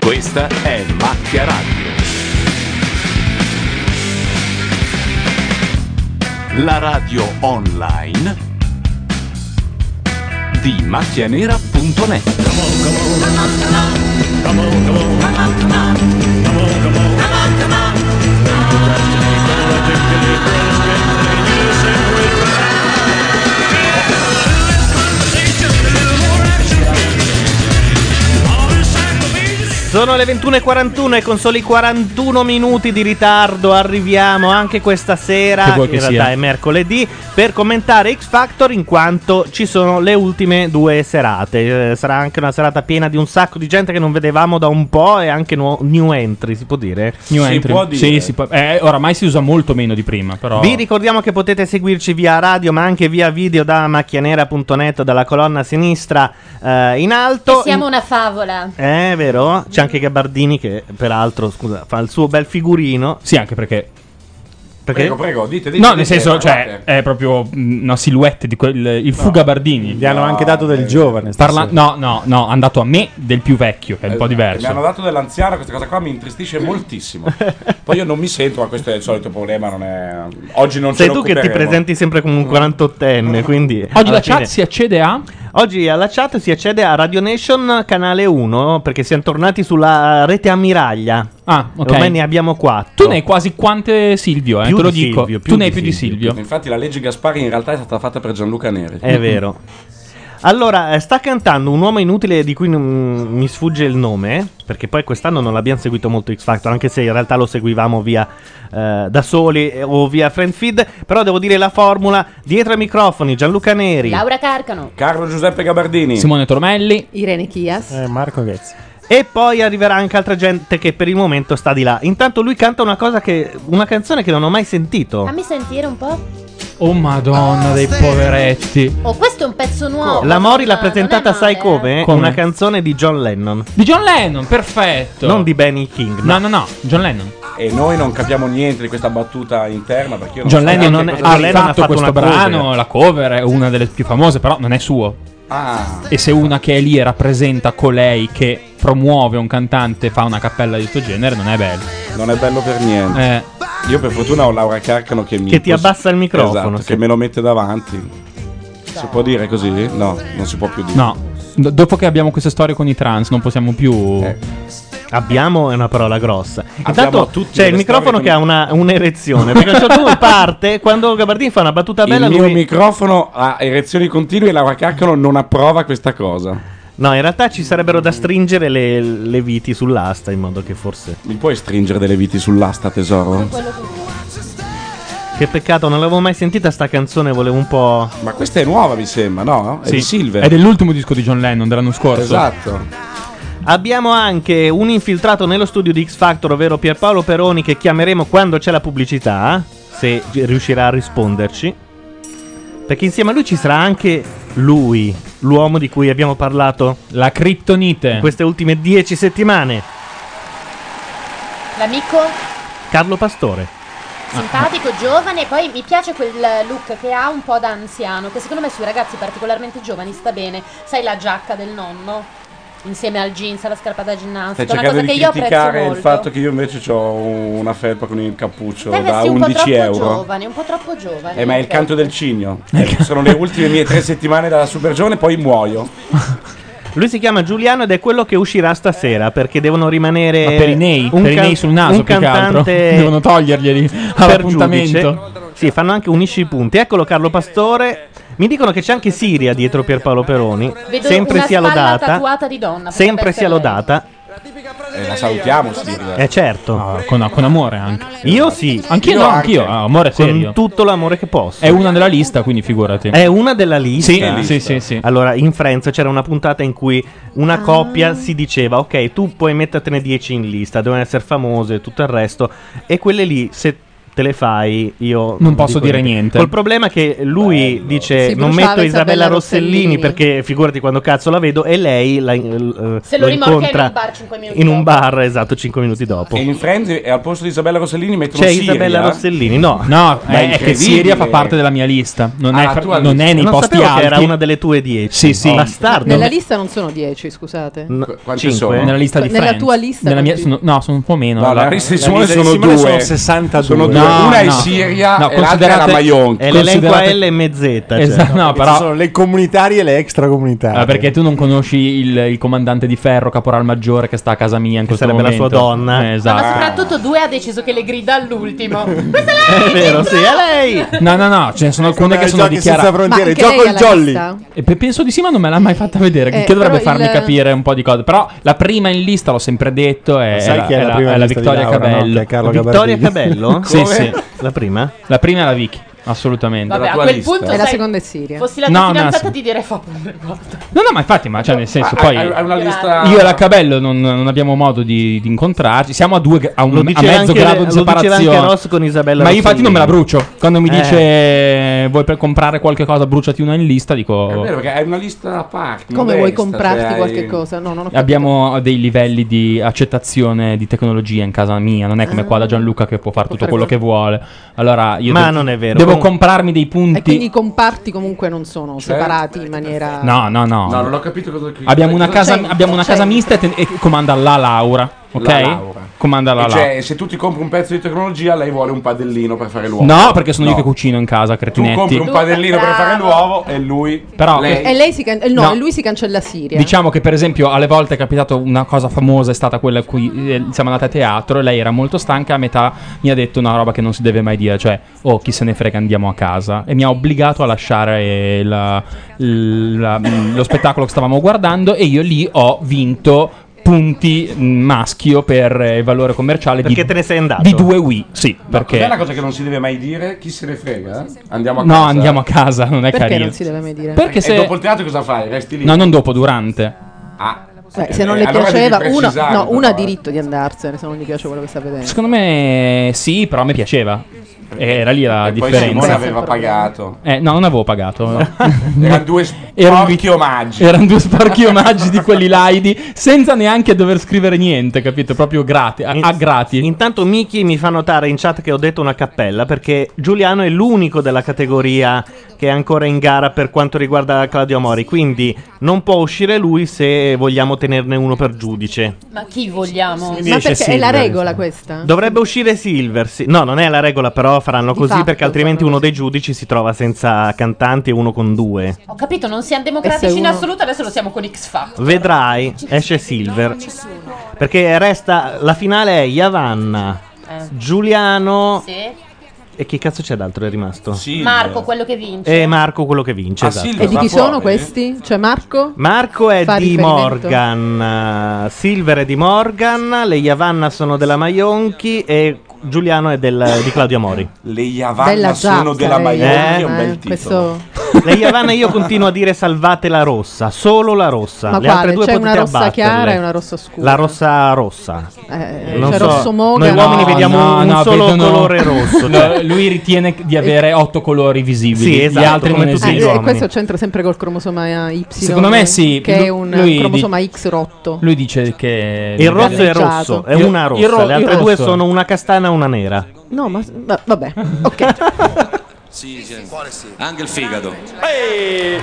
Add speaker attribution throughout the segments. Speaker 1: Questa è Macchia Radio. La radio online di macchianera.net.
Speaker 2: Sono le 21.41 e con soli 41 minuti di ritardo arriviamo anche questa sera,
Speaker 3: Che vuoi
Speaker 2: in
Speaker 3: che
Speaker 2: realtà
Speaker 3: sia.
Speaker 2: è mercoledì, per commentare X Factor in quanto ci sono le ultime due serate. Eh, Sarà anche una serata piena di un sacco di gente che non vedevamo da un po' e anche nuo- new entry, si può dire?
Speaker 3: New entry. Sì, si può- eh, oramai si usa molto meno di prima, però.
Speaker 2: Vi ricordiamo che potete seguirci via radio ma anche via video da macchianera.net dalla colonna sinistra eh, in
Speaker 4: Che
Speaker 2: alto.
Speaker 4: siamo una favola.
Speaker 2: Eh, vero? C'è anche Gabardini che, peraltro, scusa, fa il suo bel figurino.
Speaker 3: Sì, anche perché.
Speaker 2: Perché?
Speaker 5: Prego, prego, dite, dite. dite,
Speaker 3: no,
Speaker 5: eh,
Speaker 3: nel senso, cioè,
Speaker 5: guardate.
Speaker 3: è proprio mh, una silhouette di quel. Il Fugabardini.
Speaker 6: Gli hanno anche dato
Speaker 5: eh,
Speaker 6: del giovane.
Speaker 3: Parla-
Speaker 6: stasera.
Speaker 3: no, no, no, hanno dato a me del più vecchio, che è un po'
Speaker 5: Eh, Mi hanno
Speaker 3: diverso.
Speaker 5: dato dell'anziano, questa cosa qua mi intristisce moltissimo. Poi io non mi sento, ma questo è il solito problema. Non è... Oggi non
Speaker 2: Sei
Speaker 5: ce ne
Speaker 2: tu che ti
Speaker 5: occuperemo. Mm.
Speaker 2: presenti sempre come un 48enne, quindi...
Speaker 3: Oggi
Speaker 2: alla
Speaker 3: la chat
Speaker 2: fine-
Speaker 3: si accede a.
Speaker 2: Oggi alla chat si accede a Radio Nation canale 1, perché siamo tornati sulla rete ammiraglia.
Speaker 3: Ah, ok.
Speaker 2: Ormai ne abbiamo 4.
Speaker 3: Tu ne hai quasi quante Silvio, eh,
Speaker 2: Più
Speaker 3: te lo
Speaker 2: di
Speaker 3: dico.
Speaker 2: Silvio, più
Speaker 3: tu ne hai
Speaker 2: di
Speaker 3: più di Silvio.
Speaker 5: Infatti, la legge Gasparri in realtà è stata fatta per Gianluca Neri.
Speaker 2: È vero. Allora, eh, sta cantando un uomo inutile di cui non- mi sfugge il nome, perché poi quest'anno non l'abbiamo seguito molto X Factor, anche se in realtà lo seguivamo via eh, da soli eh, o via friend feed, però devo dire la formula, dietro ai microfoni Gianluca Neri
Speaker 4: Laura Carcano.
Speaker 5: Carlo Giuseppe Gabardini.
Speaker 3: Simone Tormelli.
Speaker 4: Irene Chias.
Speaker 6: Eh, Marco Ghezzi.
Speaker 2: e poi arriverà anche altra gente che per il momento sta di là. Intanto lui canta una cosa che una canzone che non ho mai sentito.
Speaker 4: Fammi sentire un po'.
Speaker 3: Oh madonna dei poveretti.
Speaker 4: Oh, questo è un pezzo nuovo.
Speaker 2: La Mori l'ha
Speaker 4: ma non è
Speaker 2: presentata
Speaker 4: male,
Speaker 2: sai
Speaker 4: eh.
Speaker 2: come?
Speaker 3: Come?
Speaker 2: Una canzone di John Lennon,
Speaker 3: Di John Lennon, perfetto.
Speaker 2: non di Benny King.
Speaker 3: No, no, no, John Lennon.
Speaker 5: E noi non capiamo niente di questa battuta interna perché io non
Speaker 3: John
Speaker 5: so
Speaker 3: Lennon
Speaker 5: neanche
Speaker 3: non
Speaker 5: cosa
Speaker 3: ha
Speaker 2: Lennon
Speaker 5: sia.
Speaker 2: ha
Speaker 3: fatto
Speaker 2: fatto
Speaker 3: questo
Speaker 2: una cover.
Speaker 3: brano, la cover è una delle più famose, però non è suo.
Speaker 5: Ah,
Speaker 3: E se una che è lì e rappresenta colei che promuove un cantante e fa una cappella di questo genere, non è bello.
Speaker 5: non è bello per niente.
Speaker 3: Eh,
Speaker 5: Io per fortuna ho Laura Carcano che mi
Speaker 2: Che ti abbassa il microfono,
Speaker 5: Esatto,
Speaker 2: sì.
Speaker 5: che me lo mette davanti. Si può dire così? No, non si può più dire.
Speaker 3: no. Do- dopo che abbiamo queste storie con i trans, non possiamo più.
Speaker 5: Eh.
Speaker 2: Abbiamo è una parola grossa.
Speaker 5: Abbiamo
Speaker 2: Intanto
Speaker 5: tutti
Speaker 2: c'è il
Speaker 5: delle
Speaker 2: microfono
Speaker 5: storie
Speaker 2: che ha una- un'erezione. Perché a un certo punto parte quando Gabardini fa una battuta bella.
Speaker 5: il mio
Speaker 2: Lui...
Speaker 5: microfono ha erezioni continue e Laura Carcano non approva questa cosa.
Speaker 2: No, in realtà ci sarebbero da stringere le, le viti sull'asta in modo che forse.
Speaker 5: Mi puoi stringere delle viti sull'asta, tesoro?
Speaker 4: Quello che-
Speaker 2: Che peccato, non l'avevo mai sentita sta canzone. Volevo un po'.
Speaker 5: Ma questa è nuova, mi sembra, no? È
Speaker 3: Sì.
Speaker 5: di Silver.
Speaker 3: È dell'ultimo disco di John Lennon dell'anno scorso.
Speaker 5: Esatto.
Speaker 2: Abbiamo anche un infiltrato nello studio di X Factor, ovvero Pierpaolo Peroni, che chiameremo quando c'è la pubblicità. Se gi- riuscirà a risponderci. Perché insieme a lui ci sarà anche lui, l'uomo di cui abbiamo parlato
Speaker 3: La Kryptonite.
Speaker 2: in queste ultime dieci settimane.
Speaker 4: L'amico
Speaker 2: Carlo Pastore.
Speaker 4: simpatico, giovane. Poi mi piace quel look che ha un po' da anziano. Che secondo me sui ragazzi particolarmente giovani sta bene. Sai la giacca del nonno? Insieme al jeans, alla scarpa da
Speaker 5: Stai
Speaker 4: ginnastica. Una
Speaker 5: cercando
Speaker 4: cosa
Speaker 5: di
Speaker 4: che io apprezzo
Speaker 5: criticare
Speaker 4: molto.
Speaker 5: il fatto che io invece ho una felpa con il cappuccio
Speaker 4: Deve
Speaker 5: da
Speaker 4: essere un po'
Speaker 5: 11
Speaker 4: troppo
Speaker 5: euro.
Speaker 4: giovane, un po' troppo giovane.
Speaker 5: Eh, ma è il
Speaker 4: Ok.
Speaker 5: canto del cigno. Eh, sono le ultime mie tre settimane dalla Supergiovane, poi muoio.
Speaker 2: Lui si chiama Giuliano ed è quello che uscirà stasera perché devono rimanere
Speaker 3: Ma per i nei,
Speaker 2: un
Speaker 3: per i
Speaker 2: can-
Speaker 3: nei sul naso
Speaker 2: un
Speaker 3: più che altro.
Speaker 2: cantante
Speaker 3: Devono toglierglieli
Speaker 2: per
Speaker 3: all'appuntamento.
Speaker 2: giudice. Sì, fanno anche unisci i punti. Eccolo Carlo Pastore. Mi dicono che c'è anche Siria dietro Pierpaolo Peroni.
Speaker 4: Vedo
Speaker 2: sempre
Speaker 4: una
Speaker 2: sia
Speaker 4: spalla
Speaker 2: lodata.
Speaker 4: tatuata di donna. potrebbe
Speaker 2: Sempre sia
Speaker 4: essere lei.
Speaker 2: lodata.
Speaker 5: Eh, la salutiamo, Silvia.
Speaker 2: Eh certo.
Speaker 3: Ah, con, con amore anche.
Speaker 2: Io sì,
Speaker 3: Anch'io
Speaker 5: Io
Speaker 3: no,
Speaker 5: anche.
Speaker 3: anch'io. Ah, amore serio.
Speaker 2: con tutto l'amore che posso.
Speaker 3: È una della lista, quindi figurati.
Speaker 2: È una della
Speaker 3: sì,
Speaker 2: lista.
Speaker 3: sì, sì, sì.
Speaker 2: Allora, in Friends c'era una puntata in cui una coppia si diceva: Ok, tu puoi mettertene 10 in lista, devono essere famose e tutto il resto. E quelle lì, se te le fai, io
Speaker 3: Non posso
Speaker 2: dico
Speaker 3: dire niente.
Speaker 2: Col problema che lui dice
Speaker 7: Si bruciava
Speaker 2: non metto Isabella
Speaker 7: Isabella
Speaker 2: Rossellini,
Speaker 7: Rossellini.
Speaker 2: perché figurati quando cazzo la vedo e lei la, eh,
Speaker 4: Se lo rimorchia
Speaker 2: incontra
Speaker 4: in un bar cinque minuti
Speaker 2: in un
Speaker 4: dopo.
Speaker 2: bar, esatto, 5 minuti dopo.
Speaker 5: E in Friends e al posto di Isabella Rossellini mettono
Speaker 2: C'è
Speaker 5: Siria.
Speaker 2: Isabella Rossellini, no.
Speaker 3: No,
Speaker 5: Ma
Speaker 3: eh, è, è che
Speaker 5: incredibile.
Speaker 3: Siria fa parte della mia lista. Non,
Speaker 5: Ah,
Speaker 3: è, fra-
Speaker 5: tu hai-
Speaker 3: non è nei
Speaker 2: non
Speaker 3: posti
Speaker 2: sapevo
Speaker 3: alti.
Speaker 2: che era una delle tue 10.
Speaker 3: Sì, sì.
Speaker 2: Bastardo.
Speaker 7: Nella lista non sono 10, scusate.
Speaker 5: Qu- quante sono?
Speaker 3: Nella lista di
Speaker 7: Nella
Speaker 3: Friends.
Speaker 7: tua lista
Speaker 3: Nella mia-
Speaker 7: non-
Speaker 3: sono- no, sono un po' meno.
Speaker 5: No, la
Speaker 3: Allora-
Speaker 5: lista di
Speaker 6: La
Speaker 5: Simone
Speaker 6: lista di
Speaker 5: sono
Speaker 6: Simone
Speaker 5: due.
Speaker 6: sono 62.
Speaker 5: Sono due.
Speaker 3: No,
Speaker 5: Una è
Speaker 3: no.
Speaker 5: Siria
Speaker 3: No,
Speaker 5: e l'altra è la
Speaker 3: considerate-
Speaker 5: Mayon.
Speaker 2: È l'elenco a
Speaker 3: Considerate-
Speaker 2: L e
Speaker 6: Cioè,
Speaker 2: mezzetta.
Speaker 3: Esatto, no,
Speaker 6: Però... Sono
Speaker 3: però.
Speaker 6: le comunitarie e le extracomunitarie.
Speaker 3: Ah, perché tu non conosci il, il comandante di ferro, caporal maggiore, che sta a casa mia in questo
Speaker 2: sarebbe la
Speaker 3: momento.
Speaker 2: sua donna.
Speaker 3: Eh,
Speaker 4: Ma
Speaker 3: esatto.
Speaker 5: Ah.
Speaker 4: soprattutto due ha deciso che le grida all'ultimo. Questa è
Speaker 2: Cioè. È vero, sì, è lei.
Speaker 3: No, no, no, ce ne sono
Speaker 6: Come
Speaker 3: alcune che
Speaker 6: ai
Speaker 3: sono
Speaker 6: Giochi senza
Speaker 3: dichiarate.
Speaker 6: frontiere,
Speaker 7: anche
Speaker 6: gioco
Speaker 7: lei
Speaker 6: il
Speaker 7: ha la
Speaker 6: Jolly.
Speaker 7: lista?
Speaker 3: E pe- penso di sì, ma non me l'ha mai fatta vedere.
Speaker 7: Eh,
Speaker 3: che dovrebbe
Speaker 7: però
Speaker 3: farmi
Speaker 7: il-
Speaker 3: capire un po' di cose. Però la prima in lista, l'ho sempre detto, è,
Speaker 6: Sai
Speaker 3: è la,
Speaker 6: chi è la
Speaker 3: è
Speaker 6: prima
Speaker 3: è
Speaker 6: in
Speaker 3: la
Speaker 6: lista di
Speaker 3: Vittoria
Speaker 6: Laura, no?
Speaker 3: Cabello.
Speaker 6: Che è Carlo
Speaker 2: Vittoria
Speaker 6: Gabardini.
Speaker 2: Cabello?
Speaker 3: Sì, sì.
Speaker 2: La prima?
Speaker 3: La prima è la Vicky, assolutamente.
Speaker 4: Vabbè, a
Speaker 5: tua
Speaker 4: quel
Speaker 5: lista.
Speaker 4: punto
Speaker 7: E la
Speaker 4: sai,
Speaker 7: seconda è Siria.
Speaker 4: fossi la
Speaker 3: No,
Speaker 4: tua
Speaker 3: no,
Speaker 4: fidanzata
Speaker 3: sì.
Speaker 4: ti direi fa pure guarda.
Speaker 3: No, no, ma infatti, ma cioè, nel senso,
Speaker 5: Ma
Speaker 3: poi.
Speaker 5: hai- hai una lista...
Speaker 3: Io e la Cabello non, non abbiamo modo di, di incontrarci. Siamo a, due, a, un,
Speaker 2: Lo
Speaker 3: a
Speaker 2: diceva
Speaker 3: mezzo
Speaker 2: anche, lo
Speaker 3: grado di
Speaker 2: diceva
Speaker 3: separazione.
Speaker 2: anche Ross con Isabella
Speaker 3: ma io infatti
Speaker 2: Rossellini.
Speaker 3: non me la brucio. Quando mi
Speaker 2: Eh.
Speaker 3: dice vuoi per comprare qualche cosa, bruciati una in lista,
Speaker 5: È vero,
Speaker 3: dico.
Speaker 5: perché hai una lista a parte.
Speaker 7: Come
Speaker 5: modesta,
Speaker 7: vuoi comprarti
Speaker 5: cioè, hai-
Speaker 7: qualche cosa? No, non ho capito.
Speaker 3: Abbiamo dei livelli di accettazione di tecnologia in casa mia, non è come
Speaker 7: Ah.
Speaker 3: qua da Gianluca che può fare
Speaker 7: Può
Speaker 3: tutto
Speaker 7: fare
Speaker 3: quello che vuole. Allora io
Speaker 2: Ma
Speaker 3: de-
Speaker 2: non è vero.
Speaker 3: Devo
Speaker 2: Comunque-
Speaker 3: comprarmi dei punti.
Speaker 7: E quindi i comparti comunque non sono
Speaker 5: Certo.
Speaker 7: separati in maniera...
Speaker 3: No, no, no.
Speaker 5: No, non ho capito cosa...
Speaker 3: Abbiamo una
Speaker 5: cosa-
Speaker 3: casa,
Speaker 7: c'entra?
Speaker 3: abbiamo una casa
Speaker 7: C'entra.
Speaker 3: mista e, ten- e comanda la Laura, ok?
Speaker 5: La Laura.
Speaker 3: Comanda la
Speaker 5: E
Speaker 3: Laura.
Speaker 5: Cioè, se tu ti compri un pezzo di tecnologia, lei vuole un padellino per fare l'uovo.
Speaker 3: No, perché sono io
Speaker 5: No.
Speaker 3: che cucino in casa,
Speaker 5: Tu compri
Speaker 3: cretinetti.
Speaker 5: un padellino per fare l'uovo e lui...
Speaker 3: Però-
Speaker 5: lei-
Speaker 7: E lei si can- eh, no,
Speaker 3: No.
Speaker 7: e lui si cancella Siria.
Speaker 3: Diciamo che per esempio alle volte è capitato una cosa famosa, è stata quella in cui eh, siamo andati a teatro, lei era molto stanca, a metà mi ha detto una roba che non si deve mai dire, cioè oh chi se ne frega andiamo a casa e mi ha obbligato a lasciare eh, la- la- mm, lo spettacolo che stavamo guardando e io lì ho vinto punti mh, maschio per eh, il valore commerciale
Speaker 2: Perché
Speaker 3: di,
Speaker 2: te ne sei andato?
Speaker 3: di due Wii, sì,
Speaker 5: Cos'è la
Speaker 3: perché
Speaker 5: cosa che non si deve mai dire? Chi se ne frega? eh? Andiamo a
Speaker 3: no
Speaker 5: casa.
Speaker 3: andiamo a casa, non è
Speaker 7: Perché
Speaker 3: carino.
Speaker 7: non si deve mai dire?
Speaker 3: Perché
Speaker 5: E
Speaker 3: se
Speaker 5: dopo il teatro cosa fai? Resti lì?
Speaker 3: No, non dopo, durante.
Speaker 5: Ah.
Speaker 7: Beh, se non le
Speaker 5: Eh, allora devi
Speaker 7: piaceva, uno,
Speaker 5: precisare,
Speaker 7: no,
Speaker 5: però,
Speaker 7: uno ha
Speaker 5: eh.
Speaker 7: diritto di andarsene se non gli piace quello che sta vedendo.
Speaker 3: Secondo me sì, però a me piaceva. Era lì la
Speaker 5: E poi Simone
Speaker 3: differenza.
Speaker 5: aveva pagato.
Speaker 3: Eh, no, non avevo pagato.
Speaker 5: Erano due
Speaker 3: Era un
Speaker 5: sporchi omaggi.
Speaker 3: Erano due sparchi omaggi di quelli laidi, senza neanche dover scrivere niente, capito? Proprio gratis. A, a gratis.
Speaker 2: Intanto Miki mi fa notare in chat che ho detto una cappella perché Giuliano è l'unico della categoria che è ancora in gara per quanto riguarda Claudio Amori, quindi non può uscire lui se vogliamo tenerne uno per giudice.
Speaker 4: Ma chi vogliamo?
Speaker 2: Sì.
Speaker 7: Ma
Speaker 2: Dice
Speaker 7: perché è la
Speaker 2: Silver,
Speaker 7: regola
Speaker 2: insomma.
Speaker 7: questa?
Speaker 2: Dovrebbe uscire Silver, sì. no, non è la regola, però faranno
Speaker 7: Di
Speaker 2: così
Speaker 7: fatto
Speaker 2: perché altrimenti
Speaker 7: faranno
Speaker 2: uno
Speaker 7: così.
Speaker 2: dei giudici si trova senza cantanti e uno con due.
Speaker 4: Ho capito, non siamo
Speaker 7: E
Speaker 4: democratici
Speaker 7: se
Speaker 4: in
Speaker 7: uno-
Speaker 4: assoluto, adesso lo siamo con X Factor.
Speaker 2: Vedrai, esce Silver. Perché resta la finale è Yavanna,
Speaker 4: Eh.
Speaker 2: Giuliano
Speaker 4: Sì.
Speaker 2: e chi cazzo c'è d'altro è rimasto?
Speaker 5: Sì.
Speaker 4: Marco, quello che vince.
Speaker 2: E Marco quello che vince,
Speaker 5: Ah,
Speaker 2: Eh, esatto.
Speaker 5: Silver.
Speaker 7: E di
Speaker 5: Va
Speaker 7: chi sono
Speaker 5: fuori?
Speaker 7: questi? Cioè Marco?
Speaker 2: Marco è
Speaker 7: Fa
Speaker 2: di
Speaker 7: riferimento.
Speaker 2: Morgan, eh, Silver è di Morgan, le Yavanna sono della Maionchi e Giuliano è del- di Claudio Amori.
Speaker 5: Le
Speaker 7: Bella
Speaker 5: Yavanna
Speaker 7: giacca.
Speaker 5: sono della
Speaker 7: lei,
Speaker 5: Maiorchi, è un
Speaker 7: eh,
Speaker 5: bel titolo.
Speaker 7: questo-
Speaker 2: Le Yavanna io continuo a dire salvate la rossa, solo la rossa.
Speaker 7: Ma
Speaker 2: le
Speaker 7: quale?
Speaker 2: altre due
Speaker 7: C'è
Speaker 2: potete
Speaker 7: una rossa
Speaker 2: abbatterle.
Speaker 7: chiara e una rossa scura.
Speaker 2: La rossa rossa.
Speaker 7: Eh,
Speaker 2: non
Speaker 7: c'è
Speaker 2: so,
Speaker 7: rosso moga.
Speaker 2: noi uomini
Speaker 7: no.
Speaker 2: vediamo un solo colore rosso, cioè.
Speaker 3: No, Lui ritiene di avere otto colori visibili.
Speaker 2: Sì,
Speaker 3: Gli
Speaker 2: esatto,
Speaker 3: altri
Speaker 2: come
Speaker 3: non
Speaker 2: tutti
Speaker 7: Ah,
Speaker 2: gli
Speaker 3: esistono.
Speaker 7: e
Speaker 2: uomini.
Speaker 7: questo c'entra sempre col cromosoma Y.
Speaker 3: Secondo me sì,
Speaker 7: Che è
Speaker 3: lu-
Speaker 7: un
Speaker 3: lui
Speaker 7: cromosoma
Speaker 3: di-
Speaker 7: X rotto.
Speaker 3: Lui dice che.
Speaker 2: Il rosso è
Speaker 7: galleggiato.
Speaker 2: rosso, è
Speaker 3: Il-
Speaker 2: una
Speaker 3: il
Speaker 2: rossa,
Speaker 3: ro-
Speaker 2: le
Speaker 3: il
Speaker 2: altre due
Speaker 3: rosso.
Speaker 2: sono una castana e una nera.
Speaker 7: No, ma va- vabbè. Ok.
Speaker 8: Sì, sì. Anche il fegato.
Speaker 9: Eh,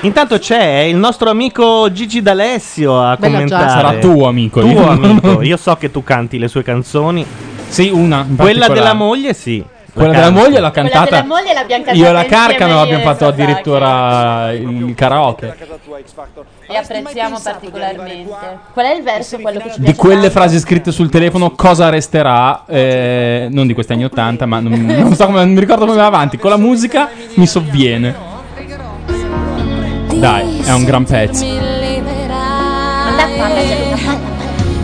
Speaker 2: Intanto c'è il nostro amico Gigi D'Alessio a
Speaker 7: Bella
Speaker 2: commentare.
Speaker 7: giacca.
Speaker 3: Sarà tuo amico.
Speaker 2: Tuo
Speaker 3: io-
Speaker 2: amico. Io so che tu canti le sue canzoni.
Speaker 3: Sì, una. in
Speaker 2: Quella
Speaker 3: particolare.
Speaker 2: della moglie, sì. la
Speaker 3: Quella della
Speaker 2: canti.
Speaker 3: moglie l'ha
Speaker 4: Quella
Speaker 3: cantata.
Speaker 4: della moglie l'abbiamo cantata
Speaker 3: Io e la
Speaker 4: insieme
Speaker 3: Carcano
Speaker 4: io e
Speaker 3: abbiamo fatto
Speaker 4: Sasaki.
Speaker 3: addirittura il karaoke.
Speaker 4: E apprezziamo particolarmente. Qual è il verso quello che ci
Speaker 3: Di
Speaker 4: piace
Speaker 3: quelle
Speaker 4: tanto?
Speaker 3: frasi scritte sul telefono, cosa resterà? eh, non di questi anni 80, ma non, non so come, non mi ricordo come va avanti. Con la musica mi sovviene. Dai, è un gran pezzo.
Speaker 4: Andate a farla, c'è Luca.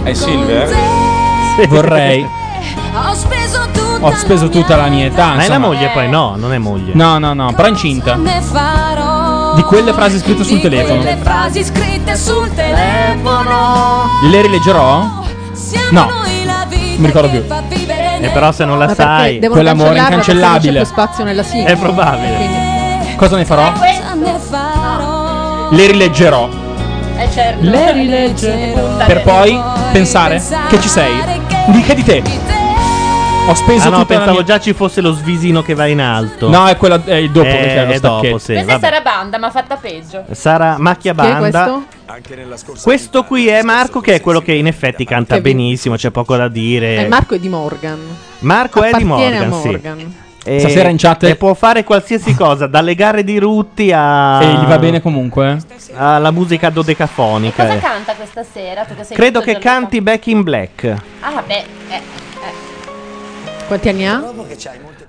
Speaker 5: È Silver?
Speaker 3: Vorrei.
Speaker 10: Ho speso tutta,
Speaker 3: Ho speso tutta la mia età.
Speaker 2: Ma è la
Speaker 3: insomma.
Speaker 2: moglie poi? No, non è moglie.
Speaker 3: No, no, no, però incinta.
Speaker 10: Ne farò
Speaker 3: Di quelle frasi scritte sul
Speaker 10: Di
Speaker 3: telefono.
Speaker 10: quelle frasi scritte sul telefono.
Speaker 3: Le rileggerò?
Speaker 10: Siamo
Speaker 3: No.
Speaker 10: noi la vita
Speaker 3: Mi ricordo
Speaker 10: che
Speaker 3: più.
Speaker 10: fa vivere
Speaker 2: E Eh, però se non la
Speaker 7: Ma perché
Speaker 2: sai,
Speaker 7: devono
Speaker 3: Quell'amore
Speaker 7: cancellarla perché
Speaker 3: incancellabile.
Speaker 7: Non c'è più spazio nella sigla.
Speaker 2: È probabile.
Speaker 7: Quindi-
Speaker 3: Cosa ne farò?
Speaker 10: Cosa ne farò?
Speaker 3: Le rileggerò
Speaker 4: Eh certo.
Speaker 3: Le
Speaker 4: rileggerò.
Speaker 3: per poi pensare che ci sei. Dica di te. Ho speso
Speaker 2: Ah no,
Speaker 3: tutta la
Speaker 2: pensavo
Speaker 3: mia-
Speaker 2: già ci fosse lo svisino che va in alto.
Speaker 3: No, è quella è il dopo,
Speaker 2: Eh,
Speaker 3: perché è lo
Speaker 2: è dopo,
Speaker 3: stacchetto.
Speaker 2: sì,
Speaker 4: Questa
Speaker 2: vabbè.
Speaker 4: sarà banda, ma fatta peggio.
Speaker 2: Sarà macchia
Speaker 7: Chi è
Speaker 2: banda.
Speaker 7: questo?
Speaker 2: Questo qui è Marco, che è quello che in effetti canta
Speaker 7: Che vi-
Speaker 2: benissimo, c'è poco da dire.
Speaker 7: Eh, Marco è di Morgan.
Speaker 2: Marco è di
Speaker 7: Appartiene
Speaker 2: Morgan,
Speaker 7: a
Speaker 2: sì.
Speaker 7: Morgan.
Speaker 2: E-
Speaker 3: Stasera in chat-
Speaker 2: E può fare qualsiasi cosa, dalle gare di Rutti a.
Speaker 3: E gli va bene comunque. eh?
Speaker 2: alla musica
Speaker 4: E cosa
Speaker 2: dodecafonica. eh.
Speaker 4: canta questa sera? Tu che sei
Speaker 2: Credo
Speaker 4: tutto
Speaker 2: che
Speaker 4: il giorno
Speaker 2: canti Back in Black.
Speaker 4: qua. Ah, beh, eh, eh.
Speaker 7: Quanti anni ha?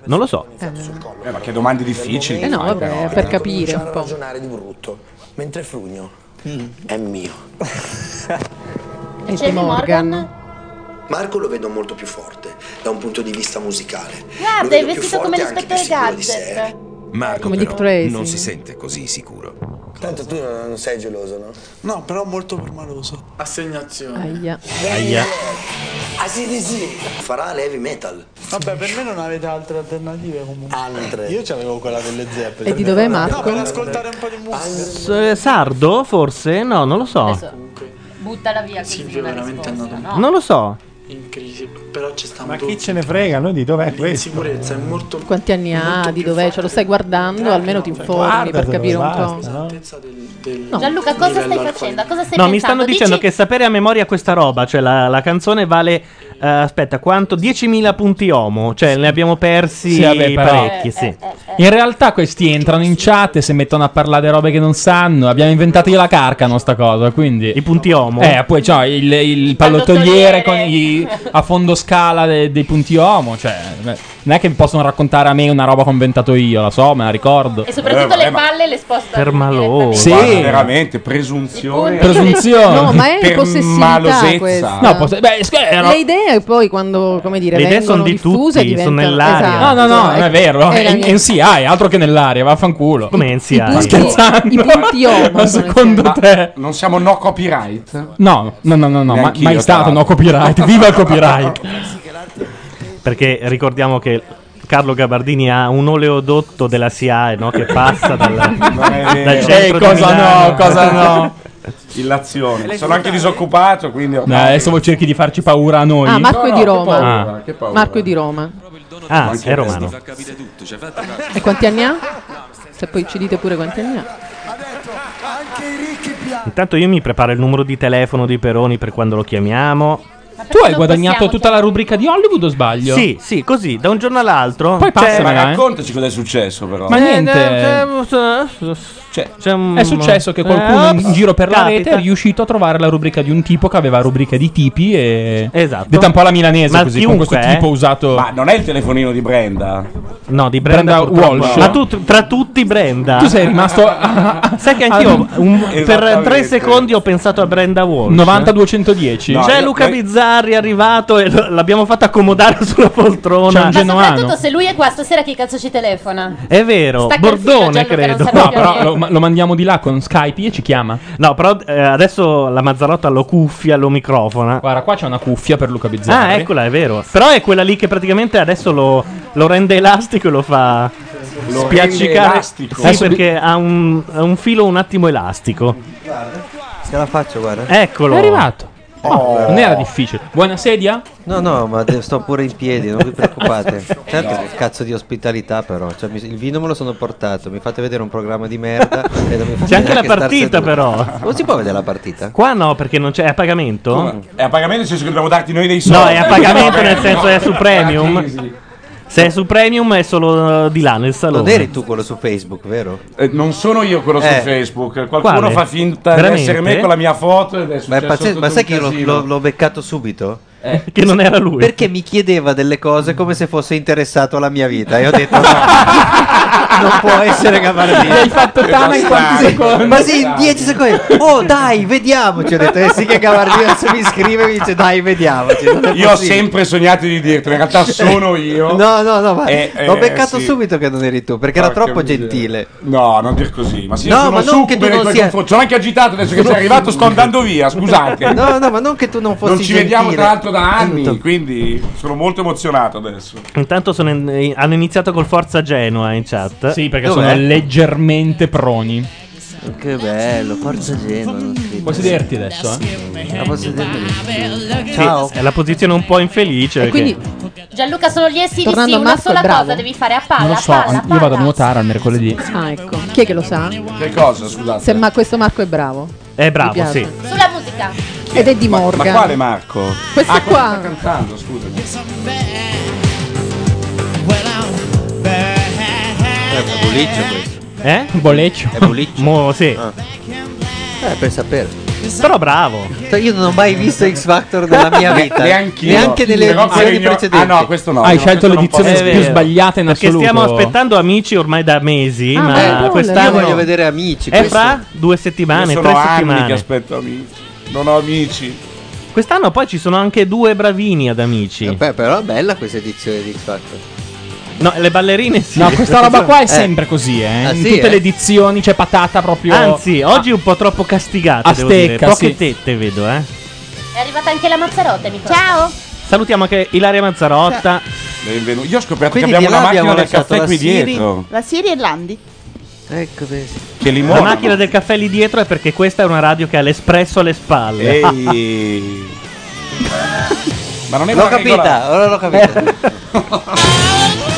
Speaker 2: Non lo so.
Speaker 5: Eh, ma che domande difficili.
Speaker 7: Eh no,
Speaker 5: fai,
Speaker 7: vabbè,
Speaker 5: però,
Speaker 7: per
Speaker 5: eh.
Speaker 7: capire
Speaker 9: cominciare
Speaker 7: un
Speaker 9: a
Speaker 7: po'.
Speaker 9: ragionare di brutto, mentre Frugno
Speaker 5: Mm.
Speaker 9: è mio.
Speaker 7: È
Speaker 4: C'è
Speaker 7: di
Speaker 4: Eddie Morgan?
Speaker 7: Morgan.
Speaker 9: Marco lo vedo molto più forte da un punto di vista musicale. Lo
Speaker 4: Guarda, è
Speaker 9: vedo più
Speaker 4: vestito come
Speaker 9: forte anche
Speaker 4: l'ispettore
Speaker 9: più sicuro di sé.
Speaker 4: Gadget.
Speaker 8: Marco
Speaker 7: Come Dick
Speaker 8: però
Speaker 7: Tracy.
Speaker 8: non si sente così sicuro.
Speaker 9: Tanto tu non sei geloso, no?
Speaker 11: No, però molto permaloso. Assegnazione.
Speaker 7: Aia.
Speaker 2: Aia.
Speaker 9: Ah sì, sì, sì. Farà heavy metal.
Speaker 11: Vabbè, per me non avete altre alternative comunque.
Speaker 9: Altre.
Speaker 11: Io c'avevo quella delle zeppe.
Speaker 7: E Eh, di dov'è Marco?
Speaker 11: No, per ascoltare un po' di musica.
Speaker 2: S- eh, Sardo, forse? No, non lo so.
Speaker 4: Adesso buttala via così
Speaker 11: Silvio
Speaker 4: una
Speaker 11: è veramente
Speaker 4: risposta,
Speaker 11: andato
Speaker 4: no?
Speaker 2: Non lo so.
Speaker 11: In crisi, però ci stanno
Speaker 6: Ma
Speaker 11: tutti.
Speaker 6: chi ce ne frega? Noi di dov'è questo?
Speaker 11: L'insicurezza è molto
Speaker 7: Quanti anni ha? Di dov'è? Ce lo stai guardando? Almeno ti informi per
Speaker 6: guardatelo,
Speaker 7: capire un
Speaker 6: basta.
Speaker 7: po'.
Speaker 6: No?
Speaker 11: altezza del, del
Speaker 7: No.
Speaker 4: Gianluca, cosa stai
Speaker 11: livello
Speaker 4: facendo? A cosa stai pensando?
Speaker 2: No, mi stanno dicendo
Speaker 4: Dici-
Speaker 2: che sapere a memoria questa roba, cioè la, la canzone vale. eh, aspetta, quanto? 10.000 punti Homo, cioè ne abbiamo persi
Speaker 3: Sì, vabbè, però-
Speaker 2: parecchi, sì.
Speaker 4: Eh, eh, eh.
Speaker 3: In realtà questi entrano in chat e si mettono a parlare di robe che non sanno. Abbiamo inventato io la carcano sta cosa, quindi...
Speaker 2: I punti Homo.
Speaker 3: Eh, poi c'ho il, il
Speaker 4: Pallottoliere.
Speaker 3: pallottoliere con i, a fondo scala de- dei punti Homo. Cioè, beh, non è che mi possono raccontare a me una roba che ho inventato io, la so, me la ricordo.
Speaker 4: E soprattutto
Speaker 5: Eh, vabbè,
Speaker 4: le
Speaker 5: ma-
Speaker 4: palle le sposta.
Speaker 2: Fermalo.
Speaker 4: direttamente.
Speaker 3: Sì.
Speaker 5: Guarda, veramente, presunzione.
Speaker 4: I punti.
Speaker 3: Presunzione.
Speaker 7: No, ma è
Speaker 5: Per
Speaker 7: possessività
Speaker 5: malosezza.
Speaker 7: questa.
Speaker 3: No, posso- beh, scu- eh, no.
Speaker 7: Le idee poi quando, come dire,
Speaker 2: Le idee
Speaker 7: vengono
Speaker 2: son di
Speaker 7: diffuse
Speaker 2: tutti, sono
Speaker 7: diventano-
Speaker 4: Eh,
Speaker 2: nell'aria.
Speaker 3: No,
Speaker 7: Esatto,
Speaker 3: no, no, non è vero.
Speaker 7: È la
Speaker 3: È
Speaker 7: mia-
Speaker 3: NCI, è altro che nell'aria, vaffanculo.
Speaker 2: Come NCI.
Speaker 3: Ma
Speaker 7: punti-
Speaker 3: scherzando?
Speaker 7: i punti Homo
Speaker 3: Ma
Speaker 7: sono
Speaker 3: secondo
Speaker 5: Ma
Speaker 3: te?
Speaker 5: non siamo no copyright?
Speaker 3: No, no, no, no, no ma,
Speaker 5: Neanch'io,
Speaker 3: mai
Speaker 5: tra
Speaker 3: stato
Speaker 5: l'altro.
Speaker 3: no copyright. Viva il copyright.
Speaker 2: Perché ricordiamo che Carlo Gabardini ha un oleodotto della SIAE no, che passa dal,
Speaker 5: Non è
Speaker 2: dal
Speaker 5: vero.
Speaker 3: Eh,
Speaker 2: centro di
Speaker 3: cosa
Speaker 2: Milano.
Speaker 3: no, cosa no.
Speaker 5: Illazione. Sono anche disoccupato, quindi.
Speaker 3: No, Eh, adesso voi cerchi di farci paura a noi.
Speaker 7: Ah, Marco è di Roma.
Speaker 5: Paura, che paura.
Speaker 7: Marco è di Roma.
Speaker 2: Ah,
Speaker 5: Anche
Speaker 8: Ti
Speaker 2: è romano.
Speaker 8: fa capire tutto, cioè fate caso.
Speaker 7: E quanti anni ha? Se poi ci dite pure quanti anni ha.
Speaker 2: Intanto io mi preparo il numero di telefono di Peroni per quando lo chiamiamo.
Speaker 4: Ma perché
Speaker 3: Tu hai
Speaker 4: non
Speaker 3: guadagnato
Speaker 4: possiamo
Speaker 3: tutta la
Speaker 4: chiamare-
Speaker 3: rubrica di Hollywood o sbaglio?
Speaker 2: Sì, sì, così, da un giorno all'altro. Cioè,
Speaker 5: Eh,
Speaker 2: Eh,
Speaker 3: Poi
Speaker 5: ma
Speaker 3: passamela, eh.
Speaker 5: raccontaci cosa è successo, però.
Speaker 8: Eh,
Speaker 3: Ma niente.
Speaker 5: Cioè,
Speaker 3: È successo che
Speaker 7: Eh,
Speaker 3: qualcuno
Speaker 2: Eh,
Speaker 3: in giro per la rete è
Speaker 2: riuscito
Speaker 3: riuscito a trovare la rubrica di un tipo che aveva rubrica di tipi e...
Speaker 2: Esatto.
Speaker 3: Detta un po' alla milanese
Speaker 2: Ma
Speaker 3: così,
Speaker 2: chiunque,
Speaker 3: con questo tipo
Speaker 2: eh.
Speaker 3: usato...
Speaker 5: ma non è il telefonino di Brenda?
Speaker 2: No, di
Speaker 3: Brenda
Speaker 2: Brenda, purtroppo
Speaker 3: Walsh.
Speaker 2: no. Ma tu, tr- tra tutti Brenda.
Speaker 3: Tu sei
Speaker 2: Ah,
Speaker 3: rimasto...
Speaker 2: Sai che anch'io un- per
Speaker 5: Esattamente.
Speaker 2: tre secondi ho pensato a Brenda Walsh.
Speaker 3: 90-210.
Speaker 5: No.
Speaker 2: C'è
Speaker 5: io-
Speaker 2: Luca
Speaker 5: noi-
Speaker 2: Bizzarri è arrivato e lo- l'abbiamo fatto accomodare sulla poltrona.
Speaker 3: C'è un
Speaker 4: Ma
Speaker 3: gen-
Speaker 4: soprattutto
Speaker 3: Genovano.
Speaker 4: se lui è qua stasera chi cazzo ci telefona?
Speaker 2: È vero,
Speaker 4: Stacca il
Speaker 2: Bordone
Speaker 4: filo, Gianluca, non
Speaker 2: credo.
Speaker 4: sappiamo
Speaker 3: No, però lo, ma- lo mandiamo di là con Skype e ci chiama.
Speaker 2: No, però eh, adesso la Mazzarotta lo cuffia, lo microfona.
Speaker 3: Guarda, qua c'è una cuffia per Luca Bizzarri.
Speaker 2: Ah, eccola, è vero. Però è quella lì che praticamente adesso lo, lo rende elastico e lo fa
Speaker 5: Lo rende
Speaker 2: spiaccicare. Sì,
Speaker 5: elastico.
Speaker 3: Adesso
Speaker 2: perché ha un, ha un filo un attimo elastico.
Speaker 9: Ce la faccio, guarda.
Speaker 2: Eccolo.
Speaker 3: È arrivato. Oh, Non era difficile. Buona sedia?
Speaker 9: No, no, ma de- sto pure in piedi, non vi preoccupate. Certo che cazzo di ospitalità però. Cioè, mi- il vino me lo sono portato, mi fate vedere un programma di merda. e non mi fate
Speaker 2: C'è anche la
Speaker 9: neanche star
Speaker 2: partita,
Speaker 9: seduti.
Speaker 2: però.
Speaker 9: Non si può vedere la partita.
Speaker 2: Qua no, perché non c'è. È a pagamento?
Speaker 5: È a pagamento nel senso che dobbiamo darti noi dei soldi.
Speaker 2: No, è a pagamento nel senso è su
Speaker 5: Ah, sì,
Speaker 2: premium.
Speaker 5: sì.
Speaker 2: Se è su premium è solo eh, di là nel
Speaker 9: Non
Speaker 2: salone.
Speaker 9: eri tu quello su Facebook, vero?
Speaker 5: Eh, non sono io quello
Speaker 9: Eh.
Speaker 5: su Facebook. Qualcuno
Speaker 2: Quale?
Speaker 5: fa finta
Speaker 2: Veramente?
Speaker 5: di essere me con la mia foto ed è
Speaker 9: Ma, è
Speaker 5: successo
Speaker 9: pazzesco,
Speaker 5: tutto
Speaker 9: ma
Speaker 5: un
Speaker 9: sai che io l'ho,
Speaker 5: casino.
Speaker 9: l'ho- l'ho beccato subito?
Speaker 2: Eh. Che non era lui.
Speaker 9: Perché mi chiedeva delle cose come se fosse interessato alla mia vita. E ho detto: no, non può essere Gavardini.
Speaker 3: L'hai fatto Tana in quanti secondi?
Speaker 9: Ma sì, in 10 secondi. Oh, dai, vediamoci. Ho detto, eh sì che Gavardini adesso mi scrive e mi dice, dai, vediamoci. Non è
Speaker 5: Io ho
Speaker 9: possibile.
Speaker 5: sempre sognato di dirtelo, in realtà sono io.
Speaker 9: No, no, no, ma
Speaker 5: Eh, eh,
Speaker 9: l'ho beccato
Speaker 5: sì.
Speaker 9: subito che non eri tu, perché era
Speaker 5: Porca
Speaker 9: troppo
Speaker 5: miseria.
Speaker 9: gentile.
Speaker 5: No, non dir così, ma sì,
Speaker 9: No,
Speaker 5: sono
Speaker 9: ma non che tu
Speaker 5: succube nei
Speaker 9: non
Speaker 5: tuoi
Speaker 9: sia-
Speaker 5: confronti. Sono anche agitato adesso che sei arrivato, sto andando via, scusate.
Speaker 9: No, no, ma non che tu non fossi
Speaker 5: Non ci vediamo
Speaker 9: gentile.
Speaker 5: tra l'altro da
Speaker 9: Aiuto.
Speaker 5: anni, quindi sono molto emozionato adesso.
Speaker 2: Intanto sono in- eh, hanno iniziato col Forza Genoa in chat.
Speaker 3: Sì, perché
Speaker 2: Dov'è?
Speaker 3: sono leggermente proni.
Speaker 9: Che bello, forza Genoa.
Speaker 3: Puoi sederti adesso, eh?
Speaker 9: La posso
Speaker 12: Ah,
Speaker 2: Sì,
Speaker 9: Ciao.
Speaker 2: È la posizione un po' infelice.
Speaker 7: quindi-
Speaker 2: perché-
Speaker 4: Gianluca, sono gli esili,
Speaker 7: Tornando
Speaker 4: sì,
Speaker 7: a
Speaker 4: una
Speaker 7: Marco,
Speaker 4: sola
Speaker 7: è bravo.
Speaker 4: cosa devi fare a palla,
Speaker 3: Non lo so,
Speaker 4: palla,
Speaker 3: io vado a nuotare al mercoledì.
Speaker 7: Ah, ecco. Chi è che lo sa?
Speaker 5: Che cosa, scusate?
Speaker 7: Se ma questo Marco è bravo.
Speaker 2: È
Speaker 7: Mi piace.
Speaker 4: Sulla musica.
Speaker 7: Ed è di
Speaker 5: Ma
Speaker 7: Morgan.
Speaker 5: quale Marco?
Speaker 7: Questo
Speaker 5: ah,
Speaker 7: qua.
Speaker 5: sta cantando, scusami.
Speaker 9: È buliccio questo.
Speaker 2: Eh?
Speaker 3: Boleccio.
Speaker 9: È buliccio. Ah.
Speaker 2: Mo, sì.
Speaker 9: Eh, per sapere. Cioè,
Speaker 2: Però bravo.
Speaker 9: Io non ho mai visto X Factor nella mia vita.
Speaker 5: Neanche
Speaker 9: Neanche nelle edizioni precedenti.
Speaker 5: Ah no, questo no.
Speaker 3: Hai
Speaker 5: no,
Speaker 3: scelto
Speaker 5: questo non
Speaker 3: l'edizione
Speaker 5: posso.
Speaker 2: È
Speaker 3: più
Speaker 2: vero.
Speaker 3: sbagliata in
Speaker 2: Perché
Speaker 3: assoluto.
Speaker 2: stiamo aspettando amici ormai da mesi.
Speaker 7: Ah, beh,
Speaker 2: ma
Speaker 7: allora,
Speaker 9: Io
Speaker 2: quest'anno.
Speaker 9: voglio vedere amici.
Speaker 2: È
Speaker 9: questo.
Speaker 2: fra due
Speaker 5: Io
Speaker 2: settimane,
Speaker 5: sono
Speaker 2: tre
Speaker 5: anni
Speaker 2: settimane.
Speaker 5: che aspetto amici. Non ho amici.
Speaker 2: Quest'anno poi ci sono anche due bravini ad amici.
Speaker 9: Vabbè, Eh, però è bella questa edizione di X Factor.
Speaker 2: No, le ballerine sì.
Speaker 3: No, questa roba qua è
Speaker 9: Eh.
Speaker 3: sempre così, eh.
Speaker 9: Ah,
Speaker 3: In
Speaker 9: sì,
Speaker 3: tutte
Speaker 9: eh?
Speaker 3: le edizioni c'è patata proprio.
Speaker 2: Anzi, oggi è un po' troppo castigata.
Speaker 3: A
Speaker 2: Ah, Devo dire.
Speaker 3: stecca,
Speaker 2: Poche
Speaker 3: sì.
Speaker 2: tette vedo, eh.
Speaker 4: È arrivata anche la Mazzarotta, mi Ciao!
Speaker 2: Salutiamo anche Ilaria Mazzarotta.
Speaker 5: Benvenuto. Eh, Io ho scoperto
Speaker 9: Quindi
Speaker 5: che
Speaker 9: di là
Speaker 5: abbiamo una
Speaker 9: abbiamo
Speaker 5: macchina del
Speaker 9: lasciato
Speaker 5: caffè
Speaker 9: la
Speaker 5: qui
Speaker 9: Siri.
Speaker 5: dietro.
Speaker 13: La Siri e Landi.
Speaker 9: Ecco, vedi.
Speaker 5: Che limone.
Speaker 2: La macchina del caffè lì dietro è perché questa è una radio che ha l'espresso alle spalle. Ah.
Speaker 5: Ehi. Ma non è
Speaker 9: L'ho
Speaker 5: una regola.
Speaker 9: capita, ora l'ho capita.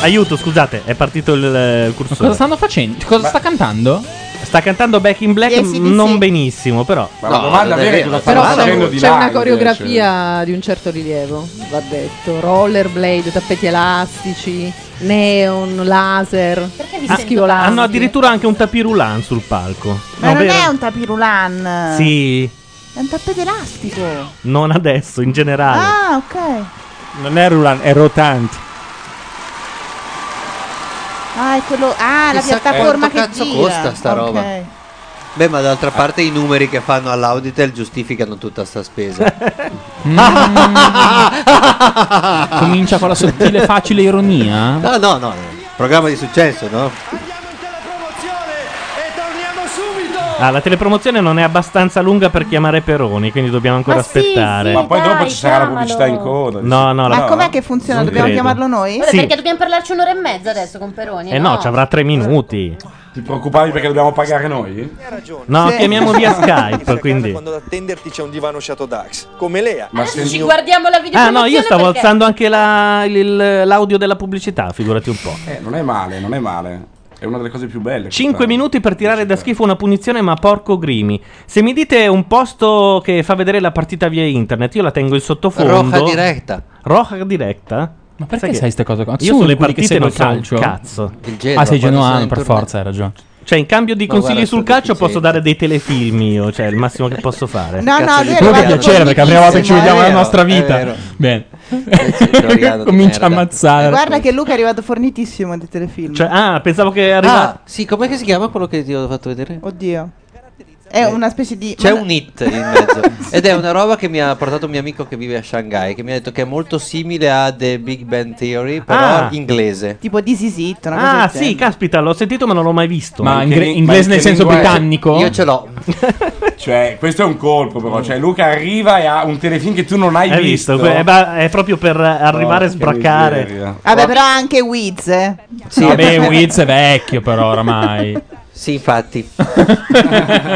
Speaker 2: Aiuto, scusate, è partito il, eh, il
Speaker 3: Ma cosa
Speaker 2: cursore.
Speaker 3: stanno facendo? Cosa sta cantando?
Speaker 2: Sta cantando Back in Black,
Speaker 13: Yes,
Speaker 2: m-
Speaker 13: yes,
Speaker 2: non
Speaker 13: yes.
Speaker 2: benissimo, però.
Speaker 5: Ma la
Speaker 9: No,
Speaker 5: domanda
Speaker 9: non è
Speaker 5: vera è
Speaker 9: vero.
Speaker 5: cosa
Speaker 9: Però
Speaker 5: stanno
Speaker 9: c'è-
Speaker 5: facendo di cioè.
Speaker 7: c'è
Speaker 5: là,
Speaker 7: una
Speaker 5: invece?
Speaker 7: coreografia di un certo rilievo, va detto. Rollerblade, tappeti elastici, neon, laser,
Speaker 4: Perché vi
Speaker 7: a
Speaker 4: sento-
Speaker 7: schivolare.
Speaker 2: Hanno addirittura anche un tapirulan sul palco.
Speaker 13: Ma
Speaker 2: No,
Speaker 13: non
Speaker 2: vero?
Speaker 13: è un tapirulan.
Speaker 2: Sì,
Speaker 13: È un tappeto elastico.
Speaker 2: non adesso, in generale.
Speaker 13: Ah, ok.
Speaker 6: Non è Rulan, è rotante.
Speaker 13: Ah, è quello. Ah, la
Speaker 9: Chissà
Speaker 13: piattaforma
Speaker 9: quanto
Speaker 13: che
Speaker 9: cazzo
Speaker 13: gira.
Speaker 9: costa sta
Speaker 13: Ok.
Speaker 9: roba. Beh, ma d'altra parte i numeri che fanno all'Auditel giustificano tutta sta spesa.
Speaker 3: Comincia con la sottile facile ironia.
Speaker 9: No, no, no. Programma di successo, no?
Speaker 2: Ah, la telepromozione non è abbastanza lunga per chiamare Peroni, quindi dobbiamo ancora
Speaker 4: Ma sì,
Speaker 2: aspettare.
Speaker 5: Ma poi
Speaker 4: Dai,
Speaker 5: dopo ci sarà la
Speaker 4: chiamalo.
Speaker 5: pubblicità in coda.
Speaker 2: No, no,
Speaker 13: Ma
Speaker 2: la...
Speaker 13: com'è che funziona?
Speaker 2: Non
Speaker 13: Dobbiamo
Speaker 2: credo.
Speaker 13: chiamarlo noi?
Speaker 4: Vabbè,
Speaker 2: Sì.
Speaker 4: perché dobbiamo parlarci un'ora e mezza adesso con Peroni?
Speaker 2: Eh no, ci avrà tre minuti.
Speaker 5: Ti preoccupavi perché dobbiamo pagare noi?
Speaker 2: No,
Speaker 13: Sì.
Speaker 2: chiamiamo via Skype, quindi.
Speaker 14: Quando ad attenderti c'è un divano Shadow Dax, come Lea.
Speaker 5: Ma
Speaker 4: Adesso ci
Speaker 5: se
Speaker 4: guardiamo la video
Speaker 2: Ah no, io stavo
Speaker 4: perché...
Speaker 2: alzando anche la- il- l'audio della pubblicità, figurati un po'.
Speaker 5: Eh, non è male, non è male. È una delle cose più belle.
Speaker 2: 5
Speaker 5: questa.
Speaker 2: minuti per tirare da schifo una punizione, ma porco grimi. Se mi dite un posto che fa vedere la partita via internet, io la tengo in sottofondo.
Speaker 9: Roja diretta.
Speaker 2: Roja diretta?
Speaker 3: Ma perché
Speaker 2: Sai che-
Speaker 3: sai queste cose qua?
Speaker 2: Io
Speaker 3: Sono
Speaker 2: sulle
Speaker 3: quelli che
Speaker 2: partite non so
Speaker 3: seguono il
Speaker 2: un cazzo.
Speaker 9: Il Genoa,
Speaker 3: Ah,
Speaker 9: quando sono
Speaker 3: sei genuano,
Speaker 9: in
Speaker 3: per
Speaker 9: tournée.
Speaker 3: forza, hai ragione.
Speaker 2: Cioè, in cambio di
Speaker 9: Ma
Speaker 2: consigli
Speaker 9: guarda,
Speaker 2: sul
Speaker 9: sono
Speaker 2: calcio posso
Speaker 9: deficiente.
Speaker 2: dare dei telefilm io, cioè il massimo che posso fare.
Speaker 13: No, no,
Speaker 9: Cazzo di
Speaker 13: lui è
Speaker 9: Proprio
Speaker 3: Proprio
Speaker 13: arrivato
Speaker 9: piacere,
Speaker 3: piacere perché è la prima volta che ci
Speaker 9: È
Speaker 3: vediamo
Speaker 9: vero,
Speaker 3: nella nostra
Speaker 9: è
Speaker 3: vito.
Speaker 9: vero.
Speaker 3: Bene.
Speaker 9: Invece il teoriano di
Speaker 3: Comincia a
Speaker 9: merda.
Speaker 3: ammazzare.
Speaker 13: Guarda che Luca è arrivato fornitissimo a dei telefilm.
Speaker 2: Cioè, ah, pensavo che arriva
Speaker 9: Ah, sì, com'è che si chiama quello che ti ho fatto vedere?
Speaker 13: Oddio. È una specie di.
Speaker 9: C'è
Speaker 13: ma-
Speaker 9: un hit in mezzo ed è una roba che mi ha portato un mio amico che vive a Shanghai che mi ha detto che è molto simile a The Big Bang Theory però
Speaker 2: Ah.
Speaker 9: inglese.
Speaker 13: Tipo di Sisit. Una cosa
Speaker 2: Ah,
Speaker 13: del
Speaker 2: sì,
Speaker 13: genere.
Speaker 2: caspita, l'ho sentito ma non l'ho mai visto.
Speaker 3: Ma
Speaker 5: Ma in
Speaker 3: ingre-
Speaker 5: che- ma
Speaker 3: inglese
Speaker 5: in
Speaker 3: nel
Speaker 5: che
Speaker 3: senso
Speaker 5: lingua è?
Speaker 3: britannico?
Speaker 9: Io ce l'ho.
Speaker 5: Cioè, questo è un colpo, però. Cioè, Luca arriva e ha un telefilm che tu non hai
Speaker 2: Hai
Speaker 5: visto.
Speaker 2: visto? Que- eh, ma È proprio per arrivare a
Speaker 5: Porca
Speaker 2: sbraccare.
Speaker 5: miseria.
Speaker 13: Vabbè, però anche Wiz. eh.
Speaker 9: Sì,
Speaker 3: Vabbè, Wiz è vecchio però oramai.
Speaker 9: sì, infatti.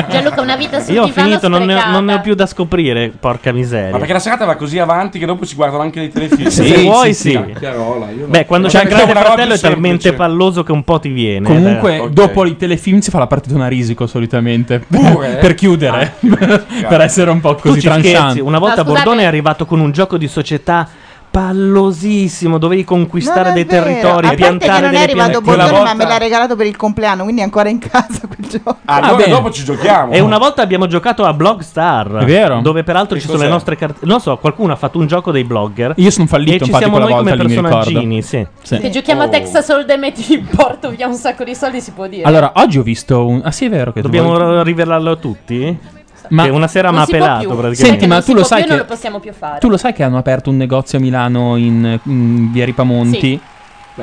Speaker 4: Gianluca, una vita sul
Speaker 2: Io ho
Speaker 4: divano
Speaker 2: finito, non ne ho,
Speaker 4: sprecata.
Speaker 2: non ne ho più da scoprire, porca
Speaker 5: Ma
Speaker 2: miseria.
Speaker 5: perché la serata va così avanti che dopo si guardano anche dei telefilm.
Speaker 2: Sì, se vuoi, sì.
Speaker 5: Chiarola, io
Speaker 2: Beh, quando
Speaker 5: Ma
Speaker 2: c'è il
Speaker 5: pensavo
Speaker 2: grande
Speaker 5: una roba
Speaker 2: fratello è
Speaker 5: più
Speaker 2: talmente
Speaker 5: semplice.
Speaker 2: palloso che un po' ti viene. eh.
Speaker 3: Comunque,
Speaker 5: Ok.
Speaker 3: dopo i telefilm si fa la partitona a risico solitamente.
Speaker 5: Pure?
Speaker 3: per chiudere.
Speaker 5: Cioè.
Speaker 3: per essere un po'
Speaker 2: Ah, Tu
Speaker 3: così
Speaker 2: ci scherzi,
Speaker 3: tranchante.
Speaker 2: Una volta
Speaker 4: No, scusate.
Speaker 2: Bordone è arrivato con un gioco di società pallosissimo, dovevi
Speaker 13: Non
Speaker 2: conquistare
Speaker 13: è
Speaker 2: dei
Speaker 13: vero.
Speaker 2: territori,
Speaker 13: A parte che
Speaker 2: piantare
Speaker 13: non è
Speaker 2: delle
Speaker 13: arrivato
Speaker 2: piantagioni.
Speaker 13: Bordone,
Speaker 5: Quella
Speaker 13: ma me
Speaker 5: volta-
Speaker 13: l'ha regalato per il compleanno, quindi è ancora in casa. quel gioco.
Speaker 3: Ah,
Speaker 2: Va bene. E una volta abbiamo giocato a Blogstar.
Speaker 3: È vero.
Speaker 2: Dove peraltro
Speaker 3: Che
Speaker 2: ci sono le
Speaker 3: cos'è?
Speaker 2: nostre carte. Non so, qualcuno ha fatto un gioco dei blogger.
Speaker 3: Io sono fallito,
Speaker 2: E ci
Speaker 3: infatti,
Speaker 2: siamo
Speaker 3: quella
Speaker 2: noi come
Speaker 3: volta lì, mi
Speaker 2: personaggini. Sì.
Speaker 3: ricordo. Sì.
Speaker 4: Se giochiamo a
Speaker 3: Oh.
Speaker 4: Texas Hold'em e ti porto via un sacco di soldi, si può dire.
Speaker 2: oh,
Speaker 3: Allora, oggi ho visto un. Ah, sì, è vero che
Speaker 2: Dobbiamo rivelarlo a tutti?
Speaker 3: Ma
Speaker 2: Che una sera
Speaker 4: Non
Speaker 2: mi ha
Speaker 4: si può
Speaker 2: pelato
Speaker 4: più.
Speaker 2: praticamente.
Speaker 3: Senti, ma
Speaker 4: Non si
Speaker 3: tu lo
Speaker 4: può
Speaker 3: sai
Speaker 4: più, non
Speaker 3: che
Speaker 4: lo possiamo più fare.
Speaker 3: Tu lo sai che hanno aperto un negozio a Milano in, in via Ripamonti?
Speaker 4: Sì.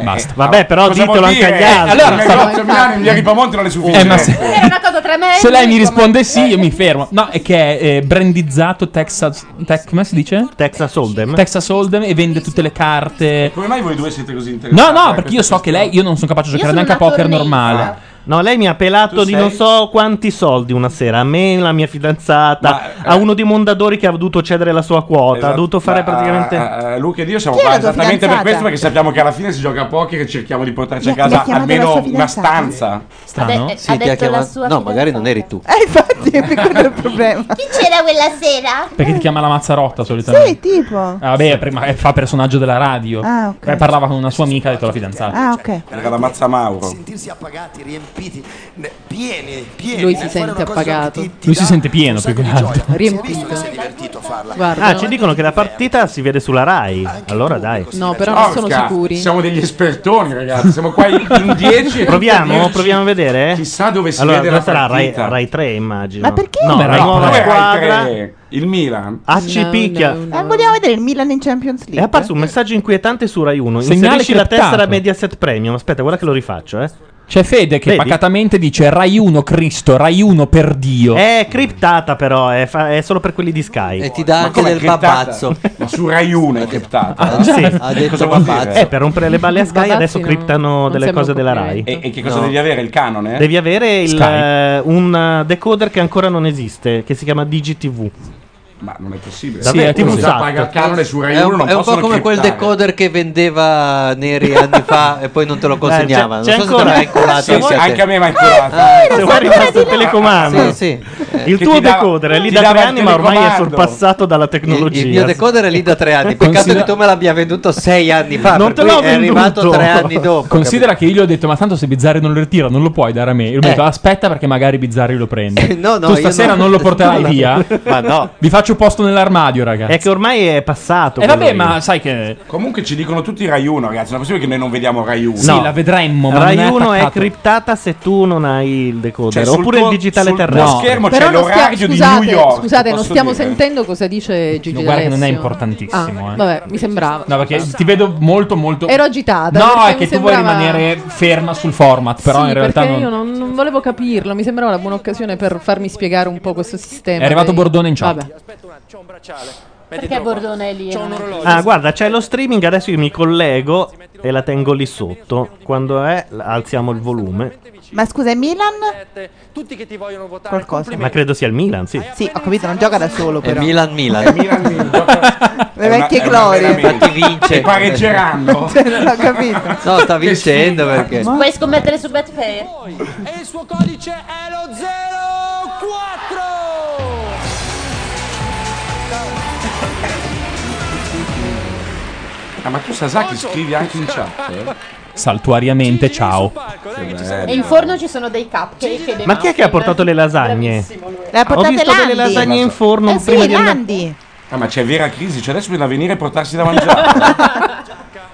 Speaker 3: Basta.
Speaker 2: Vabbè, però
Speaker 3: Cosa
Speaker 2: ditelo
Speaker 3: vuol
Speaker 2: anche
Speaker 3: dire?
Speaker 2: agli altri.
Speaker 3: Eh,
Speaker 5: Il
Speaker 3: allora, stavo-
Speaker 5: negozio a Milano in via Ripamonti non è sufficiente.
Speaker 3: Eh, ma se,
Speaker 4: Era una cosa tremenda.
Speaker 3: se lei mi risponde sì, io
Speaker 13: Eh.
Speaker 3: mi fermo. No, è che è eh, brandizzato Texas. Tec- come si dice?
Speaker 2: Texas Hold'em.
Speaker 3: Texas Hold'em e vende tutte le carte.
Speaker 5: Come mai voi due siete così
Speaker 3: No,
Speaker 5: interessati?
Speaker 3: no, perché io so che lei. Io non sono capace di giocare neanche a poker normale.
Speaker 2: No, lei mi ha pelato
Speaker 3: Tu
Speaker 2: di
Speaker 3: sei-
Speaker 2: non so quanti soldi una sera. A me, la mia fidanzata,
Speaker 3: eh,
Speaker 2: a uno di Mondadori che ha dovuto cedere la sua quota.
Speaker 3: esatto.
Speaker 2: Ha dovuto fare praticamente.
Speaker 3: eh,
Speaker 5: Cioè, Luca ed io siamo
Speaker 2: Chi
Speaker 5: qua
Speaker 2: era tua
Speaker 5: esattamente per
Speaker 2: fidanzata?
Speaker 5: questo perché sappiamo che alla fine si gioca a poker e cerchiamo di portarci a
Speaker 9: Chi è che l'ha
Speaker 5: casa
Speaker 9: chiamato la
Speaker 5: almeno
Speaker 9: sua
Speaker 5: una
Speaker 9: fidanzata?
Speaker 5: stanza.
Speaker 9: Strano?
Speaker 13: ha detto la sua
Speaker 9: No, magari non eri tu.
Speaker 13: Chi c'era quella sera?
Speaker 3: Perché ti chiama la Mazzarotta solitamente.
Speaker 13: Sì, tipo.
Speaker 3: Ah, Vabbè, prima eh, fa personaggio della radio.
Speaker 13: Ah, ok.
Speaker 3: Eh, parlava con una sua amica, ha detto la fidanzata.
Speaker 13: Ah, ok.
Speaker 5: Era la Mazza Mauro.
Speaker 14: Sentirsi appagati, riempiti, ne- pieni, pieni. Eh,
Speaker 7: Lui si
Speaker 14: Fare una
Speaker 7: sente
Speaker 14: cosa
Speaker 7: appagato.
Speaker 14: che ti-
Speaker 3: Lui si sente pieno più eh, che altro.
Speaker 14: Ma sei divertito a farla.
Speaker 2: ah, ci dicono che la partita si vede sulla Rai. Allora dai.
Speaker 7: No, però non sono
Speaker 5: Porca,
Speaker 7: sicuri.
Speaker 5: Oh, Siamo degli espertoni, ragazzi. Siamo qua in in 10.
Speaker 2: Proviamo, proviamo a vedere.
Speaker 5: Chissà dove si
Speaker 2: allora,
Speaker 5: vede la
Speaker 2: questa sarà Rai,
Speaker 5: partita.
Speaker 2: Rai 3, immagino.
Speaker 13: Ma perché?
Speaker 2: No,
Speaker 13: Come
Speaker 2: la
Speaker 13: Rai
Speaker 2: nuova
Speaker 5: Dove Rai
Speaker 2: squadra.
Speaker 5: tre? Il Milan.
Speaker 2: AC picchia.
Speaker 13: Eh, vogliamo vedere il Milan in Champions
Speaker 2: È
Speaker 13: League?
Speaker 2: apparso un messaggio inquietante su Rai 1.
Speaker 3: Segnale
Speaker 2: Inserisci la
Speaker 3: criptato.
Speaker 2: tessera Mediaset Premium. Aspetta, guarda che lo rifaccio, eh.
Speaker 3: C'è Fede che
Speaker 2: Vedi?
Speaker 3: pacatamente dice Rai 1 Cristo, Rai 1 per Dio.
Speaker 9: Eh,
Speaker 2: È criptata, però. È, fa- è solo per quelli di Sky. E
Speaker 9: ti dà Ma anche com'è del criptata? babazzo.
Speaker 5: Ma su Rai 1 è criptata.
Speaker 2: Ah, sì.
Speaker 9: Ha detto
Speaker 2: Cosa vuol dire?
Speaker 9: babazzo.
Speaker 2: Eh, per rompere le balle a Sky
Speaker 9: Babazzi
Speaker 2: adesso
Speaker 9: non-
Speaker 2: criptano
Speaker 9: non
Speaker 2: delle
Speaker 9: sembra
Speaker 2: cose
Speaker 9: un
Speaker 2: della Rai.
Speaker 5: E, e che cosa
Speaker 2: No.
Speaker 5: devi avere? Il canone?
Speaker 2: Devi avere il,
Speaker 5: Sky.
Speaker 2: eh, un eh, decoder che ancora non esiste, che si chiama DigiTV.
Speaker 5: Ma non è possibile.
Speaker 2: Davvero, tipo
Speaker 5: uno
Speaker 2: un
Speaker 5: già
Speaker 2: sacco.
Speaker 5: paga il canone su Rai
Speaker 9: È
Speaker 5: 1
Speaker 9: un,
Speaker 5: non
Speaker 9: è un po'
Speaker 5: possono
Speaker 9: come quel
Speaker 5: criptare.
Speaker 9: decoder che vendeva Neri anni fa e poi non te lo consegnava.
Speaker 5: Eh,
Speaker 9: Non
Speaker 5: c'è-
Speaker 9: so
Speaker 5: c'è
Speaker 9: se te l'hai
Speaker 5: ancora.
Speaker 9: inculato. eh,
Speaker 5: Sì,
Speaker 9: anche
Speaker 5: sì,
Speaker 9: a te.
Speaker 5: anche a me mi ha inculato. Ah, era
Speaker 2: Se vuoi
Speaker 5: ancora
Speaker 2: rimasto
Speaker 5: di
Speaker 2: il
Speaker 5: là.
Speaker 2: telecomando.
Speaker 9: Sì, sì.
Speaker 2: Il
Speaker 9: Che
Speaker 2: tuo
Speaker 9: ti dava-
Speaker 2: decoder è lì
Speaker 9: ti
Speaker 2: da tre
Speaker 9: dava il
Speaker 2: anni, ma ormai è
Speaker 9: telecomando.
Speaker 2: sorpassato dalla tecnologia.
Speaker 9: Il, il mio decoder è lì da tre anni. Peccato
Speaker 3: Considera-
Speaker 9: che tu me l'abbia venduto sei anni fa.
Speaker 3: Non
Speaker 9: Ah, per
Speaker 3: te
Speaker 9: cui
Speaker 3: l'ho
Speaker 9: è arrivato
Speaker 3: venduto.
Speaker 9: tre anni dopo.
Speaker 3: Considera che io gli ho detto: Ma tanto se Bizzarri non lo ritira, non lo puoi dare a me. Io mi ho detto, aspetta, perché magari Bizzarri lo prende.
Speaker 9: Eh. no,
Speaker 3: tu
Speaker 9: io
Speaker 3: stasera
Speaker 9: no.
Speaker 3: non lo porterai
Speaker 9: No, no.
Speaker 3: via.
Speaker 9: Ma no.
Speaker 3: Vi faccio posto nell'armadio, ragazzi.
Speaker 2: È che ormai è passato.
Speaker 3: E
Speaker 2: quello
Speaker 3: Eh, vabbè,
Speaker 2: lì.
Speaker 3: ma sai che.
Speaker 5: Comunque ci dicono tutti Rai 1, ragazzi. Non è possibile che noi non vediamo Rai 1.
Speaker 3: Sì, la vedremmo. Ma
Speaker 2: Rai
Speaker 3: non
Speaker 2: 1 è
Speaker 3: attaccato.
Speaker 2: criptata se tu non hai il decoder.
Speaker 5: Cioè, sul
Speaker 2: oppure
Speaker 5: tuo-
Speaker 2: il digitale
Speaker 5: sul tuo
Speaker 2: terrestre.
Speaker 5: schermo
Speaker 7: Però non stiamo, scusate, scusate, non
Speaker 5: posso
Speaker 7: stiamo
Speaker 5: dire?
Speaker 7: sentendo cosa dice Gigi
Speaker 3: No, guarda che non è
Speaker 7: D'Alessio.
Speaker 3: importantissimo,
Speaker 7: Ah,
Speaker 3: eh.
Speaker 7: Vabbè, mi sembrava.
Speaker 3: No, perché ti vedo molto, molto.
Speaker 7: Ero agitata.
Speaker 3: No,
Speaker 7: perché
Speaker 3: è
Speaker 7: mi
Speaker 3: che tu vuoi
Speaker 7: sembrava-
Speaker 3: rimanere ferma sul format, però
Speaker 7: Sì,
Speaker 3: in realtà
Speaker 7: perché
Speaker 3: non.
Speaker 7: io non, non volevo capirlo. Mi sembrava una buona occasione per farmi spiegare un po' questo sistema.
Speaker 3: È arrivato
Speaker 7: dei-
Speaker 3: Bordone in chat.
Speaker 7: Vabbè.
Speaker 4: Perché Bordone è lì? eh? non è qui?
Speaker 2: Ah, guarda, c'è lo streaming, adesso io mi collego e la tengo lì sotto. Quando è, l- alziamo il volume.
Speaker 13: Ma scusa, è Milan? Qualcosa.
Speaker 2: Ma credo sia il Milan, sì.
Speaker 13: Sì, ho capito, non gioca da solo
Speaker 2: È
Speaker 13: però.
Speaker 2: Milan Milan. È Milan
Speaker 13: Le vecchie glorie.
Speaker 9: Infatti vince.
Speaker 5: E pareggeranno.
Speaker 13: Cioè, non ho capito.
Speaker 9: No, sta vincendo perché.
Speaker 4: Puoi scommettere su Betfair?
Speaker 15: E il suo codice è lo 04!
Speaker 5: Ah, ma tu Sasaki scrivi anche in chat. eh?
Speaker 3: Saltuariamente, ciao. Eh,
Speaker 4: E in forno ci sono dei cupcake. e dei
Speaker 2: Ma chi è che ha portato le lasagne?
Speaker 13: Le ha
Speaker 2: Ho
Speaker 13: portate
Speaker 2: visto delle
Speaker 13: Landi?
Speaker 2: lasagne in forno
Speaker 13: Eh
Speaker 2: prima
Speaker 13: sì,
Speaker 2: di andare.
Speaker 13: Landi.
Speaker 5: Ah, ma c'è vera crisi. Cioè, adesso bisogna venire e portarsi da mangiare.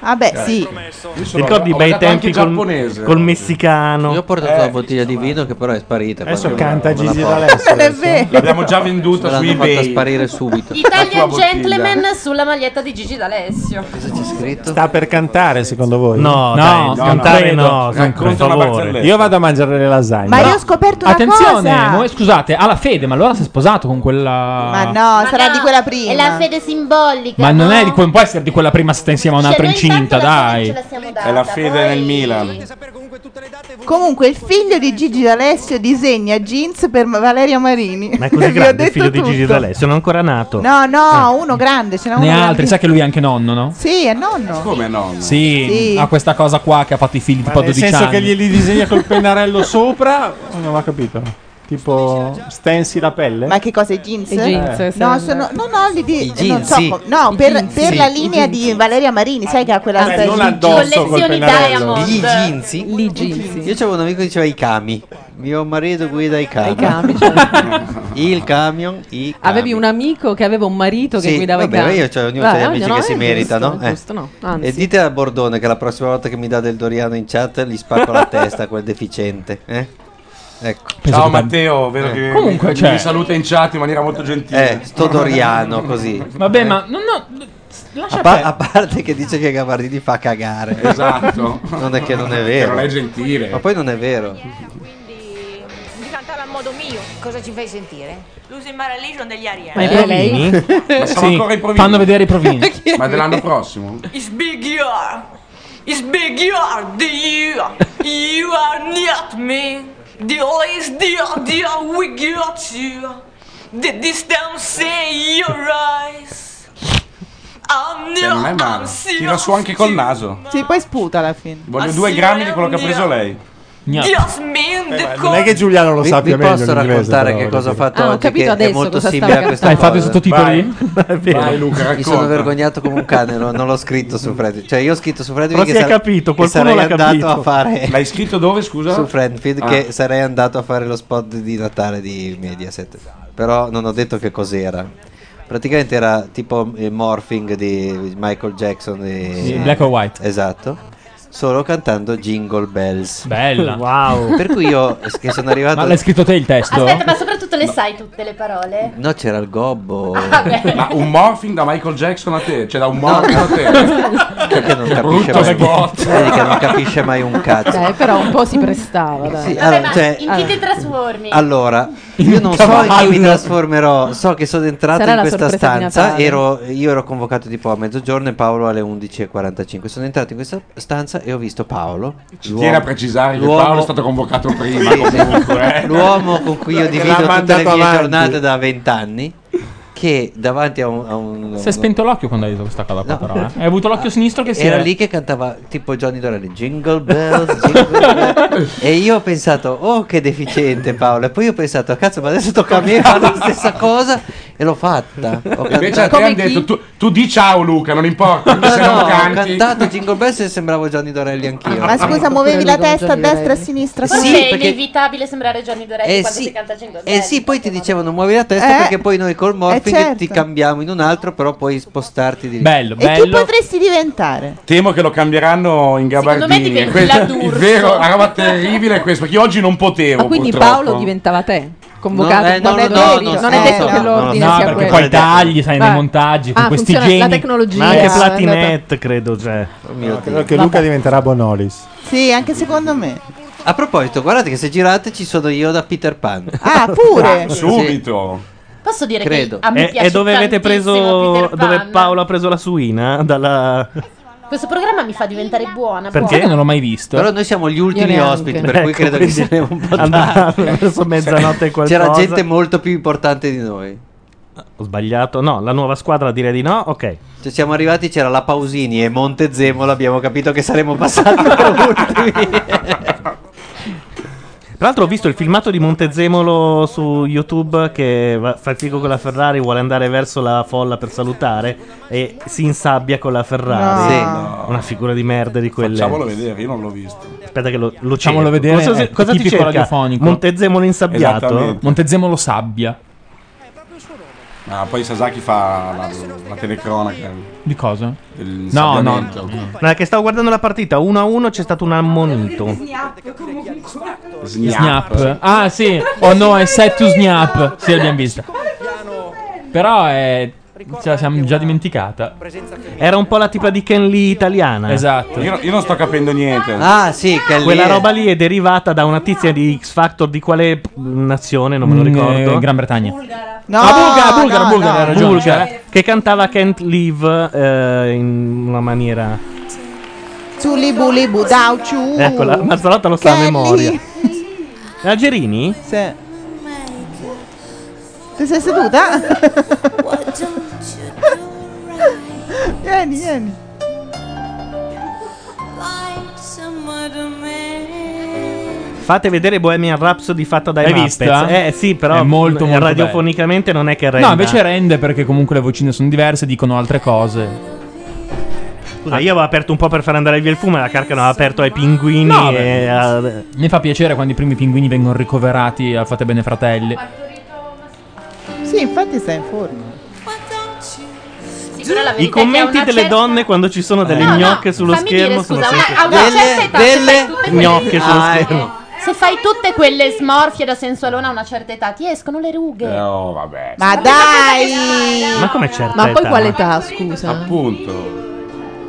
Speaker 13: Vabbè,
Speaker 5: Eh.
Speaker 13: sì.
Speaker 5: Io
Speaker 2: Ti
Speaker 5: sono-
Speaker 2: ricordi i
Speaker 5: ho
Speaker 2: bei
Speaker 5: mangiato anche
Speaker 2: tempi col,
Speaker 5: giapponese.
Speaker 2: col messicano?
Speaker 9: Io ho portato la bottiglia di vino che però è sparita.
Speaker 2: Adesso
Speaker 9: quando-
Speaker 2: canta
Speaker 9: quando la
Speaker 2: Gigi
Speaker 9: porto.
Speaker 2: D'Alessio
Speaker 13: adesso. È vero.
Speaker 5: L'abbiamo già venduta
Speaker 9: Me
Speaker 5: su
Speaker 9: l'hanno fatta
Speaker 5: eBay.
Speaker 9: sparire subito.
Speaker 4: Italian
Speaker 5: bottiglia.
Speaker 4: Gentleman sulla maglietta di Gigi D'Alessio.
Speaker 6: Sta per cantare, secondo voi?
Speaker 2: No, dai, no, cantare no,
Speaker 3: Eh,
Speaker 2: Racconta per una favore. barzelletta. Eh,
Speaker 6: Io vado a mangiare le lasagne.
Speaker 13: Ma io ho scoperto una
Speaker 3: Attenzione,
Speaker 13: cosa.
Speaker 3: mo- scusate, ha la fede, ma allora si è sposato con quella.
Speaker 13: Ma no, sarà di quella prima. È la
Speaker 4: fede simbolica.
Speaker 3: Ma non è di que- non può essere di quella prima se sta insieme a un'altra incinta, dai.
Speaker 5: È la fede nel Milan.
Speaker 6: Esatto.
Speaker 13: Comunque, il figlio di Gigi D'Alessio disegna jeans per Ma- Valeria Marini.
Speaker 2: Ma è
Speaker 13: Vi ho
Speaker 2: così grande il
Speaker 13: detto
Speaker 2: figlio di Gigi
Speaker 13: tutto.
Speaker 2: D'Alessio, Eh. non è ancora nato.
Speaker 13: No, no, uno grande, ce n'è uno
Speaker 3: Ne ha
Speaker 13: grande.
Speaker 3: altri, sai che lui è anche nonno, no?
Speaker 13: Sì, è nonno.
Speaker 5: Come no?
Speaker 3: Sì,
Speaker 13: Sì.
Speaker 3: ha questa cosa qua che ha fatto i figli tipo a
Speaker 6: nel
Speaker 3: 12
Speaker 6: senso
Speaker 3: anni.
Speaker 6: che glieli disegna col pennarello sopra, non ho capito. Tipo stensi la pelle?
Speaker 13: Ma che cosa i jeans?
Speaker 6: I jeans,
Speaker 13: Eh.
Speaker 6: sì.
Speaker 13: no, sono, no, no, li di,
Speaker 6: I jeans,
Speaker 13: non so
Speaker 6: sì.
Speaker 13: com- no, per, per
Speaker 6: sì,
Speaker 13: la
Speaker 6: i
Speaker 13: linea di Valeria Marini, sai che ha quella
Speaker 9: Eh,
Speaker 13: stessa
Speaker 9: non
Speaker 13: jeans?
Speaker 9: addosso col Collezioni pennarello. Diamond.
Speaker 13: Gli
Speaker 9: Gli jeans?
Speaker 13: Gli jeans.
Speaker 9: Io c'avevo un amico che diceva i cami. Mio marito guida i camion.
Speaker 7: camion,
Speaker 9: Il camion, i
Speaker 7: Avevi
Speaker 9: camion.
Speaker 7: un amico che aveva un marito che
Speaker 9: Ah, Sì,
Speaker 7: guidava
Speaker 9: vabbè,
Speaker 7: i camion.
Speaker 9: io cioè, ognuno
Speaker 7: Beh,
Speaker 9: ha gli amici
Speaker 7: ognuno-
Speaker 9: che
Speaker 7: eh,
Speaker 9: si
Speaker 7: giusto,
Speaker 9: meritano. eh.
Speaker 7: giusto, no, anzi.
Speaker 9: E dite a Bordone che la prossima volta che mi dà del Doriano in chat gli spacco la testa a quel deficiente. eh. Ecco.
Speaker 5: Ciao Matteo, vero che
Speaker 9: Comunque,
Speaker 5: mi,
Speaker 9: cioè-
Speaker 5: mi saluta in chat in maniera molto gentile.
Speaker 9: Eh, sto Doriano così.
Speaker 3: Vabbè, ma no, no,
Speaker 9: A,
Speaker 3: lascia
Speaker 9: pa-
Speaker 3: perdere.
Speaker 9: a parte che dice che Gavardini fa cagare.
Speaker 5: Esatto.
Speaker 9: non è che non è
Speaker 5: Che
Speaker 9: vero.
Speaker 5: non è gentile.
Speaker 9: Ma poi non è vero.
Speaker 12: Di cantare al modo mio. Cosa ci fai sentire? L'uso in mare lì sono degli ariani.
Speaker 5: Eh,
Speaker 3: Ma i provini?
Speaker 5: Ma sono
Speaker 3: Eh, Sì,
Speaker 5: ancora i provini.
Speaker 3: Fanno vedere i provini.
Speaker 5: Ma dell'anno prossimo?
Speaker 12: It's big you are. It's big you are. The you are. You are not me. The always the idea we got you. The distance in your eyes. I'm
Speaker 5: Cioè, non è
Speaker 12: not
Speaker 5: male. Tira su anche col naso.
Speaker 13: Sì, poi sputa alla fine.
Speaker 5: Voglio due grammi di quello che ha preso lei.
Speaker 12: Just mean the
Speaker 6: Non è che Giuliano lo
Speaker 9: Vi-
Speaker 6: sappia
Speaker 9: vi
Speaker 6: meglio.
Speaker 9: posso
Speaker 6: l'inglese,
Speaker 9: raccontare
Speaker 6: però,
Speaker 9: che cosa ho
Speaker 6: voglio
Speaker 9: fatto
Speaker 6: dire.
Speaker 9: oggi che è molto simile a questa
Speaker 3: Hai fatto i
Speaker 9: cosa.
Speaker 3: sottotitoli?
Speaker 5: Vai, Luca,
Speaker 9: mi sono
Speaker 5: racconta.
Speaker 9: vergognato come un cane, no- non l'ho scritto su Friendfield. Cioè, io ho scritto su Friendfield
Speaker 2: Però
Speaker 9: che,
Speaker 2: si è
Speaker 9: sar-
Speaker 2: capito,
Speaker 9: che
Speaker 2: qualcuno
Speaker 9: sarei
Speaker 2: l'ha
Speaker 9: andato
Speaker 2: capito.
Speaker 9: a fare
Speaker 5: L'hai scritto dove, scusa?
Speaker 9: su Friendfield
Speaker 5: Ah.
Speaker 9: che sarei andato a fare lo spot di Natale di Mediaset. Però non ho detto che cos'era. Praticamente era tipo eh, morphing di Michael Jackson e
Speaker 3: Sì, Black or White.
Speaker 9: Esatto. Solo cantando Jingle Bells.
Speaker 3: Bella. Wow.
Speaker 9: Per cui io che sono arrivato
Speaker 3: Ma l'hai scritto te il testo?
Speaker 4: Aspetta, ma soprattutto le sai tutte le parole?
Speaker 9: No, c'era il gobbo.
Speaker 13: Ah,
Speaker 5: Ma un morphing da Michael Jackson a te? Cioè, da un morphing a te?
Speaker 9: Perché non capisce
Speaker 5: brutto
Speaker 9: mai
Speaker 5: spot.
Speaker 9: Vedi che non capisce mai un cazzo.
Speaker 7: Beh, però un po' si prestava, dai.
Speaker 9: Sì, allora, cioè,
Speaker 4: In chi ti trasformi?
Speaker 9: allora, io non so in chi mi trasformerò. So che sono entrato
Speaker 7: Sarà
Speaker 9: in
Speaker 7: la
Speaker 9: questa
Speaker 7: sorpresa di
Speaker 9: stanza.
Speaker 7: Natale.
Speaker 9: Ero, io ero convocato tipo a mezzogiorno e Paolo alle 11.45. Sono entrato in questa stanza e ho visto Paolo.
Speaker 5: Ci tiene a precisare che Paolo è stato convocato prima.
Speaker 9: Sì, sì.
Speaker 5: comunque, eh.
Speaker 9: L'uomo con cui io
Speaker 5: Che l'ha
Speaker 9: divido tutte le
Speaker 5: mandato
Speaker 9: mie
Speaker 5: avanti.
Speaker 9: giornate da vent'anni. Che davanti a un. a un-
Speaker 3: Si è spento l'occhio quando hai detto questa cosa qua,
Speaker 9: No.
Speaker 3: però. eh. Hai avuto l'occhio sinistro che si
Speaker 9: era
Speaker 3: è-
Speaker 9: lì che cantava tipo Johnny Dorelli Jingle Bells, Jingle Bells e io ho pensato oh che deficiente Paolo e poi ho pensato cazzo ma adesso tocca a me fare la stessa cosa e l'ho fatta ho
Speaker 5: Invece a te hanno detto, tu, tu di ciao Luca, non importa,
Speaker 9: No,
Speaker 5: se
Speaker 9: no,
Speaker 5: non
Speaker 9: ho
Speaker 5: canti.
Speaker 9: cantato Jingle Bells e sembravo Johnny Dorelli anch'io
Speaker 13: Ma scusa, muovevi la testa a destra e a sinistra?
Speaker 9: Sì,
Speaker 4: Forse è
Speaker 9: perché-
Speaker 4: inevitabile sembrare Johnny Dorelli
Speaker 9: Eh
Speaker 4: quando
Speaker 9: sì.
Speaker 4: si canta Jingle
Speaker 9: Eh
Speaker 4: Bells.
Speaker 9: sì, poi ti dicevano muovi la testa
Speaker 13: Eh,
Speaker 9: perché poi noi col morphing
Speaker 13: certo.
Speaker 9: ti cambiamo in un altro, però puoi spostarti di
Speaker 3: Bello,
Speaker 13: E chi potresti diventare?
Speaker 5: Temo che lo cambieranno in
Speaker 13: me
Speaker 5: gabardini.
Speaker 13: diventi
Speaker 5: e questo-
Speaker 13: la D'Urso.
Speaker 5: il vero, la roba terribile è questa. Perché io oggi non potevo.
Speaker 7: Ma quindi
Speaker 5: purtroppo.
Speaker 7: Paolo diventava te, convocato
Speaker 9: No, eh,
Speaker 7: in
Speaker 9: no,
Speaker 7: quanto
Speaker 9: no,
Speaker 7: doveri.
Speaker 9: no, no,
Speaker 7: non è detto
Speaker 9: no,
Speaker 7: che
Speaker 9: no,
Speaker 7: l'ordine
Speaker 9: no,
Speaker 7: sia
Speaker 9: perché
Speaker 7: quello.
Speaker 3: Poi tagli, sai, nei
Speaker 7: Vai.
Speaker 3: montaggi, con
Speaker 7: Ah,
Speaker 3: questi
Speaker 7: funziona la
Speaker 3: geni.
Speaker 7: tecnologia.
Speaker 2: Ma anche
Speaker 7: è andata-
Speaker 2: Platinet, credo, cioè.
Speaker 9: mio
Speaker 6: Credo che Luca diventerà Bonolis.
Speaker 13: Sì, anche secondo me.
Speaker 9: A proposito, guardate che se girate ci sono io da Peter Pan.
Speaker 13: Ah, pure.
Speaker 9: Sì.
Speaker 5: Subito.
Speaker 4: Posso dire
Speaker 9: Credo.
Speaker 4: che a me
Speaker 2: Eh, E,
Speaker 4: piace
Speaker 2: e dove avete
Speaker 4: tantissimo
Speaker 2: preso.
Speaker 4: Peter Pan.
Speaker 2: Dove Paolo ha preso la suina? Dalla.
Speaker 4: Questo programma mi fa diventare buona.
Speaker 2: Perché?
Speaker 4: buona.
Speaker 2: non
Speaker 3: l'ho mai visto.
Speaker 9: Però noi siamo gli ultimi
Speaker 2: neanche.
Speaker 9: ospiti, per cui
Speaker 2: Ecco,
Speaker 9: credo che
Speaker 2: quindi
Speaker 9: saremo un po'
Speaker 2: andavamo
Speaker 9: tardi.
Speaker 2: verso mezzanotte e qualcosa.
Speaker 9: C'era gente molto più importante di noi.
Speaker 2: Ho sbagliato. No, la nuova squadra direi di no. Ok.
Speaker 9: Cioè, siamo arrivati, c'era la Pausini e Montezemolo, abbiamo capito che saremmo passati per ultimi.
Speaker 2: Tra l'altro ho visto il filmato di Montezemolo su YouTube che va- Fatico con la Ferrari vuole andare verso la folla per salutare e si insabbia con la Ferrari.
Speaker 5: No. Sì.
Speaker 2: Una figura di merda di quelle.
Speaker 5: Facciamolo vedere, io non l'ho visto.
Speaker 2: Aspetta che lo, lo
Speaker 3: Facciamolo
Speaker 2: cerco.
Speaker 3: vedere, eh,
Speaker 2: Cosa,
Speaker 3: è
Speaker 2: cosa ti
Speaker 3: tipico
Speaker 2: cerca?
Speaker 3: radiofonico.
Speaker 2: Montezemolo insabbiato?
Speaker 5: Esattamente.
Speaker 3: Montezemolo sabbia.
Speaker 5: Ah, poi Sasaki fa la, la telecronaca.
Speaker 3: Di cosa?
Speaker 5: del
Speaker 3: No, no.
Speaker 5: insabbiamento.
Speaker 2: No, è che stavo guardando la partita 1-1 c'è stato un ammonito.
Speaker 3: Snap. Ah, sì. Oh no, è set to snap. Ah, Sì, l'abbiamo vista. Però è...
Speaker 2: eh,
Speaker 3: Ce la siamo già dimenticata.
Speaker 2: Era un po' la tipa di Ken Lee italiana.
Speaker 3: Esatto.
Speaker 5: Io, io non sto capendo niente.
Speaker 9: Mm. Ah, sì, che lì
Speaker 2: Quella
Speaker 9: è-
Speaker 2: roba lì è derivata da una tizia di X Factor di quale p- nazione, non me lo
Speaker 3: Mm,
Speaker 2: ricordo.
Speaker 3: eh, Gran Bretagna.
Speaker 13: No,
Speaker 2: Ah, bulgara,
Speaker 13: no,
Speaker 2: bulgara,
Speaker 13: no.
Speaker 2: bulgara, hai ragione, Bulgara, che cantava Can't Live eh, in una maniera.
Speaker 13: Zulibu, libu, dauciu.
Speaker 2: Eccola, Mazzalotta Ecco, lo sa a
Speaker 13: Kelly.
Speaker 2: memoria. La Gerini?
Speaker 13: Sì. Ti sei seduta? vieni, vieni.
Speaker 2: Fate vedere Bohemian Rhapsody fatta dai
Speaker 3: L'hai
Speaker 2: Muppets.
Speaker 3: vista?
Speaker 2: Eh sì, però
Speaker 3: È molto,
Speaker 2: eh,
Speaker 3: molto
Speaker 2: radiofonicamente non è che renda.
Speaker 3: No, invece rende perché comunque le vocine sono diverse, dicono altre cose.
Speaker 2: Scusa, io avevo aperto un po' per far andare via il fumo, e la carcano aveva aperto ai pinguini.
Speaker 3: No,
Speaker 2: e
Speaker 3: beh,
Speaker 2: a-
Speaker 3: Mi fa piacere quando i primi pinguini vengono ricoverati a Fate Bene Fratelli.
Speaker 13: Sì, infatti sta in forma.
Speaker 4: però la verità è che
Speaker 2: I
Speaker 4: a
Speaker 2: commenti
Speaker 4: una
Speaker 2: delle
Speaker 4: certa-
Speaker 2: donne quando ci sono delle
Speaker 4: No, no,
Speaker 2: gnocche sullo
Speaker 4: fammi
Speaker 2: schermo
Speaker 4: dire,
Speaker 2: sono
Speaker 4: scusa,
Speaker 2: sempre-
Speaker 4: a una certa età se fai tutte quelle-
Speaker 2: gnocche sullo
Speaker 4: Ah, ecco.
Speaker 2: schermo.
Speaker 4: Se fai tutte quelle smorfie da sensualona a una certa età, ti escono le rughe.
Speaker 5: No, Eh, oh, vabbè.
Speaker 13: Ma dai!
Speaker 2: Ma come certa
Speaker 7: Ma poi
Speaker 2: età?
Speaker 7: quale età, scusa?
Speaker 5: Appunto.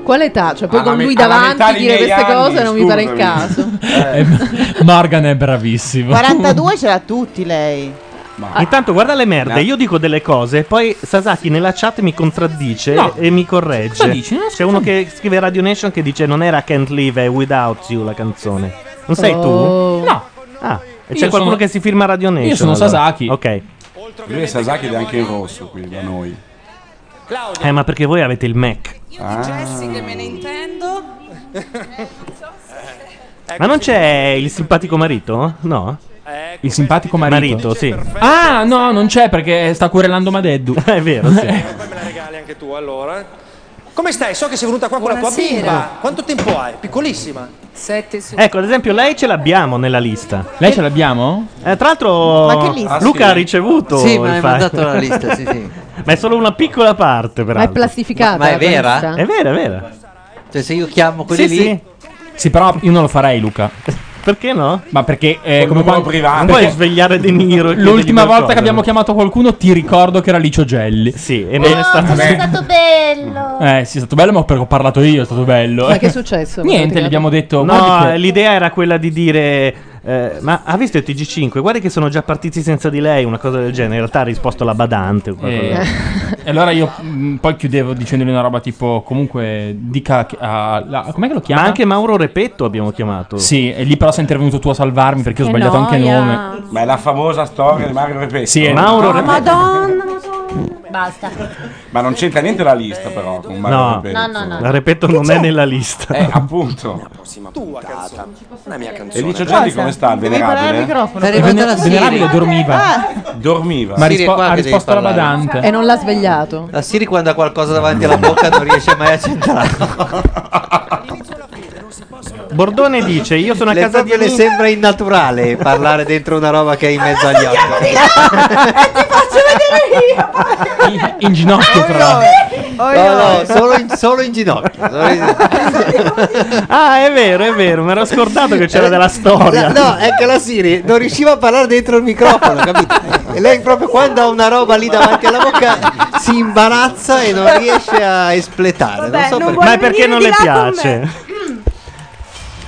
Speaker 7: Quale età? Cioè, poi
Speaker 5: Alla
Speaker 7: con
Speaker 5: me-
Speaker 7: lui
Speaker 5: alla metà
Speaker 7: davanti
Speaker 5: dei
Speaker 7: dire
Speaker 5: miei
Speaker 7: queste
Speaker 5: anni,
Speaker 7: cose non mi pare il
Speaker 5: scusami.
Speaker 7: caso.
Speaker 3: Morgan è bravissimo.
Speaker 13: 42 ce l'ha tutti lei.
Speaker 2: Intanto guarda le merde, io dico delle cose, poi Sasaki nella chat mi contraddice
Speaker 3: No.
Speaker 2: e mi corregge.
Speaker 3: Cosa dici?
Speaker 2: C'è uno che scrive Radio Nation che dice non era Can't Live, è Without You la canzone. Non sei
Speaker 5: Oh.
Speaker 2: tu?
Speaker 3: No.
Speaker 2: Ah, e
Speaker 5: Io
Speaker 2: c'è qualcuno
Speaker 5: sono-
Speaker 2: che si firma Radio Nation.
Speaker 5: sono
Speaker 2: allora.
Speaker 5: Sasaki.
Speaker 2: Ok.
Speaker 5: Lui è Sasaki ed è anche in rosso qui da noi.
Speaker 2: Eh, ma perché voi avete il Mac.
Speaker 7: Ah.
Speaker 10: che me ne intendo.
Speaker 2: Ma non c'è il simpatico marito? No?
Speaker 3: Il simpatico marito?
Speaker 2: Marito, sì.
Speaker 3: Ah, no, non c'è perché sta querellando Madeddu.
Speaker 2: è vero,
Speaker 16: Eh,
Speaker 2: sì.
Speaker 16: regali anche tu allora. Come stai? So che sei venuta qua con la tua
Speaker 10: Buonasera.
Speaker 16: bimba. Quanto tempo hai? Piccolissima.
Speaker 10: Sette su.
Speaker 2: Ecco, ad esempio, lei ce l'abbiamo nella lista. Eh,
Speaker 3: Lei ce l'abbiamo?
Speaker 2: tra l'altro,
Speaker 7: Ma che lista?
Speaker 2: Luca
Speaker 7: Ah, sì.
Speaker 2: ha ricevuto.
Speaker 7: Sì,
Speaker 2: il
Speaker 7: me l'hai
Speaker 2: file.
Speaker 7: mandato la lista, sì, sì.
Speaker 2: ma è solo una piccola parte, però.
Speaker 7: Ma è plastificata.
Speaker 9: Ma- ma è
Speaker 7: la tua
Speaker 9: vera?
Speaker 7: lista?
Speaker 2: È vera, è vera.
Speaker 9: Cioè, se io chiamo quelli
Speaker 3: Sì,
Speaker 9: lì.
Speaker 3: sì. Sì, però io non lo farei, Luca.
Speaker 2: Perché no?
Speaker 3: Ma perché eh,
Speaker 2: Col
Speaker 3: come
Speaker 2: numero
Speaker 3: quando
Speaker 2: privato. Non
Speaker 3: perché
Speaker 2: puoi svegliare De Niro e chiedergli
Speaker 3: L'ultima volta
Speaker 2: qualcosa.
Speaker 3: che abbiamo chiamato qualcuno ti ricordo che era Licio Gelli. Ah,
Speaker 2: Sì, e
Speaker 4: Oh, è stato bello.
Speaker 3: Eh, sì, è stato bello, ma perché ho parlato io, è stato bello.
Speaker 7: Ma che è successo?
Speaker 3: Niente, gli abbiamo detto guardi
Speaker 2: No,
Speaker 3: che-
Speaker 2: l'idea era quella di dire. eh, ma ha visto il TG5? Guarda che sono già partiti senza di lei, una cosa del genere. In realtà ha risposto la badante. o qualcosa.
Speaker 3: Eh, e allora io mm, poi chiudevo dicendogli una roba tipo comunque Eh, dica che- a- la- com'è che lo chiama?
Speaker 2: Ma anche Mauro Repetto abbiamo chiamato.
Speaker 3: Sì, e lì però sei intervenuto tu a salvarmi perché ho sbagliato anche il nome.
Speaker 5: Ma è la famosa storia di Mario Repetto.
Speaker 3: Sì, è-
Speaker 5: Mauro
Speaker 3: Ah,
Speaker 4: Madonna, Basta.
Speaker 7: Cioè,
Speaker 5: Ma non c'entra niente la lista però con Mario
Speaker 2: No.
Speaker 5: Repetto.
Speaker 4: No, no, no.
Speaker 2: La Repetto non è nella lista.
Speaker 5: Eh, appunto.
Speaker 14: Tua puntata. La mia
Speaker 5: E
Speaker 14: canzone.
Speaker 5: Licio Gelli come sta? Il venerabile?
Speaker 3: È arrivata la Venerabile dormiva.
Speaker 5: Dormiva.
Speaker 3: Ma rispo- ha risposto alla badante.
Speaker 7: E non l'ha svegliato.
Speaker 9: La Siri quando ha qualcosa davanti alla bocca non riesce mai a centrarlo.
Speaker 2: Bordone dice: Io sono a
Speaker 9: Le
Speaker 2: casa di.
Speaker 9: proprio le sembra innaturale parlare dentro una roba che è in mezzo agli occhi.
Speaker 3: In, in ginocchio però.
Speaker 9: No, no, solo in, solo in ginocchio. solo in-
Speaker 2: Ah, è vero, è vero. Mi ero scordato che c'era della
Speaker 9: La-
Speaker 2: storia.
Speaker 9: no, ecco la Siri, non riusciva a parlare dentro il microfono, capito? E lei proprio quando ha una roba lì davanti alla bocca si imbarazza e non riesce a espletare.
Speaker 2: Vabbè,
Speaker 9: non so
Speaker 2: non
Speaker 9: perché.
Speaker 2: vuoi Ma è perché venire non di le là con piace. Mm.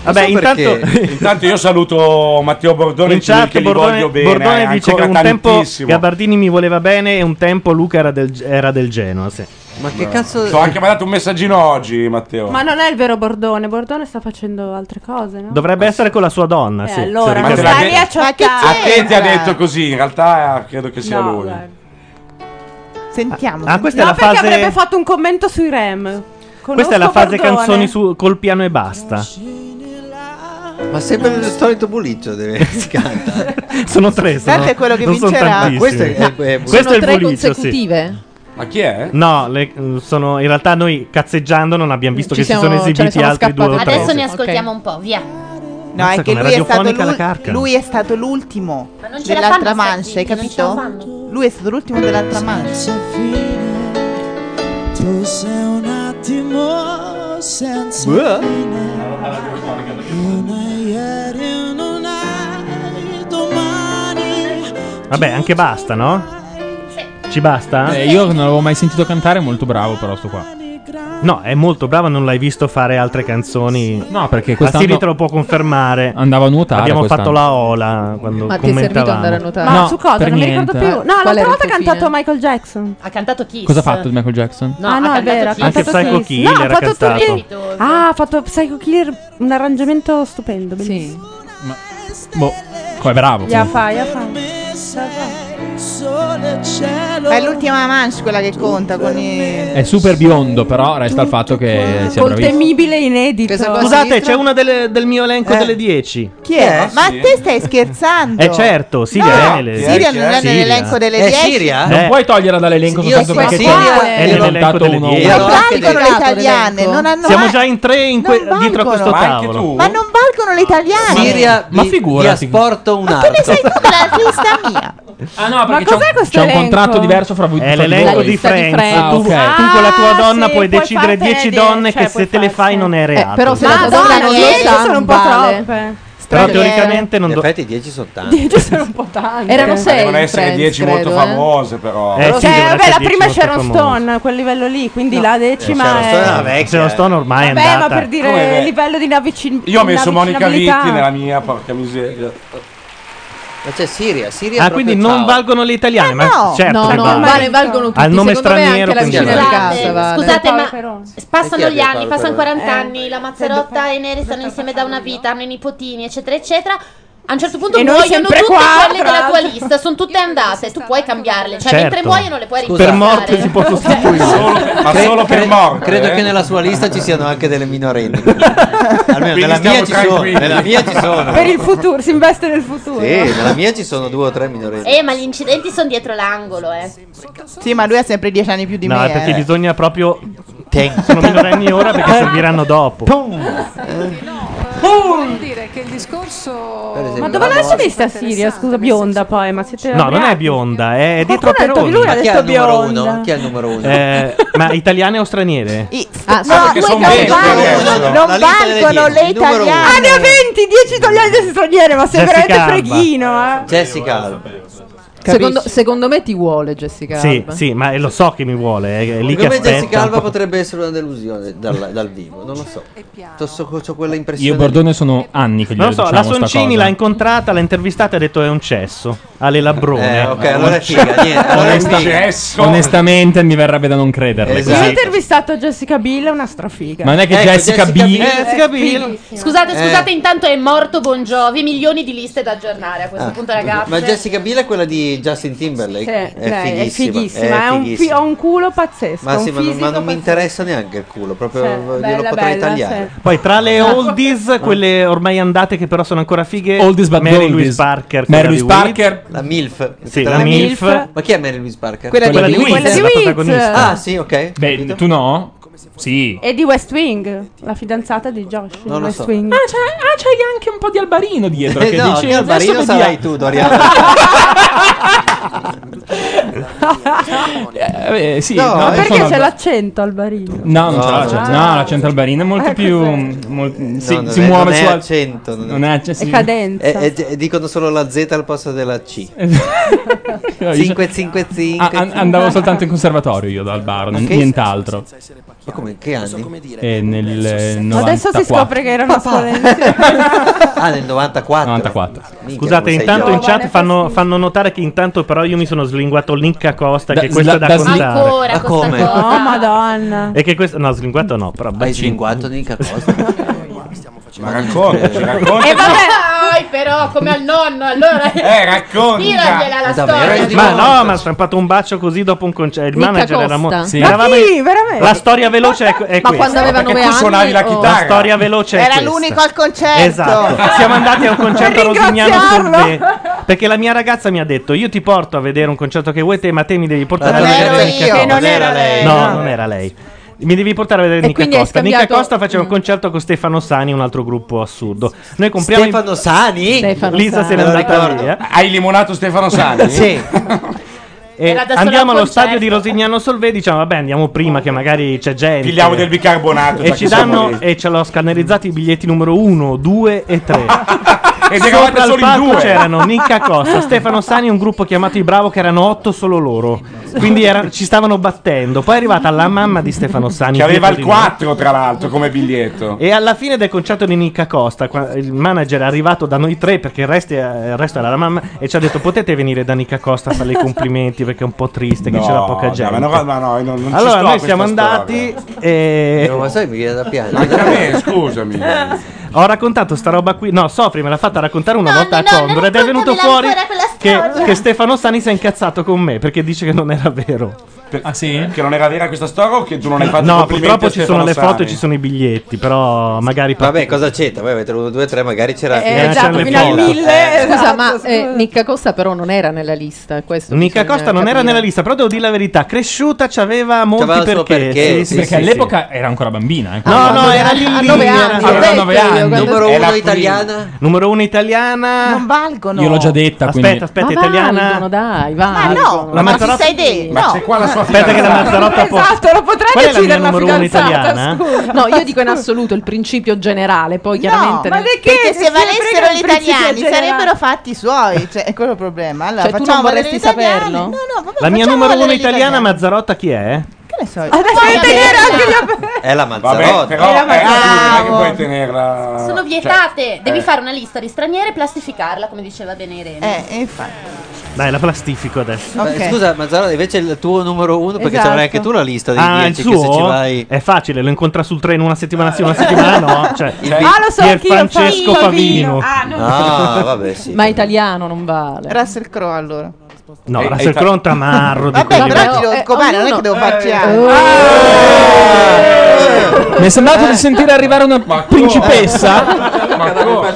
Speaker 2: Vabbè,
Speaker 9: Non so
Speaker 2: intanto.
Speaker 9: perché.
Speaker 5: Intanto io saluto Matteo Bordone
Speaker 2: In
Speaker 5: Giulio,
Speaker 2: chat
Speaker 5: che li
Speaker 2: Bordone,
Speaker 5: voglio bene.
Speaker 2: Bordone
Speaker 5: eh,
Speaker 2: dice che
Speaker 5: ancora
Speaker 2: un tempo
Speaker 5: tantissimo.
Speaker 2: Gabardini mi voleva bene e un tempo Luca era del, era del Genoa. sì.
Speaker 9: Ma
Speaker 5: Eh, Ti ho anche mandato un messaggino oggi, Matteo.
Speaker 17: Ma non è il vero Bordone, Bordone sta facendo altre cose, no?
Speaker 2: Dovrebbe essere con la sua donna.
Speaker 17: Eh,
Speaker 2: sì.
Speaker 17: allora,
Speaker 2: Se
Speaker 5: non
Speaker 2: ricordo-
Speaker 5: stai lì a
Speaker 17: ciottare.
Speaker 5: a te ti ha
Speaker 17: Entra.
Speaker 5: detto così, in realtà eh, credo che sia
Speaker 17: Ah, No,
Speaker 5: lui.
Speaker 17: guarda.
Speaker 13: Sentiamo.
Speaker 2: Ah,
Speaker 17: no,
Speaker 2: questa è la
Speaker 17: perché
Speaker 2: fase,
Speaker 17: avrebbe fatto un commento sui REM. Conosco
Speaker 2: questa è la fase
Speaker 17: Bordone.
Speaker 2: canzoni su- col piano e basta.
Speaker 9: Ma sempre il solito bulliccio deve, si canta.
Speaker 2: Sono tre. Sono,
Speaker 9: Tanto è quello che
Speaker 2: non sono
Speaker 9: vincerà. Ma
Speaker 2: tantissimi.
Speaker 9: questo è- è- è-
Speaker 2: Questo
Speaker 7: Sono
Speaker 2: è il
Speaker 7: tre
Speaker 2: bulizio, sì.
Speaker 7: consecutive.
Speaker 5: Ma chi è?
Speaker 2: No, le- sono, in realtà noi cazzeggiando non abbiamo visto
Speaker 7: Ci
Speaker 2: che
Speaker 7: siamo-
Speaker 2: si sono
Speaker 7: ce ne
Speaker 2: esibiti
Speaker 7: siamo
Speaker 2: altri due o tre.
Speaker 4: Adesso ne ascoltiamo un po', via.
Speaker 13: No,
Speaker 2: Mazza,
Speaker 13: è che
Speaker 2: com'è
Speaker 13: lui è, stato
Speaker 2: radiofonica la
Speaker 13: l'ul-
Speaker 2: carca.
Speaker 13: lui è stato l'ultimo
Speaker 4: non ce la
Speaker 13: dell'altra
Speaker 4: fanno sta
Speaker 13: mancia, hai
Speaker 4: zitti, non ce la
Speaker 13: capito? Lui è stato l'ultimo dell'altra mancia.
Speaker 15: Tu sei un attimo
Speaker 9: Eh,
Speaker 15: senza Non hai ieri, non hai domani
Speaker 2: Vabbè, anche basta, no? Ci basta?
Speaker 3: Eh, io non l'avevo mai sentito cantare, è molto bravo però sto qua.
Speaker 2: No, è molto brava, non l'hai visto Ah, fare altre canzoni.
Speaker 3: No, perché
Speaker 2: La Siri
Speaker 3: quest'anno
Speaker 2: te lo può confermare.
Speaker 3: andava a nuotare
Speaker 2: Abbiamo
Speaker 3: quest'anno.
Speaker 2: fatto la ola quando
Speaker 7: Ma ti è servito
Speaker 2: commentavamo.
Speaker 7: andare a nuotare?
Speaker 17: Ma su cosa? Non mi ricordo più. No,
Speaker 7: Qual
Speaker 17: l'altra
Speaker 7: era il
Speaker 17: volta ha
Speaker 7: tuo
Speaker 17: cantato
Speaker 7: fine?
Speaker 17: Michael Jackson.
Speaker 4: Ha cantato Kiss.
Speaker 3: Eh, Cosa ha fatto Michael Jackson?
Speaker 4: No,
Speaker 17: ah,
Speaker 4: ha
Speaker 17: no, è
Speaker 4: cantato
Speaker 17: vero. ha
Speaker 4: Kiss.
Speaker 2: Anche
Speaker 17: cantato
Speaker 2: Psycho
Speaker 17: Kiss. No,
Speaker 2: Killer ha
Speaker 17: ha fatto
Speaker 2: cantato.
Speaker 17: tutti- Ah, ha fatto Psycho Killer, un arrangiamento stupendo, bellissimo.
Speaker 3: Boh, qua è bravo.
Speaker 17: Ia fa, ia fa.
Speaker 15: Solo sole cielo.
Speaker 13: Ma è l'ultima manche quella che conta con i...
Speaker 3: È super biondo, però resta il fatto che sia bravissimo.
Speaker 13: temibile inedito.
Speaker 2: Scusate, c'è una delle- del mio elenco
Speaker 13: Eh.
Speaker 2: delle 10.
Speaker 13: Chi è?
Speaker 2: Eh,
Speaker 13: Ma
Speaker 2: sì.
Speaker 13: te stai scherzando?
Speaker 2: Eh certo, Siria
Speaker 13: No,
Speaker 2: è nelle
Speaker 13: Siria non è
Speaker 2: Siria.
Speaker 13: nell'elenco delle
Speaker 2: Eh,
Speaker 13: 10.
Speaker 2: Siria?
Speaker 3: Non
Speaker 2: Eh.
Speaker 3: puoi toglierla dall'elenco
Speaker 2: Io
Speaker 3: soltanto
Speaker 2: so
Speaker 3: perché
Speaker 2: Siria,
Speaker 3: c'è-
Speaker 2: eh,
Speaker 3: è
Speaker 2: l'elenco
Speaker 3: risultato
Speaker 2: delle
Speaker 3: uno.
Speaker 2: dieci.
Speaker 13: Non valgono le italiane, non hanno
Speaker 2: Siamo
Speaker 13: val-
Speaker 2: già in tre in que- dietro a questo
Speaker 13: valgono. Ma anche
Speaker 2: tavolo.
Speaker 13: Ma non valgono le italiane.
Speaker 3: ma figurati. asporto
Speaker 9: un
Speaker 13: Tu ne sei tutta la lista mia.
Speaker 3: Ah no,
Speaker 13: Ma cos'è questo
Speaker 3: C'è un contratto diverso fra voi.
Speaker 2: È
Speaker 3: fra di
Speaker 2: l'elenco
Speaker 3: voi.
Speaker 2: di Friends.
Speaker 3: Ah,
Speaker 2: tu,
Speaker 3: ok.
Speaker 2: tu con la tua
Speaker 17: Ah,
Speaker 2: donna
Speaker 17: sì, puoi
Speaker 2: puoi decidere
Speaker 17: fartene
Speaker 2: 10
Speaker 17: die-
Speaker 2: donne
Speaker 17: cioè,
Speaker 2: che se te le fai non è reato.
Speaker 17: Eh, però se la
Speaker 2: Però
Speaker 17: donna-
Speaker 7: Madonna,
Speaker 17: non lo
Speaker 7: dieci
Speaker 17: sa,
Speaker 7: sono
Speaker 17: non
Speaker 7: un po'
Speaker 17: vale.
Speaker 7: troppe.
Speaker 2: teoricamente non
Speaker 9: In effetti 10 sono tanti.
Speaker 17: 10 sono un po' eh. tanti.
Speaker 7: Erano sei
Speaker 5: Devono
Speaker 7: in
Speaker 5: essere
Speaker 7: Friends,
Speaker 5: 10 molto
Speaker 7: credo, eh.
Speaker 5: famose, però.
Speaker 2: Eh,
Speaker 17: Cioè,
Speaker 2: sì, devono
Speaker 17: vabbè,
Speaker 2: essere
Speaker 17: la
Speaker 2: dieci
Speaker 17: prima
Speaker 2: molto
Speaker 17: Sharon
Speaker 2: famose.
Speaker 17: Stone, a quel livello lì, quindi la decima
Speaker 2: Sharon
Speaker 17: è...
Speaker 2: Stone era vecchia,
Speaker 9: eh.
Speaker 2: Sharon Stone ormai è
Speaker 17: Vabbè,
Speaker 2: andata.
Speaker 17: ma per dire
Speaker 5: Come-
Speaker 17: livello di navicin-
Speaker 5: Io ho messo Monica Vitti
Speaker 17: navigabilità.
Speaker 5: nella mia, porca miseria.
Speaker 9: Ma c'è Siria, Siria
Speaker 2: Ah,
Speaker 9: proprio
Speaker 2: quindi non
Speaker 9: ciao.
Speaker 2: valgono le italiane, ma
Speaker 9: Eh, no.
Speaker 2: certo
Speaker 9: No,
Speaker 2: che
Speaker 9: no,
Speaker 2: valgono.
Speaker 9: vale- valgono
Speaker 2: Al
Speaker 9: tutti,
Speaker 2: nome
Speaker 9: secondo me
Speaker 2: straniero
Speaker 9: anche la
Speaker 2: quindi
Speaker 9: vicina di
Speaker 2: vale.
Speaker 7: Esatto.
Speaker 9: casa vale.
Speaker 4: Scusate,
Speaker 17: Paolo
Speaker 4: ma
Speaker 17: Peroni. Eh,
Speaker 9: E chi è
Speaker 4: passano gli
Speaker 9: Pierpaolo
Speaker 4: anni, passano
Speaker 9: Peroni?
Speaker 4: 40 anni, la Mazzarotta e i Neri stanno insieme da una vita, hanno i nipotini, eccetera, eccetera. A un certo punto
Speaker 17: E noi
Speaker 4: muoiono
Speaker 17: sempre
Speaker 4: tutte
Speaker 17: qua,
Speaker 4: quelle
Speaker 17: tra
Speaker 4: della tua
Speaker 17: l'altro.
Speaker 4: lista, sono tutte andate, tu puoi cambiarle, cioè mentre
Speaker 9: Certo.
Speaker 4: muoiono le puoi
Speaker 9: Scusa.
Speaker 4: riportare.
Speaker 5: ma
Speaker 9: Cre-
Speaker 5: solo per
Speaker 9: cre-
Speaker 5: morte,
Speaker 9: Credo
Speaker 5: eh.
Speaker 9: che nella sua lista ci siano anche delle minorenni. Almeno nella
Speaker 5: stiamo
Speaker 9: mia, ci sono,
Speaker 5: tranquilli.
Speaker 9: nella mia ci sono.
Speaker 17: Per il futuro, si investe nel futuro.
Speaker 9: Sì, nella mia ci sono due o tre minorenni.
Speaker 4: Eh, ma gli incidenti sono dietro l'angolo, eh.
Speaker 13: Sì, ma lui ha sempre 10 anni più di
Speaker 2: No,
Speaker 13: me.
Speaker 2: è perché
Speaker 13: eh.
Speaker 2: bisogna proprio sono minorenni ora perché serviranno dopo.
Speaker 17: Eh.
Speaker 7: eh,
Speaker 10: Vuol dire che il discorso
Speaker 17: Ma dove l'hai vista Siria? Scusa, bionda poi, ma siete...
Speaker 2: No, non è bionda, è dietro
Speaker 17: Qualcuno ha detto
Speaker 2: Peroni.
Speaker 17: di lui, ha Ma chi è detto il numero bionda.
Speaker 9: uno? Chi è il numero uno?
Speaker 2: Eh, ma italiane o straniere?
Speaker 13: Ah,
Speaker 9: sono-
Speaker 13: no,
Speaker 9: perché
Speaker 13: due
Speaker 9: son
Speaker 13: non
Speaker 9: venti,
Speaker 13: valgono,
Speaker 2: vero?
Speaker 13: non
Speaker 2: La lista delle
Speaker 13: valgono le
Speaker 2: dieci, numero uno.
Speaker 13: italiane.
Speaker 17: Ah, ne ha 20, 10 togliete straniere, ma sei
Speaker 2: Jessica
Speaker 17: veramente
Speaker 2: Alba.
Speaker 17: freghino, eh.
Speaker 9: Jessica Alba.
Speaker 7: Secondo, secondo me ti vuole Jessica
Speaker 2: Sì,
Speaker 7: Alba.
Speaker 2: sì, ma lo so che mi vuole, è, è lì
Speaker 9: Secondo
Speaker 2: che
Speaker 9: me
Speaker 2: aspetta.
Speaker 9: Jessica Alba potrebbe essere una delusione dal, dal vivo, non lo so. Ho quella impressione.
Speaker 3: Io e Bordone sono anni che gli
Speaker 2: Non lo so, la
Speaker 3: diciamo sta
Speaker 2: Soncini
Speaker 3: cosa.
Speaker 2: l'ha incontrata, l'ha intervistata e ha detto è un cesso. Ha le labbrone.
Speaker 9: Eh, ok, allora è figa, niente, allora è
Speaker 3: Onesta-
Speaker 9: figa. Esatto.
Speaker 3: Onestamente mi verrebbe da non
Speaker 17: Io
Speaker 3: crederle.
Speaker 17: ho
Speaker 3: così.
Speaker 17: intervistato Jessica Bill, è una strafiga.
Speaker 3: Ma non è che
Speaker 17: Ecco,
Speaker 3: Jessica,
Speaker 17: Jessica
Speaker 3: B.
Speaker 17: Biel- Jessica Biel.
Speaker 4: Scusate,
Speaker 9: Eh.
Speaker 4: scusate, intanto è morto Bon Jovi, milioni di liste da aggiornare a questo
Speaker 9: Ah,
Speaker 4: punto, ragazzi.
Speaker 9: Ma Jessica Biel è quella di Justin Timberlake?
Speaker 17: Sì,
Speaker 9: è,
Speaker 17: dai,
Speaker 9: fighissima,
Speaker 17: Cioè, è fighissima, ha un, fi-
Speaker 9: fighissima.
Speaker 17: ha un culo pazzesco,
Speaker 9: Ma
Speaker 17: un
Speaker 9: sì, ma non,
Speaker 17: fisico
Speaker 9: ma non mi interessa neanche il culo, proprio
Speaker 17: Sì,
Speaker 9: glielo
Speaker 17: bella,
Speaker 9: potrei
Speaker 17: bella, Esatto.
Speaker 9: tagliare. Ah,
Speaker 2: Poi tra le
Speaker 9: Esatto.
Speaker 2: oldies, quelle ormai andate che però sono ancora fighe,
Speaker 3: Oldies but
Speaker 2: Mary
Speaker 3: goldies.
Speaker 2: Louise Parker. quella
Speaker 3: Mary
Speaker 2: di
Speaker 3: Louise
Speaker 2: Wiz.
Speaker 3: Parker.
Speaker 9: La MILF.
Speaker 2: Sì,
Speaker 9: Tra
Speaker 2: la
Speaker 9: le
Speaker 2: MILF.
Speaker 9: Ma chi è Mary Louise Parker?
Speaker 2: Quella di Quella di Wiz, Wiz, la
Speaker 17: Wiz.
Speaker 2: protagonista.
Speaker 9: Ah, sì, ok.
Speaker 3: Beh, tu no? Sì.
Speaker 17: E di West Wing, la fidanzata di Josh. di
Speaker 3: Non lo
Speaker 17: West
Speaker 3: so.
Speaker 17: Wing.
Speaker 3: Ah, c'è, anche un po' di Albarino dietro.
Speaker 9: Eh,
Speaker 3: che
Speaker 9: no,
Speaker 3: dice,
Speaker 9: che Albarino
Speaker 3: "Adesso
Speaker 9: sarai
Speaker 3: vediamo".
Speaker 9: tu, Doriano.
Speaker 3: Eh, eh, sì,
Speaker 17: No,
Speaker 3: no,
Speaker 17: ma perché
Speaker 3: sono-
Speaker 17: c'è l'accento al barino?
Speaker 3: No, non
Speaker 17: No,
Speaker 3: c'è l'accento.
Speaker 17: no.
Speaker 3: No, l'accento albarino è molto
Speaker 17: Eh,
Speaker 3: più.
Speaker 17: cos'è?
Speaker 3: mol-
Speaker 9: No,
Speaker 3: si,
Speaker 9: non
Speaker 3: si
Speaker 9: è-
Speaker 3: muove
Speaker 9: non
Speaker 3: su
Speaker 9: è Eh,
Speaker 3: al-
Speaker 9: accento, non,
Speaker 3: non è accento.
Speaker 17: È cadenza.
Speaker 9: E, e- e dicono solo la Z al posto della C.
Speaker 2: Esatto.
Speaker 9: 5 5
Speaker 3: Ah, an- andavo soltanto in conservatorio io dal bar, n-
Speaker 9: Ok.
Speaker 3: nient'altro.
Speaker 9: Ma come che anni?
Speaker 3: E nel eh,
Speaker 17: Ma Adesso si
Speaker 3: 94.
Speaker 17: scopre che erano studenti.
Speaker 9: Ah, nel 94.
Speaker 3: 94.
Speaker 9: Minchia,
Speaker 2: Scusate,
Speaker 9: come sei
Speaker 2: intanto in
Speaker 9: giovane.
Speaker 2: chat fanno, fanno notare che intanto però io mi sono slinguato link a Costa,
Speaker 3: Da-
Speaker 2: che questo è
Speaker 3: sla-
Speaker 2: da,
Speaker 3: da sli-
Speaker 2: contare.
Speaker 3: Ancora
Speaker 2: Ma come?
Speaker 17: Oh, madonna.
Speaker 2: E che questo no, slinguato no, però hai
Speaker 9: slinguato link a Costa.
Speaker 5: Ma raccontaci,
Speaker 7: Eh,
Speaker 4: E
Speaker 5: raccontaci.
Speaker 4: vabbè, dai, però, come al nonno, allora.
Speaker 5: Eh, racconta.
Speaker 4: Tiragliela la
Speaker 2: Davvero?
Speaker 4: storia.
Speaker 2: Ma no, ma ha stampato un bacio così dopo un concerto. Il
Speaker 4: Nick
Speaker 2: manager era
Speaker 4: Acosta?
Speaker 2: molto.
Speaker 4: Sì.
Speaker 17: Ma chi?
Speaker 13: Veramente?
Speaker 2: La storia veloce è, è
Speaker 13: Ma
Speaker 2: questa.
Speaker 13: quando aveva Perché nove tu anni, suonavi la o- chitarra.
Speaker 2: La storia veloce è
Speaker 13: Era
Speaker 2: questa.
Speaker 13: l'unico al concerto.
Speaker 2: Esatto. Siamo andati a un concerto a
Speaker 13: Per
Speaker 2: Rosignano sul
Speaker 13: ringraziarlo.
Speaker 2: Be- Perché la mia ragazza mi ha detto: Io ti porto a vedere un concerto che vuoi te, ma te mi devi portare
Speaker 13: Ma non
Speaker 2: a
Speaker 13: ero
Speaker 2: vedere
Speaker 13: io,
Speaker 2: Nick Acosta.
Speaker 13: che non era lei,
Speaker 2: No,
Speaker 13: no.
Speaker 2: non era lei. Mi devi portare a vedere Nick
Speaker 13: quindi hai
Speaker 2: Acosta. Nick
Speaker 13: scambiato- Mm.
Speaker 2: Acosta faceva un concerto con Stefano Sani, un altro gruppo assurdo. Noi compriamo
Speaker 9: Stefano Sani? Stefano
Speaker 2: Lisa se
Speaker 9: Sani. Me
Speaker 2: n'è
Speaker 9: lo
Speaker 2: andata
Speaker 9: ricordo.
Speaker 2: via.
Speaker 5: Hai limonato Stefano Sani?
Speaker 9: Sì.
Speaker 2: E
Speaker 4: Era da solo
Speaker 2: andiamo
Speaker 4: al
Speaker 2: allo
Speaker 4: concerto.
Speaker 2: stadio di Rosignano Solvay. Diciamo, vabbè, andiamo prima che magari c'è gente.
Speaker 5: Pigliamo del bicarbonato,
Speaker 2: E
Speaker 5: già
Speaker 2: ci
Speaker 5: che siamo
Speaker 2: danno
Speaker 5: lì.
Speaker 2: e ce l'ho scannerizzato i biglietti numero 1, 2 e 3.
Speaker 5: E ne eravate
Speaker 2: Sopra
Speaker 5: solo
Speaker 2: al
Speaker 5: in
Speaker 2: palco
Speaker 5: due.
Speaker 2: c'erano Nick Acosta, Stefano Sani e un gruppo chiamato I Bravo che erano otto solo loro. Quindi era- ci stavano battendo. Poi è arrivata la mamma di Stefano Sani
Speaker 5: Che aveva il
Speaker 2: dietro di noi.
Speaker 5: 4, tra l'altro, come biglietto.
Speaker 2: E alla fine del concerto di Nick Acosta, qua- il manager è arrivato da noi tre perché il resto, è- il resto era la mamma e ci ha detto potete venire da Nick Acosta a fare i complimenti perché è un po' triste che
Speaker 5: No,
Speaker 2: c'era poca
Speaker 5: no, ma
Speaker 2: gente.
Speaker 5: no, ma no, io non- non ci sto
Speaker 2: allora
Speaker 5: a
Speaker 2: noi
Speaker 5: questa
Speaker 2: siamo
Speaker 5: storia.
Speaker 2: andati e...
Speaker 9: No, ma sai, mi viene da piangere.
Speaker 5: Anche a me, scusami.
Speaker 2: Poi Ho raccontato sta roba qui. No, Sofri me l'ha fatta raccontare una volta
Speaker 4: no,
Speaker 2: a
Speaker 4: non
Speaker 2: Condor ed è venuto
Speaker 4: raccontamela
Speaker 2: fuori
Speaker 4: ancora quella
Speaker 2: che,
Speaker 4: storia.
Speaker 2: che Stefano Stani si è incazzato con me perché dice che non era vero.
Speaker 5: ah sì? Che non era vera questa storia o che tu non hai fatto i
Speaker 2: No,
Speaker 5: complimenti
Speaker 2: purtroppo
Speaker 5: a
Speaker 2: ci sono
Speaker 5: Stefano
Speaker 2: le foto e
Speaker 5: Sani?
Speaker 2: ci sono i biglietti, però magari
Speaker 18: Vabbè, cosa c'entra? Voi avete uno, due, tre, magari c'era.
Speaker 2: Eh, Eh, esatto, c'erano le fino al foto. mille,
Speaker 18: Eh,
Speaker 7: Scusa, ma eh, Nicca Costa però non era nella lista. Questo
Speaker 2: Nica
Speaker 7: bisogna
Speaker 2: Costa non era
Speaker 7: capire.
Speaker 2: nella lista, però devo dire la verità, cresciuta c'aveva molti
Speaker 3: C'aveva il suo
Speaker 2: perché.
Speaker 3: perché, sì, perché all'epoca
Speaker 2: era ancora bambina.
Speaker 3: quindi-
Speaker 2: No, no,
Speaker 3: Ah,
Speaker 2: era lì
Speaker 3: a
Speaker 2: lì,
Speaker 3: nove
Speaker 2: era-
Speaker 3: anni,
Speaker 2: aveva
Speaker 3: ero
Speaker 2: nove
Speaker 3: vecchio io
Speaker 2: anni.
Speaker 3: quando- Numero uno italiana?
Speaker 2: Numero uno italiana.
Speaker 13: Non valgono.
Speaker 3: Io l'ho già detta,
Speaker 2: Aspetta,
Speaker 3: quindi-
Speaker 2: aspetta,
Speaker 7: Ma
Speaker 2: italiana.
Speaker 7: valgono, dai,
Speaker 13: Ma no,
Speaker 7: valgono.
Speaker 2: La
Speaker 13: ma ci
Speaker 2: Mazzarotta-
Speaker 13: sei dentro.
Speaker 2: Ma
Speaker 13: no.
Speaker 2: c'è qua la sua Aspetta che la fidanzata. Mazzarotta può-
Speaker 7: Esatto, lo potrai
Speaker 2: Qual è la mia
Speaker 7: decidere la
Speaker 2: numero uno
Speaker 7: fidanzata,
Speaker 2: italiana?
Speaker 7: scusa. No, io dico in assoluto il principio generale, poi chiaramente
Speaker 13: ma
Speaker 7: nel-
Speaker 13: perché,
Speaker 7: perché
Speaker 13: se valessero gli
Speaker 7: il principio
Speaker 13: italiani
Speaker 7: generale-
Speaker 13: sarebbero fatti i suoi, cioè è quello il problema. Allora,
Speaker 7: Cioè, tu non
Speaker 13: facciamo valere
Speaker 7: vorresti
Speaker 13: gli italiani.
Speaker 7: saperlo?
Speaker 13: No, no, vabbè,
Speaker 2: La mia
Speaker 13: facciamo
Speaker 2: numero uno
Speaker 13: valere gli
Speaker 2: italiana Mazzarotta chi è?
Speaker 13: Che ne so. io?
Speaker 7: Adesso
Speaker 13: Poi
Speaker 7: devi tenere
Speaker 13: vabbè,
Speaker 7: anche gli
Speaker 18: È la
Speaker 5: Vabbè,
Speaker 18: Mazzarotta.
Speaker 5: però
Speaker 13: Era
Speaker 5: eh,
Speaker 13: Mazzarotta.
Speaker 5: non è che puoi tenerla. Cioè,
Speaker 4: Sono
Speaker 2: cioè-
Speaker 4: vietate,
Speaker 2: Eh.
Speaker 4: devi fare una lista di straniere e plastificarla, come diceva bene Irene.
Speaker 13: Eh, infatti.
Speaker 2: Dai, la plastifico adesso.
Speaker 18: Ma Eh, Scusa, Mazzaro, invece il tuo numero uno, perché
Speaker 2: Esatto.
Speaker 18: c'avrai anche tu la lista dei
Speaker 2: Ah, il
Speaker 18: 10 che se ci
Speaker 2: suo?
Speaker 18: vai.
Speaker 2: È facile, lo incontra sul treno una settimana sì, una settimana no. Cioè,
Speaker 18: Il Bi- Ah, lo so,
Speaker 2: Pier
Speaker 18: chi lo fa?
Speaker 2: Francesco Favino.
Speaker 18: Favino. Ah, no. Ah, vabbè, sì.
Speaker 7: Ma italiano non vale.
Speaker 13: Russell Crowe allora.
Speaker 2: No,
Speaker 18: E-
Speaker 2: la
Speaker 18: e
Speaker 2: Russell
Speaker 18: fa-
Speaker 2: Crowe è un tamarro di
Speaker 13: Vabbè,
Speaker 2: quelli
Speaker 13: però
Speaker 2: veri.
Speaker 13: ci
Speaker 7: eh,
Speaker 13: devo scopare, Ah, non è che devo farci altro. Ah!
Speaker 3: Mi è sembrato
Speaker 9: Eh.
Speaker 3: di sentire arrivare una principessa.
Speaker 5: Ma almeno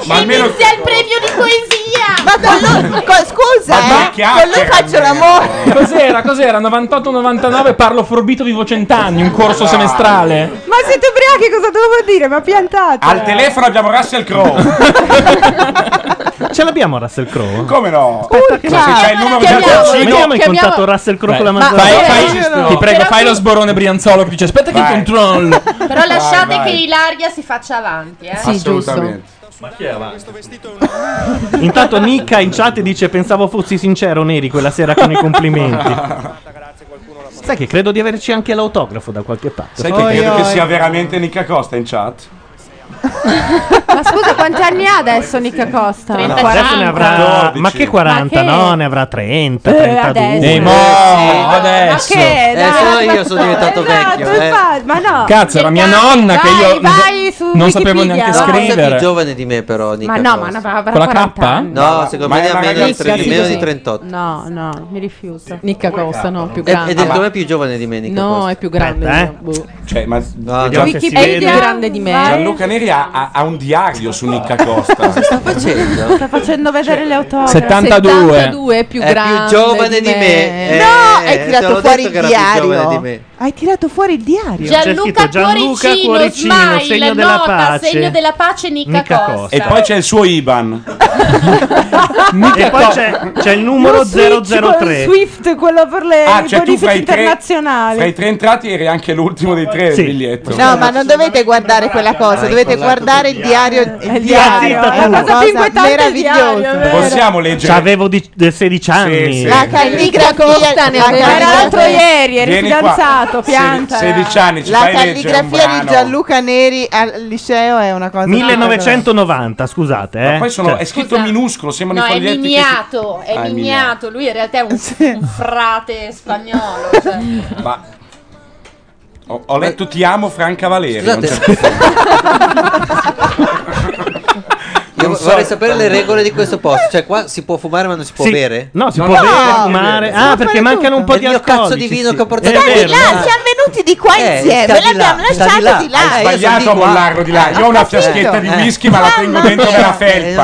Speaker 13: Inizia il premio di poesia! Ma con lui, co- scusa, eh, con lui faccio l'amore.
Speaker 3: Cos'era? Cos'era? 98-99 parlo forbito vivo cent'anni, un corso semestrale.
Speaker 17: Ma siete ubriachi, cosa dovevo dire? Ma piantate.
Speaker 5: al telefono abbiamo Russell Crowe.
Speaker 2: Ce l'abbiamo Russell Crowe?
Speaker 5: Come no?
Speaker 2: Ma
Speaker 5: se c'è il numero
Speaker 2: chiamiamo-
Speaker 5: già
Speaker 2: chiamiamo- Mettiamo in chiamiamo- contatto Russell Crowe con la Mazzarotta.
Speaker 3: Fai-
Speaker 2: Ma-
Speaker 3: fai-
Speaker 2: Eh, no.
Speaker 3: Ti prego,
Speaker 2: Però-
Speaker 3: fai lo sborone Brianzolo che dice aspetta che controllo.
Speaker 4: Però lasciate che Ilaria si faccia avanti, eh.
Speaker 3: Ma chi è avanti?
Speaker 2: Intanto Nicca in chat dice pensavo fossi sincero Neri quella sera con i complimenti. Sai che credo di averci anche l'autografo da qualche parte.
Speaker 5: Sai che credo che sia veramente Nicca Costa in chat?
Speaker 17: Ma scusa, quanti anni ha adesso Nicca Costa?
Speaker 2: No, adesso ne avrà
Speaker 5: 14.
Speaker 2: ma che 40?
Speaker 17: Ma che-
Speaker 2: No, ne avrà 30,
Speaker 17: Eh,
Speaker 2: 32.
Speaker 17: adesso. Ehi, mo,
Speaker 2: adesso.
Speaker 17: Ma che? Dai,
Speaker 18: Eh, io sono diventato vecchio. eh.
Speaker 17: tu fai- Ma no.
Speaker 3: Cazzo, era mia nonna che
Speaker 17: Vai,
Speaker 3: io
Speaker 17: vai su
Speaker 18: non
Speaker 17: Wikipedia,
Speaker 18: sapevo neanche
Speaker 17: va.
Speaker 18: scrivere. Sei più giovane di me, però. Nica
Speaker 17: Ma no, ma
Speaker 18: Costa.
Speaker 17: no, avrà Con la 40 K? anni.
Speaker 18: No, secondo
Speaker 17: Ma
Speaker 18: me
Speaker 17: è
Speaker 18: ne ha
Speaker 17: una
Speaker 18: meno, di
Speaker 17: ragazza
Speaker 18: tre-
Speaker 17: sì,
Speaker 18: meno
Speaker 17: sì.
Speaker 18: di 38.
Speaker 17: No, no, mi rifiuto.
Speaker 7: Nicca Costa, no, più
Speaker 18: Ed,
Speaker 7: grande.
Speaker 18: ed è dove è più giovane di me, Nica
Speaker 7: No,
Speaker 18: Costa?
Speaker 7: è più grande.
Speaker 5: Aspetta,
Speaker 7: io. Boh.
Speaker 5: Cioè, ma
Speaker 7: Già se si Wikipedia vede. è più grande di me.
Speaker 5: Gianluca Neri ha, ha- ha un diario su Nicca Costa. Cosa sta
Speaker 18: facendo?
Speaker 17: Sta facendo vedere le autografi.
Speaker 5: 72.
Speaker 7: 72 è più
Speaker 5: È più
Speaker 7: grande.
Speaker 5: giovane di
Speaker 13: me.
Speaker 7: Eh,
Speaker 13: No, hai
Speaker 7: te
Speaker 13: tirato
Speaker 7: l'ho
Speaker 13: fuori
Speaker 7: detto
Speaker 13: il
Speaker 7: che era più
Speaker 13: diario.
Speaker 7: giovane di me.
Speaker 13: Hai tirato fuori il diario.
Speaker 4: Gianluca, Cuoricino, smile,
Speaker 2: segno della
Speaker 4: nota,
Speaker 2: pace.
Speaker 4: segno della pace, Nicca, Costa.
Speaker 5: E poi c'è il suo IBAN.
Speaker 2: E poi c'è, c'è il numero
Speaker 17: Lo switch, quello
Speaker 2: 003.
Speaker 17: Swift, quello per le
Speaker 5: Ah,
Speaker 17: i
Speaker 5: cioè tu
Speaker 17: bonifici
Speaker 5: fai tre,
Speaker 17: internazionali.
Speaker 5: fra i tre entrati eri anche l'ultimo dei tre il biglietto.
Speaker 13: No, ma non dovete guardare quella cosa,
Speaker 5: Dai,
Speaker 13: dovete
Speaker 5: parlate
Speaker 13: guardare il diario. Il
Speaker 2: diario,
Speaker 13: diario è una
Speaker 2: la cosa
Speaker 13: cosa
Speaker 2: più
Speaker 17: inquietante è il diario,
Speaker 13: meravigliosa.
Speaker 5: Possiamo leggere?
Speaker 2: Avevo di- eh, 16 anni.
Speaker 13: La calligrafia
Speaker 17: Costa ne aveva-
Speaker 13: la
Speaker 17: Era l'altro
Speaker 13: calligrafia-
Speaker 17: ieri, eri Vieni fidanzato, qua. pianta. Sedi-
Speaker 5: 16 anni, ci
Speaker 13: La
Speaker 5: fai leggere un
Speaker 13: calligrafia di
Speaker 5: brano.
Speaker 13: Gianluca Neri al liceo è una cosa
Speaker 2: 1990, scusate, eh.
Speaker 5: Ma poi sono,
Speaker 2: Cioè-
Speaker 5: è scritto minuscolo, sembrano
Speaker 4: No, è
Speaker 5: i foglietti che si-
Speaker 4: mignato, è
Speaker 5: Ah, è
Speaker 4: mignato. Lui in realtà è un, un frate spagnolo. cioè.
Speaker 5: Ma ho, ho letto Ti amo Franca Valeri. non
Speaker 18: Io
Speaker 5: Non so.
Speaker 18: vorrei sapere le regole di questo posto. Cioè, qua si può fumare ma non si può
Speaker 2: Sì.
Speaker 18: bere?
Speaker 2: No, si può bere, fumare. Ah, perché mancano un po' di
Speaker 18: È il mio
Speaker 2: alcolici.
Speaker 18: cazzo di vino
Speaker 2: sì.
Speaker 18: che ho portato
Speaker 2: È
Speaker 18: qui.
Speaker 2: vero.
Speaker 13: Ah, siamo venuti di qua
Speaker 18: Eh, sta
Speaker 13: insieme,
Speaker 18: di là,
Speaker 13: l'abbiamo
Speaker 18: sta di
Speaker 13: lasciato
Speaker 18: là.
Speaker 13: di là.
Speaker 18: Hai
Speaker 13: Eh, io sono
Speaker 5: sbagliato a
Speaker 13: di qua.
Speaker 5: mollarlo di là. Io ho una
Speaker 13: Ho capito.
Speaker 5: fiaschetta di
Speaker 13: Eh.
Speaker 5: whisky, ma la tengo dentro nella felpa.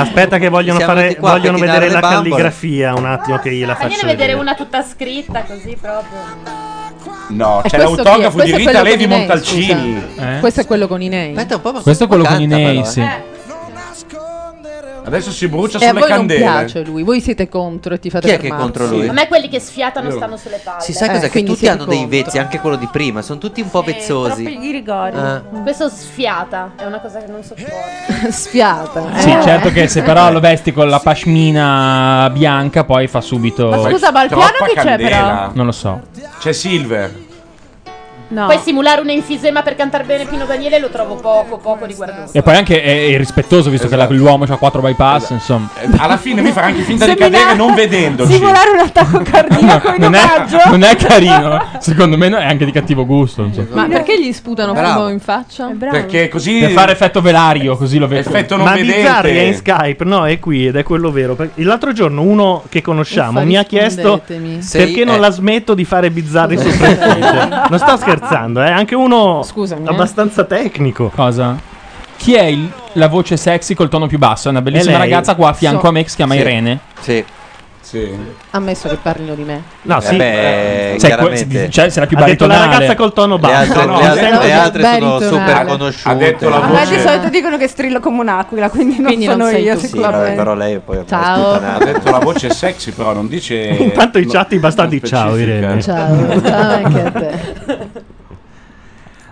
Speaker 2: Aspetta che vogliono,
Speaker 5: Siamo
Speaker 2: fare,
Speaker 5: venuti qua a
Speaker 2: vogliono
Speaker 5: pettinare
Speaker 2: vedere la
Speaker 5: le bambole.
Speaker 2: calligrafia un attimo che gliela
Speaker 4: Fagliene
Speaker 2: faccio
Speaker 4: vedere
Speaker 2: vedere.
Speaker 4: una tutta scritta così proprio.
Speaker 5: No,
Speaker 7: E
Speaker 5: c'è
Speaker 7: questo
Speaker 5: l'autografo
Speaker 7: chi è? Questo
Speaker 5: di
Speaker 7: è
Speaker 5: Rita
Speaker 7: quello
Speaker 5: Levi
Speaker 7: con i nei,
Speaker 5: Montalcini. Eh?
Speaker 7: Questo è quello con i nei. Aspetta
Speaker 18: un po', ma
Speaker 3: Questo è quello con i nei, sì.
Speaker 7: eh.
Speaker 5: Adesso si brucia
Speaker 7: E Eh,
Speaker 9: Eh,
Speaker 7: a
Speaker 5: sulle
Speaker 7: voi non
Speaker 5: candele.
Speaker 7: piace lui, voi siete contro e ti fate
Speaker 18: Chi è che è
Speaker 7: fermare.
Speaker 18: contro lui?
Speaker 4: A me quelli che sfiatano
Speaker 18: Io-
Speaker 4: stanno sulle palle.
Speaker 18: Si sa
Speaker 7: Eh,
Speaker 18: cosa? Che
Speaker 7: quindi
Speaker 18: tutti
Speaker 7: siete
Speaker 18: hanno dei
Speaker 7: contro.
Speaker 18: vezzi, anche quello di prima. Sono tutti un po'
Speaker 10: Eh,
Speaker 18: pezzosi.
Speaker 4: i rigori.
Speaker 18: Ah.
Speaker 4: Questo sfiata, è una cosa che non sopporto.
Speaker 7: Sfiata.
Speaker 3: Sì,
Speaker 7: eh.
Speaker 3: certo che se però lo vesti con la pashmina bianca poi fa subito...
Speaker 7: Ma scusa, ma al piano
Speaker 5: Troppa
Speaker 7: chi c'è,
Speaker 5: candela.
Speaker 7: però?
Speaker 3: Non lo so.
Speaker 5: C'è Silver.
Speaker 13: No.
Speaker 7: Poi simulare un enfisema per cantare bene Pino Daniele lo trovo poco, poco riguardoso.
Speaker 3: E poi anche è irrispettoso, visto che la- l'uomo ha quattro bypass, insomma.
Speaker 19: Esatto. Eh, Alla fine mi fa anche finta di
Speaker 3: Semina-
Speaker 19: cadere non vedendoci.
Speaker 13: Simulare un attacco cardiaco in
Speaker 3: Non è,
Speaker 13: omaggio.
Speaker 3: non è carino. Secondo me no- è anche di cattivo gusto. non so.
Speaker 10: Ma perché gli sputano
Speaker 3: Bravo.
Speaker 10: fumo in faccia?
Speaker 19: Perché così.
Speaker 3: Per fare effetto velario, così lo vedo.
Speaker 2: Ma Bizzarri è in Skype, no, è qui ed è quello vero. Per- L'altro giorno uno che conosciamo
Speaker 10: Uffa,
Speaker 2: mi ha chiesto
Speaker 10: rispondetemi. Se-
Speaker 2: perché non
Speaker 10: eh.
Speaker 2: la smetto di fare bizzarri sul prestige. Non sto scherzando, è anche uno
Speaker 10: Scusami, eh.
Speaker 2: abbastanza tecnico.
Speaker 3: Cosa? Chi è il- la voce sexy col tono più basso? È una bellissima
Speaker 2: È lei.
Speaker 3: ragazza qua a fianco
Speaker 10: So.
Speaker 3: a me che si chiama
Speaker 10: Sì.
Speaker 3: Irene.
Speaker 9: Sì.
Speaker 10: Ammesso che parlino di me.
Speaker 3: No,
Speaker 19: Eh
Speaker 3: sì.
Speaker 9: Eh, Beh,
Speaker 3: Cioè,
Speaker 9: chiaramente.
Speaker 3: que- cioè, sarà più Ha detto la baritonale. ragazza col tono
Speaker 9: Le altre,
Speaker 3: basso. No,
Speaker 9: le
Speaker 3: no,
Speaker 9: altre-
Speaker 3: no, eh.
Speaker 9: le altre sono
Speaker 13: baritonale.
Speaker 9: super
Speaker 19: Ha detto
Speaker 9: conosciute.
Speaker 19: la
Speaker 13: A me di solito dicono che strillo come un'aquila, quindi non
Speaker 10: Quindi
Speaker 13: sono
Speaker 10: non sei
Speaker 13: io
Speaker 10: tu. Sì,
Speaker 19: vabbè,
Speaker 13: sicuramente.
Speaker 9: però lei poi
Speaker 13: Ciao.
Speaker 19: Ha detto la voce sexy, però non dice.
Speaker 2: Intanto i
Speaker 19: no,
Speaker 2: chat bastanti
Speaker 19: non specifica.
Speaker 2: ciao Irene.
Speaker 10: Ciao, ciao anche
Speaker 13: Ah,
Speaker 10: a te.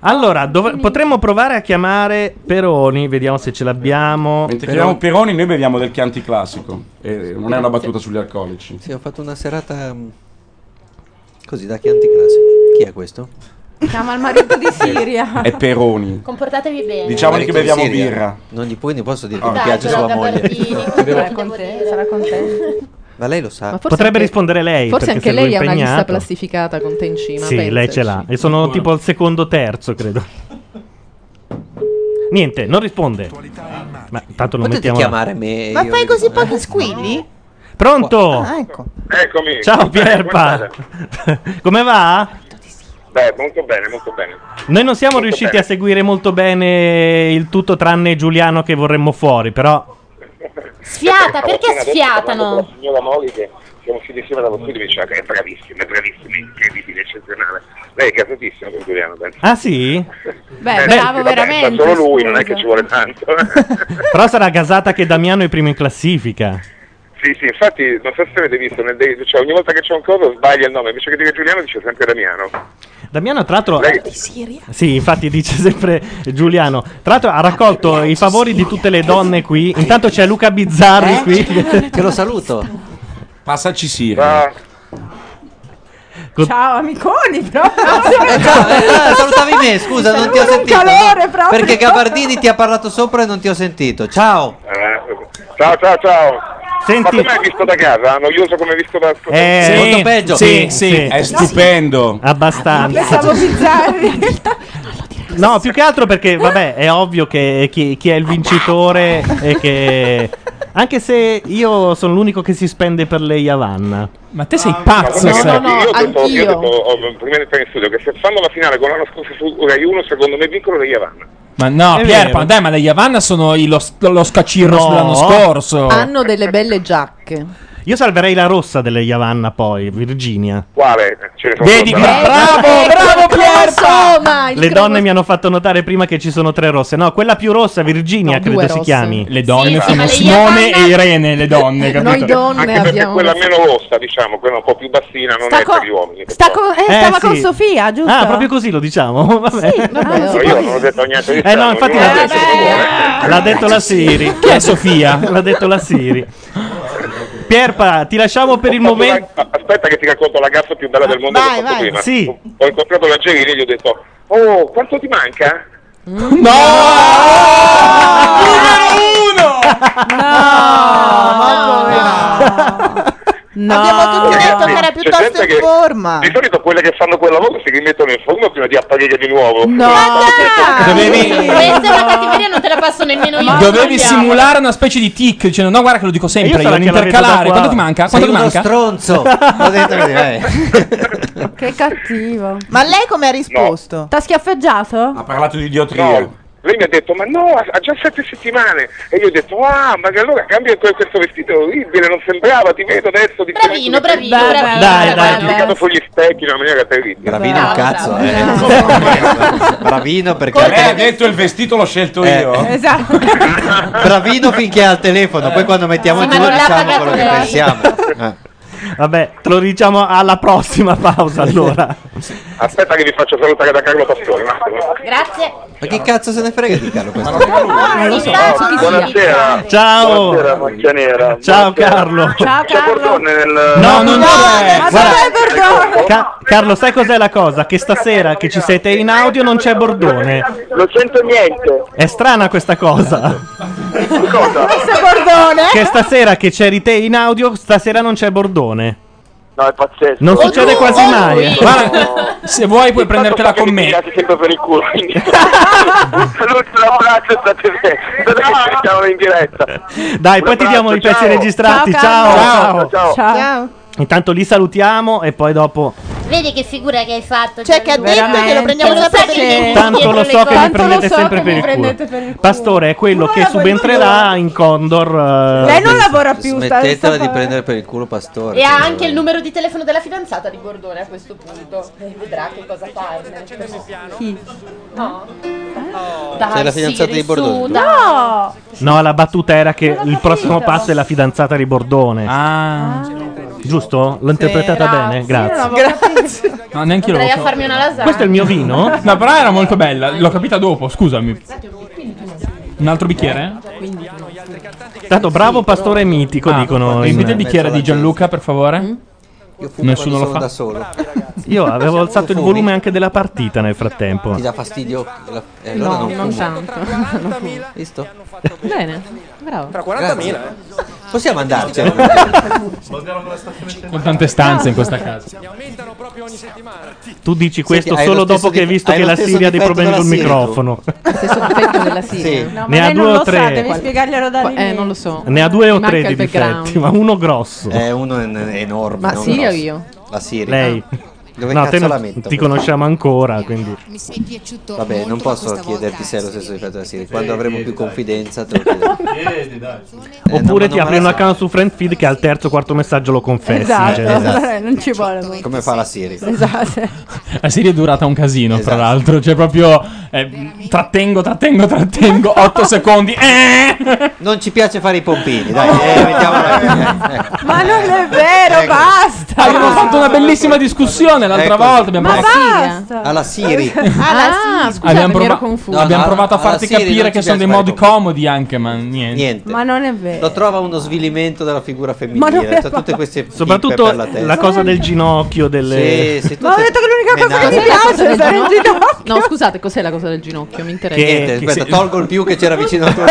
Speaker 2: Allora, dov- potremmo provare a chiamare Peroni, vediamo se ce l'abbiamo.
Speaker 19: Mentre chiamiamo Peroni, noi beviamo del Chianti classico. E non è una battuta sugli alcolici.
Speaker 9: Sì, ho fatto una serata mm, così da Chianti Classico. Chi è questo?
Speaker 13: Chiama il marito di Siria.
Speaker 19: È Peroni.
Speaker 7: Comportatevi bene.
Speaker 19: Diciamo che beviamo birra. Ah.
Speaker 9: Non gli puoi, ne posso dire che
Speaker 7: Dai,
Speaker 9: mi piace
Speaker 7: però,
Speaker 9: sua moglie.
Speaker 7: Gabardini,
Speaker 13: Sarà contenta, Eh, sarà contenta.
Speaker 9: Ma lei lo sa.
Speaker 10: Ma forse Potrebbe anche-
Speaker 2: rispondere lei,
Speaker 10: Forse
Speaker 2: perché
Speaker 10: anche
Speaker 2: se lui
Speaker 10: lei
Speaker 2: è
Speaker 10: ha una lista
Speaker 2: impegnato.
Speaker 10: plastificata con te in cima.
Speaker 2: Sì, lei ce l'ha. E sono tipo al secondo terzo, credo. Niente, non risponde. Ma tanto lo
Speaker 9: Potete
Speaker 2: mettiamo. là.
Speaker 9: chiamare
Speaker 2: Eh,
Speaker 9: me.
Speaker 20: Ma fai così pochi squilli?
Speaker 2: Pronto?
Speaker 20: Ah, ecco.
Speaker 5: Eccomi.
Speaker 2: Ciao
Speaker 5: Come stai?
Speaker 2: Pierpa. Come va?
Speaker 5: Beh, molto bene, molto bene.
Speaker 2: Noi non siamo
Speaker 5: Molto
Speaker 2: riusciti
Speaker 5: bene.
Speaker 2: a seguire molto bene il tutto tranne Giuliano che vorremmo fuori, però
Speaker 7: Sfiata, perché
Speaker 5: Stamattina adesso
Speaker 7: sfiatano?
Speaker 5: parlando con La signora Moli che siamo usciti insieme dallo studio mi diceva che è bravissima, è bravissima, è incredibile, eccezionale. Lei è casatissima con Giuliano, penso.
Speaker 2: Ah sì?
Speaker 13: Beh,
Speaker 5: Eh,
Speaker 13: bravo
Speaker 5: sì, vabbè,
Speaker 13: veramente,
Speaker 5: Fa solo lui, non è
Speaker 13: scusa.
Speaker 5: che ci vuole tanto.
Speaker 2: però sarà gasata che Damiano è primo in classifica.
Speaker 5: sì, sì, infatti, non so se avete visto, nel day- cioè, ogni volta che c'è un coso sbaglia il nome, invece che dire Giuliano dice sempre Damiano.
Speaker 2: Damiano tra l'altro
Speaker 5: Lei-
Speaker 2: Sì, infatti dice sempre Giuliano. Tra l'altro ha raccolto i favori di tutte le donne qui. Intanto c'è Luca Bizzarri
Speaker 9: Eh?
Speaker 2: qui.
Speaker 9: Che lo saluto.
Speaker 19: Passaci sì.
Speaker 13: Ciao amiconi, proprio.
Speaker 2: Eh,
Speaker 9: Ah, salutavi me, scusa, non ti ho
Speaker 13: Saluta un
Speaker 9: sentito.
Speaker 13: calore proprio.
Speaker 9: Perché Gabardini ti ha parlato sopra e non ti ho sentito. Ciao.
Speaker 5: eh, Ciao, ciao, ciao.
Speaker 2: Senti.
Speaker 5: Ma com'è visto da casa? Noioso come visto da...
Speaker 2: Eh,
Speaker 19: molto peggio.
Speaker 2: Sì,
Speaker 19: Sì, sì, è stupendo.
Speaker 9: Ah,
Speaker 2: Abbastanza.
Speaker 13: Pensavo bizzarri.
Speaker 2: No, più che altro perché, vabbè, è ovvio che eh, chi, chi è il vincitore e che... Anche se io sono l'unico che si spende per le Yavanna.
Speaker 3: Ma te sei
Speaker 5: Ma guarda che io detto, io detto, ho- prima di entrare in studio che se fanno la finale con l'anno scorso su Rai 1 secondo me vincono degli Avanna
Speaker 3: Ma no,
Speaker 5: È
Speaker 3: Pierpa,
Speaker 5: vero.
Speaker 3: dai, ma le Yavanna sono i- lo, lo scacirros
Speaker 2: No.
Speaker 3: dell'anno scorso.
Speaker 10: Hanno delle belle giacche.
Speaker 2: Io salverei la rossa delle Yavanna poi, Virginia.
Speaker 5: quale? Ce ne sono
Speaker 2: Vedi,
Speaker 7: Eh,
Speaker 5: due,
Speaker 10: Eh,
Speaker 5: bravo.
Speaker 10: bravo
Speaker 7: Oh,
Speaker 10: Pierpa!
Speaker 2: Le donne mi hanno fatto notare prima che ci sono tre rosse. No, quella più rossa, Virginia, credo
Speaker 10: due
Speaker 2: si
Speaker 10: rosse.
Speaker 2: chiami.
Speaker 3: Le
Speaker 5: Sì,
Speaker 3: donne
Speaker 5: sì,
Speaker 3: sono
Speaker 5: ma le
Speaker 3: Simone
Speaker 5: Yavanna-
Speaker 3: e Irene, le donne, capito?
Speaker 5: anche perché
Speaker 2: Ah,
Speaker 5: quella meno rossa diciamo quella un po' più bassina non
Speaker 13: Sta
Speaker 5: è
Speaker 13: co-
Speaker 5: per gli uomini
Speaker 13: Sta con- eh,
Speaker 2: Eh,
Speaker 13: stava
Speaker 2: sì.
Speaker 13: con Sofia, giusto?
Speaker 2: Ah, proprio così lo diciamo. Vabbè.
Speaker 5: No, io non ho detto niente di
Speaker 2: Eh
Speaker 5: strano,
Speaker 2: no, infatti
Speaker 5: ognuno
Speaker 2: l'ha
Speaker 5: dice
Speaker 2: detto,
Speaker 5: quello che vuole.
Speaker 2: l'ha detto la Siri.
Speaker 3: Chi è Sofia?
Speaker 2: l'ha detto la Siri. Pierpa, ti lasciamo per il momento.
Speaker 5: aspetta che ti racconto la gaffa più bella del mondo che ho fatto prima
Speaker 2: Sì.
Speaker 5: ho incontrato l'Angelini e gli ho detto oh quanto ti manca?
Speaker 20: No. Abbiamo tutti detto che era piuttosto in forma.
Speaker 5: di solito quelle che fanno quel lavoro si rimettono in forma prima di apparire di nuovo
Speaker 20: No.
Speaker 7: Questa è una cattiveria, non te la passo nemmeno io.
Speaker 3: Dovevi
Speaker 7: Andiamo.
Speaker 3: simulare una specie di tic, dicendo no, guarda che lo dico sempre,
Speaker 2: E io sarà
Speaker 3: io,
Speaker 2: che la vedo da
Speaker 3: intercalare.
Speaker 2: qua.
Speaker 3: Quanto ti manca? Quanto
Speaker 2: Sei
Speaker 3: ti
Speaker 2: uno
Speaker 3: manca?
Speaker 9: stronzo. Ho detto così, eh.
Speaker 13: Che cattivo.
Speaker 20: Ma lei come ha risposto?
Speaker 13: T'ha schiaffeggiato?
Speaker 19: Ha parlato di idiotria.
Speaker 5: Lei mi ha detto, ma no, ha ha già sette settimane. E io ho detto, ah, ma che allora cambia que- questo vestito orribile, non sembrava, ti vedo adesso. Di
Speaker 7: Bravino, bravino, bravino.
Speaker 2: Dai,
Speaker 5: Ha
Speaker 2: dai.
Speaker 5: giudicato fuori gli specchi in una maniera terribile.
Speaker 9: Bravino un cazzo, eh. Bravino perché Eh,
Speaker 19: Lei ha detto il vestito l'ho scelto io.
Speaker 13: Esatto.
Speaker 9: Bravino finché è al telefono, poi quando mettiamo
Speaker 2: Sì,
Speaker 9: giù
Speaker 2: ma non l'ha
Speaker 9: diciamo
Speaker 2: pagato
Speaker 9: quello che
Speaker 2: lei.
Speaker 9: pensiamo. Eh.
Speaker 2: Vabbè, te lo diciamo alla prossima pausa allora.
Speaker 20: Aspetta che vi faccio salutare da Carlo Pastore. un attimo.
Speaker 4: Grazie.
Speaker 9: Eh. Ma che cazzo se ne frega di Carlo questo?
Speaker 13: Ah,
Speaker 4: Non lo so.
Speaker 9: Ah,
Speaker 4: chi
Speaker 20: Buonasera.
Speaker 2: Ciao.
Speaker 20: Buonasera, Macchia Nera.
Speaker 2: Ciao
Speaker 7: Ah,
Speaker 2: Carlo.
Speaker 20: Ciao Carlo. C'è Bordone nel... Ecco,
Speaker 2: No, non c'è.
Speaker 20: Ma
Speaker 2: Guarda-
Speaker 20: dov'è Bordone?
Speaker 2: Ca- Carlo, sai cos'è la cosa? Che stasera che ci siete in audio non c'è Bordone.
Speaker 20: Non sento niente.
Speaker 2: È strana questa cosa.
Speaker 20: Cosa?
Speaker 13: Bordone?
Speaker 2: Che stasera che c'eri te in audio, stasera non c'è Bordone.
Speaker 20: No, è pazzesco.
Speaker 2: Non succede quasi mai.
Speaker 3: Guarda, se vuoi puoi prendertela con me.
Speaker 20: sempre per il culo. quindi. L'ultima frase è stata Aspetta che ci mettiamo in diretta.
Speaker 2: Dai, poi ti diamo i pezzi registrati. Ciao.
Speaker 20: Ciao, ciao.
Speaker 13: Ciao.
Speaker 2: Intanto li salutiamo e poi dopo
Speaker 4: Vedi che figura che hai fatto. Cioè,
Speaker 13: che ha detto che lo prendiamo sempre per il culo.
Speaker 2: Tanto lo so che mi prendete sempre per
Speaker 13: mi
Speaker 2: il,
Speaker 13: prendete
Speaker 2: culo. Pastore è quello che subentrerà Ah, in Condor. eh,
Speaker 13: Lei non lavora
Speaker 2: più, sta-
Speaker 9: Smettetela
Speaker 2: sta-
Speaker 9: di prendere per il culo Pastore. cioè,
Speaker 4: E ha anche il numero di telefono della fidanzata di Bordone a questo punto. E vedrà che cosa farne. Chi? No. Dai,
Speaker 9: Sei la
Speaker 4: sì,
Speaker 9: fidanzata di
Speaker 4: su,
Speaker 9: Bordone.
Speaker 4: dai.
Speaker 13: No!
Speaker 2: No, la battuta era che il prossimo passo è la fidanzata di Bordone.
Speaker 3: Ah.
Speaker 2: Ah. Giusto? L'ho interpretata bene? Grazie.
Speaker 3: Grazie. No, neanche io l'ho
Speaker 4: Andrei a farmi una
Speaker 7: Esatto.
Speaker 4: lasagna.
Speaker 2: Questo è il mio vino?
Speaker 3: No, però era molto bella. L'ho capita dopo, scusami. Un altro bicchiere?
Speaker 2: Tanto bravo pastore mitico,
Speaker 9: Ah,
Speaker 2: dicono.
Speaker 3: Riempite il
Speaker 2: in-
Speaker 3: bicchiere Ah, di Gianluca, per favore. Nessuno lo fa.
Speaker 9: da solo.
Speaker 2: Io avevo alzato il volume anche della partita nel frattempo.
Speaker 9: Ti dà fastidio? La- eh, allora
Speaker 7: No,
Speaker 9: non
Speaker 7: non
Speaker 9: fumo.
Speaker 7: tanto.
Speaker 9: Visto?
Speaker 7: Bene, bravo.
Speaker 9: Tra
Speaker 14: 40.000,
Speaker 9: Possiamo andarci.
Speaker 3: Con tante stanze in questa casa.
Speaker 2: Tu dici questo
Speaker 9: Senti, hai
Speaker 2: solo
Speaker 9: lo stesso
Speaker 2: dopo che hai
Speaker 9: dif-
Speaker 2: visto
Speaker 9: hai
Speaker 2: che
Speaker 9: lo
Speaker 2: la
Speaker 9: stesso
Speaker 2: Siria ha dei
Speaker 9: difetto
Speaker 2: problemi
Speaker 9: della
Speaker 2: col
Speaker 9: Siria, tu.
Speaker 2: microfono.
Speaker 7: Stesso difetto della Siria.
Speaker 2: ma Ne ha lei non due o lo sa, tre. devi
Speaker 7: spiegarglielo da lì. Eh, non lo so.
Speaker 2: Ne ha due o
Speaker 7: Mi manca
Speaker 2: tre di
Speaker 7: il background.
Speaker 2: difetti, ma uno grosso.
Speaker 9: Eh, uno è è enorme.
Speaker 7: Ma
Speaker 9: non
Speaker 7: Siria o
Speaker 9: grosso.
Speaker 7: io?
Speaker 9: La Siria. Ah.
Speaker 2: Lei.
Speaker 9: Dove
Speaker 2: no,
Speaker 9: cazzo
Speaker 2: te non-
Speaker 9: la metto,
Speaker 2: ti
Speaker 9: questa?
Speaker 2: conosciamo ancora, quindi.
Speaker 21: Mi sei piaciuto
Speaker 9: Vabbè, non
Speaker 21: molto
Speaker 9: posso
Speaker 21: questa
Speaker 9: chiederti se è lo stesso difetto della Siria. Quando avremo più confidenza te lo chiedo.
Speaker 2: Oppure
Speaker 9: no,
Speaker 2: ti
Speaker 9: ma
Speaker 2: apri
Speaker 9: eh, non
Speaker 2: un account su Friend Feed che al terzo o quarto messaggio lo confessi.
Speaker 7: Esatto,
Speaker 2: cioè.
Speaker 7: non ci vuole. molto.
Speaker 9: Come fa la Siria?
Speaker 7: Esatto.
Speaker 3: La serie è durata un casino,
Speaker 9: Esatto.
Speaker 3: tra l'altro. Cioè, proprio. eh, trattengo, trattengo, trattengo. 8 secondi. eh!
Speaker 9: Non ci piace fare i pompini, dai. Eh, mettiamola. eh, ecco.
Speaker 7: Ma non è vero, basta.
Speaker 3: Abbiamo Ah, fatto una bellissima discussione l'altra
Speaker 9: Ecco.
Speaker 3: volta. Abbiamo
Speaker 9: Ma
Speaker 3: provato-
Speaker 7: Basta.
Speaker 9: Alla Siri.
Speaker 7: Ah, scusate,
Speaker 3: abbiamo,
Speaker 7: mi ero
Speaker 3: prova-
Speaker 7: confusa.
Speaker 3: abbiamo
Speaker 9: No, no,
Speaker 3: provato a
Speaker 9: alla
Speaker 3: farti
Speaker 9: Siri non
Speaker 3: capire
Speaker 9: ci
Speaker 3: che sono
Speaker 9: piace
Speaker 3: dei
Speaker 9: fare
Speaker 3: modi comodi anche, ma niente.
Speaker 9: Niente.
Speaker 7: Ma non è vero.
Speaker 9: Lo trova uno svilimento della figura
Speaker 7: Ma non
Speaker 9: femminile.
Speaker 7: è
Speaker 9: Cioè, tutte queste pippe
Speaker 2: Soprattutto
Speaker 9: per la testa.
Speaker 2: la cosa del ginocchio, delle...
Speaker 9: Sì, sì,
Speaker 7: Ma ho detto che l'unica cosa che mi
Speaker 9: Menate.
Speaker 7: piace cioè, è stare in
Speaker 9: Menate.
Speaker 7: ginocchio. No, scusate, cos'è la cosa del ginocchio? Mi interessa.
Speaker 9: Niente,
Speaker 2: che
Speaker 9: aspetta,
Speaker 2: se-
Speaker 9: tolgo il più che c'era vicino al tuo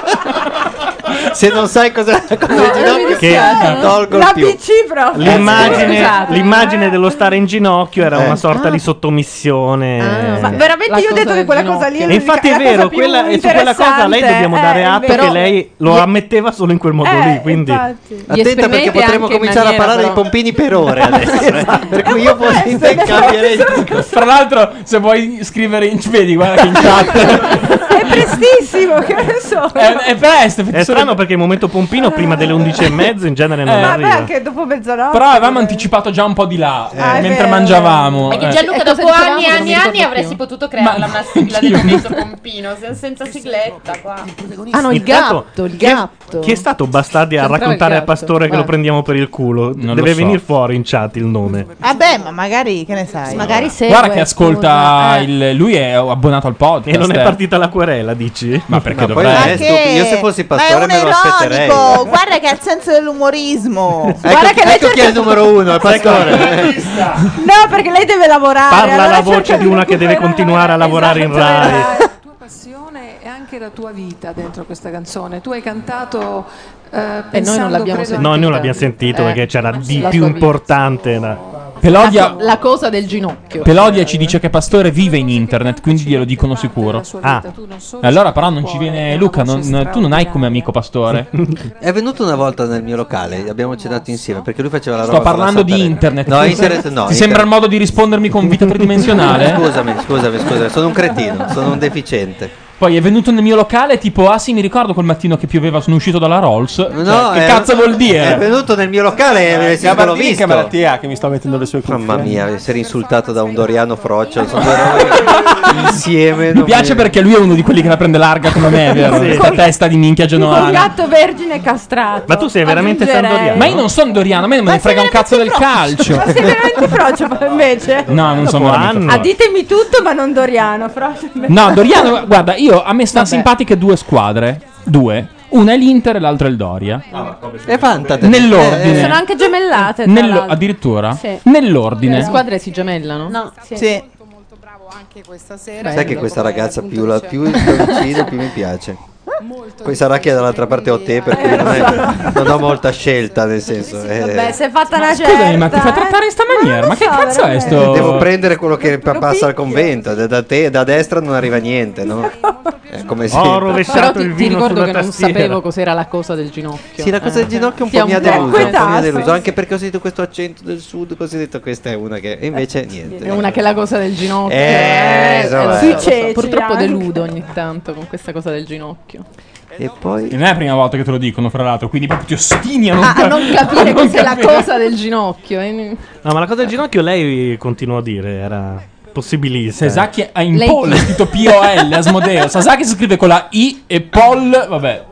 Speaker 9: telefono. Se non sai cosa cosa del ginocchio,
Speaker 2: dispiace.
Speaker 9: tolgo il
Speaker 7: La
Speaker 9: più. Eh,
Speaker 7: PC proprio.
Speaker 2: L'immagine,
Speaker 7: Scusate. Ah.
Speaker 2: l'immagine dello stare in ginocchio era una sorta di sottomissione.
Speaker 7: Ma veramente io ho detto che quella cosa lì è
Speaker 2: E
Speaker 7: l'unica-
Speaker 2: infatti
Speaker 7: la
Speaker 2: è
Speaker 7: cosa
Speaker 2: vero,
Speaker 7: più
Speaker 2: quella, e su quella cosa a lei
Speaker 7: interessante,
Speaker 2: dobbiamo
Speaker 7: eh,
Speaker 2: dare atto
Speaker 7: però-
Speaker 2: che lei lo ammetteva solo in quel modo
Speaker 7: Eh,
Speaker 2: lì. Quindi
Speaker 7: infatti. Vi
Speaker 9: Attenta perché
Speaker 7: esprimete
Speaker 9: potremmo
Speaker 7: anche in
Speaker 9: cominciare a
Speaker 7: maniera,
Speaker 9: parlare di
Speaker 7: però.
Speaker 9: pompini per ore adesso. eh. per cui io vorrei cambiare
Speaker 3: Tra l'altro, se vuoi scrivere in vedi, guarda che in chat.
Speaker 7: È prestissimo, che ne so.
Speaker 2: Eh,
Speaker 3: è, è presto.
Speaker 2: è strano perché il momento pompino prima delle 11 e mezzo in genere non
Speaker 3: Eh.
Speaker 7: Ma
Speaker 2: arriva.
Speaker 7: Ah. anche eh. dopo mezzanotte.
Speaker 3: Però avevamo anticipato già un po' di là,
Speaker 7: Ah, è
Speaker 3: mentre
Speaker 7: vero.
Speaker 3: mangiavamo.
Speaker 4: Perché
Speaker 3: eh.
Speaker 4: Gianluca
Speaker 7: Eh, cosa
Speaker 4: dopo
Speaker 7: dicevamo
Speaker 4: anni
Speaker 7: che
Speaker 4: e
Speaker 7: non
Speaker 4: anni
Speaker 7: mi
Speaker 4: e
Speaker 7: ricordo
Speaker 4: anni avresti
Speaker 7: più?
Speaker 4: potuto creare la mastiglia del momento pompino se- senza sigletta qua.
Speaker 7: Ah no, il
Speaker 2: Intanto,
Speaker 7: gatto, il
Speaker 2: chi è-
Speaker 7: gatto.
Speaker 2: Chi è stato bastardi a
Speaker 7: C'entrava il
Speaker 2: raccontare a
Speaker 7: gatto,
Speaker 2: Pastore che lo
Speaker 7: guarda.
Speaker 2: prendiamo per il culo?
Speaker 3: Non lo
Speaker 2: Deve
Speaker 3: so.
Speaker 2: venire fuori in chat il nome.
Speaker 13: Vabbè, ma magari che ne sai.
Speaker 7: Magari se
Speaker 3: Guarda che ascolta
Speaker 7: eh.
Speaker 3: il. Lui è abbonato al podcast.
Speaker 2: E non è
Speaker 3: eh.
Speaker 2: partita la querela, dici?
Speaker 3: Ma perché
Speaker 9: Ma poi
Speaker 3: dovrebbe?
Speaker 9: è stupido, io se fossi
Speaker 13: Ma è
Speaker 9: pastore
Speaker 13: un
Speaker 9: me lo aspetterei.
Speaker 13: ironico, guarda che ha il senso dell'umorismo.
Speaker 9: Ecco, chi- ecco chi è il numero uno, il pastore.
Speaker 7: No, perché lei deve lavorare.
Speaker 2: Parla
Speaker 7: allora
Speaker 2: la voce
Speaker 7: cerca
Speaker 2: di una che deve
Speaker 7: recuperare.
Speaker 2: continuare a lavorare in
Speaker 7: esatto,
Speaker 2: Rai.
Speaker 10: La tua passione e anche la tua vita dentro questa canzone. Tu hai cantato eh, pensando,
Speaker 7: l'abbiamo
Speaker 10: credo,
Speaker 2: No,
Speaker 10: anche
Speaker 2: noi
Speaker 10: te.
Speaker 2: l'abbiamo sentito
Speaker 7: Eh,
Speaker 2: perché c'era di
Speaker 7: la
Speaker 2: più
Speaker 7: sua vita.
Speaker 2: importante. da-
Speaker 3: Pelodia,
Speaker 7: La cosa del ginocchio.
Speaker 3: Pelodia ci dice che Pastore vive in internet, quindi glielo dicono sicuro.
Speaker 7: Ah.
Speaker 3: Allora, però, non ci viene. Luca, non- tu non hai come amico Pastore.
Speaker 9: È venuto una volta nel mio locale, abbiamo cenato insieme perché lui faceva la roba
Speaker 3: Sto
Speaker 9: con la
Speaker 3: parlando di
Speaker 9: sapparella.
Speaker 3: internet.
Speaker 9: No,
Speaker 3: Tu-
Speaker 9: internet no.
Speaker 3: Ti sembra il modo di rispondermi con vita tridimensionale?
Speaker 9: Scusami, scusami, scusami, sono un cretino, sono un deficiente.
Speaker 3: Poi è venuto nel mio locale tipo, ah sì, mi ricordo quel mattino che pioveva, sono uscito dalla Rolls. No,
Speaker 9: No,
Speaker 3: Cioè,
Speaker 9: eh,
Speaker 3: che
Speaker 9: è-
Speaker 3: cazzo vuol dire?
Speaker 9: È venuto nel mio locale e
Speaker 3: Gabardini,
Speaker 9: l'ho visto.
Speaker 3: che malattia
Speaker 9: che mi sto mettendo le sue cuffie. Mamma mia, essere insultato da un Doriano Froccio. sono due robe insieme.
Speaker 3: Mi piace perché lui è uno di quelli che la prende larga come me, vero?
Speaker 9: Sì.
Speaker 3: Questa testa di minchia
Speaker 17: Un
Speaker 3: genovana.
Speaker 17: gatto vergine castrato. Aggiungerei.
Speaker 3: Ma io non sono Doriano, a me non me ne frega un cazzo del calcio.
Speaker 17: Ma sei veramente Frocio ma invece?
Speaker 3: No, non sono veramente
Speaker 17: Ah,
Speaker 3: Frocio.
Speaker 17: ditemi tutto, ma non Doriano. Frocio invece.
Speaker 3: No, Doriano, guarda, io a me stanno simpatiche due squadre. Due. Una è l'Inter e l'altra è il Doria.
Speaker 9: E fantate.
Speaker 3: Nell'ordine.
Speaker 7: Eh, Sono anche gemellate. tra
Speaker 3: Nello-
Speaker 7: l'altro.
Speaker 3: addirittura?
Speaker 7: Sì.
Speaker 3: Nell'ordine.
Speaker 7: Le squadre si gemellano? No, sì.
Speaker 9: Sai che questa Eh, ragazza più la più la vicino, più mi piace. Poi sarà che dall'altra parte ho te, per cui non, è- non ho molta scelta, nel senso. eh.
Speaker 17: Beh, si è fatta
Speaker 3: Ma
Speaker 17: una
Speaker 3: scusami,
Speaker 17: certa.
Speaker 3: ma ti
Speaker 7: eh.
Speaker 3: fa trattare in sta maniera? Ma che cazzo è sto?
Speaker 9: Devo prendere quello che pa- passa al convento, da- da te da destra non arriva niente, no? È come se
Speaker 3: Oh,
Speaker 7: Però ti, ti ricordo che non sapevo cos'era la cosa del ginocchio. Eh.
Speaker 9: Sì, la cosa del ginocchio un
Speaker 7: Ti ha
Speaker 9: po' mi ha deluso, un po' mi ha
Speaker 7: inquietato.
Speaker 9: deluso, anche perché ho sentito questo accento del sud, così ho detto questa è una che e invece niente.
Speaker 7: Eh, È una che è la cosa del ginocchio. certo.
Speaker 9: Eh,
Speaker 7: lo
Speaker 9: insomma,
Speaker 7: so,
Speaker 9: eh.
Speaker 7: lo so. Purtroppo
Speaker 17: anche.
Speaker 7: deludo ogni tanto con questa cosa del ginocchio.
Speaker 9: E poi.
Speaker 3: Non è la prima volta che te lo dicono, fra l'altro, quindi proprio ti ostini a non,
Speaker 7: Ah, A non capire
Speaker 3: non
Speaker 7: cos'è la
Speaker 3: capire.
Speaker 7: cosa del ginocchio. eh.
Speaker 2: No, ma la cosa del ginocchio lei continuò a dire, era possibilista.
Speaker 3: Sasaki ha in
Speaker 7: Lei-
Speaker 3: poll, è scritto P-O-L, Asmodeo. Sasaki si scrive con la I e poll, vabbè.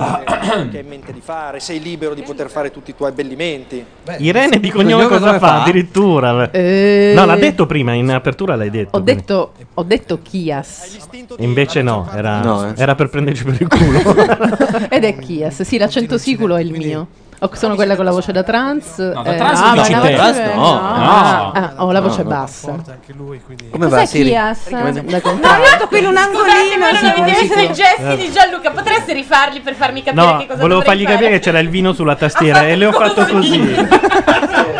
Speaker 16: Eh, che hai in mente di fare, sei libero di poter fare tutti i tuoi abbellimenti.
Speaker 2: Irene di cognome cosa, fa? Addirittura.
Speaker 7: Eh.
Speaker 2: No, l'ha detto prima, in apertura l'hai detto.
Speaker 7: Ho detto, ho detto Kias.
Speaker 2: Invece no, era,
Speaker 9: eh.
Speaker 2: era per prenderci per il culo.
Speaker 7: Ed è Kias. Sì, l'accento siculo è il mio. Ho- sono quella con la voce da trans. eh, ah, No,
Speaker 9: da trans
Speaker 2: Ah,
Speaker 9: non dici te. Trans no, no.
Speaker 7: Ah, ho la
Speaker 9: No,
Speaker 7: voce
Speaker 9: no.
Speaker 7: bassa.
Speaker 9: Come
Speaker 7: Cos'è
Speaker 9: va Siri?
Speaker 7: Kias? Da
Speaker 9: Come-
Speaker 7: contare.
Speaker 17: qui in un
Speaker 4: Scusate, ma
Speaker 17: angolino,
Speaker 4: non ho
Speaker 17: sì,
Speaker 4: idea
Speaker 17: sì,
Speaker 4: dei
Speaker 17: sì.
Speaker 4: gesti di Gianluca. Potresti rifarli per farmi capire
Speaker 2: No,
Speaker 4: che cosa
Speaker 2: volevo
Speaker 4: dovrei
Speaker 2: fargli capire che c'era il vino sulla tastiera e le ho fatto così.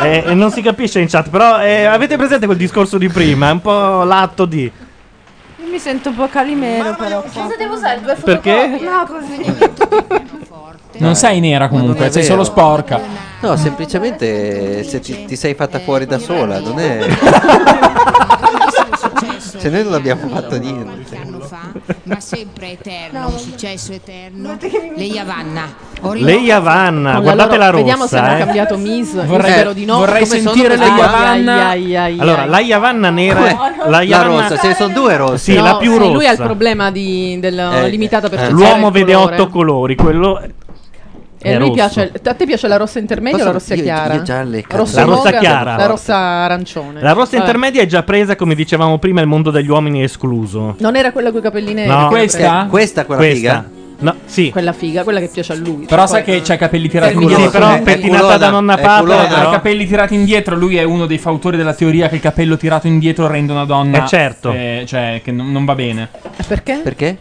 Speaker 2: Eh, e, e non si capisce in chat, però eh, avete presente quel discorso di prima? È un po' l'atto di...
Speaker 17: Io mi sento un po' calimero, però.
Speaker 4: Cosa devo usare? Due
Speaker 2: Perché?
Speaker 4: fotocopie?
Speaker 17: No, così.
Speaker 3: Non
Speaker 2: Eh.
Speaker 3: sei nera
Speaker 9: Ma non
Speaker 3: comunque,
Speaker 9: è
Speaker 3: sei
Speaker 9: vero.
Speaker 3: solo sporca.
Speaker 9: No, semplicemente se ti, ti sei fatta fuori da sola, non è. cioè, noi non abbiamo fatto niente.
Speaker 21: anno fa, ma sempre eterno, un successo eterno. Lei Avanna.
Speaker 2: Lei Yavanna, guardate la rossa.
Speaker 7: Vediamo se hanno
Speaker 2: eh.
Speaker 7: cambiato Miss. Io
Speaker 2: Vorrei-
Speaker 7: spero di no.
Speaker 2: vorrei
Speaker 7: come sono
Speaker 2: sentire
Speaker 7: queste
Speaker 2: la
Speaker 7: cose.
Speaker 2: Yavanna.
Speaker 7: Ai, ai, ai, ai.
Speaker 2: Allora, la Yavanna nera... La,
Speaker 9: La
Speaker 2: Yavanna-
Speaker 9: rossa, ce ne sono due rosse.
Speaker 2: Sì, la più
Speaker 7: sì,
Speaker 2: rossa.
Speaker 7: Lui ha il problema di, del
Speaker 2: Eh,
Speaker 7: limitata percezione.
Speaker 2: L'uomo
Speaker 7: del
Speaker 2: vede
Speaker 7: colore.
Speaker 2: otto colori, quello... è-
Speaker 7: E
Speaker 2: è
Speaker 7: a lui
Speaker 2: rosso.
Speaker 7: piace, a te piace la rossa intermedia o la rossa
Speaker 9: Io- io
Speaker 7: chiara?
Speaker 9: già le
Speaker 7: rossa
Speaker 2: La rossa
Speaker 7: mauve,
Speaker 2: chiara.
Speaker 7: La rossa arancione. Eh.
Speaker 2: La rossa
Speaker 7: Vabbè.
Speaker 2: intermedia è già presa, come dicevamo prima, il mondo degli uomini è escluso.
Speaker 7: Non era quella con i capelli neri.
Speaker 2: No.
Speaker 7: che era
Speaker 2: Questa? Questa, quella
Speaker 7: Questa.
Speaker 2: figa? No, sì.
Speaker 7: Quella figa, quella che piace a lui.
Speaker 3: Però
Speaker 7: Cioè, poi-
Speaker 3: sa che c'ha i capelli tirati
Speaker 7: Sì,
Speaker 3: indietro.
Speaker 7: però È pettinata culona, da nonna è Papera, culona.
Speaker 3: Ha
Speaker 7: però.
Speaker 3: i capelli tirati indietro. Lui è uno dei fautori della teoria che il capello tirato indietro rende una donna.
Speaker 2: Eh, certo.
Speaker 3: eh, cioè, che non, non va bene.
Speaker 7: Perché?
Speaker 9: Perché?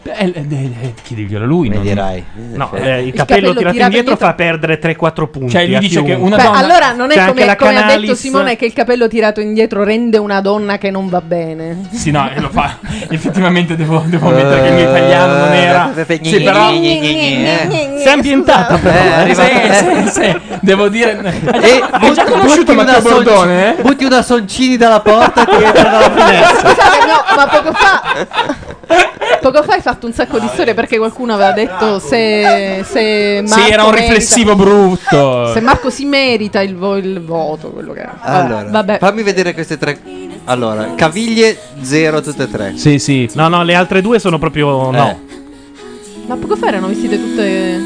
Speaker 3: chiediglielo a lui. non dirai.
Speaker 2: No, eh, il, capello tirato, indietro, fa perdere 3-4 punti.
Speaker 3: Cioè, lui
Speaker 2: a
Speaker 3: dice che
Speaker 2: chiunque.
Speaker 3: una
Speaker 7: Beh, allora non
Speaker 2: C'è
Speaker 7: è
Speaker 2: anche
Speaker 7: come,
Speaker 2: la
Speaker 7: come ha detto
Speaker 2: Canalis.
Speaker 7: Simone che il capello tirato indietro rende una donna che non va bene.
Speaker 3: Sì, no, eh, lo fa. Effettivamente devo, devo ammettere che il mio italiano non era. Sì, però.
Speaker 2: Eh. Si è ambientata, però. eh.
Speaker 3: Sì, sì, sì, devo dire.
Speaker 9: E
Speaker 3: Hai già conosciuto Matteo Bordone? eh?
Speaker 9: butti una soncini dalla porta e ti entra dalla finestra.
Speaker 7: Scusate, no, ma poco fa. Poco fa hai fatto un sacco di storie perché qualcuno aveva detto se. se Marco
Speaker 3: Sì, era un
Speaker 7: merita-
Speaker 3: riflessivo brutto.
Speaker 7: Se Marco si merita il, vo- il voto, quello che era.
Speaker 9: Allora,
Speaker 7: Ah, vabbè.
Speaker 9: fammi vedere queste tre. Allora, caviglie zero tutte e tre.
Speaker 3: Sì, sì.
Speaker 2: No, no, le altre due sono proprio no.
Speaker 7: Ma poco fa erano vestite tutte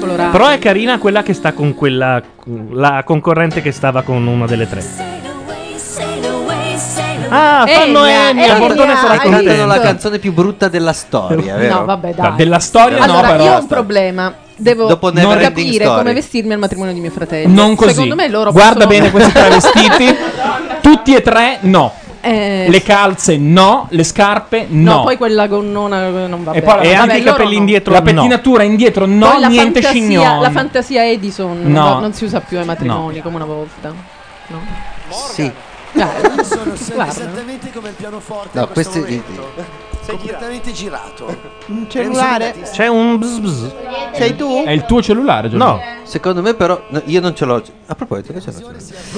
Speaker 7: colorate.
Speaker 2: Però è carina quella che sta con quella. La concorrente che stava con una delle tre. Ah, fanno Enya, Enya, Bordone sarà
Speaker 9: Cantano
Speaker 2: contento.
Speaker 9: la canzone più brutta della storia, vero?
Speaker 7: No, vabbè, dai.
Speaker 3: Della storia no,
Speaker 7: allora,
Speaker 3: però.
Speaker 7: io ho un problema. Devo
Speaker 9: Dopo
Speaker 7: non
Speaker 9: Never Ending
Speaker 7: capire
Speaker 9: Story.
Speaker 7: come vestirmi al matrimonio di mio fratello.
Speaker 3: Non così.
Speaker 7: Secondo me loro possono-
Speaker 3: Guarda bene questi tre vestiti. Tutti e tre, no.
Speaker 7: Eh,
Speaker 3: Le calze, no. Le scarpe,
Speaker 7: no,
Speaker 3: no.
Speaker 7: poi quella gonnona eh, non va
Speaker 3: e
Speaker 7: bene.
Speaker 3: poi la-
Speaker 7: Vabbè, loro no.
Speaker 3: La pettinatura indietro, no.
Speaker 7: Poi la
Speaker 3: niente
Speaker 7: fantasia-
Speaker 3: scignoni.
Speaker 7: La fantasia Edison non
Speaker 3: No.
Speaker 7: va- non si usa più ai matrimoni come una volta. No.
Speaker 9: Sì.
Speaker 7: Dai,
Speaker 14: Sono sempre
Speaker 7: guarda.
Speaker 14: esattamente come il pianoforte
Speaker 9: No,
Speaker 14: in questo
Speaker 9: questo è-
Speaker 14: momento. Sei completamente girato.
Speaker 13: Un cellulare?
Speaker 2: C'è un bzz bzz.
Speaker 13: Sei tu?
Speaker 3: È il tuo cellulare, Giorgio?
Speaker 2: No.
Speaker 9: Secondo me, però, no, io non ce l'ho. A proposito, che ce l'ho?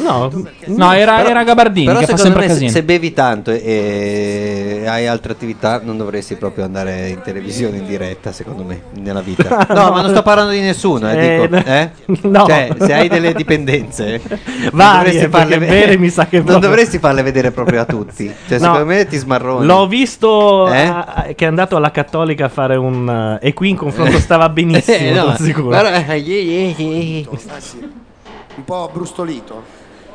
Speaker 2: No,
Speaker 3: No, era- era Gabardini
Speaker 9: però
Speaker 3: che fa
Speaker 9: secondo
Speaker 3: sempre
Speaker 9: me se-
Speaker 3: casino.
Speaker 9: Se bevi tanto e, e hai altre attività, non dovresti proprio andare in televisione in diretta, secondo me, nella vita. No, ma non sto parlando di nessuno, eh,
Speaker 2: Eh,
Speaker 9: dico, eh?
Speaker 2: no.
Speaker 9: Cioè, se hai delle dipendenze, non
Speaker 2: Varie,
Speaker 9: dovresti
Speaker 2: perché
Speaker 9: ve-
Speaker 2: bere mi sa che
Speaker 9: non
Speaker 2: proprio-
Speaker 9: dovresti farle vedere proprio a tutti. Cioè,
Speaker 2: No,
Speaker 9: secondo me ti smarroni.
Speaker 2: L'ho visto
Speaker 9: Eh?
Speaker 2: a- a- che è andato alla Cattolica a fare un. eh, e qui in confronto stava benissimo,
Speaker 9: Eh, no,
Speaker 2: sono sicuro.
Speaker 9: guarda,
Speaker 14: eh,
Speaker 16: eh,
Speaker 14: Ah, sì. Un po' brustolito.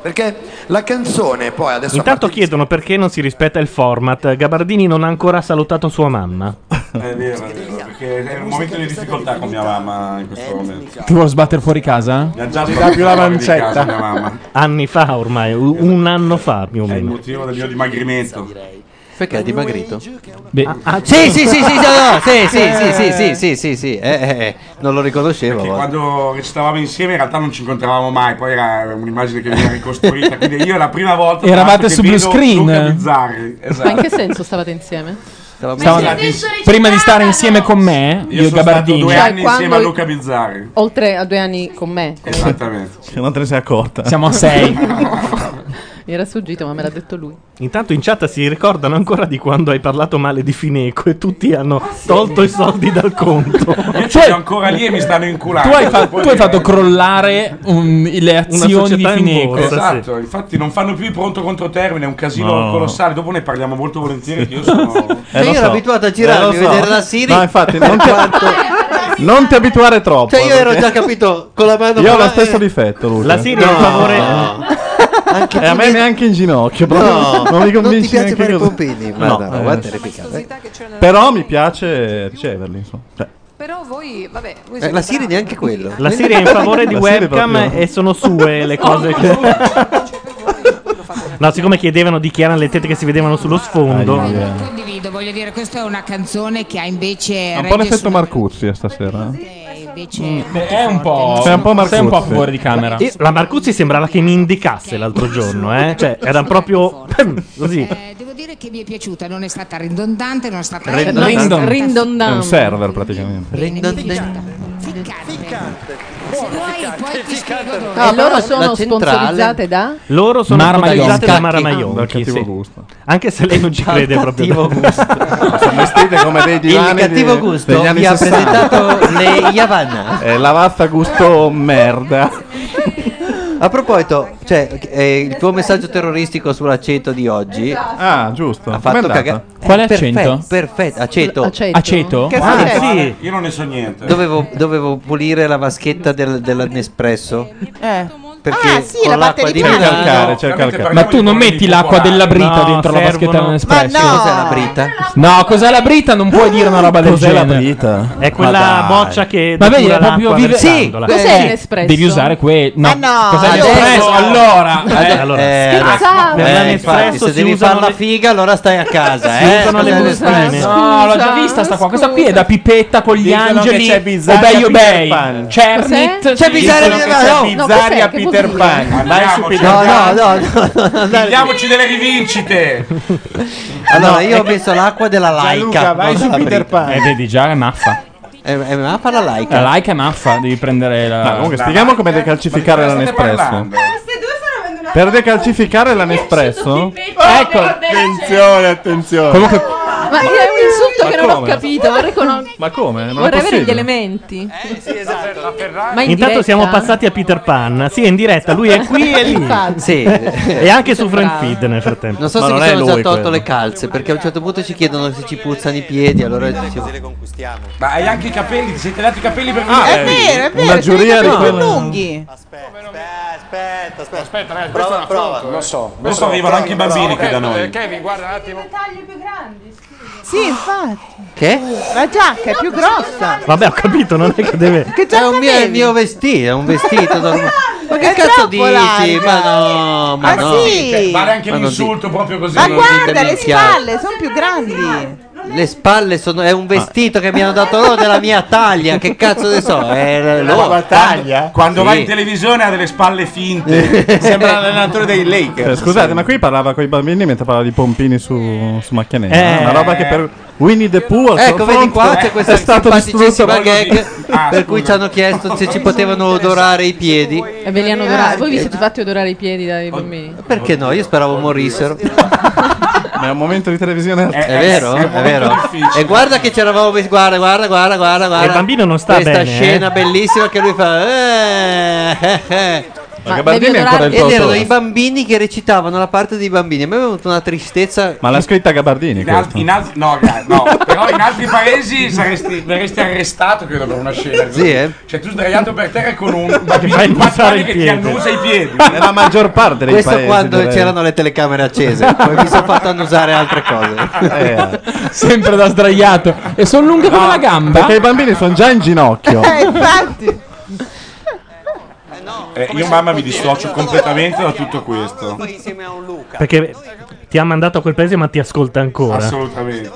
Speaker 14: Perché la canzone poi adesso...
Speaker 2: Intanto chiedono perché non si rispetta il format. Gabardini non ha ancora salutato sua mamma.
Speaker 5: È vero, è vero, perché è un momento di difficoltà con mia mamma in questo momento.
Speaker 3: Ti Eh, vuoi sbattere fuori casa?
Speaker 5: Mi ha già sbattuto fuori di casa mia mamma. Esatto.
Speaker 2: Anni fa ormai, u- un anno fa più o
Speaker 5: È il
Speaker 2: meno.
Speaker 5: motivo del mio dimagrimento.
Speaker 9: Perché è dimagrito?
Speaker 2: Ah,
Speaker 9: Ah,
Speaker 2: ah,
Speaker 9: sì, sì, sì, sì, no, no, sì, sì, sì, sì, sì, sì, sì, sì, eh, eh, eh, non lo riconoscevo.
Speaker 5: Che
Speaker 9: ma-
Speaker 5: quando recitavamo insieme in realtà non ci incontravamo mai, poi era un'immagine che viene ricostruita, quindi io è la prima volta tra
Speaker 3: Eravate
Speaker 5: l'altro, che
Speaker 3: su blue
Speaker 5: vedo
Speaker 3: screen.
Speaker 5: Luca Bizzarri. Esatto.
Speaker 7: Ma in che senso stavate insieme?
Speaker 3: Stavo-
Speaker 5: Stavano-
Speaker 3: prima di stare insieme con me, io,
Speaker 5: Io sono
Speaker 3: e
Speaker 5: stato
Speaker 3: Gabardini.
Speaker 5: due anni
Speaker 7: Cioè,
Speaker 5: insieme a
Speaker 7: quando-
Speaker 5: Luca Bizzarri.
Speaker 7: Oltre a due anni con me.
Speaker 2: Esatto.
Speaker 5: Esattamente.
Speaker 22: Se non te ne sei accorta.
Speaker 3: Siamo a sei.
Speaker 7: Mi era sfuggito, ma me l'ha detto lui.
Speaker 2: Intanto in chat si ricordano ancora di quando hai parlato male di Fineco e tutti hanno
Speaker 5: Ah,
Speaker 2: tolto i soldi dal conto.
Speaker 22: Eh,
Speaker 5: Io ci sono ancora lì e mi stanno inculando.
Speaker 3: Cioè, Tu hai,
Speaker 5: Poi
Speaker 3: fa- tu hai
Speaker 5: direi-
Speaker 3: fatto crollare un- le azioni di Fineco.
Speaker 5: Esatto, infatti non fanno più il pronto contro termine, è un casino
Speaker 3: No.
Speaker 5: colossale. Dopo ne parliamo molto volentieri. Che io sono.
Speaker 22: Eh,
Speaker 9: Cioè, io ero abituato a girarmi,
Speaker 5: Eh,
Speaker 9: a
Speaker 5: lo so.
Speaker 9: vedere la Siri.
Speaker 5: No, infatti,
Speaker 9: per
Speaker 5: non ti-
Speaker 9: quanto-
Speaker 22: Non ti abituare troppo. eh,
Speaker 9: Cioè, io ero
Speaker 22: perché-
Speaker 9: già capito con la mano.
Speaker 22: Io ho
Speaker 9: con
Speaker 22: lo stesso difetto, Luca.
Speaker 2: La Siri è
Speaker 22: No.
Speaker 2: a favore-
Speaker 22: E a me neanche in ginocchio, proprio
Speaker 9: No,
Speaker 22: non mi
Speaker 9: non
Speaker 22: convince
Speaker 9: ti piace
Speaker 22: neanche
Speaker 9: fare i
Speaker 22: così.
Speaker 9: pompini,
Speaker 22: No,
Speaker 9: guarda,
Speaker 22: eh.
Speaker 9: guarda, è eh. replicante.
Speaker 22: Però mi piace riceverli, insomma. Cioè,
Speaker 10: Però voi, vabbè, voi
Speaker 9: Eh,
Speaker 10: siete
Speaker 9: la Siri neanche quello.
Speaker 2: La Siri è in favore di
Speaker 22: La Siri
Speaker 2: webcam
Speaker 22: proprio-
Speaker 2: e sono sue le cose che. No, siccome chiedevano di chi erano le tette che si vedevano
Speaker 5: Ah,
Speaker 2: sullo sfondo.
Speaker 5: eh.
Speaker 21: Condivido, voglio dire, questa è una canzone che ha invece
Speaker 22: è un po'
Speaker 21: regge
Speaker 22: l'effetto
Speaker 21: su-
Speaker 22: Marcuzzi eh, stasera. eh.
Speaker 21: eh, invece
Speaker 3: È un po'.
Speaker 22: Sei un po' Marcuzzi.
Speaker 3: sei un po' a favore di camera.
Speaker 2: Io- la Marcuzzi sembrava che mi indicasse l'altro giorno, eh. Cioè, era proprio. così.
Speaker 21: Eh, devo dire che mi è piaciuta, non è stata ridondante, non è stata
Speaker 22: Rindon-
Speaker 21: Rindon-
Speaker 22: È un server praticamente.
Speaker 21: Ficcante. Se vuoi, poi ti spiego dove.
Speaker 7: E loro
Speaker 21: La
Speaker 7: sono
Speaker 21: centrale-
Speaker 7: sponsorizzate da?
Speaker 2: Loro sono
Speaker 22: Mara
Speaker 2: sponsorizzate da
Speaker 22: Maionchi.
Speaker 2: Mara
Speaker 22: Dal
Speaker 2: Maionchi.
Speaker 22: cattivo
Speaker 2: sì.
Speaker 22: gusto.
Speaker 2: Anche se lei non ci
Speaker 22: Dal
Speaker 2: crede
Speaker 22: cattivo
Speaker 2: proprio.
Speaker 22: Sono vestite come dei
Speaker 9: Il
Speaker 22: divani
Speaker 9: cattivo
Speaker 22: di-
Speaker 9: gusto
Speaker 22: degli anni
Speaker 9: vi ha
Speaker 22: 60.
Speaker 9: presentato le Yavanna.
Speaker 22: È lavazza gusto merda.
Speaker 9: A proposito, cioè, eh, il tuo messaggio terroristico sull'aceto di oggi.
Speaker 22: Ah, giusto.
Speaker 9: Ha
Speaker 22: Com'è
Speaker 9: fatto
Speaker 22: andata?
Speaker 9: cagare.
Speaker 22: Quale
Speaker 9: Perfetto,
Speaker 22: accento?
Speaker 9: perfetto. aceto.
Speaker 22: Aceto? Aceto?
Speaker 9: Che
Speaker 5: Ah,
Speaker 9: senso?
Speaker 5: sì. Io non ne so niente.
Speaker 9: Dovevo, dovevo pulire la vaschetta del, della Nespresso. Perché
Speaker 13: Ah, sì,
Speaker 9: con
Speaker 13: la
Speaker 9: l'acqua
Speaker 13: batte
Speaker 9: di
Speaker 13: di mano.
Speaker 9: Milano-
Speaker 22: Cercare, cercare, cercare.
Speaker 3: Ma tu non metti l'acqua della brita
Speaker 22: No,
Speaker 3: dentro la vaschetta
Speaker 22: servono-
Speaker 3: dell'espresso?
Speaker 9: Ma no! Cos'è la brita?
Speaker 3: No, cos'è la brita? Non puoi dire una roba del
Speaker 22: Cos'è la
Speaker 3: genere.
Speaker 22: brita?
Speaker 2: È quella boccia che
Speaker 3: Vabbè,
Speaker 2: depura
Speaker 3: è proprio
Speaker 2: l'acqua
Speaker 3: vive-
Speaker 2: versandola.
Speaker 7: Sì, cos'è l'espresso?
Speaker 3: Devi usare quel No.
Speaker 7: no,
Speaker 3: Cos'è l'espresso? Allora, eh,
Speaker 2: allora,
Speaker 9: Eh,
Speaker 7: Scherzavo.
Speaker 9: eh,
Speaker 2: Nella
Speaker 9: infatti,
Speaker 2: Nespresso
Speaker 9: se
Speaker 2: si
Speaker 9: devi
Speaker 2: usano
Speaker 9: fare la
Speaker 2: le-
Speaker 9: figa, allora stai a casa.
Speaker 2: Si
Speaker 9: eh.
Speaker 2: usano le
Speaker 9: Scusa,
Speaker 2: bustine.
Speaker 9: Nespresso.
Speaker 3: No, l'ho già vista sta qua. Questa qui è da pipetta con gli
Speaker 22: Dicono che
Speaker 3: angeli.
Speaker 22: c'è Bizzarri a
Speaker 3: Obey
Speaker 22: Peter
Speaker 3: Obey.
Speaker 22: Pan.
Speaker 3: Cernit.
Speaker 9: C'è Bizzarri a Peter Pan. No,
Speaker 22: Bizzarri
Speaker 9: cos'è?
Speaker 22: a
Speaker 9: Che vuol dire?
Speaker 22: Peter Pan. Vai su Peter
Speaker 9: No, no,
Speaker 22: Pan.
Speaker 9: no, no, no, no, dai.
Speaker 5: Diamoci delle rivincite.
Speaker 9: Allora,
Speaker 5: No,
Speaker 9: Ah, io ho
Speaker 5: ecco-
Speaker 9: messo l'acqua della laica.
Speaker 5: Gianluca, vai
Speaker 9: non
Speaker 5: su
Speaker 9: della
Speaker 5: Peter
Speaker 9: Brita.
Speaker 3: Eh, vedi già è maffa.
Speaker 9: Eh, eh, ma fa la laica.
Speaker 3: La like è maffa, devi prendere la.
Speaker 22: Ah, comunque, spieghiamo come decalcificare la Nespresso. Per decalcificare la Nespresso?
Speaker 7: Ecco.
Speaker 22: Attenzione, attenzione. Comunque,
Speaker 7: Ma è un insulto
Speaker 22: Ma
Speaker 7: che non ho
Speaker 22: come?
Speaker 7: capito. Vorrei, conos-
Speaker 22: ma come? Non è
Speaker 7: vorrei avere gli
Speaker 22: possibile.
Speaker 7: elementi.
Speaker 10: Eh, esatto.
Speaker 7: Ma in
Speaker 2: Intanto
Speaker 7: diretta?
Speaker 2: siamo passati a Peter Pan. Sì, è in diretta, lui è qui e lì.
Speaker 7: Infatti.
Speaker 9: Sì.
Speaker 2: e anche su Friend
Speaker 9: Sembrava.
Speaker 2: Feed nel frattempo.
Speaker 9: Non so se mi sono già tolto le calze, perché a un certo punto ci chiedono se ci puzzano i piedi, allora dicevo...
Speaker 5: Ma hai anche i capelli, ti siete dati i capelli per
Speaker 22: Ah,
Speaker 3: eh,
Speaker 5: venire
Speaker 22: è
Speaker 5: qui?
Speaker 22: vero, è vero, Una giuria di quelle-
Speaker 13: lunghi.
Speaker 14: Aspetta, aspetta,
Speaker 5: aspetta, ragazzi,
Speaker 14: prova,
Speaker 5: questo è un
Speaker 14: prova.
Speaker 5: racconto, lo so. Adesso arrivano anche i bambini qui da noi.
Speaker 14: Kevin, guarda un attimo.
Speaker 13: Sì, infatti.
Speaker 9: Che?
Speaker 13: La giacca è più grossa.
Speaker 2: Vabbè, ho capito, non è che deve.
Speaker 13: Che
Speaker 9: È
Speaker 13: giacca
Speaker 9: un mio, è il
Speaker 13: avevi?
Speaker 9: mio vestito, è un vestito. da- Ma che
Speaker 13: È
Speaker 9: cazzo
Speaker 13: troppo
Speaker 9: dici?
Speaker 13: larga.
Speaker 9: Ma no, ma
Speaker 13: Ah,
Speaker 9: no.
Speaker 13: sì?
Speaker 5: Cioè, vale anche
Speaker 9: Ma non
Speaker 5: l'insulto proprio così.
Speaker 13: Ma
Speaker 9: non
Speaker 13: guarda,
Speaker 9: dite
Speaker 13: le
Speaker 9: minchiate.
Speaker 13: spalle sono più grandi.
Speaker 9: di- Le spalle sono. È un vestito che mi hanno dato loro della mia taglia. Che cazzo ne so? È loro.
Speaker 5: taglia? Quando
Speaker 9: Sì.
Speaker 5: vai in televisione ha delle spalle finte.
Speaker 22: Sembra
Speaker 5: l'allenatore dei
Speaker 22: eh,
Speaker 5: Lakers.
Speaker 22: Cioè, scusate, ma qui parlava con i bambini mentre parlava di pompini su, su macchinetta.
Speaker 2: Eh.
Speaker 22: Una roba che per Winnie the Pooh al
Speaker 9: Ecco, vedi
Speaker 22: confronto
Speaker 9: qua c'è questa
Speaker 22: è stato distrutto
Speaker 9: simpaticissima
Speaker 22: con-
Speaker 9: gag per cui ci hanno chiesto se ci potevano odorare i piedi.
Speaker 7: E ve li hanno odorati. Voi vi siete fatti odorare i piedi dai bambini.
Speaker 9: Perché no? Io speravo morissero.
Speaker 22: Ma è un momento di televisione.
Speaker 9: È, vero,
Speaker 22: è un
Speaker 9: è, vero.
Speaker 22: momento
Speaker 9: E guarda che c'eravamo. messi- Guarda, guarda, guarda, guarda, guarda.
Speaker 2: il bambino non sta
Speaker 9: Questa
Speaker 2: bene, eh.
Speaker 9: scena bellissima che lui fa. eh, eh, eh.
Speaker 22: Ma che Gabardini devi è ancora il
Speaker 9: Ed
Speaker 22: tuo
Speaker 9: erano
Speaker 22: autore.
Speaker 9: i bambini che recitavano la parte dei bambini. A me è venuta una tristezza.
Speaker 22: Ma l'ha scritta Gabardini.
Speaker 9: In al-
Speaker 22: questa.
Speaker 9: in
Speaker 5: altri, no, gra- no, però in altri paesi saresti, verresti arrestato credo per una scena
Speaker 22: Sì, eh.
Speaker 5: cioè tu sdraiato per terra con un bambino
Speaker 22: fai
Speaker 5: di quattro
Speaker 22: annusare
Speaker 5: anni
Speaker 22: il
Speaker 5: che ti
Speaker 22: piede.
Speaker 5: annusa i piedi
Speaker 22: Nella maggior parte dei
Speaker 9: Questo
Speaker 22: paesi.
Speaker 9: quando
Speaker 22: direi.
Speaker 9: c'erano le telecamere accese, poi mi sono fatto annusare altre cose.
Speaker 22: Eh,
Speaker 3: Sempre da sdraiato. E sono lunghe come la gamba.
Speaker 22: Perché i bambini sono già in ginocchio.
Speaker 5: Eh, io mamma mi dissocio completamente da tutto questo
Speaker 2: Perché ti ha mandato a quel paese ma ti ascolta ancora.
Speaker 5: assolutamente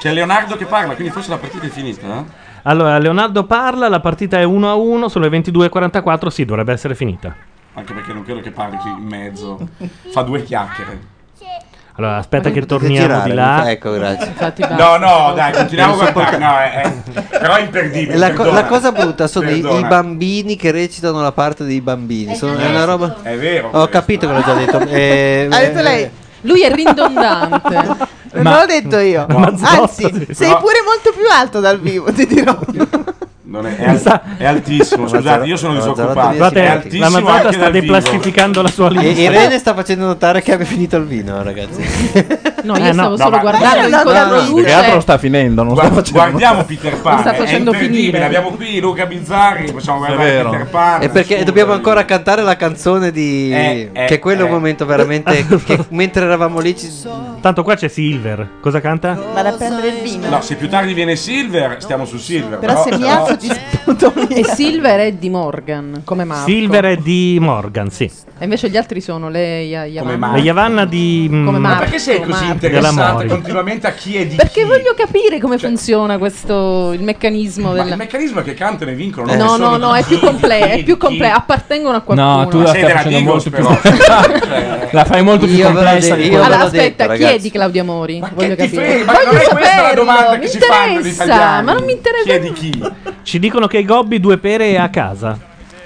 Speaker 5: c'è Leonardo che parla quindi forse la partita è finita eh?
Speaker 2: Allora, Leonardo parla, la partita è 1-1, sono le 22.44, sì, dovrebbe essere finita.
Speaker 5: anche perché non credo che parli in mezzo fa due chiacchiere
Speaker 2: Allora, aspetta
Speaker 5: Ma
Speaker 2: che
Speaker 5: potete
Speaker 2: torniamo
Speaker 5: girare,
Speaker 2: di là.
Speaker 5: mi-
Speaker 9: ecco, grazie.
Speaker 5: no no dai continuiamo a
Speaker 9: Non so
Speaker 5: guardare
Speaker 9: porca-
Speaker 5: no, eh, eh, però è imperdibile
Speaker 9: La, co-
Speaker 5: perdona.
Speaker 9: la cosa brutta sono i, i
Speaker 5: Perdona.
Speaker 9: bambini che recitano la parte dei bambini. Sono è una roba.
Speaker 5: È vero.
Speaker 9: Ho capito che l'ho già detto. Eh,
Speaker 13: Ha detto lei.
Speaker 7: Lui è ridondante.
Speaker 13: Non
Speaker 9: Ma-
Speaker 13: l'ho detto io.
Speaker 9: Ma
Speaker 13: Anzi,
Speaker 9: Mazzotti,
Speaker 13: sei
Speaker 5: no.
Speaker 13: pure molto più alto dal vivo, ti dirò.
Speaker 5: Non è, è al- è altissimo scusate io sono disoccupato
Speaker 9: Guardate,
Speaker 5: è
Speaker 9: la
Speaker 5: altissimo
Speaker 9: Mazzotta
Speaker 5: anche
Speaker 9: sta
Speaker 5: dal vivo.
Speaker 2: deplastificando la sua
Speaker 9: E-
Speaker 2: lista.
Speaker 9: Irene sta facendo notare che aveva finito il vino, ragazzi.
Speaker 7: No, io
Speaker 9: Eh, no.
Speaker 7: stavo
Speaker 9: No,
Speaker 7: solo
Speaker 9: ma-
Speaker 7: guardando
Speaker 9: No,
Speaker 7: il
Speaker 9: no,
Speaker 7: colore
Speaker 9: no,
Speaker 7: di
Speaker 9: no,
Speaker 7: luce.
Speaker 9: perché altro
Speaker 22: sta finendo, non
Speaker 5: Guarda- guardiamo Peter Pan eh.
Speaker 7: Mi sta
Speaker 5: è
Speaker 7: facendo
Speaker 5: imperdibile,
Speaker 7: finire.
Speaker 5: abbiamo qui Luca Bizzarri possiamo guardare
Speaker 9: vero.
Speaker 5: Peter Pan
Speaker 9: E perché
Speaker 5: scusa.
Speaker 9: dobbiamo ancora cantare la canzone di.
Speaker 5: Eh, eh,
Speaker 9: che quello è un
Speaker 5: eh.
Speaker 9: momento veramente. che mentre eravamo lì. Ci...
Speaker 2: Tanto qua c'è Silver. Cosa canta?
Speaker 13: Vado a prendere il vino.
Speaker 5: No, se più tardi viene Silver, stiamo su Silver.
Speaker 13: Però se mi
Speaker 5: no.
Speaker 13: alzo ti sputo
Speaker 7: E Silver è di Morgan, come Marco.
Speaker 2: Silver è di Morgan, sì.
Speaker 7: E invece gli altri sono lei, Yavanna.
Speaker 2: La Yavanna di. mm,
Speaker 7: Come
Speaker 5: Ma
Speaker 7: Marco,
Speaker 5: perché sei così
Speaker 7: Marco.
Speaker 5: interessata
Speaker 2: Mori.
Speaker 5: continuamente a chi è di
Speaker 7: Perché voglio capire come funziona questo il meccanismo
Speaker 5: Cioè, Ma
Speaker 7: del
Speaker 5: il meccanismo è che cantano e vincono. non
Speaker 7: No,
Speaker 5: che sono
Speaker 7: no, no,
Speaker 5: di
Speaker 7: è più
Speaker 5: chi,
Speaker 7: completo,
Speaker 5: di
Speaker 7: è più
Speaker 5: chi.
Speaker 7: completo, appartengono a qualcuno.
Speaker 3: No, tu la
Speaker 5: Sei
Speaker 3: stai
Speaker 5: della
Speaker 3: facendo
Speaker 5: Digos,
Speaker 3: molto più
Speaker 5: però.
Speaker 3: La fai molto più
Speaker 9: Io ve lo
Speaker 3: complessa
Speaker 9: de- io
Speaker 3: di quello.
Speaker 9: ve lo
Speaker 7: Allora,
Speaker 9: detto,
Speaker 7: aspetta, chi
Speaker 9: ragazzi.
Speaker 7: è di Claudia Mori? Voglio
Speaker 5: che ti
Speaker 7: capire.
Speaker 5: frega? Ma
Speaker 7: Voglio
Speaker 5: non è questa la
Speaker 7: saperlo,
Speaker 5: domanda
Speaker 7: mi
Speaker 5: che si fanno gli
Speaker 7: interessa,
Speaker 5: italiani.
Speaker 7: ma non mi interessa.
Speaker 5: Chi è di chi?
Speaker 2: Ci dicono che i gobbi due pere e a casa.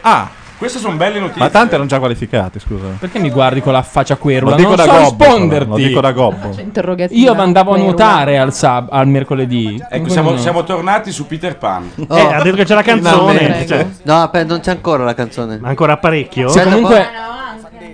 Speaker 22: Ah,
Speaker 5: queste sono belle notizie.
Speaker 22: Ma tanti erano già qualificati, scusa.
Speaker 3: Perché mi guardi con la faccia querula?
Speaker 22: Lo dico
Speaker 3: non
Speaker 22: da
Speaker 3: so
Speaker 22: gobbo, però,
Speaker 3: risponderti.
Speaker 22: lo dico da gobbo. C'è
Speaker 7: interrogativa.
Speaker 3: Io andavo a
Speaker 7: Querula.
Speaker 3: nuotare al, sab- al mercoledì.
Speaker 5: Ecco, siamo, siamo tornati su Peter Pan.
Speaker 9: Oh.
Speaker 2: Eh,
Speaker 3: Finalmente.
Speaker 9: No, aspetta, non c'è ancora la canzone.
Speaker 2: Cioè. ancora parecchio?
Speaker 3: Sì, comunque,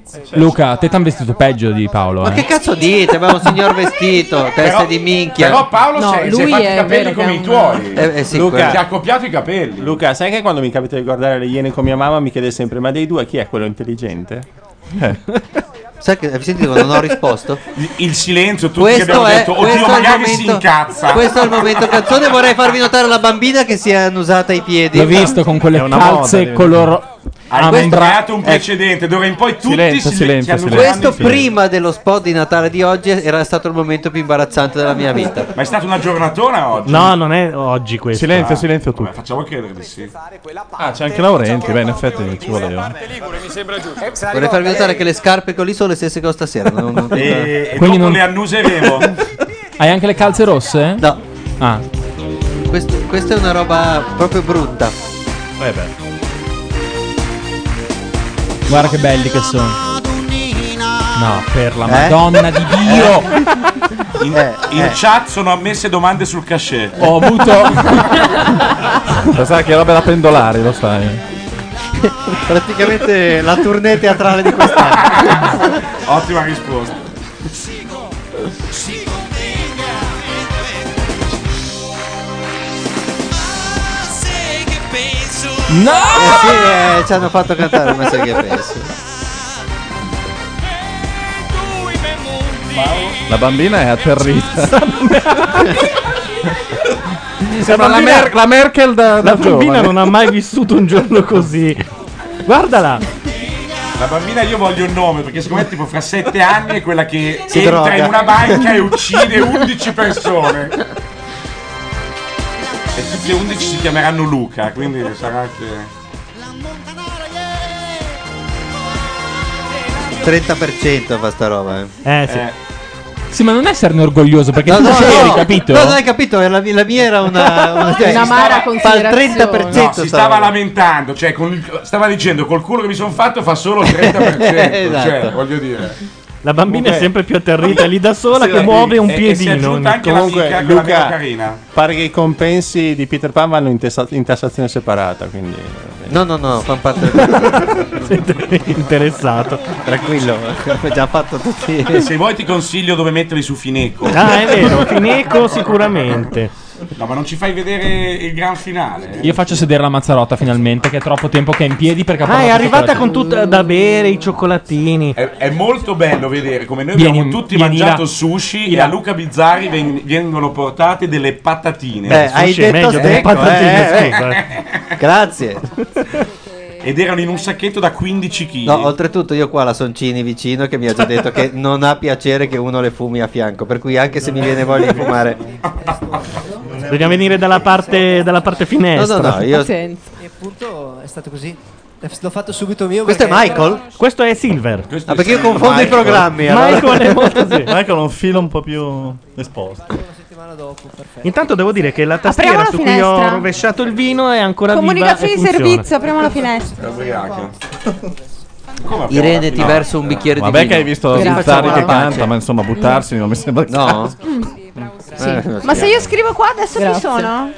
Speaker 5: Cioè,
Speaker 3: Luca, te t'han vestito peggio di Paolo.
Speaker 9: Ma
Speaker 3: eh.
Speaker 9: che cazzo dite? Abbiamo un signor vestito, teste di minchia.
Speaker 5: Però Paolo si è- si è fatti i capelli come i tuoi.
Speaker 9: Eh, eh, sì,
Speaker 5: Luca.
Speaker 9: quello.
Speaker 5: Ti ha accoppiato i capelli.
Speaker 1: Luca, sai che quando mi capita di guardare le Iene con mia mamma mi chiede sempre: ma dei due chi è quello intelligente?
Speaker 9: Sai che hai sentito quando non ho risposto?
Speaker 5: Il, il silenzio, tutti che
Speaker 9: Questo
Speaker 5: abbiamo
Speaker 9: è,
Speaker 5: detto, "Oh,
Speaker 9: questo è
Speaker 5: oddio,
Speaker 9: il
Speaker 5: magari
Speaker 9: momento,
Speaker 5: si incazza.
Speaker 9: Questo è il momento canzone. Vorrei farvi notare la bambina che si è annusata ai piedi.
Speaker 3: L'ho visto con quelle calze color eh,
Speaker 5: Hai
Speaker 3: ambra.
Speaker 5: creato un precedente, d'ora in poi tutti
Speaker 9: Silenzio,
Speaker 5: si
Speaker 9: silenzio,
Speaker 5: si annuseranno
Speaker 9: Questo
Speaker 5: in fila.
Speaker 9: prima dello spot di Natale di oggi era stato il momento più imbarazzante della mia vita.
Speaker 5: Ma è stata una giornatona oggi?
Speaker 2: No, non è oggi questo.
Speaker 5: Silenzio,
Speaker 22: silenzio tu.
Speaker 5: Facciamo credere di sì.
Speaker 22: Ah, c'è anche Laurenti, beh, in effetti ci voleva.
Speaker 5: Mi sembra giusto.
Speaker 9: Vorrei farvi notare che le scarpe che ho lì sono le stesse che ho stasera. non- non-
Speaker 5: E, e
Speaker 3: Quindi
Speaker 5: dopo
Speaker 3: non-
Speaker 5: le annuseremo.
Speaker 3: Hai anche le calze rosse?
Speaker 9: No.
Speaker 3: Ah.
Speaker 9: Questo- questa è una roba proprio brutta.
Speaker 3: Guarda che belli che sono. No, per la
Speaker 5: Eh?
Speaker 3: Madonna di Dio.
Speaker 22: Eh?
Speaker 5: In, in chat sono ammesse domande sul cachet.
Speaker 3: Ho avuto.
Speaker 22: Lo sai che roba da pendolari, lo sai.
Speaker 9: Praticamente la tournée teatrale di questa.
Speaker 5: Ottima risposta.
Speaker 3: No!
Speaker 9: Eh sì, eh, ci hanno fatto cantare ma sai che penso.
Speaker 22: La bambina è atterrita. Sembra la,
Speaker 2: bambina-
Speaker 22: Mer- la Merkel da, da
Speaker 2: La bambina
Speaker 22: giovane.
Speaker 2: non ha mai vissuto un giorno così. Guardala.
Speaker 5: La bambina io voglio un nome perché secondo me tipo fra sette anni è quella che
Speaker 2: Si
Speaker 5: entra
Speaker 2: droga.
Speaker 5: in una banca e uccide 11 persone. E tutti e 11 si chiameranno Luca, quindi sarà che...
Speaker 9: 30% fa sta roba. Eh,
Speaker 2: Eh sì.
Speaker 5: Eh.
Speaker 3: Sì, ma non esserne orgoglioso perché
Speaker 9: No,
Speaker 3: tu
Speaker 9: no,
Speaker 3: c'eri,
Speaker 9: no.
Speaker 3: capito?
Speaker 9: No, non hai capito, la, la mia era una... una cioè, fa il 30%
Speaker 5: No, si stava lamentando, cioè con il- stava dicendo col culo che mi sono fatto fa solo il 30%, cioè,
Speaker 2: Esatto.
Speaker 5: voglio dire.
Speaker 2: La bambina è
Speaker 5: Vabbè.
Speaker 2: sempre più atterrita lì da sola
Speaker 5: Sì,
Speaker 2: che
Speaker 5: sì.
Speaker 2: muove un
Speaker 5: E- e si è
Speaker 2: piedino.
Speaker 5: aggiunta anche l'amica,
Speaker 1: Comunque,
Speaker 5: quella meno
Speaker 1: Luca,
Speaker 5: carina.
Speaker 1: pare che i compensi di Peter Pan vanno in, tassa- in tassazione separata. Quindi...
Speaker 22: eh,
Speaker 9: No, no, no, fanno parte
Speaker 2: interessato.
Speaker 9: Tranquillo, ho già fatto tutti.
Speaker 5: Se vuoi ti consiglio dove metterli su Fineco.
Speaker 2: Ah, è vero, Fineco sicuramente.
Speaker 5: No, ma non ci fai vedere il gran finale? eh.
Speaker 3: Io faccio sedere la mazzarotta finalmente, che è troppo tempo che è in piedi perché ha
Speaker 2: Ah, è
Speaker 3: parlato
Speaker 2: arrivata
Speaker 3: tutta la-
Speaker 2: con tutto da bere, i cioccolatini.
Speaker 5: È, è molto bello vedere come noi
Speaker 2: Vieni-
Speaker 5: abbiamo tutti
Speaker 2: vieni
Speaker 5: mangiato
Speaker 2: là.
Speaker 5: sushi
Speaker 2: Vieni
Speaker 5: e a
Speaker 2: là.
Speaker 5: Luca Bizzarri ven- vengono portate delle patatine.
Speaker 9: Eh, hai
Speaker 5: Sushi è
Speaker 9: detto
Speaker 5: meglio
Speaker 9: stecco,
Speaker 5: delle patatine,
Speaker 9: eh,
Speaker 5: scusa.
Speaker 9: Grazie.
Speaker 5: Ed erano in un sacchetto da 15 kg.
Speaker 9: No, oltretutto io qua la Soncini vicino che mi ha già detto che non ha piacere che uno le fumi a fianco, per cui anche se mi viene voglia di fumare...
Speaker 2: Dobbiamo venire dalla parte, dalla parte finestra.
Speaker 9: No, no, no, io- Pazienza.
Speaker 11: E appunto è stato così. L'ho fatto subito mio.
Speaker 9: Questo è
Speaker 11: perché-
Speaker 9: Michael?
Speaker 2: Questo è Silver.
Speaker 11: Ah, perché io confondo
Speaker 9: i programmi, allora.
Speaker 22: Michael è molto
Speaker 2: sì.
Speaker 22: Michael ha un filo un po' più esposto.
Speaker 2: Intanto devo dire che la
Speaker 17: Apriamo
Speaker 2: tastiera
Speaker 17: la
Speaker 2: su cui ho
Speaker 17: finestra.
Speaker 2: rovesciato il vino è ancora
Speaker 17: Comunicazione di
Speaker 2: viva e funziona.
Speaker 17: servizio, apriamo la finestra.
Speaker 22: Irene
Speaker 18: ti verso un bicchiere di
Speaker 22: Vabbè
Speaker 18: vino.
Speaker 22: che hai visto
Speaker 18: Grazie,
Speaker 22: Bizzarri che
Speaker 18: guarda.
Speaker 22: canta, ma insomma buttarsi non mi sembra il caso.
Speaker 7: Mm.
Speaker 17: Sì.
Speaker 7: Eh,
Speaker 17: Ma se io scrivo qua adesso chi
Speaker 13: Grazie.
Speaker 17: sono?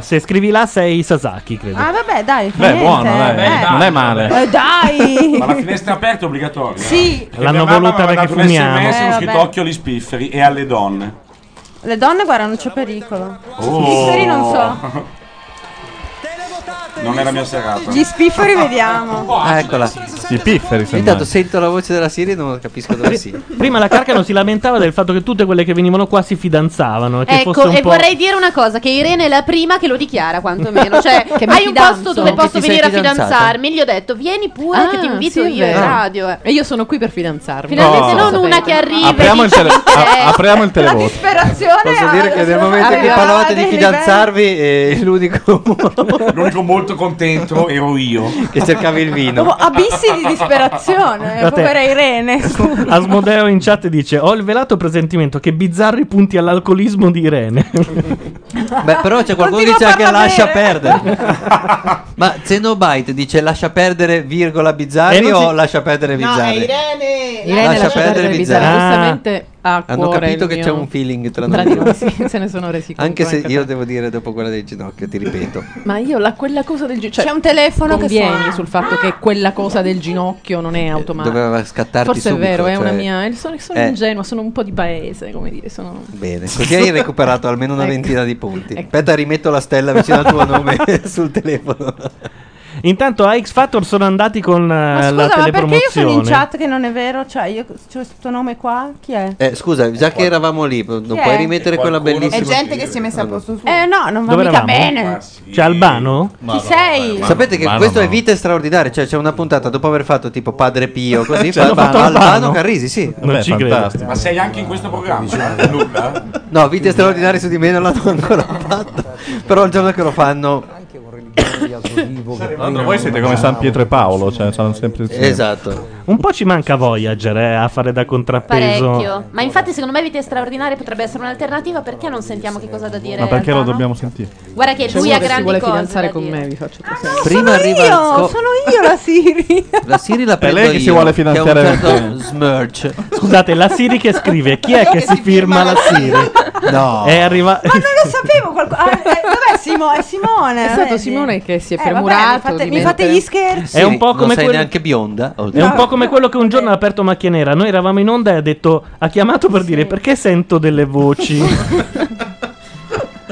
Speaker 2: Se scrivi là sei Sasaki, credo.
Speaker 17: Ah, vabbè, dai. fa
Speaker 2: Beh,
Speaker 17: niente.
Speaker 2: buono, dai,
Speaker 17: Eh.
Speaker 2: non è male.
Speaker 17: Eh, dai.
Speaker 5: Ma la finestra aperta è obbligatoria.
Speaker 17: Sì.
Speaker 5: Perché
Speaker 2: L'hanno
Speaker 5: mia mamma
Speaker 2: voluta
Speaker 5: aveva
Speaker 2: perché
Speaker 5: dato un
Speaker 2: fumiamo.
Speaker 17: Eh,
Speaker 5: SMS con
Speaker 17: vabbè.
Speaker 5: scritto occhio agli spifferi e alle donne.
Speaker 17: Le donne, guarda, non c'è pericolo.
Speaker 5: Oh.
Speaker 17: Gli spifferi non so.
Speaker 5: Non è la mia serata.
Speaker 17: Gli spifferi vediamo.
Speaker 9: Ah, eccola.
Speaker 22: I pifferi
Speaker 9: Intanto sento la voce della Siri e non capisco dove sia.
Speaker 2: Prima la Carcano si lamentava del fatto che tutte quelle che venivano qua si fidanzavano. E che fosse
Speaker 4: Ecco,
Speaker 2: un
Speaker 4: e
Speaker 2: po'...
Speaker 4: vorrei dire una cosa: che Irene è la prima che lo dichiara, quantomeno. Cioè,
Speaker 2: Che mi
Speaker 4: hai un
Speaker 2: fidanzo.
Speaker 4: posto dove
Speaker 2: Che ti
Speaker 4: posso
Speaker 2: sei
Speaker 4: venire a
Speaker 2: fidanzata.
Speaker 4: fidanzarmi? Gli ho detto, vieni pure,
Speaker 7: Ah,
Speaker 4: che ti invito
Speaker 7: sì, è
Speaker 4: io in
Speaker 7: vero.
Speaker 4: radio. eh.
Speaker 7: E io sono qui per fidanzarmi.
Speaker 4: Finalmente
Speaker 22: No.
Speaker 4: non una che arriva. e "Eh,
Speaker 22: Apriamo il,
Speaker 4: dice,
Speaker 22: tele- a- apriamo il televoto.
Speaker 17: Disperazione.
Speaker 9: Posso dire che nel momento in cui
Speaker 17: Arrivava
Speaker 9: parlavate di
Speaker 17: dei
Speaker 9: fidanzarvi eh, l'unico
Speaker 5: L'unico molto contento ero io.
Speaker 9: che cercava il vino. Ah,
Speaker 17: Oh, abissi di disperazione,
Speaker 2: Da te.
Speaker 17: povera Irene. scusa.
Speaker 2: Asmodeo in chat dice: Ho il velato presentimento che bizzarri punti all'alcolismo di Irene.
Speaker 9: Beh, Eh, però c'è qualcuno che
Speaker 2: Continua
Speaker 9: dice
Speaker 2: a
Speaker 9: anche
Speaker 2: farla
Speaker 9: lascia
Speaker 2: bere.
Speaker 9: perdere. Ma Zenobite dice lascia perdere virgola
Speaker 7: Eh,
Speaker 9: bizzarri
Speaker 7: non si-
Speaker 9: o lascia perdere bizzarri?
Speaker 7: Irene lascia, perdere Bizzarri.
Speaker 4: Ah.
Speaker 7: Giustamente ha a
Speaker 9: Hanno
Speaker 7: cuore
Speaker 9: capito
Speaker 7: il
Speaker 9: che
Speaker 7: mio-
Speaker 9: c'è un feeling tra
Speaker 7: Tra
Speaker 9: noi.
Speaker 7: di
Speaker 9: due.
Speaker 7: noi, sì, se ne sono resi conto.
Speaker 9: Anche se
Speaker 7: anche
Speaker 9: io
Speaker 7: te.
Speaker 9: devo dire dopo quella del ginocchio, ti ripeto.
Speaker 7: Ma io la quella cosa del ginocchio.
Speaker 17: C'è un telefono che
Speaker 7: Convieni
Speaker 17: suona.
Speaker 7: sul fatto che quella cosa del ginocchio non è automatica.
Speaker 9: Eh, Doveva scattarti
Speaker 7: Forse
Speaker 9: subito,
Speaker 7: è vero, è
Speaker 9: cioè-
Speaker 7: una mia. Sono, sono
Speaker 9: Eh.
Speaker 7: ingenua, sono un po' di paese, come dire. Sono...
Speaker 9: Bene, così hai recuperato almeno una
Speaker 7: Ecco.
Speaker 9: ventina di punti. Aspetta, rimetto la stella vicino al tuo nome sul telefono.
Speaker 2: Intanto a X Factor sono andati con eh, la
Speaker 17: Scusa, ma perché io sono in
Speaker 2: telepromozione.
Speaker 17: chat che non è vero? Cioè, io c'ho questo nome qua, chi è?
Speaker 9: Eh, scusa, già che eravamo lì, non
Speaker 17: Chi
Speaker 9: puoi
Speaker 17: è?
Speaker 9: rimettere quella bellissima.
Speaker 13: È gente che si è messa a posto suo.
Speaker 17: Eh no, non va
Speaker 9: Dove
Speaker 17: mica
Speaker 9: eravamo?
Speaker 17: bene.
Speaker 2: C'è Albano?
Speaker 17: Chi sei?
Speaker 9: Sapete che
Speaker 2: Albano,
Speaker 9: questo è
Speaker 2: Albano.
Speaker 9: vita straordinaria, cioè c'è una puntata dopo aver fatto tipo Padre Pio, così
Speaker 22: Cioè,
Speaker 9: fa
Speaker 22: Albano,
Speaker 9: Albano,
Speaker 22: Albano?
Speaker 9: Carrisi, sì. Diciamo,
Speaker 22: Non Vabbè, ci credo. fantastico.
Speaker 5: Ma sei anche in questo programma? Nulla?
Speaker 9: No, vite straordinarie su di me non l'hanno ancora fatto, però il giorno che lo fanno...
Speaker 22: Tra l'altro voi siete come San Pietro e Paolo, cioè sono sempre insieme.
Speaker 9: Esatto.
Speaker 2: Un po' ci manca Voyager eh, a fare da contrappeso.
Speaker 4: Parecchio. Ma infatti, secondo me, Vite Straordinarie potrebbe essere un'alternativa. Perché non sentiamo che cosa ha da dire?
Speaker 22: Ma perché lo
Speaker 4: Albano?
Speaker 22: dobbiamo sentire?
Speaker 4: Guarda che
Speaker 7: C'è
Speaker 4: lui
Speaker 7: uno
Speaker 4: ha
Speaker 7: che si
Speaker 4: grandi
Speaker 7: vuole
Speaker 4: cose.
Speaker 7: fidanzare
Speaker 4: da
Speaker 7: con
Speaker 4: dire.
Speaker 7: me, vi faccio presente.
Speaker 9: Prima
Speaker 17: Ah, sono
Speaker 9: arriva
Speaker 17: io,
Speaker 9: Sco-
Speaker 17: sono io la Siri.
Speaker 9: La Siri la
Speaker 22: È
Speaker 9: prendo
Speaker 22: lei che si
Speaker 9: io,
Speaker 22: vuole
Speaker 9: è un
Speaker 22: finanziare Eh.
Speaker 9: certo
Speaker 22: bene.
Speaker 9: Smirch.
Speaker 2: Scusate, la Siri che scrive, chi è che si firma la Siri?
Speaker 9: No.
Speaker 2: E arriva...
Speaker 17: Ma non lo sapevo qualcuno. Ah, eh, dov'è Simo- è Simone?
Speaker 7: È stato
Speaker 17: vedi?
Speaker 7: Simone che si è
Speaker 17: Eh, vabbè,
Speaker 7: premurato
Speaker 17: mi, fate,
Speaker 7: di
Speaker 17: mi fate
Speaker 7: mettere-
Speaker 17: gli scherzi.
Speaker 2: È un po'
Speaker 9: non
Speaker 2: come
Speaker 9: sei
Speaker 2: quello-
Speaker 9: neanche bionda.
Speaker 2: È un po' come quello che un giorno ha aperto Macchia Nera. Noi eravamo in onda e ha detto: Ha chiamato per dire perché sento delle voci.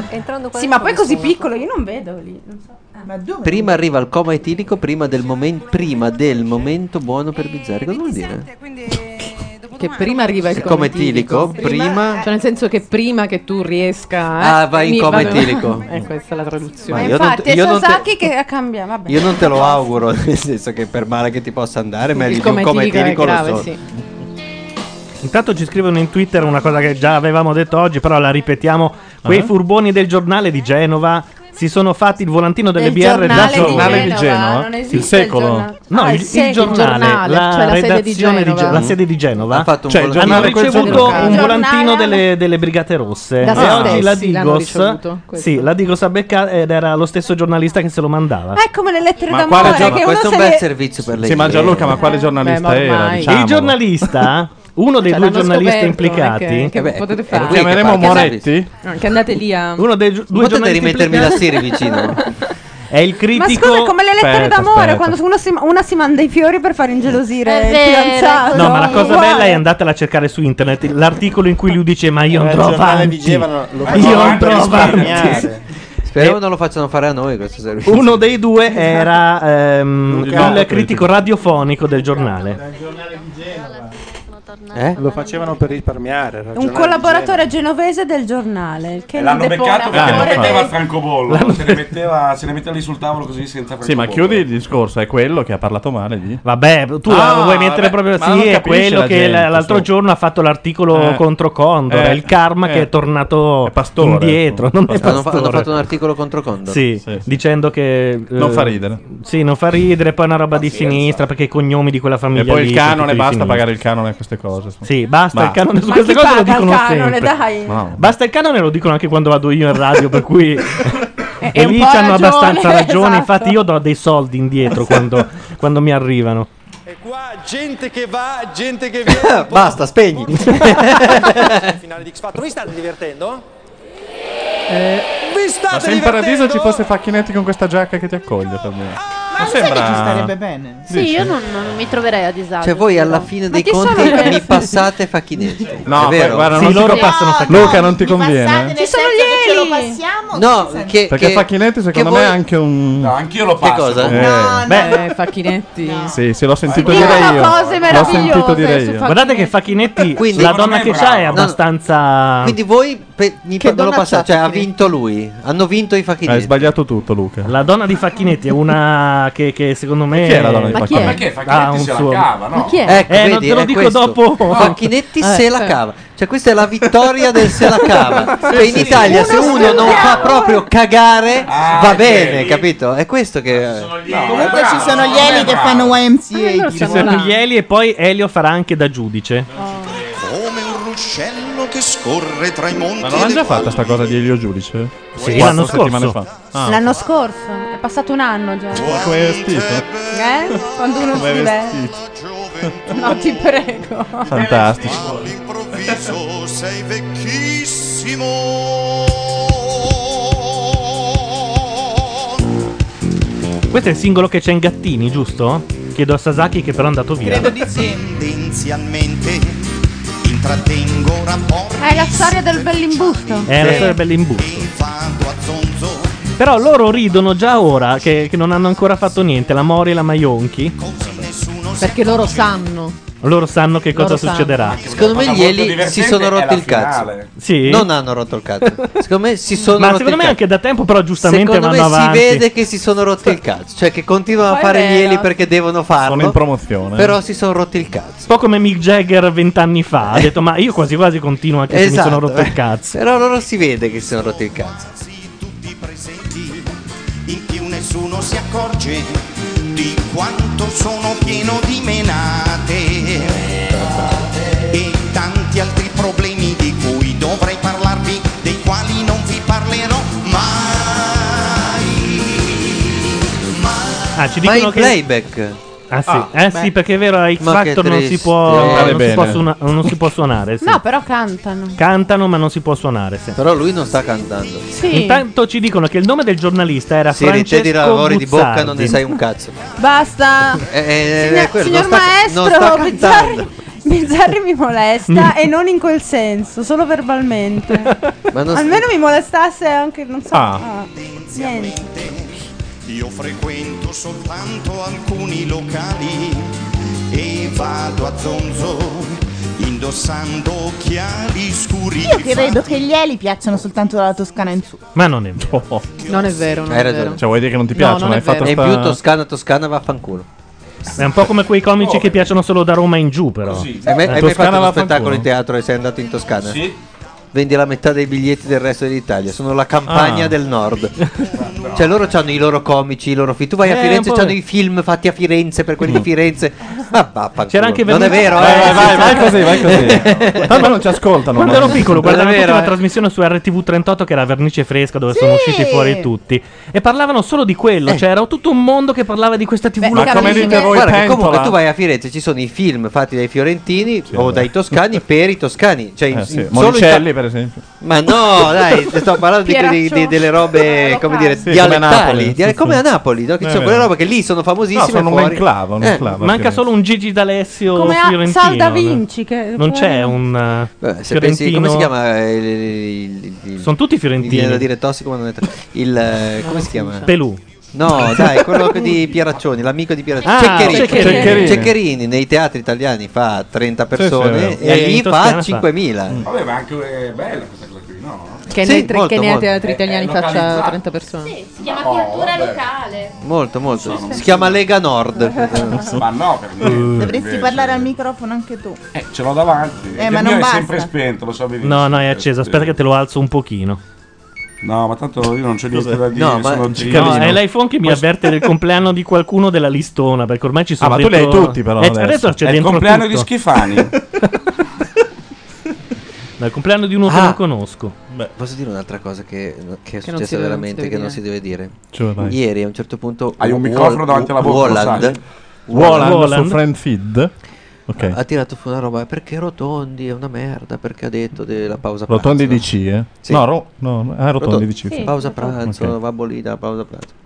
Speaker 17: Entrando qua sì, ma poi così piccolo, io non vedo lì. Non so. Eh, Ma dove?
Speaker 9: Prima arriva il coma etilico prima del, momen- prima del momento buono per bizzarri. Cosa vuol dire?
Speaker 7: Che prima arriva il
Speaker 9: Come
Speaker 7: coma
Speaker 9: etilico, prima...
Speaker 17: eh,
Speaker 7: Cioè nel senso che prima che tu riesca eh,
Speaker 9: Ah, vai in
Speaker 7: mi-
Speaker 9: coma
Speaker 7: vabbè.
Speaker 9: etilico.
Speaker 7: Eh, questa è la traduzione.
Speaker 17: Ma
Speaker 9: Ma io non
Speaker 17: infatti
Speaker 9: te- io
Speaker 17: è
Speaker 9: non te-
Speaker 17: Sasaki che ha cambiato. Vabbè.
Speaker 9: Io non te lo auguro, nel senso che per male che ti possa andare, meglio di un come etilico lo so.
Speaker 2: Intanto ci scrivono in Twitter una cosa che già avevamo detto oggi, però la ripetiamo. Quei
Speaker 22: Ah.
Speaker 2: furboni del giornale di Genova. si sono fatti il volantino delle
Speaker 20: Del
Speaker 2: BR da
Speaker 20: giornale di
Speaker 2: soli.
Speaker 20: Genova, Il giornale di non esiste
Speaker 2: Il
Speaker 20: il
Speaker 2: secolo.
Speaker 20: giornale.
Speaker 2: No,
Speaker 20: Ah,
Speaker 2: il,
Speaker 20: il se- il
Speaker 2: giornale,
Speaker 20: giornale,
Speaker 2: la
Speaker 20: cioè la sede di
Speaker 2: redazione di
Speaker 20: Genova.
Speaker 2: Ge- la sede di Genova.
Speaker 20: fatto un
Speaker 2: Cioè,
Speaker 20: volantino.
Speaker 2: hanno
Speaker 20: quel
Speaker 2: ricevuto
Speaker 20: giornale.
Speaker 2: un
Speaker 20: Il
Speaker 2: volantino delle, delle Brigate Rosse.
Speaker 20: Da
Speaker 2: e
Speaker 20: se
Speaker 2: oggi la
Speaker 20: stessi l'hanno
Speaker 2: Digos,
Speaker 20: ricevuto, questo.
Speaker 2: sì, la Digos ha beccato ed era lo stesso giornalista che se lo mandava.
Speaker 20: Ecco,
Speaker 7: Ma è come le lettere
Speaker 2: Ma
Speaker 7: d'amore.
Speaker 2: quale gioco?
Speaker 7: che
Speaker 2: Questo
Speaker 7: uno
Speaker 2: è
Speaker 7: se
Speaker 2: un bel
Speaker 7: le- Eh,
Speaker 2: servizio per lei. eh.
Speaker 22: Sì, ma Gianluca, ma quale
Speaker 7: beh,
Speaker 22: giornalista
Speaker 7: ma
Speaker 22: era?
Speaker 7: ormai-
Speaker 2: Il giornalista, uno dei
Speaker 7: Cioè,
Speaker 2: due
Speaker 7: l'hanno
Speaker 2: giornalisti
Speaker 7: scoperto,
Speaker 2: implicati,
Speaker 7: non è che- che Vabbè, potete fare.
Speaker 22: lo chiameremo
Speaker 7: Perché andate-
Speaker 22: Moretti?
Speaker 7: no, Che andate lì a.
Speaker 2: uno dei gio- due
Speaker 7: Potete
Speaker 2: giornalisti
Speaker 7: rimettermi
Speaker 2: implicati-
Speaker 7: la serie
Speaker 9: vicino?
Speaker 2: È il
Speaker 7: Ma
Speaker 2: critico.
Speaker 7: scusa, è come le lettere d'amore, quando uno si, una si manda i fiori per far ingelosire
Speaker 23: È
Speaker 7: il
Speaker 23: vero,
Speaker 7: fidanzato.
Speaker 2: No, ma la cosa
Speaker 7: Uguale.
Speaker 2: bella è andatela a cercare su internet l'articolo in cui lui dice: Ma io
Speaker 9: Eh,
Speaker 2: andrò
Speaker 9: il giornale
Speaker 2: avanti.
Speaker 9: di Gevano lo fa
Speaker 2: Io
Speaker 9: anche
Speaker 2: andrò avanti.
Speaker 9: risparmiare.
Speaker 22: Eh.
Speaker 9: Speriamo non lo facciano fare a noi questo servizio.
Speaker 2: Uno dei due era ehm,
Speaker 9: Luca.
Speaker 2: il critico radiofonico del giornale.
Speaker 22: Eh?
Speaker 13: Lo facevano per risparmiare.
Speaker 7: Un collaboratore genovese del giornale. Che
Speaker 5: E l'hanno
Speaker 7: non depone
Speaker 5: beccato perché
Speaker 7: a
Speaker 5: non
Speaker 7: favore
Speaker 5: metteva il
Speaker 7: dei-
Speaker 5: francobollo, se ne, metteva, se ne metteva lì sul tavolo così senza francobollo.
Speaker 22: Sì, ma chiudi il discorso, è quello che ha parlato male Ah, di...
Speaker 2: Vabbè, Tu la vuoi mettere proprio sì, è quello che l- l'altro giorno ha fatto l'articolo
Speaker 22: Eh.
Speaker 2: contro Condor,
Speaker 22: Eh.
Speaker 2: è il karma
Speaker 22: Eh.
Speaker 2: che è tornato
Speaker 22: pastore. ecco.
Speaker 2: indietro.
Speaker 9: Eh,
Speaker 2: Non è
Speaker 22: Hanno fa- hanno
Speaker 2: pastore.
Speaker 22: fatto un
Speaker 9: articolo contro Condor.
Speaker 2: Sì,
Speaker 9: Sì, sì.
Speaker 2: dicendo che eh,
Speaker 22: Non fa ridere.
Speaker 2: Sì, non fa ridere, poi è una roba di sinistra perché i cognomi di quella famiglia
Speaker 22: E poi il
Speaker 2: lì sono
Speaker 22: canone,
Speaker 2: tutti di
Speaker 22: basta
Speaker 2: sinistra.
Speaker 22: pagare il canone a queste cose.
Speaker 2: Sì, basta, il canone su
Speaker 7: Ma
Speaker 2: queste
Speaker 7: chi
Speaker 2: cose lo
Speaker 7: paga il
Speaker 2: dicono
Speaker 7: canone,
Speaker 2: sempre.
Speaker 7: dai?
Speaker 22: No.
Speaker 2: Basta il canone lo dicono anche quando vado io in radio, per cui
Speaker 7: e
Speaker 2: e
Speaker 3: Eh,
Speaker 7: un
Speaker 2: lì
Speaker 7: po'
Speaker 2: hanno
Speaker 7: ragione,
Speaker 2: abbastanza ragione,
Speaker 7: esatto.
Speaker 2: infatti io do dei soldi indietro quando, quando mi arrivano.
Speaker 24: Qua gente che va, gente che viene.
Speaker 9: Basta, spegni.
Speaker 24: finale di X Factor, vi state divertendo?
Speaker 22: Vi
Speaker 24: state
Speaker 22: ma se in
Speaker 24: divertendo?
Speaker 22: paradiso ci fosse Facchinetti con questa giacca che ti accoglie per me. Ma
Speaker 13: sai che ci starebbe bene?
Speaker 23: Sì, io non, non mi troverei a disagio.
Speaker 22: Cioè, voi alla
Speaker 23: però.
Speaker 22: fine
Speaker 9: dei conti Cioè,
Speaker 2: Eh,
Speaker 9: mi passate Facchinetti.
Speaker 22: No,
Speaker 9: è vero.
Speaker 22: beh, guarda,
Speaker 9: Sì,
Speaker 22: non
Speaker 9: loro
Speaker 22: ti...
Speaker 9: passano Facchinetti.
Speaker 22: Luca, non ti
Speaker 9: passate
Speaker 7: eh.
Speaker 22: conviene.
Speaker 23: Nel senso che ce lo passiamo?
Speaker 9: No, che,
Speaker 22: Perché
Speaker 9: che-
Speaker 22: Facchinetti secondo
Speaker 9: che
Speaker 22: me è
Speaker 9: voi-
Speaker 22: anche un... No,
Speaker 5: anch'io lo
Speaker 9: passo. cosa? No,
Speaker 5: Ah,
Speaker 9: no.
Speaker 2: Beh,
Speaker 7: Eh, Facchinetti.
Speaker 22: Sì, sì, l'ho sentito
Speaker 2: Dicono
Speaker 22: dire io.
Speaker 7: cose
Speaker 22: L'ho sentito
Speaker 7: meravigliose
Speaker 22: dire
Speaker 7: Eh, su
Speaker 22: io.
Speaker 2: Guardate che Facchinetti,
Speaker 9: Quindi-
Speaker 2: la
Speaker 9: Secondo
Speaker 2: donna
Speaker 9: me è
Speaker 2: che c'ha
Speaker 9: bravo. No,
Speaker 2: è
Speaker 9: no.
Speaker 2: abbastanza...
Speaker 9: Quindi voi pe- mi
Speaker 2: Che
Speaker 9: pa- me lo
Speaker 2: donna
Speaker 9: passate,
Speaker 2: c'ha
Speaker 9: cioè ha
Speaker 2: Facchinetti?
Speaker 9: vinto lui. Hanno vinto i
Speaker 22: Hai
Speaker 9: Facchinetti.
Speaker 22: sbagliato tutto, Luca.
Speaker 2: La donna di Facchinetti è una che, che secondo me...
Speaker 22: chi è la donna di Ma chi è?
Speaker 9: Facchinetti? Ma perché Facchinetti se la cava,
Speaker 2: Ma
Speaker 9: chi è? Ecco,
Speaker 2: eh, non
Speaker 9: vedi,
Speaker 2: te lo
Speaker 9: è
Speaker 2: dico
Speaker 9: questo.
Speaker 2: dopo.
Speaker 9: Facchinetti
Speaker 2: Eh,
Speaker 9: se la
Speaker 2: eh.
Speaker 9: cava. Cioè questa è la vittoria del se la cava.
Speaker 2: Sì,
Speaker 9: Cioè in
Speaker 2: sì.
Speaker 9: Italia se
Speaker 2: Uno
Speaker 9: uno non
Speaker 2: sfruttava.
Speaker 9: fa proprio cagare
Speaker 2: Ah,
Speaker 9: va
Speaker 2: ok.
Speaker 9: bene, capito? È questo che...
Speaker 13: Comunque ci sono gli eli che fanno YMCA.
Speaker 2: Ci
Speaker 13: tipo.
Speaker 2: sono Ieli e poi Elio farà anche da giudice.
Speaker 10: Come un ruscello che scorre tra i monti.
Speaker 22: Ma non l'hanno già fatta sta cosa di Elio Giudice?
Speaker 2: Sì,
Speaker 22: Quattro
Speaker 2: l'anno scorso.
Speaker 22: settimane fa. Ah.
Speaker 7: L'anno scorso, è passato un anno già.
Speaker 22: Come è vestito?
Speaker 7: Eh? Quando uno si
Speaker 22: Come è
Speaker 7: diverte. No, ti prego.
Speaker 22: Fantastico.
Speaker 10: All'improvviso sei vecchissimo.
Speaker 2: Questo è il singolo che c'è in Gattini, giusto? Chiedo a Sasaki che però è andato via.
Speaker 10: Credo di sì. Tendenzialmente intrattengo rapporti.
Speaker 7: È la storia del bell'imbusto.
Speaker 2: È la storia bell'imbusto. Però loro ridono già ora che, che non hanno ancora fatto niente, la Mori e la Maionchi.
Speaker 20: Perché loro sanno.
Speaker 2: Loro sanno che
Speaker 20: Loro
Speaker 2: cosa
Speaker 20: sanno.
Speaker 2: succederà.
Speaker 9: Secondo me gli Eli si sono rotti il cazzo.
Speaker 2: Sì?
Speaker 9: Non hanno rotto il cazzo. Secondo me si sono
Speaker 2: Ma
Speaker 9: rotti
Speaker 2: secondo
Speaker 9: il
Speaker 2: me
Speaker 9: cazzo.
Speaker 2: anche da tempo però giustamente
Speaker 9: Secondo me
Speaker 2: vanno avanti.
Speaker 9: si vede che si sono rotti il cazzo. Cioè che continuano a
Speaker 2: Poi è
Speaker 9: fare gli
Speaker 2: vero.
Speaker 9: Eli perché devono farlo.
Speaker 22: Sono in promozione.
Speaker 9: Però si sono rotti il cazzo.
Speaker 2: Un po' come Mick Jagger vent'anni fa. Ha detto ma io quasi quasi continuo anche se mi sono rotto il
Speaker 9: eh.
Speaker 2: cazzo.
Speaker 9: Però loro si vede che si sono rotti il cazzo.
Speaker 10: In più nessuno si accorge di quanto sono pieno di menate e tanti altri problemi di cui dovrei parlarvi, dei quali non vi parlerò mai.
Speaker 2: Ah, ci
Speaker 9: Ma
Speaker 2: dicono
Speaker 9: in
Speaker 2: che...
Speaker 9: playback.
Speaker 2: Ah sì,
Speaker 9: Ah,
Speaker 2: eh,
Speaker 9: beh.
Speaker 2: sì perché è vero, a X
Speaker 9: Ma che
Speaker 2: Factor non si,
Speaker 9: triste. Eh,
Speaker 2: può,
Speaker 9: Cantare
Speaker 2: non, si può
Speaker 9: bene.
Speaker 2: suona- non si può suonare. sì.
Speaker 7: No, però cantano.
Speaker 2: Cantano ma non si può suonare. Sì.
Speaker 9: Però lui non sta cantando.
Speaker 7: Sì.
Speaker 2: Intanto ci dicono che il nome del giornalista era
Speaker 9: Sì,
Speaker 2: Francesco
Speaker 9: te di lavori di bocca non
Speaker 2: Buzzardi.
Speaker 9: ne sai un cazzo.
Speaker 7: Basta.
Speaker 9: Eh, eh,
Speaker 7: Signor,
Speaker 9: è quello,
Speaker 7: signor
Speaker 9: non sta- non sta
Speaker 7: maestro, Bizzarri,
Speaker 9: cantando.
Speaker 7: Bizzarri mi molesta e non in quel senso, solo verbalmente.
Speaker 9: Ma non-
Speaker 7: Almeno mi molestasse anche, non so.
Speaker 10: Ah.
Speaker 7: ah, niente.
Speaker 10: Io frequento soltanto alcuni locali e vado a zonzo indossando occhiali scuri.
Speaker 13: Io credo che gli eli piacciono soltanto dalla Toscana in su.
Speaker 2: Ma non è vero.
Speaker 13: Non è vero, non
Speaker 9: Hai ragione.
Speaker 22: Oh. Cioè, vuoi dire che non ti
Speaker 13: No,
Speaker 22: piacciono?
Speaker 13: non è
Speaker 22: Hai fatto
Speaker 9: E in
Speaker 22: sta...
Speaker 9: più Toscana, Toscana vaffanculo.
Speaker 2: È un po' come quei comici che piacciono solo da Roma in giù, però.
Speaker 9: Hai mai, eh,
Speaker 2: La
Speaker 9: hai mai
Speaker 2: Eh, Toscana
Speaker 9: fatto uno
Speaker 2: vaffanculo.
Speaker 9: spettacolo in teatro e sei andato in Toscana?
Speaker 5: Sì.
Speaker 9: vendi la metà dei biglietti del resto dell'Italia. Sono la campagna
Speaker 25: Ah.
Speaker 9: del nord. Cioè loro hanno i loro comici, i loro film. Tu vai a
Speaker 25: Eh,
Speaker 9: Firenze,
Speaker 25: un po'
Speaker 9: hanno
Speaker 25: sì.
Speaker 9: i film fatti a Firenze per quelli di Firenze. Ma vaffanculo.
Speaker 2: Mm. C'era anche
Speaker 9: Non è
Speaker 2: Venuto-
Speaker 9: vero,
Speaker 2: Eh,
Speaker 9: eh?
Speaker 2: vai, vai così, vai
Speaker 9: così.
Speaker 22: Tanto non ci ascoltano.
Speaker 2: Quando ero
Speaker 22: ma-
Speaker 2: piccolo guardavo
Speaker 22: Non è
Speaker 2: tutta
Speaker 22: vero,
Speaker 2: la
Speaker 22: eh.
Speaker 2: trasmissione su RTV 38 che era Vernice Fresca dove sono usciti fuori tutti e parlavano solo di quello, cioè era tutto un mondo che parlava di questa TV locale.
Speaker 9: Eh. Guarda che comunque tu vai a Firenze, ci sono i film fatti dai fiorentini o dai toscani per i toscani. Cioè, in-
Speaker 22: Eh, sì.
Speaker 9: in- solo in
Speaker 22: Monicelli,
Speaker 9: Ita-
Speaker 22: per esempio.
Speaker 9: Ma no, dai, te sto parlando di, quelli-
Speaker 22: Pieraccio.
Speaker 9: di- delle robe, come dire,
Speaker 22: Sì, come a
Speaker 9: dialettali.
Speaker 22: Napoli.
Speaker 9: diale-
Speaker 22: Sì,
Speaker 9: come
Speaker 22: sì.
Speaker 9: a Napoli, no? che
Speaker 22: È
Speaker 9: ci sono
Speaker 22: vero.
Speaker 9: quelle robe che lì sono famosissime.
Speaker 22: No, sono
Speaker 9: fuori. Eh,
Speaker 22: un'enclave, un'enclave,
Speaker 2: Eh, Manca solo un Gigi D'Alessio
Speaker 7: Come a
Speaker 2: fiorentino.
Speaker 7: Sal da Vinci, che-
Speaker 2: Non c'è un eh,
Speaker 9: Beh, se
Speaker 2: fiorentino.
Speaker 9: pensi- come si chiama eh, il- il- il- il-
Speaker 2: Sono tutti fiorentini.
Speaker 9: mi viene da dire tossico ma non è to- il eh, come si chiama
Speaker 2: Pelù.
Speaker 9: no dai quello che di Pieraccioni l'amico di Pieraccioni
Speaker 2: Ah,
Speaker 9: Ceccherini.
Speaker 2: Ceccherini. Ceccherini.
Speaker 9: Ceccherini nei teatri italiani fa 30 persone
Speaker 5: sì.
Speaker 9: e
Speaker 5: E
Speaker 9: lì
Speaker 5: in
Speaker 9: fa
Speaker 5: Toscana fa-
Speaker 9: 5000
Speaker 2: Mm.
Speaker 5: Vabbè, ma anche è bella questa cosa qui, no?
Speaker 10: Che
Speaker 9: Sì,
Speaker 10: nei, tre-
Speaker 9: molto,
Speaker 10: che nei
Speaker 9: molto.
Speaker 10: teatri italiani
Speaker 5: È- è
Speaker 10: faccia
Speaker 5: localizzato. Oh.
Speaker 10: 30 persone.
Speaker 26: Si chiama cultura locale.
Speaker 9: molto molto si chiama Lega Nord
Speaker 5: ma no
Speaker 2: Mm.
Speaker 5: per
Speaker 9: Eh,
Speaker 13: Dovresti parlare al microfono anche tu.
Speaker 5: Eh, ce l'ho davanti.
Speaker 13: Eh,
Speaker 5: Il
Speaker 13: ma
Speaker 5: mio
Speaker 13: non
Speaker 5: è
Speaker 13: basta.
Speaker 5: sempre spento, lo so benissimo.
Speaker 2: No, no, è acceso. Aspetta che te lo alzo un pochino.
Speaker 5: No, ma tanto io non c'ho niente da dire.
Speaker 2: No,
Speaker 5: sono
Speaker 2: ma eh,
Speaker 5: Gino.
Speaker 2: No, è l'iPhone che mi avverte del compleanno di qualcuno della listona. Perché ormai ci sono
Speaker 5: Ah, ma tu li hai
Speaker 2: dentro-
Speaker 5: tutti però
Speaker 2: Eh,
Speaker 5: adesso.
Speaker 2: c'è
Speaker 5: È il
Speaker 2: dentro
Speaker 5: compleanno
Speaker 2: tutto.
Speaker 5: di Schifani.
Speaker 2: No, è il compleanno di uno che
Speaker 9: Ah.
Speaker 2: non conosco.
Speaker 9: posso dire un'altra cosa che, che è
Speaker 2: Che non
Speaker 9: successa
Speaker 2: si deve-
Speaker 9: veramente
Speaker 2: non si
Speaker 9: che
Speaker 2: deve
Speaker 9: non si deve
Speaker 2: dire.
Speaker 9: dire
Speaker 22: Cioè, vai.
Speaker 9: ieri a un certo punto
Speaker 5: Hai un
Speaker 9: Wa-
Speaker 5: microfono davanti alla bocca, lo
Speaker 9: Walland
Speaker 5: sai.
Speaker 22: Walland,
Speaker 9: Walland-
Speaker 22: su Friend Feed. Ok.
Speaker 9: ha tirato fuori una roba perché Rotondi è una merda perché ha detto della pausa
Speaker 22: Rotondi
Speaker 9: pranzo.
Speaker 22: di C, eh?
Speaker 9: Sì.
Speaker 22: No, ro- no, no, eh, rotondi di C.
Speaker 9: Sì, pausa pranzo,
Speaker 22: Ok.
Speaker 9: va bolita la pausa pranzo.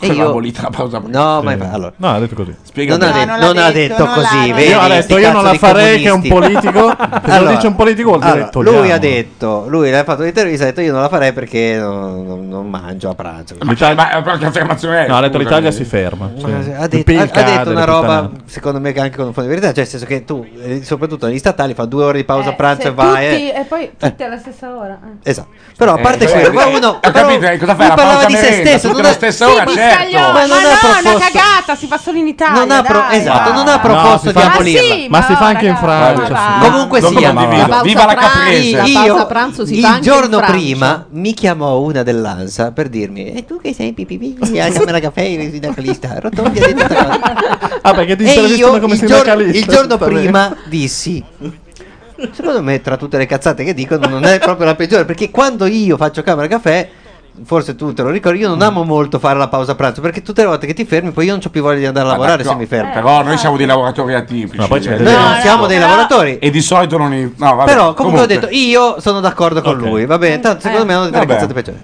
Speaker 22: Va abolita la pausa pranzo.
Speaker 9: No,
Speaker 22: Sì.
Speaker 9: ma infa- allora.
Speaker 22: No, ha detto così.
Speaker 9: Spiega non,
Speaker 22: No,
Speaker 9: ha de-
Speaker 22: non l'ha
Speaker 9: non ha
Speaker 22: detto,
Speaker 9: detto
Speaker 22: non l'ha-
Speaker 9: così.
Speaker 22: Io
Speaker 9: vedi,
Speaker 22: ho detto,
Speaker 9: sti
Speaker 22: io
Speaker 9: cazzo
Speaker 22: non la
Speaker 9: di
Speaker 22: farei, che è un
Speaker 9: comunisti.
Speaker 22: politico. Se lo dice un politico vuol dire
Speaker 9: allora,
Speaker 22: togliamo.
Speaker 9: Lui ha detto, lui l'ha fatto l'intervista, ha detto io non la farei perché non, non- non mangio a pranzo.
Speaker 5: Ma, cioè, ma, ma che affermazione è?
Speaker 22: No, ha detto
Speaker 5: Scusami.
Speaker 22: l'Italia si ferma.
Speaker 9: Ma
Speaker 22: Sì.
Speaker 9: Ha
Speaker 22: Il
Speaker 9: detto,
Speaker 22: PIL
Speaker 9: ha- ha
Speaker 22: cade,
Speaker 9: detto una
Speaker 22: le
Speaker 9: roba,
Speaker 22: puttanate.
Speaker 9: secondo me, che anche con un fondo di verità. Cioè, nel senso che tu, eh, soprattutto negli statali, fa due ore di pausa
Speaker 7: Eh,
Speaker 9: pranzo
Speaker 7: se
Speaker 9: e vai.
Speaker 7: tutti-
Speaker 9: eh.
Speaker 7: E poi
Speaker 9: Eh.
Speaker 7: tutti alla stessa ora. eh.
Speaker 9: Esatto. Però a parte
Speaker 5: Eh,
Speaker 9: quello,
Speaker 5: eh,
Speaker 9: ma
Speaker 5: eh,
Speaker 9: uno
Speaker 5: ho
Speaker 9: però-
Speaker 5: capito, eh, cosa fai,
Speaker 9: lui
Speaker 5: la
Speaker 9: parlava
Speaker 5: pausa
Speaker 9: di se
Speaker 5: merenda,
Speaker 9: stesso,
Speaker 5: tutte
Speaker 9: non ha-
Speaker 5: alla stessa ora,
Speaker 9: ma-
Speaker 5: certo.
Speaker 7: Ma,
Speaker 9: Ma non
Speaker 7: no,
Speaker 9: ha
Speaker 7: è una
Speaker 9: proposto
Speaker 7: cagata, si fa solo in Italia.
Speaker 9: non ha pro-
Speaker 7: dai.
Speaker 9: esatto, non
Speaker 5: Ah.
Speaker 9: ha proposto di
Speaker 7: ma
Speaker 9: abolirla.
Speaker 7: sì, ma
Speaker 22: fa anche in
Speaker 9: Francia.
Speaker 7: va.
Speaker 9: Comunque
Speaker 7: Non
Speaker 9: sia,
Speaker 7: condivido. La pausa Viva la pranzo, caprese. la pausa
Speaker 9: Io,
Speaker 7: pranzo si fa
Speaker 9: il
Speaker 7: anche in
Speaker 9: giorno
Speaker 7: Francia.
Speaker 9: prima mi chiamò una dell'ANSA per dirmi: E tu che sei pipipi, la camera caffè, il sindacalista, rotondi ha detto questa cosa.
Speaker 22: Ah, perché ti
Speaker 9: E
Speaker 22: intervistano
Speaker 9: io
Speaker 22: come
Speaker 9: il giorno,
Speaker 22: sindacalista,
Speaker 9: il giorno
Speaker 22: va bene.
Speaker 9: prima dissi. Secondo me, tra tutte le cazzate che dicono, non è proprio la peggiore. Perché quando io faccio camera caffè, forse tu te lo ricordi, io non amo molto fare la pausa pranzo. Perché tutte le volte che ti fermi, poi io non ho più voglia di andare a lavorare
Speaker 5: Però-
Speaker 9: se mi fermo.
Speaker 5: Però
Speaker 26: Eh,
Speaker 5: noi siamo dei lavoratori atipici.
Speaker 22: Ma poi c'è
Speaker 5: direi.
Speaker 9: Noi non siamo dei lavoratori.
Speaker 5: E di solito non. i- No, vabbè.
Speaker 9: Però comunque, ho detto io sono d'accordo con lui, va bene, tanto secondo me hanno detto le
Speaker 5: Vabbè.
Speaker 9: cazzate peggiori.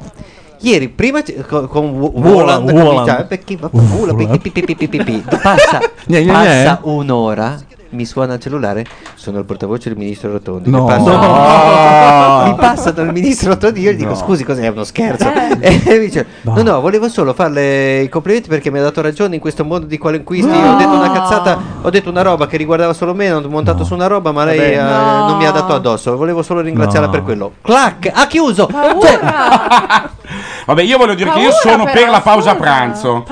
Speaker 9: Ieri prima ci- co- con Wo-
Speaker 22: Woland,
Speaker 9: Woland
Speaker 22: Woland.
Speaker 9: cominciava, perché va- Woland, perché pi- pi- pi- pi- pi- pi- passa
Speaker 22: Gna, gna,
Speaker 9: passa
Speaker 5: eh.
Speaker 9: un'ora mi suona il cellulare, sono il portavoce del ministro Rotondi.
Speaker 22: No.
Speaker 9: Mi, passa,
Speaker 22: No.
Speaker 9: mi passa dal ministro Rotondi. Io gli dico:
Speaker 22: No.
Speaker 9: Scusi, cos'è? È uno scherzo. E mi dice: no. no, volevo solo farle i complimenti perché mi ha dato ragione in questo mondo di qualunquisti. Io
Speaker 5: Ah.
Speaker 9: ho detto una cazzata, ho detto una roba che riguardava solo me. Ho montato su una roba, ma lei
Speaker 22: Vabbè.
Speaker 9: eh,
Speaker 22: No.
Speaker 9: non mi ha dato addosso. Volevo solo ringraziarla
Speaker 22: No.
Speaker 9: per quello. Clac, ha chiuso. Cioè
Speaker 5: Vabbè, io voglio dire che io
Speaker 9: Paura,
Speaker 5: sono
Speaker 9: però,
Speaker 5: per la pausa pranzo.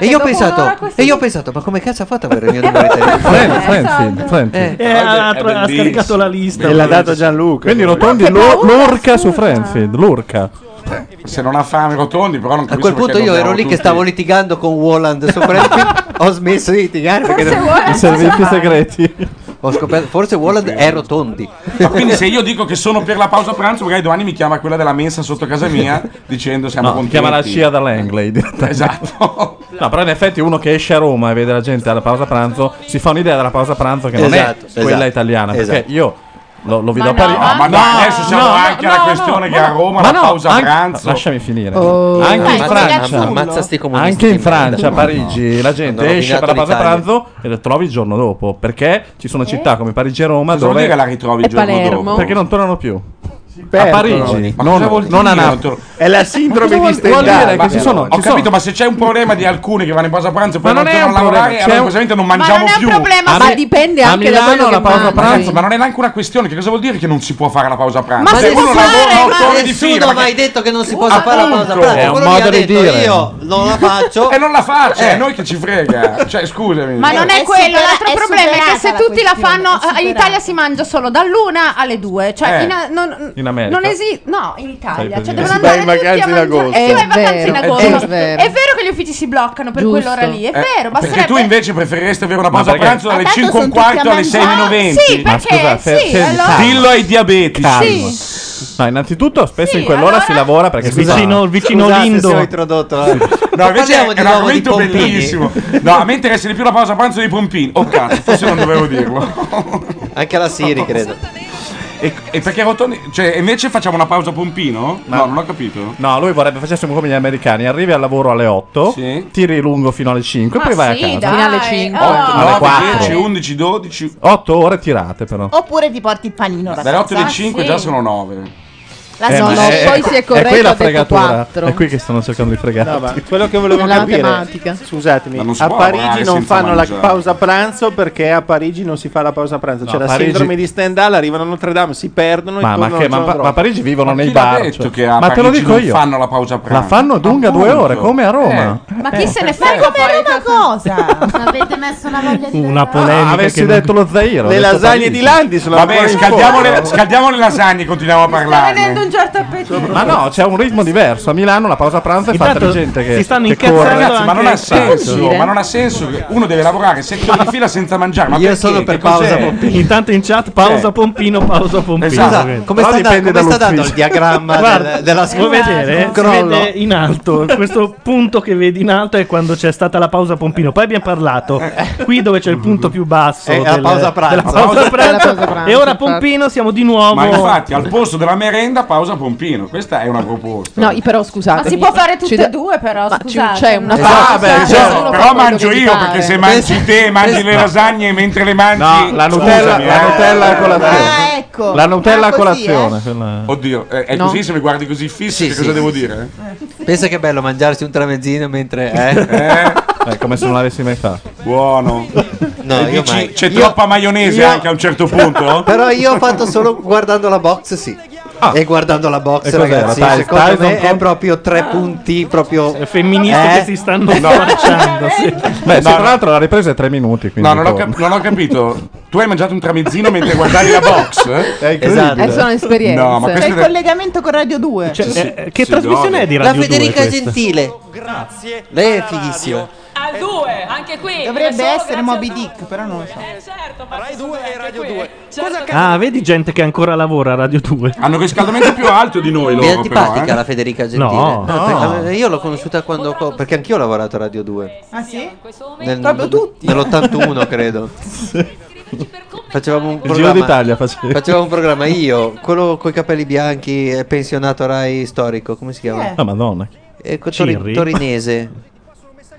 Speaker 9: e io ho pensato, e io ho pensato, ma come cazzo ha fatto ad avere il mio numero di telefono?
Speaker 5: esatto.
Speaker 2: Eh, ha,
Speaker 9: è
Speaker 2: ha
Speaker 9: bellissimo.
Speaker 2: scaricato la lista.
Speaker 22: E l'ha dato
Speaker 2: Gianluca.
Speaker 22: Quindi Rotondi
Speaker 5: boh.
Speaker 22: lo- l'orca su Friendfield, l'orca.
Speaker 5: Eh, Se non ha fame, rotondi, però non
Speaker 9: A
Speaker 5: capisco
Speaker 9: quel punto
Speaker 5: perché
Speaker 9: io ero
Speaker 5: dobbiamo
Speaker 9: lì che
Speaker 5: tutti-
Speaker 9: stavo litigando con Walland sopra il film. Ho smesso di litigare perché
Speaker 5: Forse Walland
Speaker 22: I servizi
Speaker 5: cosa fa?
Speaker 22: segreti.
Speaker 9: Ho scoperto, forse Walland è rotondi.
Speaker 5: Ma quindi se io dico che sono per la pausa pranzo, magari domani mi chiama quella della mensa sotto casa mia dicendo siamo
Speaker 22: No,
Speaker 5: contenti.
Speaker 22: chiama la scia da Langley.
Speaker 5: Esatto.
Speaker 22: No, però in effetti uno che esce a Roma e vede la gente alla pausa pranzo si fa un'idea della pausa pranzo che non
Speaker 5: Esatto,
Speaker 22: è quella
Speaker 5: esatto,
Speaker 22: italiana.
Speaker 5: esatto.
Speaker 22: Perché io lo, lo vedo
Speaker 5: Ma
Speaker 22: a Parigi.
Speaker 5: no, ma no, adesso siamo anche alla questione che a Roma
Speaker 22: ma
Speaker 5: la pausa
Speaker 22: anche-
Speaker 5: pranzo-
Speaker 22: Lasciami finire.
Speaker 5: Oh.
Speaker 22: anche in
Speaker 5: Ammazza
Speaker 22: Francia,
Speaker 5: Gazzullo. Ammazza sti comunisti
Speaker 22: anche in
Speaker 5: di merda.
Speaker 22: Francia, a Parigi, la gente
Speaker 5: Hanno
Speaker 22: esce per la pausa
Speaker 5: rovinato
Speaker 22: pranzo e la trovi il giorno dopo. Perché ci sono città come Parigi e Roma
Speaker 5: Cosa vuol
Speaker 22: dove
Speaker 5: dire la ritrovi il Eh? E giorno Palermo? dopo?
Speaker 22: Perché non tornano più. A
Speaker 5: perdono.
Speaker 22: Parigi,
Speaker 5: Ma
Speaker 22: non,
Speaker 5: cosa vuol
Speaker 22: non a
Speaker 5: dire?
Speaker 22: Napoli.
Speaker 5: È la sindrome
Speaker 22: Ma cosa
Speaker 5: di
Speaker 22: vuol- vuol
Speaker 5: Stendhal.
Speaker 22: dire che
Speaker 5: Ma
Speaker 22: ci sono-
Speaker 5: Ho
Speaker 22: ci sono-
Speaker 5: capito, ma se c'è un problema di alcuni che vanno in pausa pranzo e poi
Speaker 22: Ma
Speaker 5: non
Speaker 22: non è
Speaker 5: tornano a
Speaker 22: un
Speaker 5: lavorare,
Speaker 22: problema, c'è
Speaker 5: allora
Speaker 22: un-
Speaker 5: cosamente non
Speaker 22: Ma
Speaker 5: mangiamo
Speaker 22: non è un
Speaker 5: più.
Speaker 22: problema, A ma me- dipende a anche da Milano quello la che pausa mangi. pranzo.
Speaker 5: Ma non è neanche una questione, che cosa vuol dire che non si può fare la pausa pranzo?
Speaker 9: Ma
Speaker 5: Cioè,
Speaker 9: si può
Speaker 5: uno
Speaker 9: fare,
Speaker 5: lavora otto
Speaker 9: ma
Speaker 5: ore di
Speaker 9: nessuno
Speaker 5: fila,
Speaker 9: ha
Speaker 5: ma
Speaker 9: mai
Speaker 5: che-
Speaker 9: detto che non si possa fare la pausa
Speaker 5: Appunto.
Speaker 9: pranzo.
Speaker 5: È un
Speaker 9: Quello lì ha
Speaker 5: modo di
Speaker 9: detto,
Speaker 5: dire.
Speaker 9: Io non la faccio. Eh.
Speaker 5: E non la faccio, è noi che ci frega. Cioè, scusami.
Speaker 27: Ma non è
Speaker 5: Eh,
Speaker 27: quello,
Speaker 13: supera-
Speaker 27: l'altro
Speaker 13: è
Speaker 27: problema è che
Speaker 13: superata
Speaker 27: se
Speaker 13: la
Speaker 27: tutti la
Speaker 13: questione,
Speaker 27: fanno,
Speaker 13: è
Speaker 27: eh, in
Speaker 13: superata.
Speaker 27: Italia si mangia solo dall'una alle due, cioè
Speaker 5: Eh,
Speaker 27: in, non-
Speaker 22: in
Speaker 5: America?
Speaker 20: Non esiste, no, in Italia.
Speaker 5: Sai per
Speaker 20: Cioè, devono
Speaker 5: dire. Si va in
Speaker 20: andare tutti a
Speaker 5: vacanza in
Speaker 20: mangiare-
Speaker 5: agosto.
Speaker 20: Eh, si va
Speaker 5: È
Speaker 20: in vacanza in
Speaker 5: vero,
Speaker 20: agosto.
Speaker 5: è
Speaker 20: È vero.
Speaker 5: vero.
Speaker 20: che gli uffici si bloccano per
Speaker 5: Giusto.
Speaker 20: quell'ora lì, è
Speaker 5: Eh,
Speaker 20: vero.
Speaker 5: Perché
Speaker 20: Basterebbe
Speaker 5: tu invece preferiresti avere una
Speaker 3: Ma
Speaker 5: pausa
Speaker 3: perché?
Speaker 5: pranzo dalle
Speaker 20: Ma Ah, tanto
Speaker 5: 5 e un
Speaker 20: sono tutti
Speaker 5: quarto
Speaker 20: a
Speaker 5: alle 6 meno
Speaker 20: mangiare.
Speaker 5: 20?
Speaker 20: Sì,
Speaker 22: Ma
Speaker 20: perché-
Speaker 22: scusa, per-
Speaker 20: sì,
Speaker 22: per-
Speaker 20: allora-
Speaker 5: Dillo ai diabetici.
Speaker 22: Calma. No, innanzitutto spesso in quell'ora si lavora perché si
Speaker 2: Vicino-
Speaker 22: fa-
Speaker 2: vicino Scusate Lindo. se ho introdotto, eh.
Speaker 5: No, invece è
Speaker 22: Parliamo
Speaker 5: un
Speaker 22: di nuovo di
Speaker 5: argomento
Speaker 22: Pompini.
Speaker 5: bellissimo. No, a me interessa di più la pausa pranzo di Pompini. Oh cazzo, forse non dovevo dirlo.
Speaker 9: Anche alla Siri, credo.
Speaker 5: E, e perché Rotoni? Cioè, invece facciamo una pausa Pompino?
Speaker 22: Ma-
Speaker 5: No, non ho capito.
Speaker 22: No, lui vorrebbe facessimo come gli americani. Arrivi al lavoro alle 8, tiri lungo fino alle 5,
Speaker 5: Ma
Speaker 4: Ah,
Speaker 22: poi vai
Speaker 13: sì,
Speaker 22: a
Speaker 13: dai.
Speaker 22: casa.
Speaker 13: Fino alle cinque.
Speaker 5: 8,
Speaker 13: Oh,
Speaker 5: 9,
Speaker 22: dai.
Speaker 5: 10, 11, 12.
Speaker 22: 8 ore tirate, però.
Speaker 20: Oh,
Speaker 13: Oppure ti porti il panino
Speaker 5: Dalle 8 alle
Speaker 13: ragazza,
Speaker 4: Ah,
Speaker 5: 5
Speaker 13: sì.
Speaker 5: già sono 9.
Speaker 13: La
Speaker 22: Eh,
Speaker 13: no,
Speaker 22: ma
Speaker 13: no, poi si è corretto,
Speaker 22: È qui
Speaker 13: ha
Speaker 22: la
Speaker 13: detto
Speaker 22: fregatura.
Speaker 13: quattro.
Speaker 22: È qui che stanno cercando di fregarti.
Speaker 3: No, ma quello che volevo
Speaker 13: Nella
Speaker 3: capire
Speaker 13: tematica.
Speaker 3: Scusatemi,
Speaker 22: Ma non si
Speaker 3: a
Speaker 22: può
Speaker 3: Parigi
Speaker 22: lavorare
Speaker 3: non
Speaker 22: senza
Speaker 3: fanno
Speaker 22: mangiare.
Speaker 3: la pausa pranzo perché a Parigi non si fa la pausa pranzo.
Speaker 22: No,
Speaker 3: C'è la
Speaker 22: Parigi-
Speaker 3: sindrome di Stendhal, arrivano a Notre Dame, si
Speaker 22: Ma-
Speaker 3: perdono e
Speaker 22: ma
Speaker 3: tornano
Speaker 22: che-
Speaker 3: al
Speaker 22: ma-
Speaker 3: giorno
Speaker 22: ma
Speaker 3: dopo.
Speaker 22: Parigi vivono Ma nei chi l'ha bar, detto cioè.
Speaker 5: che
Speaker 22: Ma
Speaker 5: a
Speaker 22: te lo
Speaker 5: Parigi
Speaker 22: dico
Speaker 5: non
Speaker 22: io.
Speaker 5: fanno la pausa pranzo.
Speaker 22: La fanno lunga due
Speaker 5: Appunto.
Speaker 22: ore, come a
Speaker 13: Eh.
Speaker 22: Roma.
Speaker 20: Ma
Speaker 5: Eh,
Speaker 20: chi se ne
Speaker 13: Ma
Speaker 20: frega
Speaker 13: come
Speaker 20: poi?
Speaker 13: una cosa? Avete messo una voglia di
Speaker 22: Una polemica. avessi
Speaker 5: che non-
Speaker 22: detto lo zairo.
Speaker 5: Le
Speaker 22: ho detto
Speaker 5: lasagne
Speaker 22: Parigi.
Speaker 5: di Landi sono Vabbè, ancora in scaldiamo forno. le- scaldiamo le lasagne e continuiamo a
Speaker 20: Sta venendo un giorno appetito.
Speaker 22: Ma no, c'è un ritmo diverso. A Milano la pausa pranzo è fatta di
Speaker 5: Intanto
Speaker 22: gente che.
Speaker 5: si stanno
Speaker 22: che
Speaker 5: incazzando
Speaker 22: corre.
Speaker 5: Ragazzi, ma non ha senso,
Speaker 3: eh.
Speaker 5: ma non ha senso che uno deve lavorare sette ore di fila senza mangiare. Ma
Speaker 22: Io
Speaker 5: perché?
Speaker 22: sono per
Speaker 5: Che cos'è?
Speaker 2: Intanto in chat pausa
Speaker 5: Eh.
Speaker 2: Pompino, pausa Pompino.
Speaker 5: Esatto.
Speaker 2: Ovviamente.
Speaker 5: Come
Speaker 2: Però
Speaker 5: sta da-
Speaker 2: dipende
Speaker 5: come sta
Speaker 2: dall'ufficio.
Speaker 5: dando il diagramma
Speaker 2: Guarda,
Speaker 5: del- della
Speaker 2: vuoi
Speaker 5: scuola?
Speaker 2: vedere? Si
Speaker 5: Crollo.
Speaker 2: vede in alto. Questo punto che vedi in alto è quando c'è stata la pausa Pompino. Poi abbiamo parlato qui dove c'è il punto più basso
Speaker 5: È la
Speaker 2: del-
Speaker 5: pausa pranzo.
Speaker 2: della pausa
Speaker 5: Della pausa
Speaker 2: pranzo.
Speaker 5: pranzo,
Speaker 2: E ora
Speaker 5: infatti.
Speaker 2: Pompino siamo di nuovo.
Speaker 5: Ma infatti, al posto della merenda, pausa Pompino. Questa è una proposta.
Speaker 7: No, i- però scusate.
Speaker 20: Ma si può fare tutte e due, però.
Speaker 7: ci-
Speaker 20: Scusate.
Speaker 7: c'è una
Speaker 20: no.
Speaker 7: pausa.
Speaker 5: Ah, beh,
Speaker 7: Sì,
Speaker 5: cioè,
Speaker 7: solo per
Speaker 5: però
Speaker 7: quello
Speaker 5: mangio
Speaker 7: che ti
Speaker 5: io
Speaker 7: pare.
Speaker 5: perché se mangi te, mangi le
Speaker 22: No.
Speaker 5: lasagne mentre le mangi.
Speaker 22: No,
Speaker 5: eh.
Speaker 22: la Nutella- la
Speaker 13: eh.
Speaker 22: Nutella a colazione. Ah, ecco. La Nutella a Ah, così, colazione, eh.
Speaker 5: Oddio, è, è
Speaker 9: No.
Speaker 5: così se mi guardi così fisso,
Speaker 9: Sì,
Speaker 5: che
Speaker 9: sì,
Speaker 5: cosa
Speaker 9: sì,
Speaker 5: devo
Speaker 9: sì,
Speaker 5: dire?
Speaker 9: Pensa che è bello mangiarsi un tramezzino mentre. eh?
Speaker 5: Eh?
Speaker 22: È Eh, come se non l'avessi mai fatto.
Speaker 5: Buono.
Speaker 9: No,
Speaker 5: E
Speaker 9: io
Speaker 5: dici,
Speaker 9: mai.
Speaker 5: c'è
Speaker 9: Io-
Speaker 5: troppa maionese
Speaker 9: io-
Speaker 5: anche a un certo punto?
Speaker 9: Però io ho fatto solo guardando la box, sì.
Speaker 2: Ah.
Speaker 9: E guardando la box,
Speaker 22: E cos'era?
Speaker 9: ragazzi,
Speaker 22: Tyson-
Speaker 9: secondo
Speaker 22: Tyson
Speaker 9: me è
Speaker 22: con-
Speaker 9: proprio tre punti proprio
Speaker 2: Femministi
Speaker 9: Eh?
Speaker 2: che si stanno
Speaker 9: No.
Speaker 2: sfacciando. sì.
Speaker 22: Beh, sì,
Speaker 5: No,
Speaker 22: tra
Speaker 5: no.
Speaker 22: l'altro la ripresa è tre minuti. Quindi
Speaker 5: No, non ho,
Speaker 22: torno.
Speaker 5: cap- non ho capito. Tu hai mangiato un tramezzino mentre guardavi la box?
Speaker 22: È
Speaker 13: Esatto. Eh, sono esperienze.
Speaker 5: No, ma
Speaker 13: C'è
Speaker 5: questo
Speaker 13: il collegamento con Radio 2.
Speaker 2: Cioè, eh, eh, che trasmissione è di
Speaker 9: La
Speaker 2: Radio
Speaker 9: Federica
Speaker 2: 2 questa?
Speaker 9: Gentile.
Speaker 28: Grazie.
Speaker 9: Lei è fighissima.
Speaker 28: Al 2, anche qui.
Speaker 13: Dovrebbe
Speaker 28: Solo
Speaker 13: essere
Speaker 28: grazie
Speaker 13: Moby
Speaker 28: al-
Speaker 13: Dick, però non lo so.
Speaker 28: Eh, certo, Rai 2 e Radio 2.
Speaker 7: Cioè,
Speaker 2: Ah, vedi gente che ancora lavora a Radio 2.
Speaker 5: Hanno un riscaldamento più alto di noi eh.
Speaker 9: Mi è antipatica la Federica Gentile.
Speaker 2: No.
Speaker 9: No, perché- Io l'ho conosciuta quando. co- Perché anch'io ho lavorato a Radio 2.
Speaker 13: Ah sì?
Speaker 9: Nel-
Speaker 13: Proprio tutti.
Speaker 9: Nell'81, credo. Facevamo un
Speaker 22: Giro
Speaker 9: programma.
Speaker 22: d'Italia facevi.
Speaker 9: Facevamo un programma io, quello coi capelli bianchi, eh, pensionato Rai storico, come si chiama?
Speaker 22: Ah, madonna.
Speaker 9: Eh, co- tori-
Speaker 22: Cirri?
Speaker 9: torinese.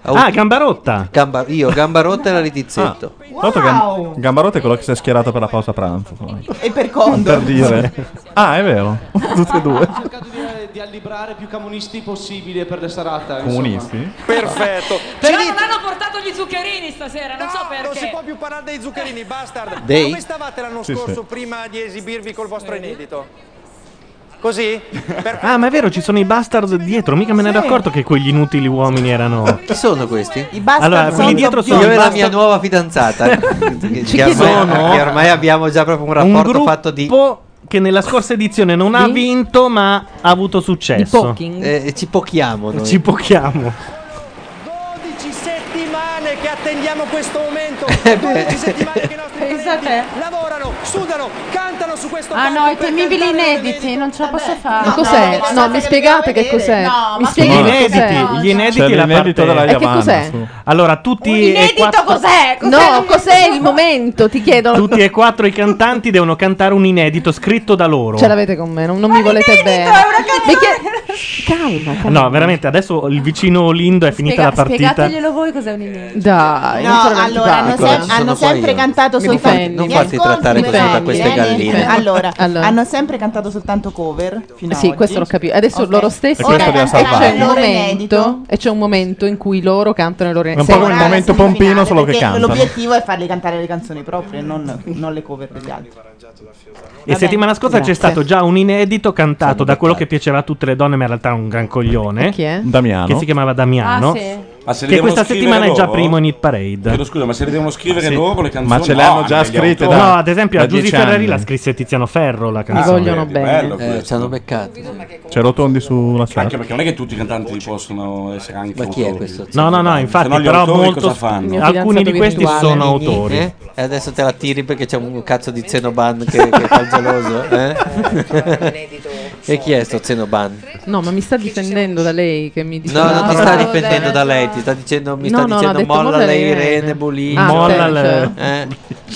Speaker 22: Ah,
Speaker 2: Gambarotta.
Speaker 9: Gamba, io, Gambarotta e la Litizzetto.
Speaker 13: Wow.
Speaker 22: Ah, Gambarotta è quello che si è schierato per la pausa pranzo.
Speaker 13: E per condo.
Speaker 22: Per dire. Ah, è vero. Tutte e due.
Speaker 10: di allibrare più comunisti possibile per la serata.
Speaker 22: Comunisti?
Speaker 10: Perfetto.
Speaker 28: Però non hanno portato gli zuccherini stasera, non so perché. Non si può
Speaker 10: più parlare dei zuccherini, bastard.
Speaker 9: Dei?
Speaker 10: Come stavate l'anno
Speaker 22: Sì,
Speaker 10: scorso
Speaker 22: sì.
Speaker 10: prima di esibirvi col vostro inedito? Così?
Speaker 2: Ah, ma è vero, ci sono i bastard dietro. Mica me ne ero
Speaker 10: Sì.
Speaker 2: accorto che quegli inutili uomini erano.
Speaker 9: Chi sono questi?
Speaker 13: I
Speaker 2: Allora, quelli dietro sono. i
Speaker 9: Io e la
Speaker 2: bastard-
Speaker 9: mia nuova fidanzata. che, che ormai,
Speaker 2: sono?
Speaker 9: che ormai abbiamo già proprio un
Speaker 2: un
Speaker 9: rapporto
Speaker 2: gruppo
Speaker 9: fatto di.
Speaker 22: Oh,
Speaker 2: che nella scorsa edizione non ha vinto, ma ha avuto successo.
Speaker 9: Eh, ci pochiamo noi.
Speaker 2: Ci pochiamo.
Speaker 10: 12 settimane che attendiamo questo momento. Esatto.
Speaker 9: Eh beh.
Speaker 10: 12 settimane che i nostri
Speaker 20: Pensa a te.
Speaker 10: talenti lavorano, sudano, cantano su questo
Speaker 20: Cioè? Ah
Speaker 10: palco
Speaker 20: no, i
Speaker 10: per
Speaker 20: temibili inediti, non ce la posso fare.
Speaker 7: Ma cos'è? No, mi spiegate che cos'è? mi
Speaker 2: Gli
Speaker 7: spiegate Cioè, che
Speaker 2: inediti,
Speaker 7: cos'è?
Speaker 2: gli inediti
Speaker 22: C'è
Speaker 2: la
Speaker 22: Cioè, l'inedito
Speaker 2: parte-
Speaker 22: della
Speaker 7: E che Yavanna, cos'è? su.
Speaker 2: Allora, tutti e quattro...
Speaker 7: No, cos'è il momento? Ti chiedo.
Speaker 2: Tutti e quattro i cantanti devono cantare un inedito scritto da loro.
Speaker 7: Ce l'avete con me, non, non mi volete bene. Mi chie- Shh, Calma, calma.
Speaker 2: No, veramente, adesso il vicino Lindo è finita la partita.
Speaker 20: Spiegateglielo voi cos'è un inedito.
Speaker 7: Dai,
Speaker 13: No,
Speaker 7: non sono
Speaker 13: allora hanno,
Speaker 7: antipatica.
Speaker 13: sem- hanno sempre cantato
Speaker 7: Mi
Speaker 13: soltanto
Speaker 7: difendi. Non
Speaker 13: Mi
Speaker 7: farti
Speaker 13: ascolti,
Speaker 7: trattare
Speaker 13: mi
Speaker 7: così da
Speaker 13: prendi,
Speaker 7: queste
Speaker 13: eh?
Speaker 7: galline.
Speaker 13: Allora,
Speaker 7: Allora.
Speaker 13: hanno sempre cantato soltanto cover fino a
Speaker 7: Sì,
Speaker 13: oggi.
Speaker 7: questo l'ho capito. Adesso
Speaker 13: Ok.
Speaker 7: loro stessi
Speaker 13: E questo
Speaker 7: e
Speaker 13: li ha salvati.
Speaker 7: c'è un
Speaker 13: Il loro
Speaker 7: momento
Speaker 13: inedito.
Speaker 7: e c'è un momento in cui loro cantano i loro
Speaker 13: È
Speaker 7: inediti.
Speaker 13: Ora la semifinale, perché
Speaker 7: cantano.
Speaker 13: L'obiettivo è farle cantare le canzoni proprie, non, non le cover degli altri.
Speaker 2: E settimana scorsa
Speaker 13: Grazie.
Speaker 2: c'è stato già un inedito cantato da quello che piaceva a tutte le donne, ma in realtà è un gran coglione.
Speaker 7: Chi è?
Speaker 22: Damiano.
Speaker 2: Che si chiamava Damiano.
Speaker 7: Ah, sì.
Speaker 5: Ah, se le
Speaker 2: che
Speaker 5: devono
Speaker 2: questa
Speaker 5: scrivere
Speaker 2: settimana è già
Speaker 5: loro?
Speaker 2: primo in Hit Parade.
Speaker 5: Chiedo scusa, ma se le devono scrivere
Speaker 2: Sì.
Speaker 5: loro le canzoni?
Speaker 22: Ma ce le hanno
Speaker 5: No,
Speaker 22: già
Speaker 5: gli
Speaker 22: scritte
Speaker 5: autori.
Speaker 2: No, ad esempio a
Speaker 22: da
Speaker 2: Giusy
Speaker 22: dieci
Speaker 2: Ferrari
Speaker 22: anni.
Speaker 2: la scrisse Tiziano Ferro la canzone.
Speaker 22: vogliono bene.
Speaker 5: bello questo.
Speaker 22: ci hanno
Speaker 9: beccato.
Speaker 22: C'è rotondi sulla chat.
Speaker 5: Anche perché non è che tutti i cantanti possono essere anche
Speaker 9: Ma chi è
Speaker 5: autori.
Speaker 9: questo?
Speaker 2: No, no, no,
Speaker 5: Se no
Speaker 2: infatti,
Speaker 5: gli
Speaker 2: però
Speaker 5: autori
Speaker 2: molto
Speaker 5: cosa fanno?
Speaker 2: alcuni di questi sono
Speaker 9: Niente?
Speaker 2: autori.
Speaker 9: E adesso te la tiri perché c'è un cazzo di Zenoban che, che fa il geloso. Eh? e chi è sto Zenoban?
Speaker 7: No, ma mi sta difendendo da lei che mi dice
Speaker 9: No, non ti sta
Speaker 7: parole.
Speaker 9: difendendo da lei, ti sta dicendo, mi
Speaker 7: No,
Speaker 9: sta
Speaker 7: no, no, ha
Speaker 9: dicendo
Speaker 7: detto
Speaker 9: molla
Speaker 7: molla
Speaker 9: lei
Speaker 7: Irene.
Speaker 9: Irene Bolini.
Speaker 7: Ah,
Speaker 2: Molla
Speaker 7: certo.
Speaker 9: le-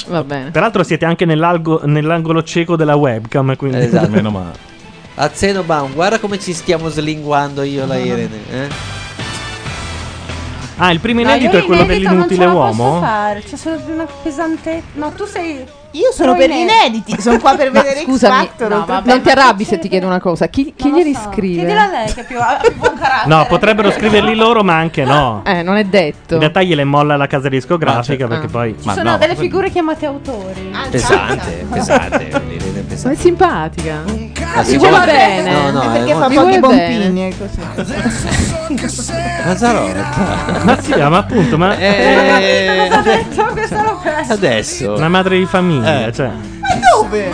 Speaker 7: Va bene.
Speaker 2: Peraltro siete anche nell'algo- nell'angolo cieco della webcam, quindi
Speaker 9: Esatto.
Speaker 2: meno male.
Speaker 9: A Zenoban, guarda come ci stiamo slinguando io e la Irene. Eh?
Speaker 2: Ah, il primo
Speaker 29: No,
Speaker 2: inedito
Speaker 29: io
Speaker 2: è quello
Speaker 29: l'inedito
Speaker 2: dell'inutile
Speaker 29: non ce la posso
Speaker 2: uomo?
Speaker 29: fare, c'è solo una pesante. No, tu sei.
Speaker 13: Io sono per gli inediti, sono qua per
Speaker 7: Ma
Speaker 13: vedere X
Speaker 7: scusami,
Speaker 13: Factor,
Speaker 7: no,
Speaker 13: oltre-
Speaker 7: vabbè, non ti arrabbi se ti chiedo una cosa. Chi, chi glieli scrive?
Speaker 29: Chiedilo a lei che più ha ha buon carattere.
Speaker 2: No, potrebbero scriverli loro, ma anche no.
Speaker 7: Eh, non è detto.
Speaker 2: In realtà gliele molla la casa discografica perché poi.
Speaker 7: Ah.
Speaker 29: Ci sono delle figure chiamate autori.
Speaker 2: Ah,
Speaker 29: Esatto.
Speaker 9: Pesante, pesante. Irene,
Speaker 7: Ma
Speaker 9: pesante.
Speaker 7: è simpatica.
Speaker 9: Ah,
Speaker 7: Mi
Speaker 9: si
Speaker 7: vuole
Speaker 9: vuole-
Speaker 7: bene.
Speaker 9: no, no,
Speaker 13: perché
Speaker 9: eh,
Speaker 13: fa
Speaker 7: mi
Speaker 13: un po' di
Speaker 7: vuole
Speaker 13: pompini e eh, così.
Speaker 9: Mazzarotta.
Speaker 2: Ma sì, ma appunto, ma. cioè-
Speaker 9: Eh,
Speaker 2: Una
Speaker 9: adesso. Eh.
Speaker 2: madre di famiglia, cioè.
Speaker 13: Ma dove?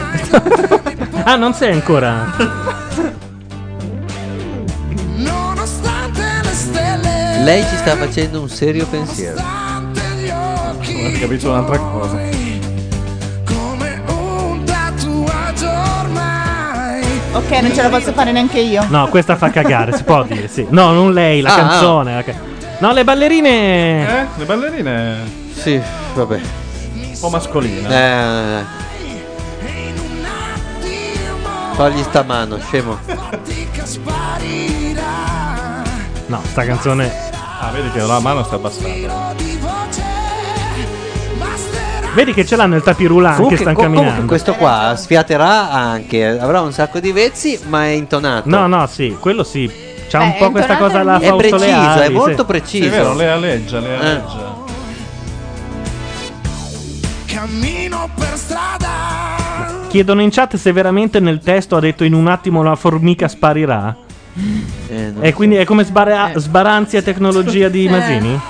Speaker 2: Ah, non sei ancora.
Speaker 10: Nonostante le stelle,
Speaker 9: Lei ci sta facendo un serio pensiero. Eh,
Speaker 22: Ho capito un'altra cosa.
Speaker 10: un tatuaggio ormai.
Speaker 13: Ok, non ce la posso fare neanche io.
Speaker 2: No, questa fa cagare, si può dire, sì. No, non lei, la
Speaker 13: Ah,
Speaker 2: canzone. la ca- No, le ballerine.
Speaker 22: Eh? Le ballerine.
Speaker 9: Sì, vabbè.
Speaker 22: Un po' mascolina.
Speaker 9: Eh. Togli sta mano, scemo.
Speaker 10: Fatica sparirà.
Speaker 2: No, sta canzone.
Speaker 22: Ah, vedi che la mano sta abbassata.
Speaker 2: Vedi che ce l'hanno il tapirulà che
Speaker 9: Comunque,
Speaker 2: stanno
Speaker 9: co- comunque
Speaker 2: camminando.
Speaker 9: questo qua sfiaterà anche, avrà un sacco di vezzi, ma è intonato.
Speaker 2: No, no, sì, quello sì. C'ha
Speaker 9: Beh,
Speaker 2: un po' questa cosa la
Speaker 9: è
Speaker 2: Fausto
Speaker 9: preciso,
Speaker 2: Leali,
Speaker 9: è
Speaker 2: sì.
Speaker 9: molto preciso.
Speaker 22: Sì, è vero, le alleggia, le
Speaker 9: Eh.
Speaker 22: alleggia.
Speaker 10: Cammino per strada.
Speaker 2: Chiedono in chat se veramente nel testo ha detto in un attimo la formica sparirà.
Speaker 9: Eh,
Speaker 2: e quindi è come sbara-
Speaker 29: Eh.
Speaker 2: sbaranzi a tecnologia di
Speaker 30: Eh.
Speaker 2: Masini?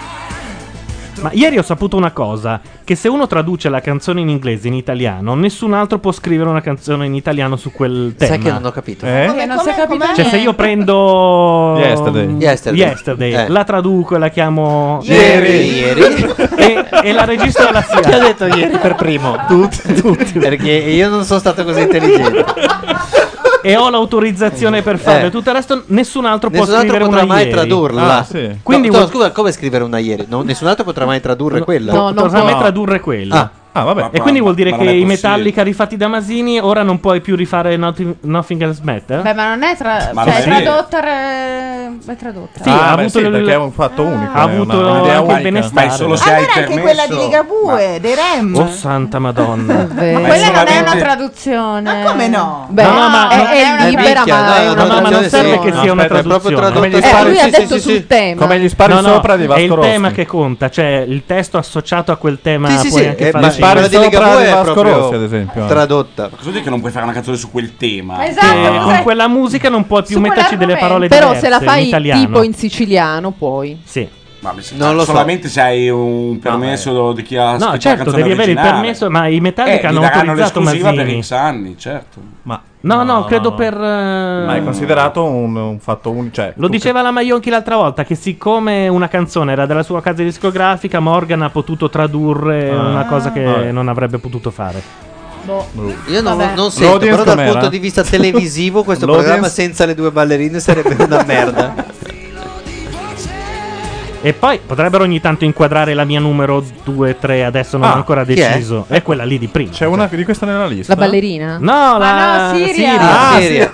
Speaker 2: Ma ieri ho saputo una cosa, che se uno traduce la canzone in inglese in italiano, nessun altro può scrivere una canzone in italiano su quel tema.
Speaker 9: Sai che non ho capito.
Speaker 2: Eh?
Speaker 29: Che non si è capito
Speaker 2: Cioè se io prendo
Speaker 22: Yesterday.
Speaker 2: Yesterday,
Speaker 22: Yesterday.
Speaker 9: Eh.
Speaker 2: la traduco e la chiamo
Speaker 9: Ieri. Ieri.
Speaker 2: e, e la registro alla CIA.
Speaker 9: Ti ho detto ieri per primo. Tutti, tutti. Perché io non sono stato così intelligente.
Speaker 2: e ho l'autorizzazione per farlo.
Speaker 9: Eh.
Speaker 2: E tutto il resto, nessun altro
Speaker 9: Nessun
Speaker 2: può
Speaker 9: altro
Speaker 2: scrivere
Speaker 9: potrà
Speaker 2: una
Speaker 9: mai
Speaker 2: ieri. Ah,
Speaker 9: tradurla.
Speaker 2: Quindi
Speaker 9: Quindi no, no,
Speaker 2: vuol-
Speaker 9: scusa, come scrivere una ieri? No, nessun altro potrà mai tradurre quella.
Speaker 2: po- potrà mai tradurre quella.
Speaker 9: Ah.
Speaker 22: vabbè.
Speaker 2: E quindi vuol dire che i Metallica rifatti da Masini ora non puoi più rifare Nothing, Nothing Else Matter?
Speaker 29: Beh, ma non è, tra-
Speaker 2: Ma
Speaker 29: cioè,
Speaker 2: non
Speaker 29: è
Speaker 2: è vero.
Speaker 29: tradotta. re- È tradotta.
Speaker 2: Sì,
Speaker 22: ah,
Speaker 2: ha
Speaker 22: beh,
Speaker 2: avuto
Speaker 22: sì,
Speaker 2: il-
Speaker 22: perché è un
Speaker 29: Ah.
Speaker 22: fatto unico.
Speaker 2: Ha avuto anche il benestare.
Speaker 22: Ma
Speaker 13: allora anche quella di Ligabue, dei Rem.
Speaker 2: Oh santa madonna.
Speaker 29: Ma quella non è una traduzione. Ma come
Speaker 13: no?
Speaker 29: Beh,
Speaker 2: No, no, ma-
Speaker 29: è, è
Speaker 13: Eh,
Speaker 29: una
Speaker 13: minchia,
Speaker 29: libera
Speaker 13: no,
Speaker 29: mano.
Speaker 2: No, no, ma non serve
Speaker 22: sì.
Speaker 2: che
Speaker 22: No,
Speaker 2: sia una
Speaker 22: aspetta, è proprio
Speaker 2: traduzione.
Speaker 22: tradotto Come gli sopra. spari-
Speaker 7: lui ha detto sul tema.
Speaker 22: Come gli spari
Speaker 2: No, no,
Speaker 22: sopra di Vasco
Speaker 2: È il
Speaker 22: Rossi.
Speaker 2: tema che conta, cioè il testo associato a quel tema.
Speaker 9: Sì, sì,
Speaker 2: puoi
Speaker 9: sì,
Speaker 2: anche
Speaker 9: eh,
Speaker 2: fare-
Speaker 9: ma sì, quella di Ligabue è proprio
Speaker 2: eh.
Speaker 9: tradotta. Esatto,
Speaker 5: Ma cosa vuol dire che non puoi fare una canzone su quel tema?
Speaker 2: Che con quella musica non puoi più metterci delle parole
Speaker 7: Però
Speaker 2: diverse
Speaker 7: se la
Speaker 2: in
Speaker 7: fai
Speaker 2: italiano.
Speaker 7: tipo in siciliano, poi.
Speaker 2: Sì.
Speaker 5: Ma mi-
Speaker 2: Non lo so.
Speaker 5: Ah, solamente se hai un permesso di chi ha scritto
Speaker 2: No,
Speaker 5: la
Speaker 2: certo,
Speaker 5: canzone
Speaker 2: devi avere il
Speaker 5: originale.
Speaker 2: permesso, ma i
Speaker 5: Eh,
Speaker 2: Metallica
Speaker 5: gli
Speaker 2: hanno
Speaker 5: daranno
Speaker 2: autorizzato
Speaker 5: l'esclusiva per
Speaker 2: Masini.
Speaker 5: X anni, certo.
Speaker 22: Ma
Speaker 2: No, no, credo
Speaker 22: no.
Speaker 2: per... eh,
Speaker 22: Ma è considerato un, un fatto unico. Cioè,
Speaker 2: Lo diceva la Maionchi l'altra volta che siccome una canzone era della sua casa discografica, Morgan ha potuto tradurre
Speaker 22: Ah.
Speaker 2: una cosa che
Speaker 22: Vabbè.
Speaker 2: non avrebbe potuto fare. Boh.
Speaker 9: Io non,
Speaker 2: Vabbè.
Speaker 9: non sento,
Speaker 2: L'audience
Speaker 9: però dal
Speaker 2: com'era?
Speaker 9: punto di vista televisivo questo
Speaker 2: L'audience-
Speaker 9: programma senza le due ballerine sarebbe una merda.
Speaker 2: E poi potrebbero ogni tanto inquadrare la mia numero 2 3, adesso non
Speaker 22: Ah,
Speaker 2: ho ancora
Speaker 22: chi è? Ecco.
Speaker 2: deciso. È? quella lì di prima. C'è
Speaker 22: una di questa nella lista?
Speaker 7: La ballerina?
Speaker 2: No,
Speaker 7: Ma
Speaker 2: la
Speaker 7: no, Siria.
Speaker 2: Siria.
Speaker 9: Ah, Siria.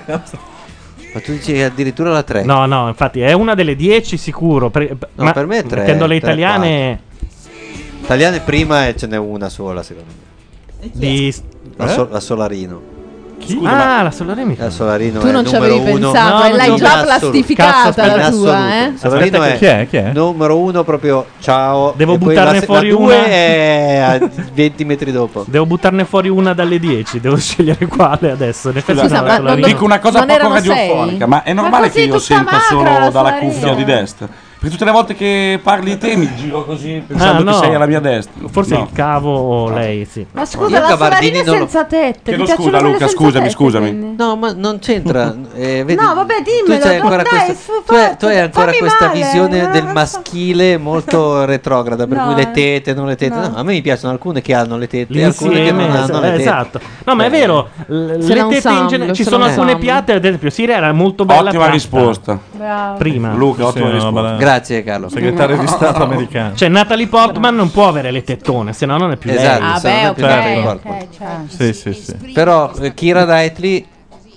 Speaker 9: Ma tu dici addirittura la 3.
Speaker 2: No, no, infatti è una delle 10 sicuro, pre-
Speaker 9: No,
Speaker 2: ma
Speaker 9: per me è tre,
Speaker 2: mettendo le
Speaker 9: tre,
Speaker 2: italiane
Speaker 9: Italiane prima e ce n'è una sola, secondo me.
Speaker 2: di
Speaker 9: La,
Speaker 2: Eh?
Speaker 9: so- la Solarino.
Speaker 2: Scusa, Ah, ma- la Solarino.
Speaker 9: La Solarino
Speaker 7: Tu
Speaker 9: è
Speaker 7: non ci
Speaker 9: numero
Speaker 7: avevi
Speaker 9: uno.
Speaker 7: pensato, eh, l'hai
Speaker 9: in
Speaker 7: già
Speaker 9: assoluto.
Speaker 7: plastificata
Speaker 9: Cazzo,
Speaker 7: la
Speaker 9: in
Speaker 7: tua,
Speaker 9: assoluto.
Speaker 7: eh?
Speaker 9: Solarino
Speaker 22: Aspetta,
Speaker 9: è,
Speaker 22: chi è? Chi è?
Speaker 9: numero uno proprio ciao.
Speaker 2: Devo
Speaker 9: e poi
Speaker 2: buttarne
Speaker 9: la se-
Speaker 2: fuori
Speaker 9: la due
Speaker 2: una?
Speaker 22: Eh,
Speaker 9: è a 20 metri dopo.
Speaker 2: Devo buttarne fuori una dalle 10, devo scegliere quale adesso. In effetti
Speaker 5: Scusa,
Speaker 2: no,
Speaker 5: ma-
Speaker 2: la Solarino.
Speaker 5: dico una cosa
Speaker 7: non
Speaker 5: poco
Speaker 7: erano sei?
Speaker 5: radiofonica, ma è
Speaker 7: Ma
Speaker 5: normale
Speaker 7: così
Speaker 5: che io
Speaker 7: tutta
Speaker 5: senta
Speaker 7: magra la
Speaker 5: solo dalla
Speaker 7: Solarino.
Speaker 2: Ah,
Speaker 5: cuffia di destra. Perché tutte le volte che parli te mi giro così pensando
Speaker 2: Ah, no.
Speaker 5: che sei alla mia destra.
Speaker 2: Forse
Speaker 5: No.
Speaker 2: il cavo o lei, sì.
Speaker 20: Ma scusa, la Solarina è senza
Speaker 5: Chiedo
Speaker 20: tette. ti piacciono
Speaker 5: scusa,
Speaker 20: quelle
Speaker 5: Luca,
Speaker 20: senza
Speaker 5: scusami,
Speaker 20: tette,
Speaker 5: scusami.
Speaker 20: quindi?
Speaker 9: No, ma non c'entra. eh, vedi,
Speaker 20: No, vabbè, dimmelo,
Speaker 9: Tu, c'hai ancora
Speaker 20: dai,
Speaker 9: questa,
Speaker 20: su,
Speaker 9: tu hai,
Speaker 20: forza,
Speaker 9: tu hai ancora
Speaker 20: fammi
Speaker 9: questa
Speaker 20: male,
Speaker 9: visione
Speaker 20: non
Speaker 9: del
Speaker 20: lo so.
Speaker 9: maschile molto retrograda, per
Speaker 2: No,
Speaker 9: cui le
Speaker 2: eh.
Speaker 9: tete, non le tete.
Speaker 2: No.
Speaker 9: No. a me mi piacciono alcune che hanno le tete, alcune che
Speaker 2: L'insieme,
Speaker 9: non hanno le
Speaker 2: eh,
Speaker 9: tete.
Speaker 2: esatto. No, ma è vero, l- le
Speaker 9: l'ensemble,
Speaker 2: tette in genere ci
Speaker 9: se
Speaker 2: sono alcune
Speaker 9: l'ensemble.
Speaker 2: piatte, ad esempio, Siria era molto bella.
Speaker 5: Ottima
Speaker 2: piatta.
Speaker 5: risposta.
Speaker 20: Bravo.
Speaker 2: Prima.
Speaker 5: Luca, ottima risposta.
Speaker 9: Grazie, Carlo.
Speaker 22: Segretario di Stato americano.
Speaker 2: Cioè, Natalie Portman non può avere le tettone, se no non è più
Speaker 9: Esatto,
Speaker 2: lei.
Speaker 9: Ah, se no beh, non è più ok, certo. Natalie Portman.
Speaker 22: Sì,
Speaker 20: Eh,
Speaker 22: sì, sì.
Speaker 9: Però eh, Kira Knightley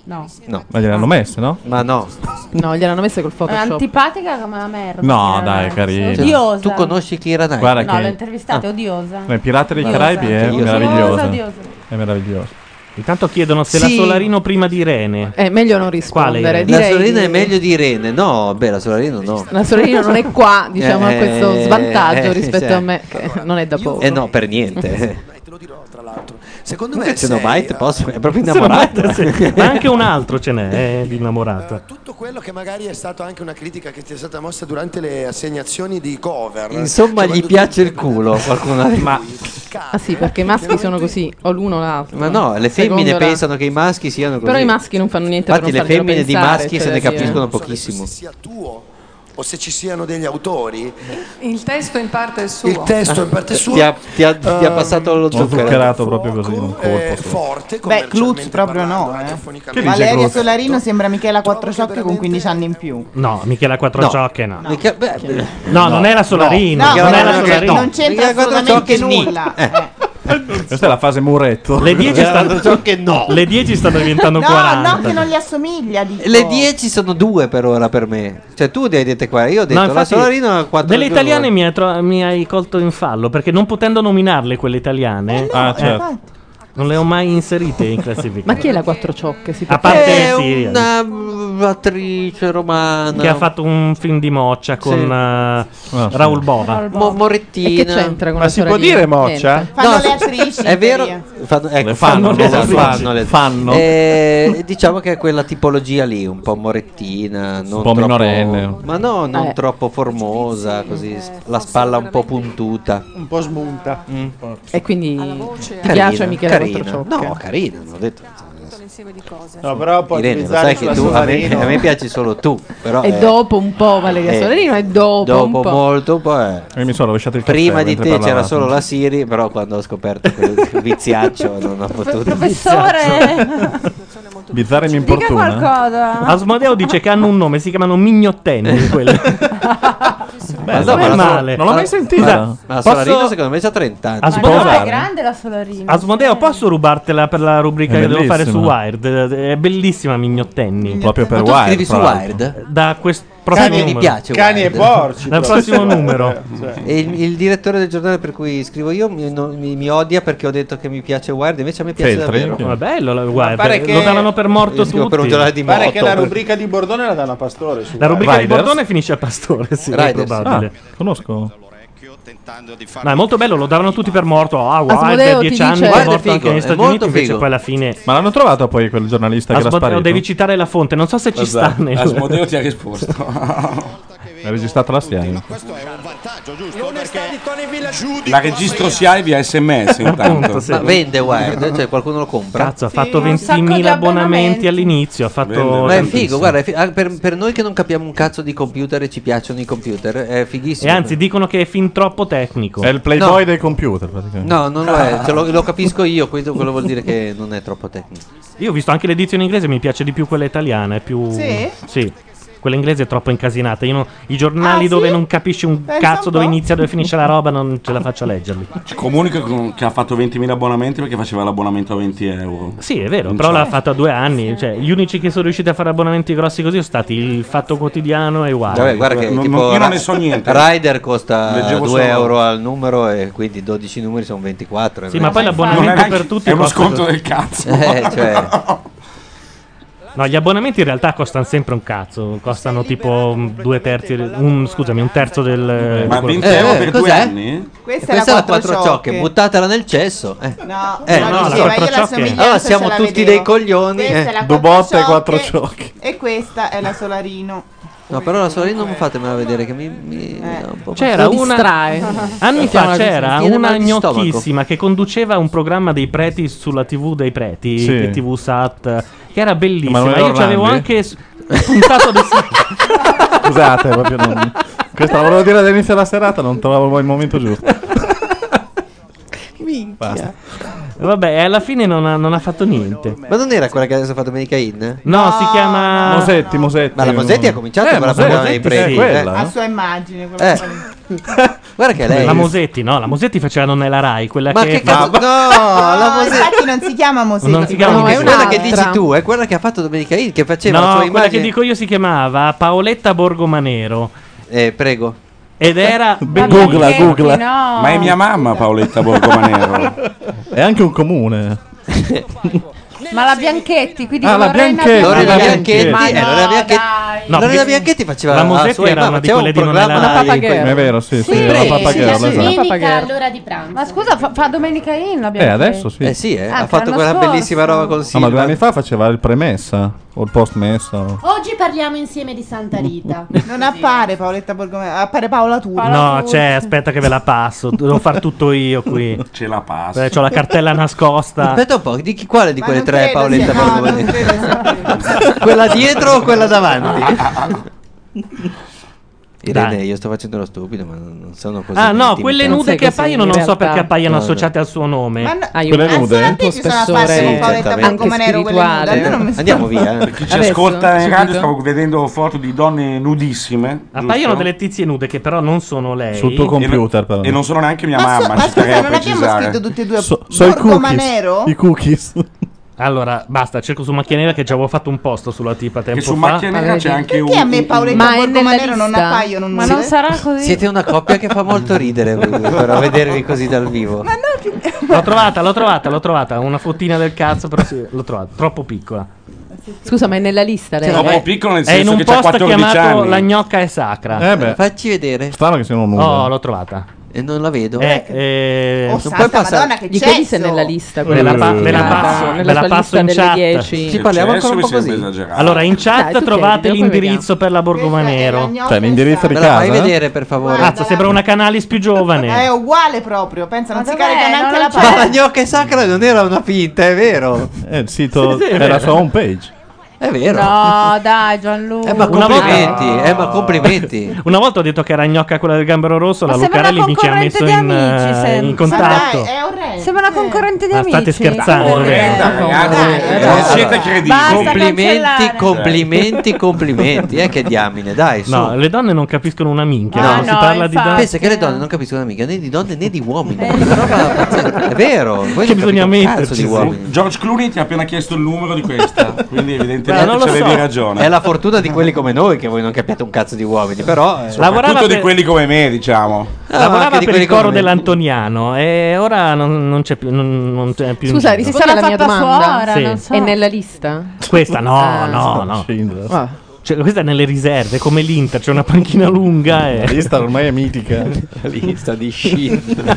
Speaker 20: No.
Speaker 9: no.
Speaker 22: Ma gliel'hanno messe, no?
Speaker 9: Ma no.
Speaker 7: No, gliel'hanno messa col
Speaker 20: È
Speaker 7: Photoshop.
Speaker 20: antipatica come la merda.
Speaker 22: No, dai, carino.
Speaker 20: Odiosa.
Speaker 9: Tu conosci Kira Knightley?
Speaker 22: Guarda
Speaker 20: No,
Speaker 22: che-
Speaker 20: l'ho intervistata, è odiosa.
Speaker 22: Nei Pirati dei
Speaker 20: Odiosa.
Speaker 22: Caraibi è
Speaker 20: Odiosa,
Speaker 22: meravigliosa.
Speaker 20: odiosa.
Speaker 22: È meraviglioso.
Speaker 2: Intanto chiedono se
Speaker 9: Sì.
Speaker 2: la Solarino prima di Irene.
Speaker 7: È Eh, meglio non rispondere.
Speaker 2: Quale?
Speaker 9: La
Speaker 7: Direi
Speaker 9: sorellina
Speaker 7: di-
Speaker 9: è meglio di Irene. No, beh, la sorellina no.
Speaker 7: La sorellina non è qua, diciamo, a questo
Speaker 9: Eh,
Speaker 7: svantaggio
Speaker 9: eh,
Speaker 7: rispetto
Speaker 9: cioè.
Speaker 7: a me, che non è da poco.
Speaker 9: Eh no, per niente.
Speaker 10: Secondo eh,
Speaker 9: me se no, mai te posso, è proprio
Speaker 2: Se non
Speaker 9: innamorata.
Speaker 2: mette- sì. Ma anche un altro ce n'è eh, di innamorata.
Speaker 10: Tutto quello che magari è stata anche una critica che ti è stata mossa durante le assegnazioni di cover.
Speaker 9: Insomma, gli piace il culo qualcuno. Ma,
Speaker 7: Ah sì, perché i maschi sono così, o l'uno o l'altro.
Speaker 9: ma no, le
Speaker 7: Secondo
Speaker 9: femmine
Speaker 7: la-
Speaker 9: pensano che i maschi siano così.
Speaker 7: Però i maschi non fanno niente
Speaker 9: Infatti,
Speaker 7: per
Speaker 9: le
Speaker 7: non farglielo
Speaker 9: femmine di
Speaker 7: pensare,
Speaker 9: maschi
Speaker 7: cioè,
Speaker 9: se ne
Speaker 7: da dire.
Speaker 9: capiscono pochissimo.
Speaker 10: O se ci siano degli autori.
Speaker 31: Il testo in parte è suo.
Speaker 10: Il testo in parte suo.
Speaker 9: Ti ha, ti ha- ti ha
Speaker 10: Ehm,
Speaker 9: passato lo
Speaker 22: Ho
Speaker 9: zucchero.
Speaker 22: zuccherato proprio così in un
Speaker 10: eh,
Speaker 22: colpo. solo.
Speaker 10: forte
Speaker 13: Beh, Cluz proprio no. eh.
Speaker 22: Che dice
Speaker 13: Valeria
Speaker 22: Cluz?
Speaker 13: Solarino sembra Michela Quattrociocchi con 15 anni in più.
Speaker 2: No, Michela Quattrociocche no. No,
Speaker 9: Michela- beh,
Speaker 2: non è la Solarino.
Speaker 13: No,
Speaker 2: non è la
Speaker 13: no,
Speaker 2: Solarino.
Speaker 13: non c'entra assolutamente nulla.
Speaker 22: Questa è la fase muretto.
Speaker 2: Le 10 stanno-
Speaker 9: no.
Speaker 2: Le 10 stanno diventando
Speaker 13: no,
Speaker 2: 40.
Speaker 13: no, che non gli assomiglia. Dico.
Speaker 9: Le 10 sono due per ora per me. Cioè, tu ne hai dette qua. Io ho detto
Speaker 2: No,
Speaker 9: la
Speaker 2: infatti,
Speaker 9: Solarino 4
Speaker 2: delle italiane mi hai, tro- mi hai colto in fallo perché non potendo nominarle quelle italiane, eh,
Speaker 22: Ah,
Speaker 9: Eh,
Speaker 22: certo.
Speaker 2: non le ho mai inserite in classifica.
Speaker 7: Ma chi è la quattro ciocche? Si
Speaker 2: A
Speaker 7: può
Speaker 2: parte
Speaker 7: sapere?
Speaker 2: È Siria. una,
Speaker 9: attrice romana
Speaker 2: Che ha fatto un film di moccia con
Speaker 9: Sì.
Speaker 2: eh,
Speaker 9: sì.
Speaker 2: Raul Bova.
Speaker 9: Mo- Morettina.
Speaker 7: E che c'entra con
Speaker 9: Ma
Speaker 7: la
Speaker 9: si può
Speaker 7: sorellina?
Speaker 9: dire moccia?
Speaker 7: Niente.
Speaker 9: Fanno No, le
Speaker 13: attrici.
Speaker 9: È vero, fanno, ecco,
Speaker 22: fanno
Speaker 9: fanno,
Speaker 22: le
Speaker 9: esatto,
Speaker 22: attrici.
Speaker 9: fanno le-
Speaker 22: Fanno.
Speaker 9: Eh, diciamo che è quella tipologia lì, un po' morettina, non
Speaker 22: Un po'
Speaker 9: troppo-
Speaker 22: minorenne.
Speaker 9: ma no, non
Speaker 22: Eh.
Speaker 9: troppo formosa, così s- la spalla un po' puntuta.
Speaker 13: Un po' smunta.
Speaker 7: E quindi ti
Speaker 9: Mm, Carina,
Speaker 7: piace Michela
Speaker 9: carina.
Speaker 7: Quattrociocche?
Speaker 9: No, carina, non ho detto.
Speaker 13: No, però può
Speaker 9: Irene, lo
Speaker 13: utilizzare
Speaker 9: sai che
Speaker 13: sulla
Speaker 9: tu a me,
Speaker 13: Solarino.
Speaker 9: a me piaci solo tu, però
Speaker 7: E
Speaker 9: eh,
Speaker 7: dopo un po' Valeria
Speaker 9: eh,
Speaker 7: Solarino e dopo, un po'.
Speaker 9: dopo molto poi eh,
Speaker 22: E mi sono rovesciato il
Speaker 9: prima
Speaker 22: caffè
Speaker 9: di te
Speaker 22: mentre
Speaker 9: c'era
Speaker 22: parlavate.
Speaker 9: solo la Siri, però quando ho scoperto quel viziaccio non ho potuto
Speaker 20: Professore,
Speaker 22: Bizzarre mi
Speaker 20: dica
Speaker 22: importuna.
Speaker 20: qualcosa.
Speaker 2: Ah, Asmodeo dice che hanno un nome, si chiamano mignottenni quelli.
Speaker 9: Ma
Speaker 2: non è
Speaker 9: ma la so-
Speaker 2: male.
Speaker 9: non l'ho mai sentita. Ma la
Speaker 2: Posso-
Speaker 9: Solarino secondo me c'ha 30 anni.
Speaker 2: Ah,
Speaker 20: Ma no, è
Speaker 2: Asmodeo, eh,
Speaker 20: grande la Solarino.
Speaker 9: cioè.
Speaker 2: Asmodeo, posso rubartela per la rubrica
Speaker 22: È
Speaker 2: che devo fare su
Speaker 22: bellissima.
Speaker 2: Wired? È bellissima Mignottenni.
Speaker 22: Proprio per
Speaker 9: Ma tu
Speaker 22: Wired,
Speaker 9: scrivi su
Speaker 22: fra l'altro.
Speaker 9: Wired?
Speaker 2: Da questo prossimo
Speaker 9: Cani e
Speaker 2: numero.
Speaker 9: mi piace
Speaker 2: Cani
Speaker 9: Wired.
Speaker 2: e porci, Dal proprio. prossimo numero.
Speaker 9: Cioè. E il, il direttore del giornale per cui scrivo io mi, no- mi- mi odia perché ho detto che mi piace Wired, invece a me piace
Speaker 22: Feltri?
Speaker 9: davvero.
Speaker 2: Ma è bello la Wired.
Speaker 9: pare che-
Speaker 2: Lo davano per morto
Speaker 9: Io scrivo
Speaker 2: tutti.
Speaker 9: per un giornale di
Speaker 13: Pare
Speaker 9: moto.
Speaker 13: che la rubrica di Bordone la danno a Pastore. su.
Speaker 2: La rubrica di
Speaker 22: Riders?
Speaker 2: Bordone finisce a Pastore, sì, è
Speaker 22: Riders.
Speaker 2: probabile.
Speaker 22: Ah, conosco.
Speaker 2: No, è molto bello, lo davano tutti per morto. Ah, Wired,
Speaker 22: Asmodeo
Speaker 2: 10
Speaker 22: ti
Speaker 2: anni,
Speaker 22: dice-
Speaker 2: è
Speaker 22: Wired è
Speaker 2: morto anche
Speaker 22: figo,
Speaker 2: negli
Speaker 22: è
Speaker 2: Stati
Speaker 22: molto
Speaker 2: Uniti, invece
Speaker 22: figo.
Speaker 2: poi alla fine...
Speaker 22: Ma l'hanno trovato poi quel giornalista che era
Speaker 2: Asmodeo,
Speaker 22: sparito?
Speaker 2: devi citare la fonte, non so se ci sta nel...
Speaker 5: Asmodeo Esatto. ti ha risposto.
Speaker 22: Ha registrato la stiana.
Speaker 5: La registro SIAE via sms intanto.
Speaker 9: Ma vende Wired, cioè qualcuno lo compra.
Speaker 2: Cazzo, ha fatto 20.000 abbonamenti all'inizio, ha fatto...
Speaker 9: Ma è
Speaker 2: tantissimo.
Speaker 9: figo, guarda, è fi- ah, per, per noi che non capiamo un cazzo di computer e ci piacciono i computer, è
Speaker 2: E
Speaker 9: fighissimo.
Speaker 2: anzi, dicono che è fin troppo tecnico.
Speaker 22: È il playboy
Speaker 9: No.
Speaker 22: dei computer, praticamente.
Speaker 9: No, non lo è, cioè, lo, lo capisco io, questo quello vuol dire che non è troppo tecnico.
Speaker 2: Io ho visto anche l'edizione inglese, mi piace di più quella italiana, è più...
Speaker 13: Sì?
Speaker 2: Sì. Quella inglese è troppo incasinata. Io non- I giornali dove non capisci un
Speaker 13: Ah, Pensa
Speaker 2: cazzo
Speaker 13: un
Speaker 2: dove
Speaker 13: po'.
Speaker 2: inizia, dove finisce la roba, non ce la faccio a leggerli.
Speaker 5: Ci Comunica con- che ha fatto 20.000 abbonamenti perché faceva l'abbonamento a 20 euro.
Speaker 2: Sì, è vero,
Speaker 5: Non
Speaker 2: però
Speaker 5: c'è.
Speaker 2: l'ha fatto a due anni. Cioè, gli unici che sono riusciti a fare abbonamenti grossi così sono stati il Fatto Quotidiano e Wild.
Speaker 9: Vabbè, guarda che
Speaker 5: Ah, Non-
Speaker 9: tipo,
Speaker 5: non- io non ne
Speaker 9: Ra-
Speaker 5: so niente.
Speaker 9: Rider costa
Speaker 5: Leggevo
Speaker 9: 2
Speaker 5: solo-
Speaker 9: euro al numero e quindi 12 numeri sono 24.
Speaker 2: Sì, ma poi l'abbonamento per tutti
Speaker 5: è uno
Speaker 2: costa
Speaker 5: sconto
Speaker 2: così.
Speaker 5: del cazzo.
Speaker 9: Eh, cioè.
Speaker 2: No, gli abbonamenti in realtà costano sempre un cazzo. Costano tipo mm, due terzi, un, scusami, un terzo
Speaker 9: Eh,
Speaker 2: del.
Speaker 5: Ma
Speaker 2: di quello
Speaker 5: 20
Speaker 2: che-
Speaker 5: euro per due anni?
Speaker 13: Questa è la quattro ciocche.
Speaker 9: buttatela nel cesso. Eh.
Speaker 13: No,
Speaker 9: Eh,
Speaker 13: Ah, no,
Speaker 9: no,
Speaker 13: diceva,
Speaker 9: la
Speaker 13: io
Speaker 9: quattro
Speaker 13: la
Speaker 9: ciocche.
Speaker 13: somiglianza
Speaker 9: Allora
Speaker 13: ce
Speaker 9: siamo
Speaker 13: la
Speaker 9: tutti
Speaker 13: vedevo.
Speaker 9: dei coglioni,
Speaker 13: Questa
Speaker 9: eh.
Speaker 13: è la
Speaker 9: Due botte e
Speaker 13: ciocche
Speaker 9: quattro
Speaker 13: E questa è la Solarino.
Speaker 9: No, però la sorella
Speaker 13: Eh.
Speaker 9: non fatemela vedere che mi, mi- mi dà un po'
Speaker 2: C'era
Speaker 9: fastidio.
Speaker 2: una anni fa c'era
Speaker 9: Viene
Speaker 2: una
Speaker 9: mal di stomaco.
Speaker 2: gnocchissima che conduceva un programma dei preti sulla TV dei preti,
Speaker 22: Sì.
Speaker 2: che TV Sat, che era bellissima.
Speaker 22: Emanuele
Speaker 2: Io ci avevo
Speaker 22: Orlandi?
Speaker 2: anche s- puntato adesso.
Speaker 22: Scusate, proprio non... Questa la volevo dire all'inizio della serata, non trovavo il momento giusto.
Speaker 7: Ah,
Speaker 2: Basta. Vabbè, e alla fine non ha, non ha fatto niente.
Speaker 9: Ma non era quella che adesso ha fatto Domenica In?
Speaker 2: No, si chiama
Speaker 22: Mosetti, Mosetti.
Speaker 9: Ma la Mosetti ha cominciato
Speaker 22: Eh,
Speaker 9: con la
Speaker 22: Mosetti,
Speaker 9: parola dei
Speaker 22: sì,
Speaker 9: preti.
Speaker 22: è quella,
Speaker 9: eh.
Speaker 13: A sua immagine. quella
Speaker 9: Eh.
Speaker 13: che fa
Speaker 9: Guarda che lei.
Speaker 2: La Mosetti, no, la Mosetti faceva non è la Rai, quella
Speaker 9: Ma che cazzo- No, la
Speaker 13: lì.
Speaker 9: Mosetti.
Speaker 13: Infatti non si chiama Mosetti.
Speaker 2: Non si chiama
Speaker 9: No, è
Speaker 2: Mosetti.
Speaker 9: quella che
Speaker 13: un'altra.
Speaker 9: dici tu, è quella che ha fatto Domenica In, che faceva la
Speaker 2: No,
Speaker 9: sua
Speaker 2: quella
Speaker 9: immagine.
Speaker 2: che dico io si chiamava Paoletta Borgomanero.
Speaker 9: Eh, prego. Eh,
Speaker 2: Ed era
Speaker 22: Beh, googla, Perché? googla. No.
Speaker 5: Ma è mia mamma Paoletta Borgomanero.
Speaker 22: È anche un comune.
Speaker 7: Ma la Bianchetti, quindi
Speaker 22: Ah, la
Speaker 7: Lorena
Speaker 22: Bianchetti. Lorena
Speaker 7: Bianchetti.
Speaker 22: Bianchetti,
Speaker 7: Ma
Speaker 22: eh,
Speaker 7: no,
Speaker 9: Lorena Bianchetti-
Speaker 7: dai.
Speaker 9: No, Lorena Bianchetti faceva
Speaker 22: la
Speaker 9: la
Speaker 22: Mosetti
Speaker 9: sua
Speaker 22: era
Speaker 9: immagine,
Speaker 22: una di
Speaker 9: faceva
Speaker 22: quelle
Speaker 9: un
Speaker 22: di non è la
Speaker 9: programma
Speaker 22: Rai,
Speaker 9: in cui-
Speaker 22: È vero, sì, sì,
Speaker 9: Sì,
Speaker 22: era la
Speaker 9: sì,
Speaker 22: pappagerla.
Speaker 9: sì, sì.
Speaker 22: esatto.
Speaker 7: Pappagallo.
Speaker 20: all'ora di pranzo.
Speaker 7: Ma scusa, fa, fa domenica in la
Speaker 22: Eh,
Speaker 7: Bianchetti.
Speaker 22: adesso sì.
Speaker 9: Eh sì, eh,
Speaker 7: Anche
Speaker 9: ha fatto
Speaker 7: l'anno
Speaker 9: quella
Speaker 7: scorso.
Speaker 9: bellissima roba con
Speaker 22: No, ma due
Speaker 9: Silva.
Speaker 22: anni fa faceva il premessa o il postmessa. o-
Speaker 20: Oggi parliamo insieme di Santa Rita.
Speaker 13: Non appare Paoletta Borgomeo, appare Paola Turco.
Speaker 2: No, c'è, aspetta che ve la passo. Devo far tutto io qui.
Speaker 5: Ce la passo.
Speaker 2: Ho Eh, la cartella nascosta.
Speaker 9: Aspetta un po', di chi quale di
Speaker 2: Ma
Speaker 9: quelle
Speaker 2: non
Speaker 9: tre è
Speaker 2: credo
Speaker 9: Paoletta
Speaker 2: sia- no,
Speaker 9: Borgomanero? quella dietro o quella davanti? Irene, io sto facendo lo stupido, ma non non sono così.
Speaker 2: Ah, no,
Speaker 9: intimi.
Speaker 2: quelle nude che appaiono non so perché
Speaker 9: No,
Speaker 2: appaiono
Speaker 9: no.
Speaker 2: associate al suo nome.
Speaker 13: Ma no- Quelle ah, nude? solamente ci sono apparse con Paoletta Borgomanero, quelle nude. Allora Eh, non mi sono-
Speaker 9: Andiamo via. eh.
Speaker 5: Per chi ci
Speaker 13: Adesso,
Speaker 5: ascolta in
Speaker 13: subito.
Speaker 5: radio, stavo vedendo foto di donne nudissime.
Speaker 2: Appaiono
Speaker 5: giusto?
Speaker 2: delle tizie nude che però non sono lei.
Speaker 5: Sul tuo computer,
Speaker 22: però.
Speaker 5: E non sono neanche mia
Speaker 13: Ma, so-
Speaker 5: mamma.
Speaker 13: ma
Speaker 5: ci terrei
Speaker 13: scusa,
Speaker 5: a
Speaker 13: non abbiamo
Speaker 5: precisare.
Speaker 13: scritto tutti e due
Speaker 2: So- so i
Speaker 13: Borgomanero?
Speaker 22: I cookies.
Speaker 2: Allora, basta, cerco su Macchia Nera che già avevo fatto un posto sulla tipa tempo
Speaker 5: su
Speaker 2: fa.
Speaker 5: Macchia Nera c'è anche
Speaker 13: Perché a me Paoletta
Speaker 32: Ma è
Speaker 13: Borgomanero
Speaker 32: nella
Speaker 13: non
Speaker 32: lista?
Speaker 13: appaiono
Speaker 32: Ma non sarà
Speaker 13: così.
Speaker 9: Siete una coppia che fa molto ridere però vedervi così dal vivo.
Speaker 2: L'ho trovata, l'ho trovata, l'ho trovata. Una fottina del cazzo, però sì, l'ho trovata. Troppo piccola.
Speaker 32: Scusa, ma è nella lista lei?
Speaker 5: Troppo Cioè, piccolo nel
Speaker 2: È in
Speaker 5: senso
Speaker 2: un
Speaker 5: che c'ha
Speaker 2: posto
Speaker 5: 14
Speaker 2: chiamato
Speaker 5: anni.
Speaker 2: La gnocca è
Speaker 7: Oh,
Speaker 2: sacra.
Speaker 9: Eh beh. Facci vedere.
Speaker 22: Strano che siano nude.
Speaker 2: Oh, l'ho trovata.
Speaker 9: E non la vedo.
Speaker 2: Eh, eh,
Speaker 9: Oh,
Speaker 2: non
Speaker 9: santa
Speaker 2: puoi passare-
Speaker 13: Madonna, che
Speaker 32: Di quelli se
Speaker 13: cesso!
Speaker 32: nella lista.
Speaker 2: Ve la, pa- ve la
Speaker 32: quella
Speaker 2: passo,
Speaker 32: nella
Speaker 2: ve la
Speaker 32: sua
Speaker 2: passo
Speaker 32: lista
Speaker 2: in
Speaker 32: delle
Speaker 2: chat.
Speaker 32: 10. Ci parliamo ancora un po' così.
Speaker 2: Allora, in chat
Speaker 32: Dai, tu
Speaker 2: trovate
Speaker 32: chiedilo, poi
Speaker 2: l'indirizzo per la
Speaker 9: Esatto,
Speaker 2: Borgomanero.
Speaker 13: gnocca Cioè,
Speaker 22: l'indirizzo
Speaker 13: di
Speaker 9: Me la fai vedere, per favore?
Speaker 2: Cazzo, sembra una Canalis più
Speaker 9: Eh,
Speaker 2: giovane.
Speaker 13: È uguale proprio, pensa, non si
Speaker 32: dov'è?
Speaker 13: carica
Speaker 32: Non
Speaker 13: neanche
Speaker 32: lo
Speaker 13: la
Speaker 9: Ma la
Speaker 13: pagina.
Speaker 9: gnocca è sacra non era una finta, è vero.
Speaker 22: È Eh, il sito,
Speaker 9: Sì, sì, è
Speaker 22: è
Speaker 9: vero.
Speaker 22: la sua homepage.
Speaker 9: È vero.
Speaker 7: No, dai, Gianluca.
Speaker 9: Eh, ma
Speaker 2: Una
Speaker 9: complimenti, eh, ma complimenti.
Speaker 2: Una volta ho detto che era gnocca quella del gambero rosso,
Speaker 7: Ma
Speaker 2: la
Speaker 7: sembra
Speaker 2: Lucarelli
Speaker 7: una
Speaker 2: mi ci ha
Speaker 7: concorrente
Speaker 2: messo
Speaker 7: di
Speaker 2: in,
Speaker 7: amici,
Speaker 2: eh,
Speaker 7: sembra.
Speaker 2: in contatto.
Speaker 7: Sembra una concorrente di
Speaker 2: Ma
Speaker 7: amici.
Speaker 2: state scherzando,
Speaker 7: Dai,
Speaker 2: vero?
Speaker 7: dai,
Speaker 2: Ragazzi,
Speaker 7: dai,
Speaker 2: eh,
Speaker 7: dai.
Speaker 2: non siete
Speaker 7: credibili. Basta
Speaker 9: Complimenti,
Speaker 7: cancellare.
Speaker 9: complimenti, complimenti. Eh, che diamine, dai. Su.
Speaker 2: No, le donne non capiscono una minchia.
Speaker 9: No,
Speaker 2: quando si
Speaker 9: no,
Speaker 2: parla di donne.
Speaker 9: Pensa che le donne non capiscono mica né di donne né di uomini. È una roba pazzesca. È vero. voi
Speaker 5: Che
Speaker 9: non capite
Speaker 5: bisogna
Speaker 9: un
Speaker 5: metterci,
Speaker 9: cazzo di
Speaker 5: sì.
Speaker 9: uomini.
Speaker 5: George Clooney ti ha appena chiesto il numero di questa, quindi
Speaker 9: Beh,
Speaker 5: evidentemente
Speaker 9: non
Speaker 5: ci
Speaker 9: lo
Speaker 5: avevi
Speaker 9: so.
Speaker 5: ragione.
Speaker 9: È la fortuna di quelli come noi che voi non capiate un cazzo di uomini, però eh,
Speaker 5: Soprattutto di quelli come me, diciamo.
Speaker 9: Ah,
Speaker 2: Lavorava per il coro dell'Antoniano e ora non, non c'è più. Non, non c'è più
Speaker 32: Scusa,
Speaker 2: niente.
Speaker 32: rispondi alla mia
Speaker 7: fatta
Speaker 32: domanda.
Speaker 2: fuori, non Sì. so.
Speaker 32: È nella lista?
Speaker 2: Questa no,
Speaker 32: Ah.
Speaker 2: no, no.
Speaker 7: Ah.
Speaker 2: Cioè, questa è nelle riserve, come l'Inter, c'è una panchina lunga. E...
Speaker 22: La lista ormai è mitica.
Speaker 9: La lista di shit.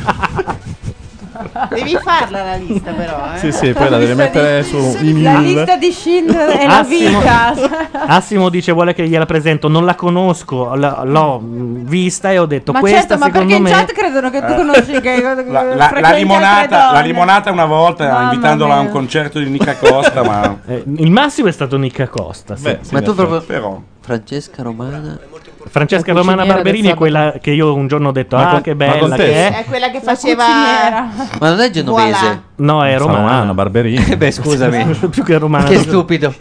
Speaker 13: Devi farla la lista però, eh.
Speaker 22: Sì, sì, poi la devi mettere su
Speaker 7: La
Speaker 22: email.
Speaker 7: lista di Schindler è la
Speaker 2: Assimo.
Speaker 7: vita.
Speaker 2: Assimo dice vuole che gliela presento, non la conosco, la- l'ho mh, vista e ho detto
Speaker 7: Ma
Speaker 2: questa
Speaker 7: certo, ma perché
Speaker 2: secondo
Speaker 7: in
Speaker 2: me...
Speaker 7: chat credono che tu
Speaker 5: Eh.
Speaker 7: conosci che
Speaker 5: La, la- la limonata, la limonata una volta invitandola a un concerto di Nica Costa, ma
Speaker 2: Eh, il massimo è stato Nicca Costa. sì.
Speaker 9: Beh, ma tu proprio Francesca Romana
Speaker 2: Francesca
Speaker 9: La
Speaker 2: Romana
Speaker 9: cuciniera
Speaker 2: Barberini
Speaker 9: del
Speaker 2: è quella che io un giorno ho detto
Speaker 9: Ma
Speaker 2: ah
Speaker 9: con-
Speaker 2: che
Speaker 9: ma con
Speaker 2: bella
Speaker 9: te?
Speaker 2: che
Speaker 13: È
Speaker 2: è.
Speaker 13: quella che faceva
Speaker 9: Ma non è genovese? Eh,
Speaker 2: No, è romana.
Speaker 22: Romana, Barberini.
Speaker 9: Beh, scusami.
Speaker 2: Più che romana.
Speaker 9: Che stupido.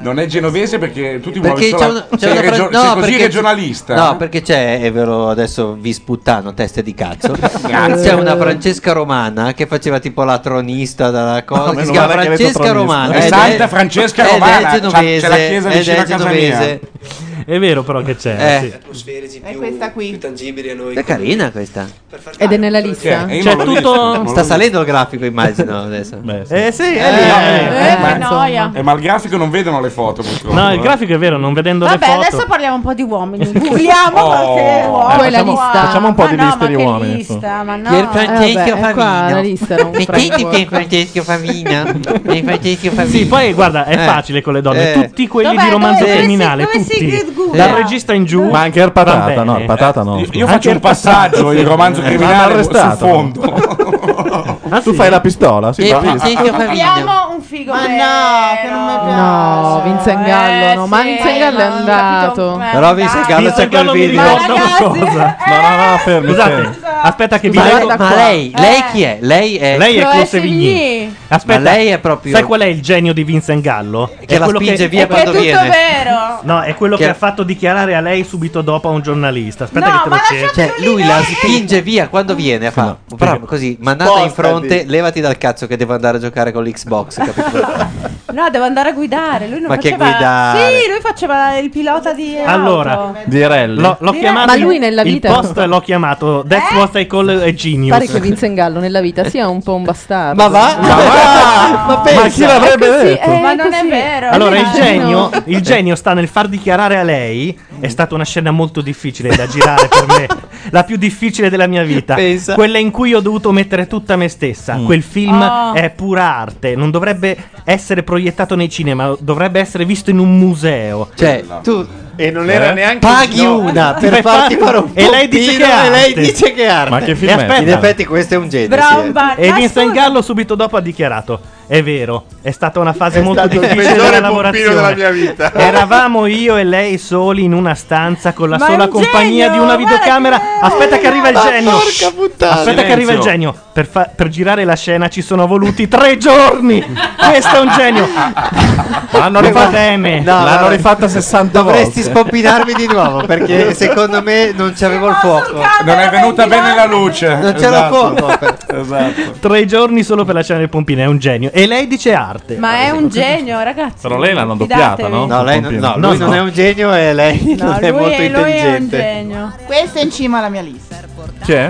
Speaker 5: non è genovese perché tu ti muovi
Speaker 9: Perché
Speaker 5: solo...
Speaker 9: c'è una, c'è
Speaker 5: sei
Speaker 9: una fra-
Speaker 5: regio-
Speaker 9: no,
Speaker 5: sei così
Speaker 9: perché-
Speaker 5: regionalista.
Speaker 9: No, perché c'è, è vero, adesso vi sputtano teste di cazzo. c'è una Francesca Romana che faceva tipo la tronista dalla cosa.
Speaker 5: No,
Speaker 9: che
Speaker 5: meno
Speaker 9: si chiama
Speaker 5: male che hai detto
Speaker 9: Francesca
Speaker 5: tronista.
Speaker 9: Romana.
Speaker 5: È
Speaker 9: ed ed
Speaker 5: Santa Francesca
Speaker 9: è
Speaker 5: Romana, c'ha-
Speaker 9: genovese,
Speaker 5: c'è la chiesa
Speaker 9: ed è
Speaker 5: vicino a casa
Speaker 9: genovese.
Speaker 2: È vero però che c'è.
Speaker 9: Eh.
Speaker 2: sì.
Speaker 13: È questa qui.
Speaker 9: È carina questa.
Speaker 32: Ed è nella
Speaker 5: eh,
Speaker 32: lista?
Speaker 2: C'è tutto- non l'ho
Speaker 9: Sta
Speaker 2: visto.
Speaker 9: salendo il grafico, immagino adesso.
Speaker 2: Eh sì, è lì, è lì.
Speaker 5: Eh, ma-
Speaker 7: che noia.
Speaker 5: eh, ma il grafico non vedono le foto purtroppo.
Speaker 2: No,
Speaker 5: eh.
Speaker 2: il grafico è vero, non vedendo
Speaker 7: Vabbè,
Speaker 2: le foto.
Speaker 7: adesso parliamo un po' di uomini. Googliamo
Speaker 2: Oh.
Speaker 7: qualche
Speaker 2: Eh,
Speaker 7: uomo.
Speaker 2: facciamo- facciamo un po'
Speaker 7: Ma
Speaker 2: di
Speaker 7: no,
Speaker 2: liste
Speaker 7: ma
Speaker 2: di
Speaker 7: che
Speaker 9: ecco.
Speaker 2: uomini,
Speaker 7: Lista,
Speaker 2: insomma.
Speaker 7: ma no.
Speaker 9: Pier Francesco
Speaker 32: Eh, vabbè, è qua
Speaker 9: Favino.
Speaker 32: la lista, non
Speaker 9: Mettiti
Speaker 32: prego.
Speaker 9: Pier Francesco Favino. Pier Francesco Favino.
Speaker 2: Sì, poi guarda, è
Speaker 9: Eh.
Speaker 2: facile con le donne.
Speaker 9: Eh.
Speaker 2: Tutti quelli
Speaker 7: Dov'è?
Speaker 2: di romanzo
Speaker 7: Dove- dove si-
Speaker 2: criminale,
Speaker 7: dove si
Speaker 2: tutti.
Speaker 33: Sigrid Guda.
Speaker 9: Eh.
Speaker 2: Dal regista in giù.
Speaker 22: Ma anche il patata,
Speaker 2: Va
Speaker 22: no,
Speaker 2: bene.
Speaker 22: il patata no.
Speaker 2: Io-
Speaker 22: scusa.
Speaker 2: io faccio il passaggio, il romanzo
Speaker 22: Eh,
Speaker 2: criminale
Speaker 22: l'hanno arrestato.
Speaker 2: sul fondo.
Speaker 22: tu fai la pistola? Sì,
Speaker 13: Eh,
Speaker 22: bravi.
Speaker 13: sì, che fa-
Speaker 34: Abbiamo un figo.
Speaker 13: Ma
Speaker 34: no,
Speaker 13: che non mi piace. Eh,
Speaker 7: No, Vincent Gallo, no, ma Vincent Gallo è andato.
Speaker 9: Però Vincent Gallo c'è quel video.
Speaker 22: No, no, no, fermi.
Speaker 2: Scusate, aspetta che vi
Speaker 9: eh, Ma,
Speaker 2: leggo. Eh.
Speaker 9: lei, ma lei, lei chi è? Lei è
Speaker 2: Lei è Chloe Sevigny. Aspetta,
Speaker 9: Ma lei è proprio-
Speaker 2: Sai qual è il genio di Vincent Gallo?
Speaker 9: Che
Speaker 2: È
Speaker 9: la
Speaker 2: quello
Speaker 9: spinge via È che è quando tutto viene.
Speaker 34: vero.
Speaker 2: No, è quello che...
Speaker 9: Che-
Speaker 2: ha fatto dichiarare a lei subito dopo a un giornalista. Aspetta
Speaker 9: No,
Speaker 2: che te lo
Speaker 9: ma
Speaker 2: cerco.
Speaker 9: Cioè, lui la spinge via quando viene. Fa bravo, così, mannata in
Speaker 2: Spostati.
Speaker 9: fronte, levati dal cazzo che devo andare a giocare con l'Xbox. Capito?
Speaker 33: No, devo andare a guidare. Lui non
Speaker 9: Ma che
Speaker 33: faceva...
Speaker 9: guidare?
Speaker 33: Sì, lui faceva il pilota di. auto.
Speaker 2: Allora, l'ho, l'ho
Speaker 7: Direlli.
Speaker 2: chiamato
Speaker 7: Ma lui nella
Speaker 2: il
Speaker 7: vita- Eh?
Speaker 2: post l'ho chiamato That's what I call a genius.
Speaker 7: Pare che Vincent Gallo nella vita sia un po' un bastardo.
Speaker 9: Ma va?
Speaker 7: Ma
Speaker 9: va?
Speaker 7: Ma
Speaker 2: pensa? chi l'avrebbe
Speaker 9: ecco Eh,
Speaker 33: eh,
Speaker 2: detto?
Speaker 7: ma non è vero.
Speaker 2: Allora, il genio, il genio sta nel far dichiarare a lei. È stata una scena molto difficile da girare per me. La più difficile della mia vita.
Speaker 9: Pensa.
Speaker 2: Quella in cui ho dovuto mettere tutta me stessa. Quel film
Speaker 7: Ah.
Speaker 9: Oh.
Speaker 2: è pura arte. Non dovrebbe essere proiettato nei cinema, dovrebbe essere visto in un museo.
Speaker 9: Cioè, tu.
Speaker 35: E non
Speaker 2: era neanche
Speaker 9: Paghi
Speaker 2: no.
Speaker 9: una per
Speaker 2: Per
Speaker 9: farti
Speaker 2: far-
Speaker 9: fare un
Speaker 2: e lei dice
Speaker 9: pompino
Speaker 2: che è
Speaker 9: Eh? e lei
Speaker 2: arte.
Speaker 9: dice che è arte.
Speaker 2: Ma che film è?
Speaker 9: In
Speaker 2: Aspetta.
Speaker 9: effetti, questo è un genio. sì, eh.
Speaker 2: e Vincent Gallo subito dopo ha dichiarato: È vero, è stata una fase
Speaker 9: È
Speaker 2: molto
Speaker 9: stato il
Speaker 2: difficile
Speaker 9: peggiore
Speaker 2: della
Speaker 9: pompino
Speaker 2: lavorazione.
Speaker 9: della mia vita."
Speaker 2: Eravamo io e lei soli in una stanza con la
Speaker 9: Ma è
Speaker 2: sola
Speaker 9: un
Speaker 2: compagnia
Speaker 9: genio,
Speaker 2: di una videocamera. Aspetta che arriva il
Speaker 9: Ma
Speaker 2: genio.
Speaker 9: porca puttana.
Speaker 2: Aspetta che arriva il
Speaker 9: Silenzio.
Speaker 2: genio. Per, fa- per girare la scena ci sono voluti tre giorni. Questo è un genio. L'hanno
Speaker 22: rifatta-
Speaker 2: L'hanno
Speaker 22: rifatta 60
Speaker 9: Dovresti
Speaker 22: volte.
Speaker 9: spompinarmi di nuovo perché secondo me non c'avevo il fuoco.
Speaker 5: Non è venuta bene la luce.
Speaker 9: Non c'era fuoco.
Speaker 5: Esatto.
Speaker 2: Tre giorni solo per la scena del pompino. È un genio. E lei dice arte.
Speaker 33: Ma è un genio, ragazzi.
Speaker 2: Però lei l'hanno
Speaker 33: Fidatevi.
Speaker 9: No, lei non, no, lui
Speaker 2: No,
Speaker 9: non
Speaker 2: no.
Speaker 9: è un genio e lei
Speaker 33: No,
Speaker 9: non è
Speaker 33: lui
Speaker 9: molto
Speaker 33: è- lui è un
Speaker 9: intelligente.
Speaker 33: genio.
Speaker 13: Questo è in cima alla mia lista.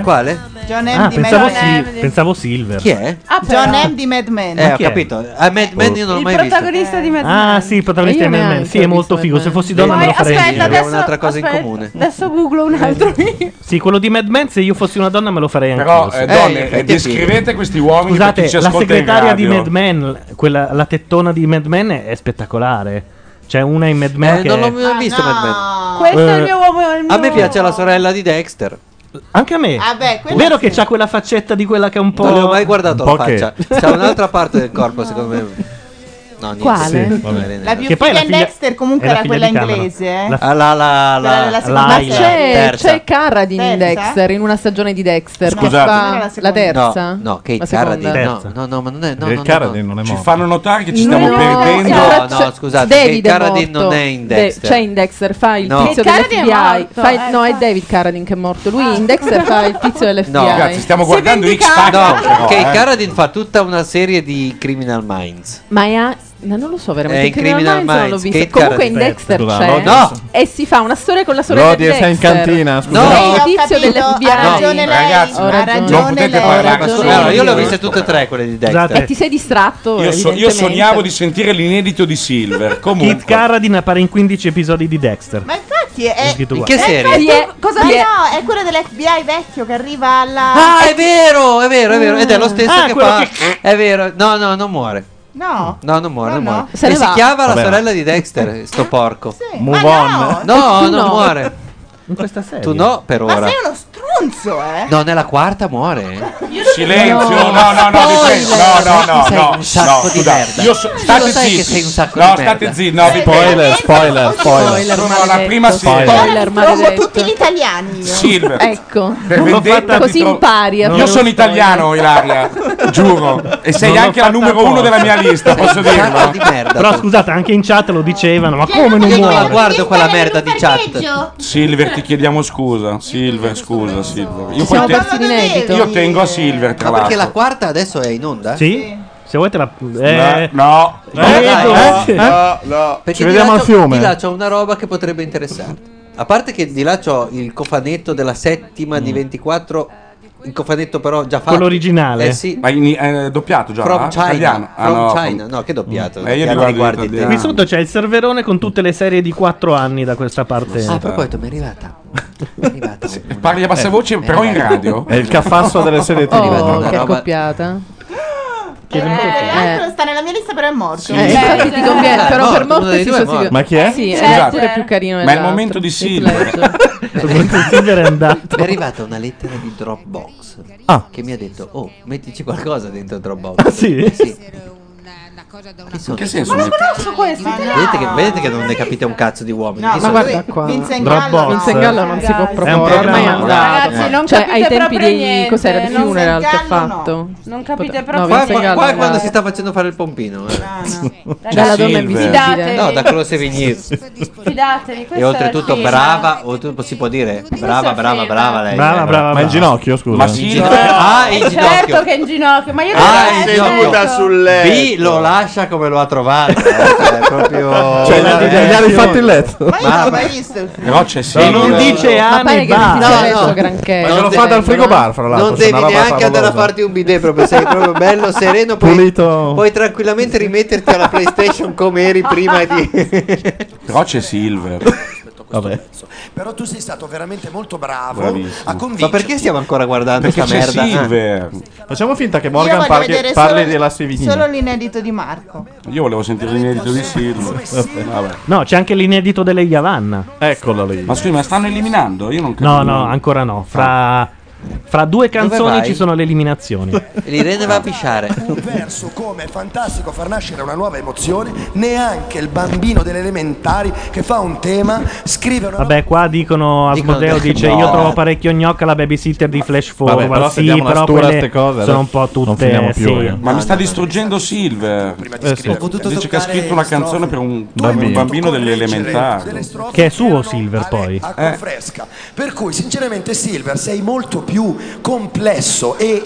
Speaker 9: Quale?
Speaker 13: John M.
Speaker 2: Ah,
Speaker 13: di
Speaker 2: pensavo,
Speaker 13: Mad Men.
Speaker 2: Sil- pensavo Silver.
Speaker 9: Chi è?
Speaker 13: Ah,
Speaker 33: però.
Speaker 13: John M. di Mad Men.
Speaker 9: Eh, ho
Speaker 2: chi è?
Speaker 9: capito. A Mad Men io non l'ho
Speaker 33: Il
Speaker 9: mai visto.
Speaker 33: protagonista di Mad
Speaker 2: Ah, sì, il protagonista
Speaker 33: Io
Speaker 2: di Mad Men.
Speaker 33: neanche
Speaker 2: Sì, è
Speaker 33: ho
Speaker 2: molto
Speaker 33: visto
Speaker 2: figo.
Speaker 33: Mad
Speaker 2: Se
Speaker 33: Men.
Speaker 2: fossi donna me lo farei.
Speaker 33: aspetta,
Speaker 2: anch'io.
Speaker 33: adesso, aspetta, Adesso googlo un altro.
Speaker 2: Sì, quello di Mad Men, se io fossi una donna me lo farei anche
Speaker 5: Però, eh, donne, eh, descrivete questi uomini perché ci
Speaker 2: Scusate, la
Speaker 5: ascolta in
Speaker 2: segretaria di
Speaker 5: radio.
Speaker 2: Mad Men, quella, la tettona di Mad Men è è spettacolare. C'è una in Mad Men
Speaker 9: Eh,
Speaker 2: che
Speaker 9: non
Speaker 2: è-
Speaker 9: l'ho mai visto Mad Men.
Speaker 33: Questo è il
Speaker 2: Eh,
Speaker 33: mio uomo. il
Speaker 9: A
Speaker 33: mio-
Speaker 9: me piace la sorella di Dexter.
Speaker 2: Anche a me.
Speaker 9: Ah, beh, quella
Speaker 2: Vero che c'ha quella faccetta di quella che è un po'.
Speaker 9: Non le ho mai guardato la
Speaker 2: Un po' che-
Speaker 9: faccia. C'ha un'altra parte del corpo, secondo me. No, niente.
Speaker 13: Quale?
Speaker 9: Sì, va bene.
Speaker 13: La più
Speaker 9: Che poi
Speaker 13: figa
Speaker 9: è
Speaker 13: in
Speaker 9: la figlia-
Speaker 13: Dexter comunque
Speaker 9: è la
Speaker 13: era
Speaker 9: figlia
Speaker 13: quella
Speaker 9: di Cameron.
Speaker 13: inglese. eh?
Speaker 9: La, ah, la, la,
Speaker 13: Quella
Speaker 9: la,
Speaker 13: della
Speaker 9: la,
Speaker 13: seconda
Speaker 7: Ma
Speaker 13: Laila,
Speaker 7: c'è,
Speaker 9: terza.
Speaker 7: c'è Carradine in
Speaker 13: Terza?
Speaker 7: Dexter, in una stagione di Dexter. che
Speaker 9: Scusate.
Speaker 7: fa
Speaker 9: Era la
Speaker 7: la,
Speaker 9: seconda.
Speaker 7: terza?
Speaker 9: No, no, Kate
Speaker 7: La seconda.
Speaker 9: Carradine, no. No, no, ma non è. Eh, No, no, no, no.
Speaker 5: Ci fanno notare che ci
Speaker 9: No,
Speaker 5: stiamo
Speaker 9: no,
Speaker 5: perdendo.
Speaker 9: no, no, scusate,
Speaker 7: David
Speaker 9: Kate
Speaker 7: è
Speaker 9: Carradine
Speaker 7: morto. cioè,
Speaker 9: non è in
Speaker 7: De-
Speaker 9: Dexter.
Speaker 7: c'è in Dexter, fa il
Speaker 9: No.
Speaker 7: tizio
Speaker 9: Kate
Speaker 7: dell'FBI.
Speaker 33: Carradine è morto, eh,
Speaker 7: no, è David Carradine che è morto. Lui in Dexter fa il tizio dell'FBI.
Speaker 9: No,
Speaker 5: Ragazzi, stiamo guardando X
Speaker 9: No,
Speaker 5: Factor.
Speaker 9: Kate
Speaker 5: però, eh.
Speaker 9: Carradine fa tutta una serie di Criminal Minds.
Speaker 7: Ma è a- ma non lo so veramente.
Speaker 9: È
Speaker 7: in Criminal, Minds, non l'ho visto.
Speaker 9: Kate
Speaker 7: Comunque in
Speaker 9: Carradine.
Speaker 7: Dexter
Speaker 9: Scusa,
Speaker 7: c'è.
Speaker 9: l'ho- no.
Speaker 7: E si fa una storia con la sorella
Speaker 22: Lodi,
Speaker 7: di
Speaker 22: sei
Speaker 7: Dexter.
Speaker 22: in cantina, scusa.
Speaker 7: È
Speaker 22: No,
Speaker 7: il
Speaker 22: ho
Speaker 7: tizio
Speaker 13: capito,
Speaker 7: dell'FBI.
Speaker 13: ha ragione lei,
Speaker 5: Ragazzi,
Speaker 13: ha ragione
Speaker 5: non potete
Speaker 13: lei, ha
Speaker 5: parlare
Speaker 13: ragione
Speaker 5: solo
Speaker 13: lei.
Speaker 9: Allora, io le ho
Speaker 5: Io
Speaker 9: viste tutte e tre quelle di Dexter.
Speaker 7: E ti sei distratto?
Speaker 5: Io, so- io
Speaker 7: evidentemente.
Speaker 5: sognavo di sentire l'inedito di Silver.
Speaker 2: Kit
Speaker 5: Comunque,
Speaker 2: Carradine appare in 15 episodi di Dexter.
Speaker 13: Ma infatti è.
Speaker 2: È
Speaker 13: è-
Speaker 2: scritto qua.
Speaker 13: è
Speaker 2: In che serie?
Speaker 13: questo-
Speaker 2: Chi è-
Speaker 7: cosa-
Speaker 13: ma
Speaker 7: chi è?
Speaker 13: no, è quello dell'FBI vecchio che arriva alla.
Speaker 9: Ah, è vero, è vero, è vero. Ed è lo stesso
Speaker 13: Ah,
Speaker 9: che
Speaker 13: quello
Speaker 9: fa. È vero. No, no, non muore.
Speaker 13: No.
Speaker 9: No, non muore, non muore.
Speaker 13: Se
Speaker 9: e
Speaker 13: ne
Speaker 9: si
Speaker 13: va.
Speaker 9: chiama
Speaker 13: Vabbè,
Speaker 9: la
Speaker 13: no.
Speaker 9: sorella di Dexter, sto porco.
Speaker 13: Move Ma on. no.
Speaker 9: No,
Speaker 13: Tu
Speaker 9: non
Speaker 13: no.
Speaker 9: muore.
Speaker 2: In questa serie.
Speaker 9: Tu no, per
Speaker 13: Ma
Speaker 9: ora.
Speaker 13: sei uno stronzo, eh?
Speaker 9: No, nella quarta muore.
Speaker 5: silenzio. No, no, no, vi prego. no, no, no,
Speaker 9: Sei
Speaker 5: no,
Speaker 9: un sacco
Speaker 5: no,
Speaker 9: di
Speaker 5: scusa,
Speaker 9: merda.
Speaker 5: Io so-
Speaker 9: Tu
Speaker 5: state
Speaker 9: lo sai
Speaker 5: zitti.
Speaker 9: che sei un sacco
Speaker 5: no,
Speaker 9: di
Speaker 5: state
Speaker 9: merda.
Speaker 5: zitti. No, vi
Speaker 22: Spoiler, spoiler, spoiler.
Speaker 5: Sono la prima
Speaker 22: Spoiler.
Speaker 13: Trovo
Speaker 5: serie.
Speaker 13: tutti gli italiani. io.
Speaker 5: Silver.
Speaker 7: Ecco.
Speaker 5: Per
Speaker 7: L'ho
Speaker 5: vendetta
Speaker 7: fatta-
Speaker 5: ti
Speaker 7: Così
Speaker 5: trovo-
Speaker 7: impari. a
Speaker 5: Io
Speaker 7: fare
Speaker 5: sono
Speaker 7: lo
Speaker 5: italiano, Ilaria, giuro. E sei anche la numero uno della mia lista, posso dirlo. eh?
Speaker 2: Però scusate, anche in chat lo dicevano, ma come non
Speaker 5: io non la
Speaker 2: muore?
Speaker 9: guardo quella merda di
Speaker 5: chat. Silver, ti chiediamo scusa. Silver, scusa, Silver. Io,
Speaker 9: siamo
Speaker 5: poi
Speaker 9: persi di inedito.
Speaker 5: io tengo a Silver, tra
Speaker 9: Ma perché
Speaker 5: l'altro.
Speaker 9: la quarta adesso è in onda?
Speaker 2: Sì? Se vuoi te la. Eh,
Speaker 5: no,
Speaker 2: no,
Speaker 9: Eh? Perché di
Speaker 22: Ci vediamo
Speaker 9: là
Speaker 22: al
Speaker 9: c'ho-
Speaker 22: fiume.
Speaker 9: Di là c'ho una roba che potrebbe interessarti. A parte che di là c'ho il cofanetto della settima di 24. Il cofanetto, però, già fatto.
Speaker 2: Quello originale.
Speaker 9: Eh sì.
Speaker 5: Ma in, eh, doppiato già?
Speaker 9: From
Speaker 5: eh?
Speaker 9: China.
Speaker 5: Italiano. Ah,
Speaker 9: From
Speaker 5: no.
Speaker 9: China. No, che doppiato.
Speaker 5: Eh, io
Speaker 9: Che
Speaker 5: li
Speaker 9: non li
Speaker 5: guardo
Speaker 9: guardi
Speaker 5: in
Speaker 9: te.
Speaker 5: italiano.
Speaker 2: Qui sotto c'è il serverone con tutte le serie di 4 anni da questa parte.
Speaker 9: Ah, a proposito, mi è arrivata.
Speaker 5: Parli a
Speaker 9: Eh,
Speaker 2: Eh,
Speaker 5: bassa voce, però in radio. Oh.
Speaker 22: È il caffasso delle serie TV.
Speaker 7: Oh, che accoppiata.
Speaker 2: Che non-
Speaker 13: L'altro eh, sta nella mia lista, però è morto.
Speaker 7: Eh, infatti ti conviene, però
Speaker 13: Morto,
Speaker 7: per morte
Speaker 13: uno dei
Speaker 7: sì,
Speaker 13: due è
Speaker 7: sono sicuro.
Speaker 13: morto. Ma chi è?
Speaker 7: Sì, è
Speaker 13: Scusate.
Speaker 7: pure più carino
Speaker 5: Ma è il
Speaker 7: dell'altro. esatto.
Speaker 5: momento di
Speaker 7: Heath
Speaker 5: Silver.
Speaker 7: Ledger.
Speaker 2: è andato.
Speaker 9: Mi è arrivata una lettera di Dropbox che mi ha detto: Oh, mettici qualcosa dentro Dropbox. Ah,
Speaker 2: sì?
Speaker 9: Chi sono?
Speaker 5: Che senso?
Speaker 9: Ma
Speaker 13: conosco questo, ce l'ho.
Speaker 9: Vedete che, vedete che non ne capite un cazzo di uomini.
Speaker 13: No,
Speaker 9: Chi
Speaker 13: ma
Speaker 9: sono?
Speaker 13: guarda qua. Vincent Gallo Dropbox. no.
Speaker 7: Vincent Gallo non si può proporre.
Speaker 9: È un programma.
Speaker 7: Ormai è andato.
Speaker 9: Ragazzi,
Speaker 13: non
Speaker 7: cioè,
Speaker 13: capite
Speaker 7: ai tempi
Speaker 13: proprio
Speaker 7: dei
Speaker 13: niente,
Speaker 7: cos'era il
Speaker 13: non
Speaker 7: funeral che ha
Speaker 13: Vincent Gallo,
Speaker 7: fatto?
Speaker 13: no.
Speaker 7: Non capite
Speaker 13: proprio
Speaker 7: No,
Speaker 9: Qua,
Speaker 7: Vincent
Speaker 9: qua,
Speaker 7: Gallo.
Speaker 9: qua è
Speaker 7: no.
Speaker 9: quando si sta facendo fare il pompino. eh.
Speaker 7: Dalla donna
Speaker 9: Silver.
Speaker 7: invisibile.
Speaker 9: No, da quello Sevigny.
Speaker 36: Fidatevi, questo
Speaker 9: E
Speaker 36: è
Speaker 9: oltretutto
Speaker 36: il film.
Speaker 9: brava, oltretutto si può dire, brava, brava, brava lei.
Speaker 22: Brava,
Speaker 9: eh,
Speaker 22: brava, Ma in brava. ginocchio, scusa. Ma
Speaker 9: In
Speaker 22: sì,
Speaker 9: ginocchio.
Speaker 22: no.
Speaker 9: Ah, in
Speaker 36: Eh,
Speaker 9: ginocchio.
Speaker 36: certo che è in ginocchio, ma io
Speaker 9: Ah,
Speaker 36: non
Speaker 9: in
Speaker 36: eh,
Speaker 9: ginocchio.
Speaker 36: certo.
Speaker 9: B lo lascia come lo ha trovato. Cioè, proprio... Eh,
Speaker 22: Cioè, gli- gli- gli ha rifatto il letto.
Speaker 9: Ma
Speaker 13: Non l'ho mai visto il film.
Speaker 5: Però c'è
Speaker 9: E non dice
Speaker 7: Ma
Speaker 9: anni,
Speaker 7: pare che
Speaker 9: va.
Speaker 7: non si sia
Speaker 9: No,
Speaker 7: detto
Speaker 9: no.
Speaker 7: granché.
Speaker 9: Ma
Speaker 22: ce lo fa dal frigobar, fra l'altro.
Speaker 9: Non
Speaker 22: c'è una
Speaker 9: devi
Speaker 22: roba
Speaker 9: neanche andare a
Speaker 22: favolosa.
Speaker 9: farti un bidet, proprio sei proprio bello, sereno. Puoi,
Speaker 22: Pulito.
Speaker 9: puoi tranquillamente rimetterti alla PlayStation come eri prima di.
Speaker 5: Però c'è Silver.
Speaker 22: Vabbè.
Speaker 10: Però tu sei stato veramente molto bravo
Speaker 9: Bravissimo.
Speaker 10: a convincere.
Speaker 9: Ma perché stiamo ancora guardando
Speaker 22: Perché
Speaker 9: questa
Speaker 22: c'è
Speaker 9: merda? Eh.
Speaker 5: Silver.
Speaker 22: Facciamo finta che
Speaker 13: Io
Speaker 22: Morgan
Speaker 13: voglio
Speaker 22: parli,
Speaker 13: vedere
Speaker 22: parli
Speaker 13: solo-
Speaker 22: della Sevignina.
Speaker 13: Solo l'inedito di Marco.
Speaker 5: Io volevo sentire l'inedito di Silver. Vabbè.
Speaker 2: No, c'è anche l'inedito delle Yavanna.
Speaker 22: Eccolo lì.
Speaker 5: Ma scusi, ma stanno eliminando? Io non capisco.
Speaker 2: No, no, ancora no. Fra, fra due canzoni
Speaker 9: vai?
Speaker 2: ci sono le eliminazioni.
Speaker 9: L'Irene va a pisciare.
Speaker 10: Un verso come fantastico far nascere una nuova emozione, neanche il bambino delle elementari che fa un tema, scrive una
Speaker 2: Vabbè, qua dicono
Speaker 10: Dicono-
Speaker 2: Asmodeo dice
Speaker 10: No.
Speaker 2: io trovo parecchio gnocca la babysitter di Flash Forward.
Speaker 22: eh." Vabbè, però se
Speaker 2: sì,
Speaker 22: diamo una
Speaker 2: però
Speaker 22: stura a
Speaker 2: quelle
Speaker 22: ste cose,
Speaker 2: sono un
Speaker 22: adesso
Speaker 2: po' tutte
Speaker 22: non finiamo più, eh.
Speaker 2: sì.
Speaker 22: io.
Speaker 5: Ma mi sta distruggendo Silver.
Speaker 2: Eh, sì.
Speaker 5: Dice che ha scritto una canzone per un un bambino, delle elementari.
Speaker 2: Che è suo Silver
Speaker 9: Eh.
Speaker 2: poi.
Speaker 22: Eh,
Speaker 10: acqua fresca. Per cui, sinceramente, Silver, sei molto più complesso e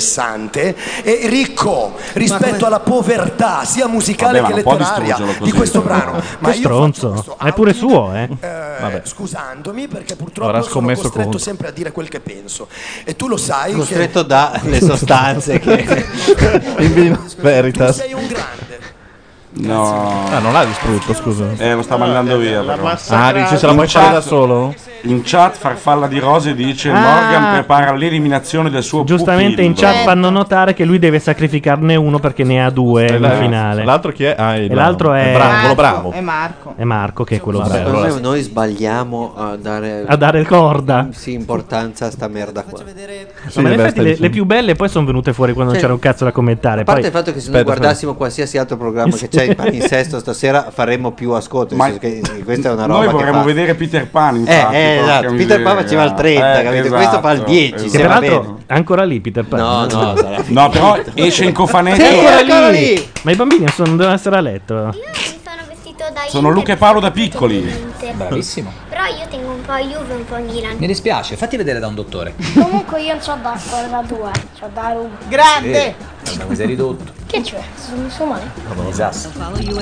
Speaker 10: interessante e ricco rispetto alla povertà sia musicale
Speaker 2: Vabbè, ma
Speaker 10: che
Speaker 2: non può
Speaker 10: letteraria
Speaker 2: distruggerlo
Speaker 10: di
Speaker 2: così.
Speaker 10: questo brano. Ma
Speaker 2: Che
Speaker 10: io
Speaker 2: stronzo. È pure suo, eh.
Speaker 10: eh, scusandomi perché purtroppo
Speaker 2: Avrà
Speaker 10: sono
Speaker 2: scommesso
Speaker 10: costretto
Speaker 2: contro.
Speaker 10: sempre a dire quel che penso. E tu lo sai
Speaker 9: Costretto
Speaker 10: che
Speaker 9: dalle sostanze che.
Speaker 22: In vino- Veritas.
Speaker 5: No.
Speaker 22: Ah, non l'ha distrutto, scusa.
Speaker 5: Eh, lo sta mandando via.
Speaker 22: la
Speaker 5: però.
Speaker 22: massacrata. Ah, dice, se la puoi
Speaker 5: In
Speaker 22: fare
Speaker 5: chat-
Speaker 22: da solo?
Speaker 5: In chat Farfalla di Rose dice
Speaker 2: Ah.
Speaker 5: Morgan prepara l'eliminazione del suo
Speaker 2: Giustamente in
Speaker 5: pupillo."
Speaker 2: chat fanno notare che lui deve sacrificarne uno perché ne ha due
Speaker 5: Eh,
Speaker 2: in
Speaker 22: la-
Speaker 2: finale.
Speaker 22: L'altro chi è? Ah, il-
Speaker 2: E l'altro è,
Speaker 22: è bravo, quello bravo.
Speaker 13: È Marco.
Speaker 2: È Marco che è quello
Speaker 9: Vabbè,
Speaker 2: bravo.
Speaker 9: allora noi sbagliamo a dare.
Speaker 2: A dare corda.
Speaker 9: Sì, importanza a sta merda qua.
Speaker 2: No, ma in effetti le, le più belle poi sono venute fuori quando
Speaker 9: Sì.
Speaker 2: c'era un cazzo da commentare.
Speaker 9: A parte
Speaker 2: poi-
Speaker 9: il fatto che se noi guardassimo qualsiasi altro programma
Speaker 2: Sì.
Speaker 9: che c'è in palinsesto stasera faremmo più ascolto. nel
Speaker 5: Ma-
Speaker 9: senso che questa è una roba.
Speaker 5: Noi
Speaker 9: che
Speaker 5: vorremmo
Speaker 9: fa-
Speaker 5: vedere Peter Pan.
Speaker 9: Eh,
Speaker 5: Infatti,
Speaker 9: eh,
Speaker 5: porca
Speaker 9: esatto. Peter
Speaker 5: miseria.
Speaker 9: Pan faceva il 30,
Speaker 5: Eh,
Speaker 9: capito?
Speaker 5: esatto,
Speaker 9: Questo fa il 10.
Speaker 5: esatto.
Speaker 2: Che
Speaker 9: se va
Speaker 2: peraltro
Speaker 9: bene.
Speaker 2: è ancora lì Peter Pan.
Speaker 9: No, eh, no, sarà-
Speaker 5: No, però esce in cofanetto.
Speaker 2: È
Speaker 5: Ancora
Speaker 2: ancora
Speaker 5: lì.
Speaker 2: lì. Ma i bambini non sono- non devono essere a letto.
Speaker 5: Sono Luca e Paolo da piccoli.
Speaker 3: Bravissimo.
Speaker 20: Però io tengo un po' Juve e un po' Milan.
Speaker 3: Mi dispiace, fatti vedere da un dottore.
Speaker 20: Comunque io non so da squadra 2, so da Roma.
Speaker 3: Sì, vabbè, sei ridotto.
Speaker 20: Che c'è? Sono messo male?
Speaker 3: Come disastro.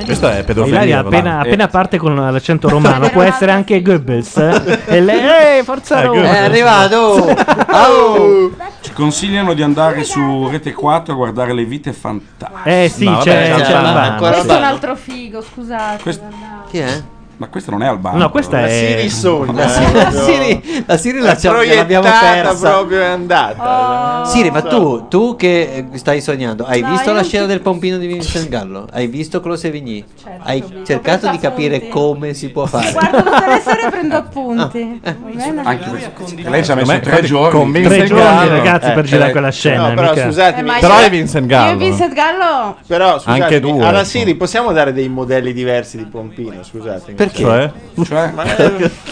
Speaker 22: Questo è pedofilia. Eh,
Speaker 2: Ilaria appena,
Speaker 22: volante.
Speaker 2: appena parte con l'accento romano può essere anche Goebbels. eh? e lei, "Ehi, forza
Speaker 5: Eh,
Speaker 2: Roma!
Speaker 5: Goebbels. È
Speaker 9: arrivato!
Speaker 2: Oh.
Speaker 5: Ci consigliano di andare su Rete 4 a guardare le vite fantastiche.
Speaker 2: Eh sì,
Speaker 5: No,
Speaker 2: c'è,
Speaker 5: vabbè,
Speaker 2: c'è
Speaker 5: ancora
Speaker 2: Albano.
Speaker 5: ancora
Speaker 2: Questo
Speaker 36: Questo è
Speaker 5: Albano.
Speaker 36: un altro figo, scusate.
Speaker 9: Chi è?
Speaker 5: Ma questo non è Albano.
Speaker 2: No, questa La è- Siri sogna,
Speaker 9: La Siri- la Siri, la Siri la c'ha- l'abbiamo
Speaker 37: proiettata
Speaker 9: persa.
Speaker 37: proprio è andata.
Speaker 9: Siri, ma
Speaker 5: Esatto.
Speaker 9: tu, tu che eh, stai sognando, hai
Speaker 37: No,
Speaker 9: visto
Speaker 37: io
Speaker 9: la
Speaker 37: non
Speaker 9: scena
Speaker 37: ti-
Speaker 9: del pompino di Vincent Gallo? Hai visto Close Sevigny? hai cercato
Speaker 38: Certo, Ho
Speaker 9: di
Speaker 38: preso
Speaker 9: capire
Speaker 38: appunti.
Speaker 9: come si può fare. Ah.
Speaker 38: Guardo tutte le sere prendo appunti. Va bene?
Speaker 5: Lei ci ha messo
Speaker 22: Secondo me,
Speaker 5: tre
Speaker 22: infatti,
Speaker 5: giorni. eh,
Speaker 22: con Vincent
Speaker 2: Tre giorni,
Speaker 22: Gallo.
Speaker 2: ragazzi, per girare quella scena,
Speaker 37: No, però
Speaker 2: mica.
Speaker 37: scusatemi.
Speaker 38: Eh, ma
Speaker 22: Però
Speaker 38: io-
Speaker 22: è Vincent
Speaker 38: Io e
Speaker 22: Gallo.
Speaker 38: Vincent Gallo
Speaker 37: Però scusatemi,
Speaker 22: Anche due,
Speaker 37: alla
Speaker 22: insomma.
Speaker 37: Siri possiamo dare dei modelli diversi di pompino, scusate.
Speaker 9: Perché?
Speaker 22: Cioè?
Speaker 5: Cioè,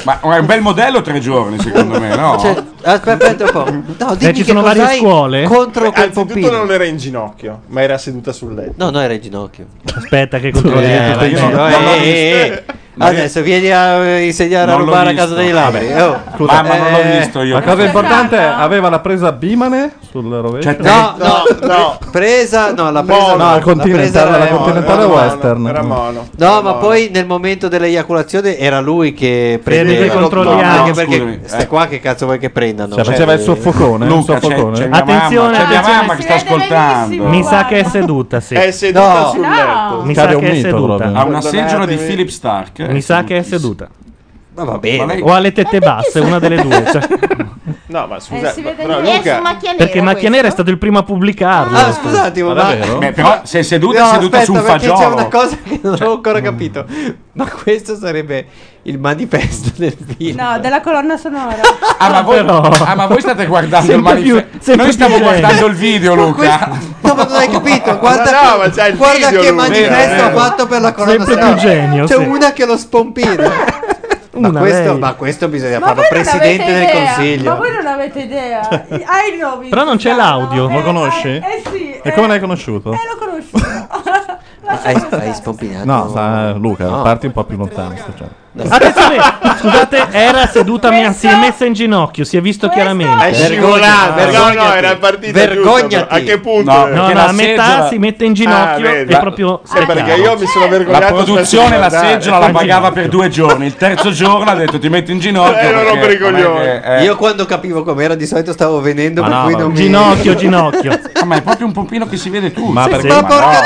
Speaker 5: ma è un bel modello tre giorni, secondo me, no?
Speaker 9: Cioè, aspetta, aspetta un po'.
Speaker 22: Eh,
Speaker 9: No, dimmi che cos'hai Contro quel
Speaker 37: Anzitutto
Speaker 9: pompino.
Speaker 37: non era in ginocchio, ma era seduta sul letto.
Speaker 9: No, no, era in ginocchio.
Speaker 2: Aspetta che controlli
Speaker 9: Eh,
Speaker 2: tutto
Speaker 9: vai,
Speaker 2: il
Speaker 9: no,
Speaker 2: giro.
Speaker 9: eh, eh, eh. Adesso vieni a eh, insegnare a
Speaker 22: Non l'ho
Speaker 9: rubare a
Speaker 22: visto.
Speaker 9: casa dei ladri. Oh,
Speaker 22: Scusa,
Speaker 9: eh,
Speaker 22: La cosa
Speaker 9: Cioè,
Speaker 22: importante è aveva la presa Bimane sul rovescio.
Speaker 9: No, no, Presa, no, Cioè, la presa
Speaker 22: No, la
Speaker 9: presa
Speaker 22: continentale,
Speaker 9: era
Speaker 22: la
Speaker 9: mono,
Speaker 22: continentale
Speaker 9: era mono,
Speaker 22: western.
Speaker 9: era
Speaker 37: mono.
Speaker 9: Mm. No, ma poi nel momento dell'eiaculazione era lui che prendeva
Speaker 2: che controlliamo.
Speaker 9: No, anche
Speaker 2: No,
Speaker 9: perché
Speaker 2: scusami,
Speaker 9: queste qua che cazzo vuoi che prendano?
Speaker 22: eh. Cioè, faceva il soffocone,
Speaker 9: Luca,
Speaker 22: il soffocone.
Speaker 5: c'è mia
Speaker 2: Attenzione,
Speaker 5: mamma, c'è mia
Speaker 2: attenzione.
Speaker 5: mamma che sta ascoltando.
Speaker 2: Mi sa che è seduta, sì.
Speaker 37: È seduta sul
Speaker 2: No.
Speaker 37: letto.
Speaker 2: Mi
Speaker 22: Cade
Speaker 2: sa
Speaker 22: un
Speaker 2: che è
Speaker 22: mito,
Speaker 2: seduta.
Speaker 22: proprio.
Speaker 5: Ha una seggiola di
Speaker 37: Perdonatemi.
Speaker 5: Philip Stark.
Speaker 2: Mi sa che è seduta.
Speaker 9: eh. Ma va bene.
Speaker 5: Ma lei-
Speaker 2: O ha le tette basse, una delle due. cioè.
Speaker 1: No,
Speaker 17: Eh,
Speaker 1: ma scusa,
Speaker 4: si
Speaker 1: ma-
Speaker 4: vede
Speaker 1: però
Speaker 4: niente.
Speaker 1: Luca-
Speaker 4: È su Macchia Nera
Speaker 2: Perché Macchia Nera è stato il primo a pubblicarlo.
Speaker 1: Ah, scusate, ma- Ma davvero?
Speaker 5: Beh, però se è seduta,
Speaker 9: No,
Speaker 5: è seduta
Speaker 9: aspetta,
Speaker 5: su un
Speaker 9: perché
Speaker 5: fagiolo. Cioè, mm.
Speaker 9: C'è una cosa che non ho ancora capito. Ma questo sarebbe il manifesto del film.
Speaker 17: No, della colonna sonora.
Speaker 5: Ah, ma voi, ah, ma voi state guardando
Speaker 9: Sempre
Speaker 5: il manifesto.
Speaker 9: più- sempre
Speaker 5: Noi
Speaker 9: più
Speaker 5: stiamo
Speaker 9: gente.
Speaker 5: guardando il video,
Speaker 9: Ma
Speaker 5: Luca. Ah,
Speaker 9: No, ma non hai capito. Guarda,
Speaker 5: Ma no,
Speaker 9: che-
Speaker 5: ma c'è il
Speaker 9: guarda
Speaker 5: video,
Speaker 9: che
Speaker 5: lui, eh.
Speaker 9: manifesto
Speaker 5: vero,
Speaker 9: ha
Speaker 5: vero.
Speaker 9: fatto per la corona
Speaker 5: Sempre più
Speaker 9: sonora.
Speaker 5: genio,
Speaker 9: C'è
Speaker 5: sì.
Speaker 9: una che lo spompina. Ma
Speaker 2: Una,
Speaker 9: questo,
Speaker 2: lei.
Speaker 9: ma questo bisogna
Speaker 17: Ma
Speaker 9: farlo
Speaker 17: voi non
Speaker 9: presidente
Speaker 17: avete
Speaker 9: del
Speaker 17: idea,
Speaker 9: consiglio.
Speaker 17: Ma voi non avete idea. Hai il nome.
Speaker 9: Però non c'è l'audio.
Speaker 22: Lo conosci?
Speaker 17: Eh sì.
Speaker 22: E come l'hai conosciuto?
Speaker 9: Hai, hai spompinato.
Speaker 22: No, sa- Luca, parti un po' più lontano. sto certo. già.
Speaker 2: Attenzione, scusate, era seduta, mi- si è messa in ginocchio, si è visto chiaramente.
Speaker 1: È scivolato. No, no, era partita giusta, però. A che punto?
Speaker 2: No,
Speaker 1: era?
Speaker 2: no, no, a metà si mette in ginocchio
Speaker 1: Ah,
Speaker 2: e
Speaker 1: vedi.
Speaker 2: proprio...
Speaker 1: Sì, perché io mi sono vergognato.
Speaker 5: La produzione
Speaker 1: stasera
Speaker 5: la
Speaker 1: di
Speaker 5: seggiola la
Speaker 1: guardare.
Speaker 5: pagava per due giorni. Il terzo giorno ha detto ti metti in ginocchio.
Speaker 1: Eh, non
Speaker 5: perché
Speaker 1: rompere i
Speaker 5: non è
Speaker 1: coglioni.
Speaker 5: che- eh.
Speaker 9: Io quando capivo com'era di solito stavo venendo
Speaker 5: Ma
Speaker 9: per
Speaker 5: no,
Speaker 9: cui
Speaker 5: ma-
Speaker 9: non mi-
Speaker 5: Ah, ma è proprio un pompino che si vede tutto.
Speaker 2: Ma Sì, perché- sì. ma
Speaker 9: porca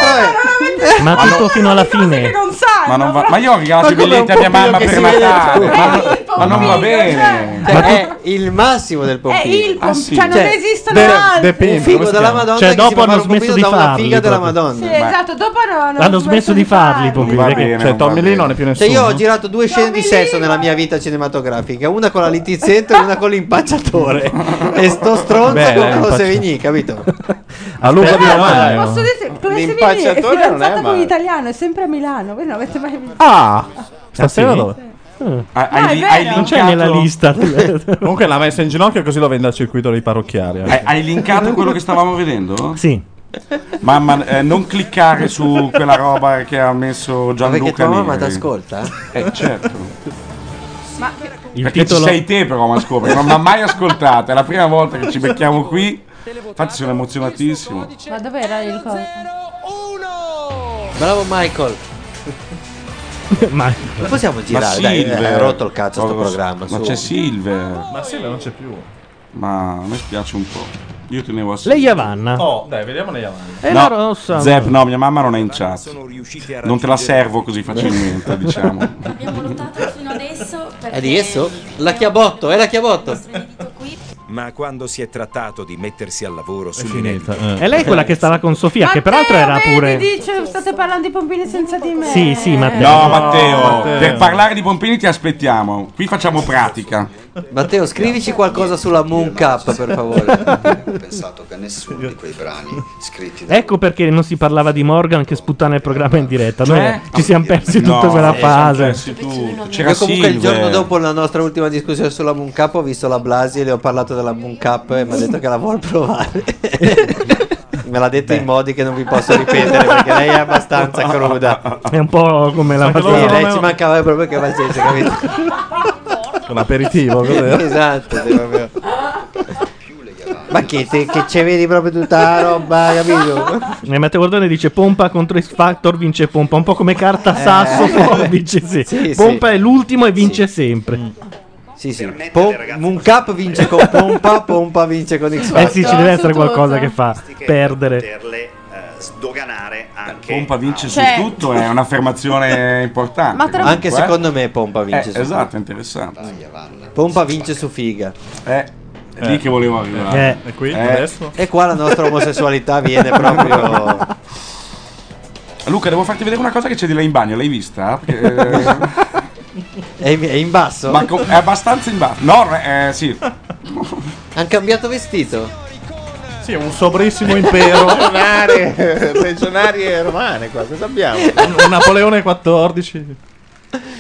Speaker 2: Ma
Speaker 5: Ma
Speaker 2: tutto fino alla fine.
Speaker 5: Ma, non va- ma io ho regalato i
Speaker 9: Ma come
Speaker 5: biglietti a
Speaker 9: un
Speaker 5: mia
Speaker 9: pompino
Speaker 5: mamma
Speaker 9: che
Speaker 5: per
Speaker 9: si vede
Speaker 5: Natale.
Speaker 9: tutto?
Speaker 5: Ma, ma non va bene.
Speaker 9: Cioè, è il massimo del pompino.
Speaker 17: il pom- cioè, non esistono
Speaker 9: Ah, de-
Speaker 17: altri.
Speaker 9: de- un figo della Madonna
Speaker 2: Cioè,
Speaker 9: che
Speaker 2: dopo
Speaker 9: si fa
Speaker 2: hanno
Speaker 9: fare un
Speaker 2: smesso
Speaker 9: pompino
Speaker 2: di
Speaker 9: da una
Speaker 2: farli,
Speaker 9: figa della
Speaker 2: proprio.
Speaker 9: Madonna.
Speaker 17: Sì, esatto, dopo no, non
Speaker 2: Hanno smesso di farli, Pompini,
Speaker 22: Va
Speaker 2: perché-
Speaker 22: bene,
Speaker 2: cioè,
Speaker 22: non va
Speaker 2: Tommy
Speaker 22: bene.
Speaker 2: Lee non è più
Speaker 9: Cioè,
Speaker 2: nessuno.
Speaker 9: io ho girato due scene di sesso nella mia vita cinematografica, una con la litizzetta e una con l'impacciatore. e sto stronzo
Speaker 22: Beh,
Speaker 9: con
Speaker 22: l'impacciatore.
Speaker 9: lo Sevigny, capito?
Speaker 22: A Luca di
Speaker 9: Però,
Speaker 22: Romagno.
Speaker 17: Posso dire, come se vieni è
Speaker 9: L'impacciatore non è
Speaker 17: fidanzata con un
Speaker 9: male.
Speaker 17: italiano, è sempre a Milano. Voi non avete mai visto.
Speaker 22: Ah, stasera
Speaker 17: sì?
Speaker 22: dove?
Speaker 17: hai No, è li- vero. hai
Speaker 22: non c'è
Speaker 17: linkato-
Speaker 22: nella lista. Comunque l'ha messa in ginocchio così lo vende al circuito dei eh. parrocchiari.
Speaker 5: Hai, Eh, hai linkato quello che stavamo vedendo?
Speaker 2: Sì.
Speaker 5: Mamma, eh, non cliccare su quella roba che ha messo Gianluca
Speaker 9: perché tua mamma
Speaker 5: Neri.
Speaker 9: t'ascolta?
Speaker 5: Eh, certo.
Speaker 17: Ma
Speaker 2: Il
Speaker 5: perché
Speaker 2: titolo-
Speaker 5: ci sei te però, ma scopri, non mi ha mai ascoltata. È la prima volta che ci becchiamo qui. Infatti sono emozionatissimo.
Speaker 17: Ma dov'era il coso?
Speaker 9: Bravo Michael.
Speaker 2: Ma
Speaker 9: Lo possiamo girare? Dai, eh,
Speaker 5: Silver.
Speaker 9: ha rotto il cazzo sto
Speaker 5: Ma-
Speaker 9: programma.
Speaker 5: Ma
Speaker 9: su.
Speaker 5: c'è Silver.
Speaker 22: Ma Silvia non c'è più. Eh,
Speaker 5: Ma a me spiace un po'. Io tenevo a
Speaker 2: Lei Yavanna. Eh,
Speaker 22: Oh, dai, vediamo le avanti.
Speaker 5: Eh,
Speaker 2: È la rossa.
Speaker 5: Zep, no, mia mamma non è in chat. Non te la servo così facilmente, diciamo.
Speaker 3: Abbiamo lottato fino adesso perché
Speaker 9: È di esso? La chiabotto, è la chiabotto.
Speaker 11: Ma quando si è trattato di mettersi al lavoro
Speaker 22: sull'inedito
Speaker 2: È lei quella che stava con Sofia, che peraltro
Speaker 17: Matteo,
Speaker 2: era
Speaker 17: vedi,
Speaker 2: pure...
Speaker 17: dice, state parlando di pompini senza di me.
Speaker 3: Eh.
Speaker 2: Sì, sì, Matteo.
Speaker 5: No, Matteo,
Speaker 2: Matteo.
Speaker 5: per parlare di pompini ti aspettiamo. Qui facciamo pratica.
Speaker 9: Matteo, scrivici qualcosa sulla Moon Cup, per favore.
Speaker 3: ho pensato che nessuno di quei brani scritti da
Speaker 2: Ecco perché non si parlava di Morgan che sputtana il programma in diretta. Noi
Speaker 3: Cioè?
Speaker 2: ci siamo persi tutta
Speaker 5: No,
Speaker 2: quella
Speaker 5: eh, siamo
Speaker 2: fase.
Speaker 5: persi tutto.
Speaker 9: Io
Speaker 5: C'era
Speaker 9: comunque il
Speaker 5: Silver.
Speaker 9: giorno dopo la nostra ultima discussione sulla Moon Cup ho visto la Blasi e le ho parlato della Moon Cup e mi ha detto che la vuol provare. me l'ha detto in modi che non vi posso ripetere perché lei è abbastanza cruda.
Speaker 2: È un po' come la
Speaker 9: Sì, lei ci mancava proprio che facesse, capito?
Speaker 22: Con l'aperitivo, cos'era?
Speaker 9: Esatto, sì, proprio. Ma che, te, che ci vedi proprio tutta la roba, capito?
Speaker 2: E eh, Matteo Gordone dice pompa contro X Factor vince pompa, un po' come carta
Speaker 5: Eh.
Speaker 2: sasso vince sempre.
Speaker 9: Sì, sì.
Speaker 2: pompa è l'ultimo e vince
Speaker 5: Mm.
Speaker 2: sempre.
Speaker 9: Sì, sì. Pom- Moon Cup vince con Pompa, Pompa vince con X Factor.
Speaker 2: Eh sì, ci deve essere qualcosa che fa perdere.
Speaker 11: eh,
Speaker 3: sdoganare anche
Speaker 5: Pompa vince
Speaker 3: Cioè-
Speaker 5: su tutto, è un'affermazione importante.
Speaker 3: Ma tra-
Speaker 9: Anche
Speaker 5: comunque, eh.
Speaker 9: secondo me Pompa vince
Speaker 5: Eh,
Speaker 9: su
Speaker 5: Esatto,
Speaker 9: tutto.
Speaker 5: è interessante.
Speaker 9: Pompa vince su figa.
Speaker 5: Eh, è lì che volevo arrivare.
Speaker 9: Eh. E qui, adesso? E qua la nostra omosessualità viene proprio-
Speaker 5: Luca, devo farti vedere una cosa che c'è di là in bagno, l'hai vista? Perché, eh,
Speaker 9: È in, è in basso?
Speaker 5: Ma co- è abbastanza in basso. No, eh, sì.
Speaker 9: Hanno cambiato vestito?
Speaker 22: Sì, è un sobrissimo impero.
Speaker 5: eh,
Speaker 1: Legionarie, legionarie romane qua, cosa abbiamo?
Speaker 22: Un, un Napoleone 14.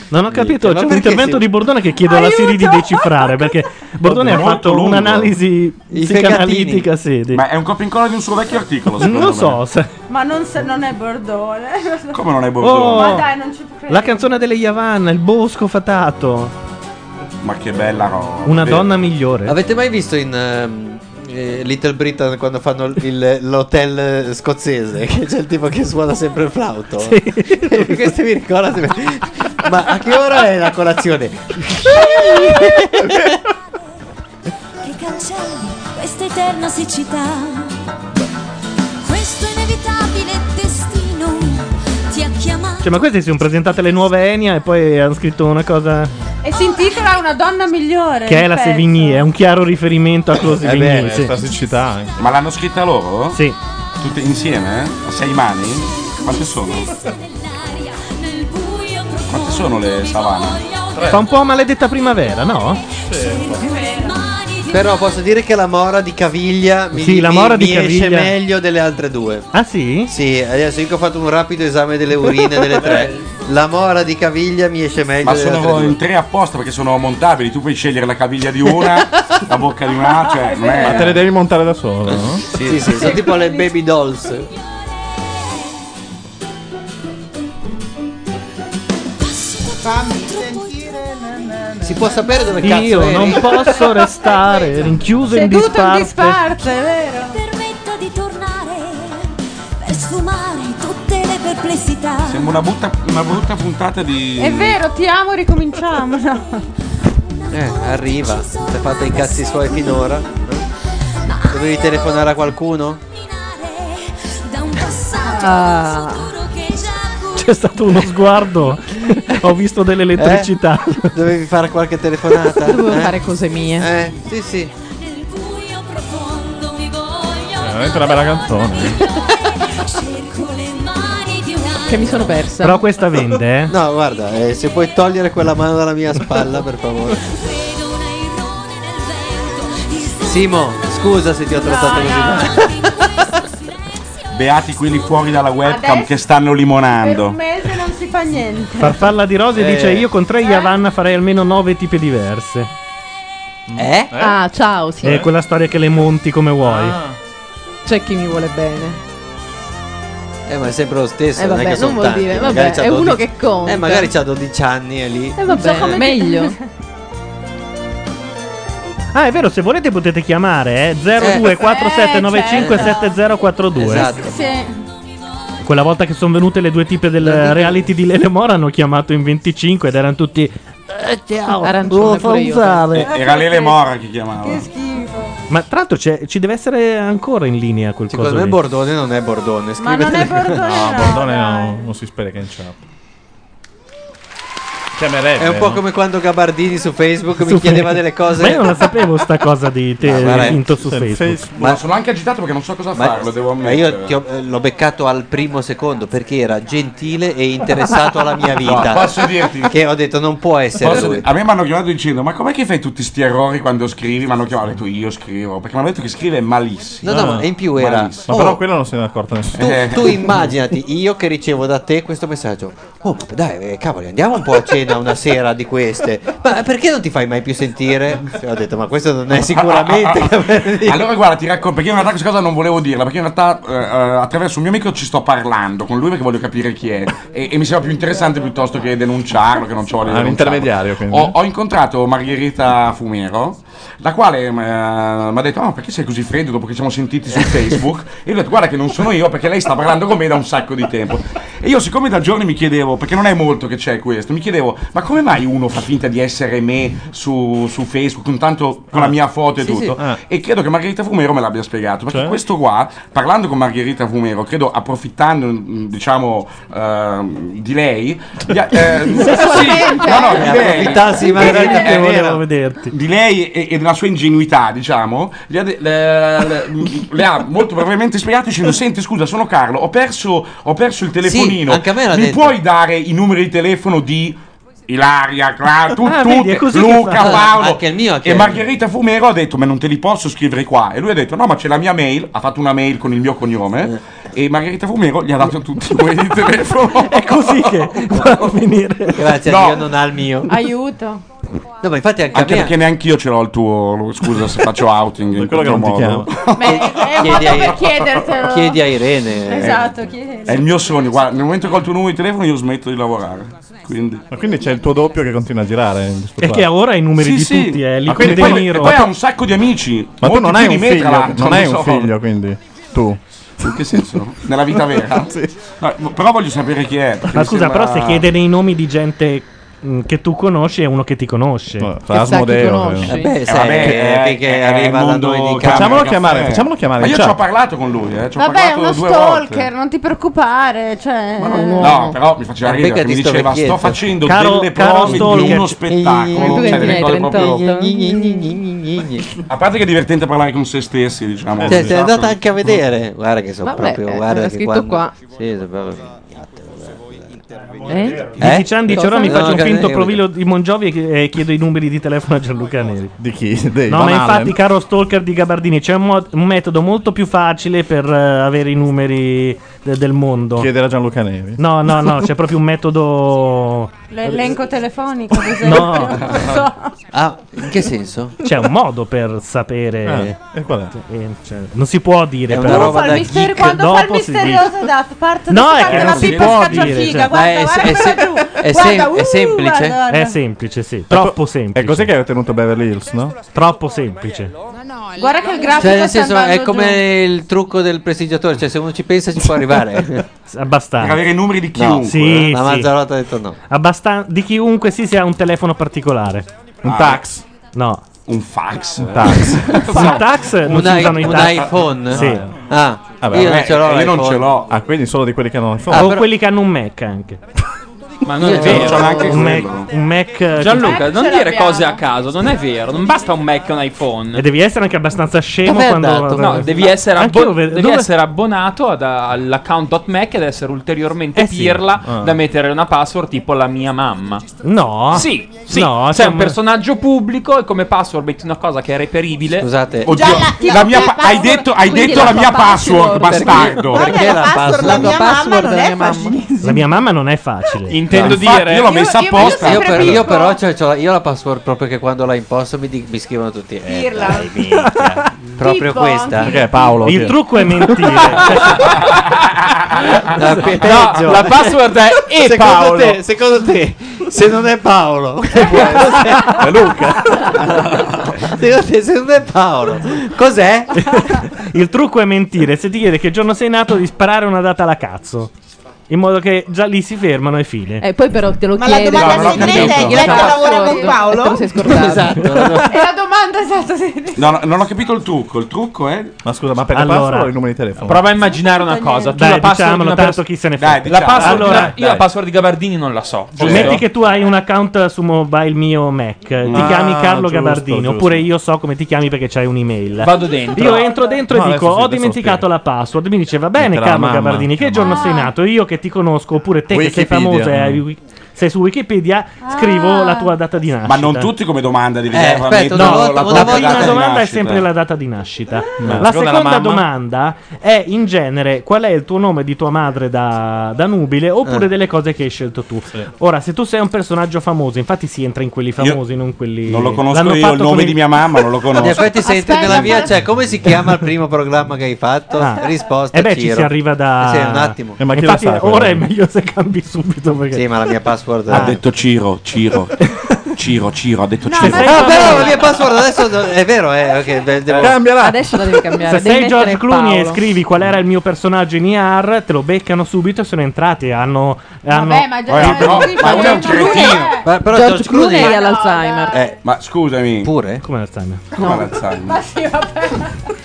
Speaker 2: Non ho capito,
Speaker 22: ma
Speaker 2: c'è un
Speaker 22: perché si-
Speaker 2: intervento di Bordone che chiedo alla Siri di decifrare perché Bordone ha
Speaker 5: Molto
Speaker 2: fatto
Speaker 5: lungo.
Speaker 2: un'analisi
Speaker 5: I
Speaker 2: psicanalitica sedi.
Speaker 5: Ma è un copia e incolla di un suo vecchio articolo, secondo
Speaker 2: Non
Speaker 5: me.
Speaker 2: so se...
Speaker 17: Ma non, se- non è Bordone.
Speaker 5: Come non è
Speaker 2: Oh,
Speaker 5: Bordone?
Speaker 17: Ma dai, non ci credo.
Speaker 2: La canzone delle Yavanna, il bosco fatato.
Speaker 5: Ma che bella roba.
Speaker 2: Una
Speaker 5: Vero.
Speaker 2: donna migliore.
Speaker 9: Avete mai visto in ehm, eh, Little Britain quando fanno il- il- l'hotel eh, scozzese? Che c'è il tipo che suona sempre il flauto? E Questo mi ricorda sempre. Ma a che ora è la colazione?
Speaker 3: che cancelli questa eterna siccità. Questo inevitabile destino ti ha chiamato.
Speaker 2: Cioè, ma questi si sono presentate le nuove Enia e poi hanno scritto una cosa.
Speaker 7: E si intitola Una donna migliore.
Speaker 2: Che è la
Speaker 7: perfetto.
Speaker 2: Sevigny, è un chiaro riferimento a Close
Speaker 5: Eh beh,
Speaker 2: Sevigny.
Speaker 5: è sta siccità Ma l'hanno scritta loro?
Speaker 2: Sì.
Speaker 5: Tutte insieme? A sei mani? Quante sono? Quante sono le savane?
Speaker 2: Fa un po' a maledetta primavera, no?
Speaker 9: Però posso dire che la mora di Caviglia mi,
Speaker 2: Sì, la mora
Speaker 9: mi-
Speaker 2: di
Speaker 9: mi esce
Speaker 2: Caviglia.
Speaker 9: meglio delle altre due.
Speaker 2: Ah sì?
Speaker 9: Sì, adesso io che ho fatto un rapido esame delle urine delle tre. La mora di Caviglia mi esce meglio
Speaker 5: Ma
Speaker 9: delle
Speaker 5: sono
Speaker 9: altre due.
Speaker 5: in tre apposta perché sono montabili, tu puoi scegliere la caviglia di una, la bocca di una, cioè. non è-
Speaker 22: Ma te le devi montare da solo, no?
Speaker 9: Sì, sì, sono tipo le baby dolls.
Speaker 13: Fammi sentire. na, na, na.
Speaker 9: Si può sapere dove cazzo
Speaker 2: Io
Speaker 9: eri?
Speaker 2: non posso restare rinchiuso in disparte.
Speaker 7: è vero.
Speaker 39: Permetta di tornare per sfumare tutte le perplessità.
Speaker 5: Sembra una brutta, una brutta puntata di.
Speaker 7: È vero, ti amo, ricominciamo. No.
Speaker 9: Eh, arriva. Si è fatta i cazzi suoi finora. eh? Dovevi telefonare a qualcuno?
Speaker 39: Da un passaggio
Speaker 2: Ah.
Speaker 39: futuro che già
Speaker 2: C'è stato uno sguardo. Ho visto dell'elettricità.
Speaker 9: Dovevi fare qualche telefonata?
Speaker 40: Dovevo
Speaker 9: Eh?
Speaker 40: fare cose mie.
Speaker 9: Eh, sì, sì.
Speaker 39: profondo mi voglio.
Speaker 22: Veramente una bella canzone.
Speaker 39: Cerco le mani di una.
Speaker 9: Che mi sono persa.
Speaker 2: Però questa vende, eh?
Speaker 9: No, guarda, eh, se puoi togliere quella mano dalla mia spalla, per favore. Simo, scusa se ti ho trattato così male.
Speaker 5: Beati quelli fuori dalla webcam
Speaker 7: Adesso-
Speaker 5: che stanno
Speaker 7: Per
Speaker 2: Eh,
Speaker 7: un
Speaker 5: limonando.
Speaker 7: mese non si fa niente.
Speaker 2: Farfalla di Rose
Speaker 5: Eh.
Speaker 2: dice: Io con tre Yavanna farei almeno nove tipe diverse.
Speaker 9: Eh?
Speaker 40: Ah,
Speaker 7: oh,
Speaker 40: ciao, sì.
Speaker 2: È quella storia che le monti come vuoi.
Speaker 7: Ah.
Speaker 40: C'è chi mi vuole bene.
Speaker 9: Eh, ma è sempre lo stesso.
Speaker 40: Eh,
Speaker 9: non è
Speaker 40: vabbè,
Speaker 9: che sono
Speaker 40: non vuol
Speaker 9: tanti,
Speaker 40: dire,
Speaker 9: magari
Speaker 40: vabbè,
Speaker 9: c'ha
Speaker 40: è uno
Speaker 9: 12
Speaker 40: che conta.
Speaker 9: Eh, magari c'ha 12 anni e lì.
Speaker 40: Eh, vabbè, meglio.
Speaker 2: Ah, è vero, se volete potete chiamare eh, 0247957042.
Speaker 7: eh, certo. Esatto.
Speaker 2: Eh,
Speaker 7: Sì.
Speaker 2: Quella volta che sono venute le due tipe del reality di Lele Mora hanno chiamato in 25 ed erano tutti ciao. Arancione Devo pure
Speaker 13: eh.
Speaker 2: io,
Speaker 9: Ah,
Speaker 2: fronzare.
Speaker 7: Eh,
Speaker 2: adesso.
Speaker 5: Era Lele Mora che chiamava.
Speaker 2: Ma tra l'altro c'è- ci deve essere ancora in linea quel
Speaker 9: Secondo
Speaker 2: coso
Speaker 9: me
Speaker 2: lì.
Speaker 9: Bordone non è Bordone.
Speaker 7: Ma non è Bordone,
Speaker 22: No,
Speaker 7: no,
Speaker 22: Bordone
Speaker 7: dai.
Speaker 22: no, non si spera che inciampa. Chiamerebbe.
Speaker 9: È un po'
Speaker 22: Eh, no?
Speaker 9: come quando Gabardini su Facebook mi
Speaker 2: Su
Speaker 9: chiedeva
Speaker 2: Facebook.
Speaker 9: delle cose.
Speaker 2: Ma io non la sapevo sta cosa di te
Speaker 9: Ah, guarda,
Speaker 2: vinto su
Speaker 9: se-
Speaker 2: Facebook.
Speaker 5: Ma sono anche agitato perché non so cosa
Speaker 9: Ma-
Speaker 5: fare, lo devo
Speaker 9: ma
Speaker 5: ammettere.
Speaker 9: io ti ho- eh, l'ho beccato al primo secondo perché era gentile e interessato alla mia vita.
Speaker 5: No, posso dirti?
Speaker 9: Che ho detto non può essere
Speaker 5: Posso-
Speaker 9: lui.
Speaker 5: a me mi hanno chiamato dicendo ma com'è che fai tutti sti errori quando scrivi? Mi hanno chiamato, ho detto io scrivo, perché mi hanno detto che scrive malissimo.
Speaker 9: No, no, ma in più era-
Speaker 5: Malissimo.
Speaker 9: Ma però
Speaker 22: Quello non se ne è accorto nessuno.
Speaker 9: Tu,
Speaker 5: Eh.
Speaker 9: tu immaginati io che ricevo da te questo messaggio. Oh, dai, eh, cavoli, andiamo un po' a cena una sera di queste. Ma perché non ti fai mai più sentire? Cioè, ho detto, ma questo non è sicuramente.
Speaker 5: allora guarda ti racconto perché in realtà questa cosa non volevo dirla perché in realtà eh, eh, attraverso un mio amico ci sto parlando con lui perché voglio capire chi è e, e mi sembra più interessante piuttosto che denunciarlo che non ci voglio
Speaker 22: Ah, un
Speaker 5: denunciarlo.
Speaker 22: intermediario, quindi.
Speaker 5: ho, ho incontrato Margherita Fumero la quale eh, mi ha detto "Ah, perché sei così freddo dopo che ci siamo sentiti su Facebook e io ho detto guarda che non sono io perché lei sta parlando con me da un sacco di tempo e io siccome da giorni mi chiedevo perché non è molto che c'è questo mi chiedevo ma come mai uno fa finta di essere me su, su Facebook con tanto con la mia foto e
Speaker 22: Sì, sì.
Speaker 5: tutto
Speaker 22: Ah.
Speaker 5: e credo che Margherita Fumero me l'abbia spiegato. Perché
Speaker 22: Cioè?
Speaker 5: questo qua, parlando con Margherita Fumero, credo approfittando, mh, diciamo, ehm, di lei, gli ha- eh,
Speaker 22: Sessualmente?
Speaker 5: no, no, di
Speaker 22: Eh,
Speaker 5: lei,
Speaker 22: approfittassi di Margherita
Speaker 5: Eh,
Speaker 22: che
Speaker 5: eh,
Speaker 22: volevo
Speaker 5: era- di lei e, e della sua ingenuità, diciamo, gli ha de- le, le- mh, le ha molto brevemente spiegato dicendo: Senti, scusa, sono Carlo, ho perso, ho perso il telefonino.
Speaker 9: anche a me l'ha
Speaker 5: Mi
Speaker 9: detto."
Speaker 5: puoi dare i numeri di telefono di. Ilaria, Cla- tu,
Speaker 9: Ah,
Speaker 5: tu-
Speaker 9: vedi, è così che
Speaker 5: Luca,
Speaker 9: fa.
Speaker 5: Paolo
Speaker 9: Ah, Anche il mio ha
Speaker 5: e
Speaker 9: chiesto.
Speaker 5: Margherita Fumero ha detto ma non te li posso scrivere qua e lui ha detto no ma c'è la mia mail ha fatto una mail con il mio cognome e Margherita Fumero gli ha dato tutti i numeri di telefono è
Speaker 2: così che va a finire
Speaker 9: Grazie,
Speaker 5: No.
Speaker 9: io non ha il mio.
Speaker 7: Aiuto.
Speaker 9: No, ma infatti anche,
Speaker 5: anche
Speaker 9: a me.
Speaker 5: perché neanche io ce l'ho il tuo scusa se faccio outing in
Speaker 22: quello che
Speaker 5: qualche
Speaker 22: non ti
Speaker 5: modo
Speaker 7: È un modo per chiedertelo.
Speaker 9: chiedi a Irene.
Speaker 2: Eh.
Speaker 7: Esatto,
Speaker 5: è il
Speaker 7: chiedi.
Speaker 5: mio sogno guarda nel momento che ho il tuo numero di telefono io smetto di lavorare quindi
Speaker 22: Ma quindi c'è il tuo doppio che continua a girare. in questo
Speaker 5: E
Speaker 22: qua.
Speaker 5: che ha ora i numeri
Speaker 22: Sì,
Speaker 5: di
Speaker 22: sì.
Speaker 5: tutti, eh, li
Speaker 22: Ma quindi
Speaker 5: prende
Speaker 22: poi-
Speaker 5: in giro.
Speaker 22: e poi ha
Speaker 5: un sacco di amici.
Speaker 22: Ma tu
Speaker 5: Molti
Speaker 22: non hai
Speaker 5: più
Speaker 22: un
Speaker 5: di me, tra
Speaker 22: figlio,
Speaker 5: l'altro,
Speaker 22: non hai
Speaker 5: non
Speaker 22: un
Speaker 5: so.
Speaker 22: figlio, quindi tu.
Speaker 5: in che senso? nella vita vera
Speaker 22: Ah, Sì.
Speaker 5: No, però voglio sapere chi è perché
Speaker 2: Ma
Speaker 5: mi
Speaker 2: scusa,
Speaker 5: sembra-
Speaker 2: però se chiede nei nomi di gente mm, che tu conosci e uno che ti conosce.
Speaker 22: Sarà Asmodeo.
Speaker 7: Eh
Speaker 9: Eh
Speaker 5: Eh,
Speaker 22: eh, Facciamolo chiamare, facciamolo chiamare.
Speaker 5: Ma io
Speaker 22: in
Speaker 5: ci ho
Speaker 22: chat.
Speaker 5: parlato con lui, eh, ci ho
Speaker 7: Vabbè, è
Speaker 5: parlato
Speaker 7: uno
Speaker 5: due volte.
Speaker 7: stalker, non ti preoccupare. Cioè,
Speaker 5: No, però mi faceva
Speaker 22: Ma perché
Speaker 5: ridere perché mi
Speaker 22: ti sto
Speaker 5: diceva sto
Speaker 22: vecchietto?"
Speaker 5: facendo
Speaker 22: Caro-
Speaker 5: delle
Speaker 22: caro
Speaker 5: prove di
Speaker 22: stalker.
Speaker 5: uno
Speaker 22: Ma tu
Speaker 5: spettacolo,
Speaker 22: che
Speaker 5: cioè
Speaker 22: ne
Speaker 5: delle
Speaker 22: hai,
Speaker 5: cose proprio
Speaker 22: 38?
Speaker 5: A parte che è divertente parlare con se stessi, diciamo.
Speaker 9: Cioè, sei andata anche a vedere. Guarda che sono
Speaker 5: Vabbè,
Speaker 9: proprio.
Speaker 5: eh,
Speaker 9: Guarda
Speaker 5: era
Speaker 9: che
Speaker 5: scritto
Speaker 9: quando-
Speaker 5: qua.
Speaker 9: Sì, sono proprio-
Speaker 2: Eh?
Speaker 9: Eh?
Speaker 2: Dici Chan dice:
Speaker 9: Cosa?
Speaker 2: Ora mi
Speaker 9: No,
Speaker 2: faccio un
Speaker 9: che-
Speaker 2: finto
Speaker 9: che-
Speaker 2: profilo di Mongiovi e e
Speaker 22: Eh,
Speaker 2: chiedo i numeri di telefono a Gianluca Neri.
Speaker 22: Di chi? Dei
Speaker 2: No,
Speaker 22: Van
Speaker 2: ma
Speaker 22: Halen.
Speaker 2: infatti, caro stalker di Gabardini, c'è un, mo- un metodo molto più facile per eh, avere i numeri de- del mondo.
Speaker 22: Chiedere a Gianluca Neri.
Speaker 2: No, no, no, c'è proprio un metodo.
Speaker 7: L'elenco telefonico, ad esempio.
Speaker 2: No.
Speaker 9: ah, in che senso?
Speaker 2: C'è un modo per sapere.
Speaker 22: Ah, e qual
Speaker 2: è? non si può dire.
Speaker 9: È una
Speaker 2: però.
Speaker 9: roba
Speaker 7: Fa il mistero- quando fa il
Speaker 2: Dopo si
Speaker 7: misterioso
Speaker 2: dice.
Speaker 7: da parte
Speaker 2: No,
Speaker 7: da
Speaker 2: è
Speaker 7: parte
Speaker 2: che
Speaker 7: la
Speaker 2: non si
Speaker 7: pippa
Speaker 2: può
Speaker 7: scaccia
Speaker 2: dire.
Speaker 7: figa,
Speaker 2: cioè.
Speaker 7: guarda, guarda quella giù. Guarda, uh, guarda, guarda.
Speaker 2: È semplice, sì. Troppo semplice.
Speaker 22: È così che hai ottenuto Beverly Hills, no?
Speaker 2: Troppo semplice.
Speaker 7: Guarda che il grafico
Speaker 9: Cioè, nel
Speaker 7: sta
Speaker 9: senso,
Speaker 7: andando
Speaker 9: è come il trucco del prestigiatore. Cioè, se uno ci pensa, ci può arrivare.
Speaker 2: Abbastanza.
Speaker 9: Per avere i numeri di
Speaker 2: No,
Speaker 9: chiunque,
Speaker 2: sì,
Speaker 9: eh. La
Speaker 2: sì.
Speaker 9: Mazzarotta ha detto no.
Speaker 2: Abbastan- di chiunque sì, se ha un telefono particolare.
Speaker 22: Un tax.
Speaker 2: No.
Speaker 5: Un fax.
Speaker 2: Un tax. un tax non
Speaker 9: Un
Speaker 2: si
Speaker 9: i-
Speaker 2: usano i
Speaker 9: un
Speaker 2: tax.
Speaker 9: iPhone?
Speaker 2: Sì.
Speaker 22: No.
Speaker 9: Ah, io
Speaker 22: eh,
Speaker 9: non ce l'ho. l'iPhone. Ah,
Speaker 22: Ah, quindi solo di quelli che hanno
Speaker 2: o
Speaker 22: iPhone.
Speaker 2: quelli che hanno un Mac anche.
Speaker 3: Ma non è
Speaker 2: Io
Speaker 3: vero.
Speaker 2: ce l'ho anche un
Speaker 3: quello.
Speaker 2: Mac, un Mac eh,
Speaker 3: Gianluca,
Speaker 2: che-
Speaker 3: non dire cose a caso, non è vero. Non basta un Mac e un iPhone.
Speaker 2: E devi essere anche abbastanza scemo
Speaker 3: Dov'è
Speaker 2: quando
Speaker 3: andato? No, devi, essere,
Speaker 2: Anche
Speaker 3: abbon-
Speaker 2: io vedo-
Speaker 3: devi
Speaker 2: dove-
Speaker 3: essere abbonato ad- all'account.mac ed essere ulteriormente
Speaker 2: Eh sì.
Speaker 3: pirla
Speaker 2: Ah.
Speaker 3: da mettere una password tipo la mia mamma.
Speaker 2: No.
Speaker 3: Sì, sì.
Speaker 2: No, cioè,
Speaker 3: sei
Speaker 2: c'è
Speaker 3: un
Speaker 2: un-
Speaker 3: personaggio pubblico e come password metti una cosa che è reperibile.
Speaker 9: Scusate,
Speaker 3: Oddio,
Speaker 9: Già la-
Speaker 3: la mia pa- hai detto, hai
Speaker 9: quindi
Speaker 3: detto
Speaker 9: la
Speaker 3: la,
Speaker 9: tua
Speaker 3: mia password,
Speaker 9: password.
Speaker 3: bastardo.
Speaker 9: Perché- Perché la password? La tua password della mia mamma?
Speaker 2: La mia mamma non è facile.
Speaker 3: Intendo Infatti, dire- io l'ho messa Io- io voglio apposta.
Speaker 9: Io,
Speaker 3: sempre
Speaker 9: per- io
Speaker 3: Mirko.
Speaker 9: però cioè, c'ho- c'ho la- io la password proprio che quando la imposto mi, di- mi scrivono tutti. eh,
Speaker 3: Dirla.
Speaker 9: dai, minchia. proprio
Speaker 3: Tipo.
Speaker 9: questa.
Speaker 3: Perché
Speaker 22: Paolo?
Speaker 2: Il trucco è mentire.
Speaker 9: La, pe- peggio.
Speaker 3: la password è e
Speaker 9: Secondo
Speaker 3: Paolo.
Speaker 9: te- secondo te, se non è Paolo,
Speaker 22: è Luca.
Speaker 9: secondo te, se non è Paolo, cos'è?
Speaker 2: Il trucco è mentire. Se ti chiede che giorno sei nato, di sparare una data alla cazzo. In modo che già lì si fermano e fine.
Speaker 7: Eh,
Speaker 13: E poi però te lo
Speaker 2: Ma la
Speaker 13: chiede.
Speaker 2: domanda No, non ho segreta è, capito. lei che
Speaker 5: lavora con Paolo?
Speaker 13: E te lo sei scordato.
Speaker 5: Esatto.
Speaker 7: È la domanda esatto. sì.
Speaker 5: No, no, non ho capito il trucco. Il trucco è.
Speaker 22: Ma scusa, ma per
Speaker 2: Allora.
Speaker 22: la password o il numero di telefono?
Speaker 3: Prova a immaginare una cosa. Tu
Speaker 2: Dai,
Speaker 3: la password
Speaker 2: diciamolo,
Speaker 3: di una
Speaker 2: tanto
Speaker 3: pers-
Speaker 2: chi se ne
Speaker 3: Dai,
Speaker 2: frega.
Speaker 3: la password di una-
Speaker 2: Allora,
Speaker 3: io la password di Gabardini non la so. giusto?
Speaker 2: Metti che tu hai un account su mobile mio Mac, ti
Speaker 3: Ah,
Speaker 2: chiami Carlo
Speaker 3: giusto,
Speaker 2: Gabardini,
Speaker 3: giusto.
Speaker 2: oppure io so come ti chiami perché c'hai un'email.
Speaker 3: Vado dentro.
Speaker 2: Io entro dentro
Speaker 3: No,
Speaker 2: e dico:
Speaker 3: adesso sì,
Speaker 2: Ho
Speaker 3: adesso
Speaker 2: dimenticato la password. Mi dice: Va bene,
Speaker 3: Metterà
Speaker 2: Carlo
Speaker 3: la mamma.
Speaker 2: Gabardini, che giorno sei nato? Io che ti conosco, oppure te che sei
Speaker 5: Wikipedia.
Speaker 2: famoso e hai wi- sei su Wikipedia, scrivo la tua data di nascita.
Speaker 5: Ma non tutti come domanda di
Speaker 2: Eh,
Speaker 5: riserva.
Speaker 2: aspetta,
Speaker 5: mettono
Speaker 2: una
Speaker 5: la
Speaker 2: volta-
Speaker 5: propria
Speaker 2: una volta-
Speaker 5: data
Speaker 2: la
Speaker 5: di
Speaker 2: domanda è
Speaker 5: nascita.
Speaker 2: sempre la data di nascita.
Speaker 5: No.
Speaker 2: La
Speaker 5: Seconda la
Speaker 2: seconda
Speaker 5: mamma?
Speaker 2: domanda è in genere qual è il tuo nome di tua madre da, da nubile oppure
Speaker 5: Eh.
Speaker 2: delle cose che hai scelto tu. Ora, se tu sei un personaggio famoso, infatti si entra in quelli famosi, non quelli...
Speaker 5: Non lo conosco
Speaker 2: L'hanno
Speaker 5: io, il
Speaker 2: fatto con
Speaker 5: nome
Speaker 2: i-
Speaker 5: di mia mamma non lo conosco.
Speaker 9: In effetti, se entri nella mia, cioè, come si chiama il primo programma che hai fatto? Risposta:
Speaker 2: Eh beh, ci
Speaker 9: Ciro.
Speaker 2: si arriva da...
Speaker 9: Eh sì, un attimo.
Speaker 2: Infatti, ora è meglio Ah, se cambi subito perché...
Speaker 9: Sì, ma la mia password
Speaker 5: Ha detto Ciro, Ciro, Ciro, Ciro, ha detto
Speaker 2: No,
Speaker 5: Ciro.
Speaker 2: ma-
Speaker 9: Ah, però la mia password adesso è vero, eh, ok, de- devo-
Speaker 13: Adesso la devi cambiare.
Speaker 2: Se sei George Clooney e scrivi qual era il mio personaggio in IR, te lo beccano subito e sono entrati. Hanno. hanno-
Speaker 13: ma già- Vabbè, però- ma uno è un cretino.
Speaker 9: Ma- però
Speaker 13: George Clooney ha l'Alzheimer.
Speaker 5: Eh, ma scusami.
Speaker 9: Pure?
Speaker 2: Come l'Alzheimer?
Speaker 5: Come l'Alzheimer?
Speaker 13: Ma sì, vabbè.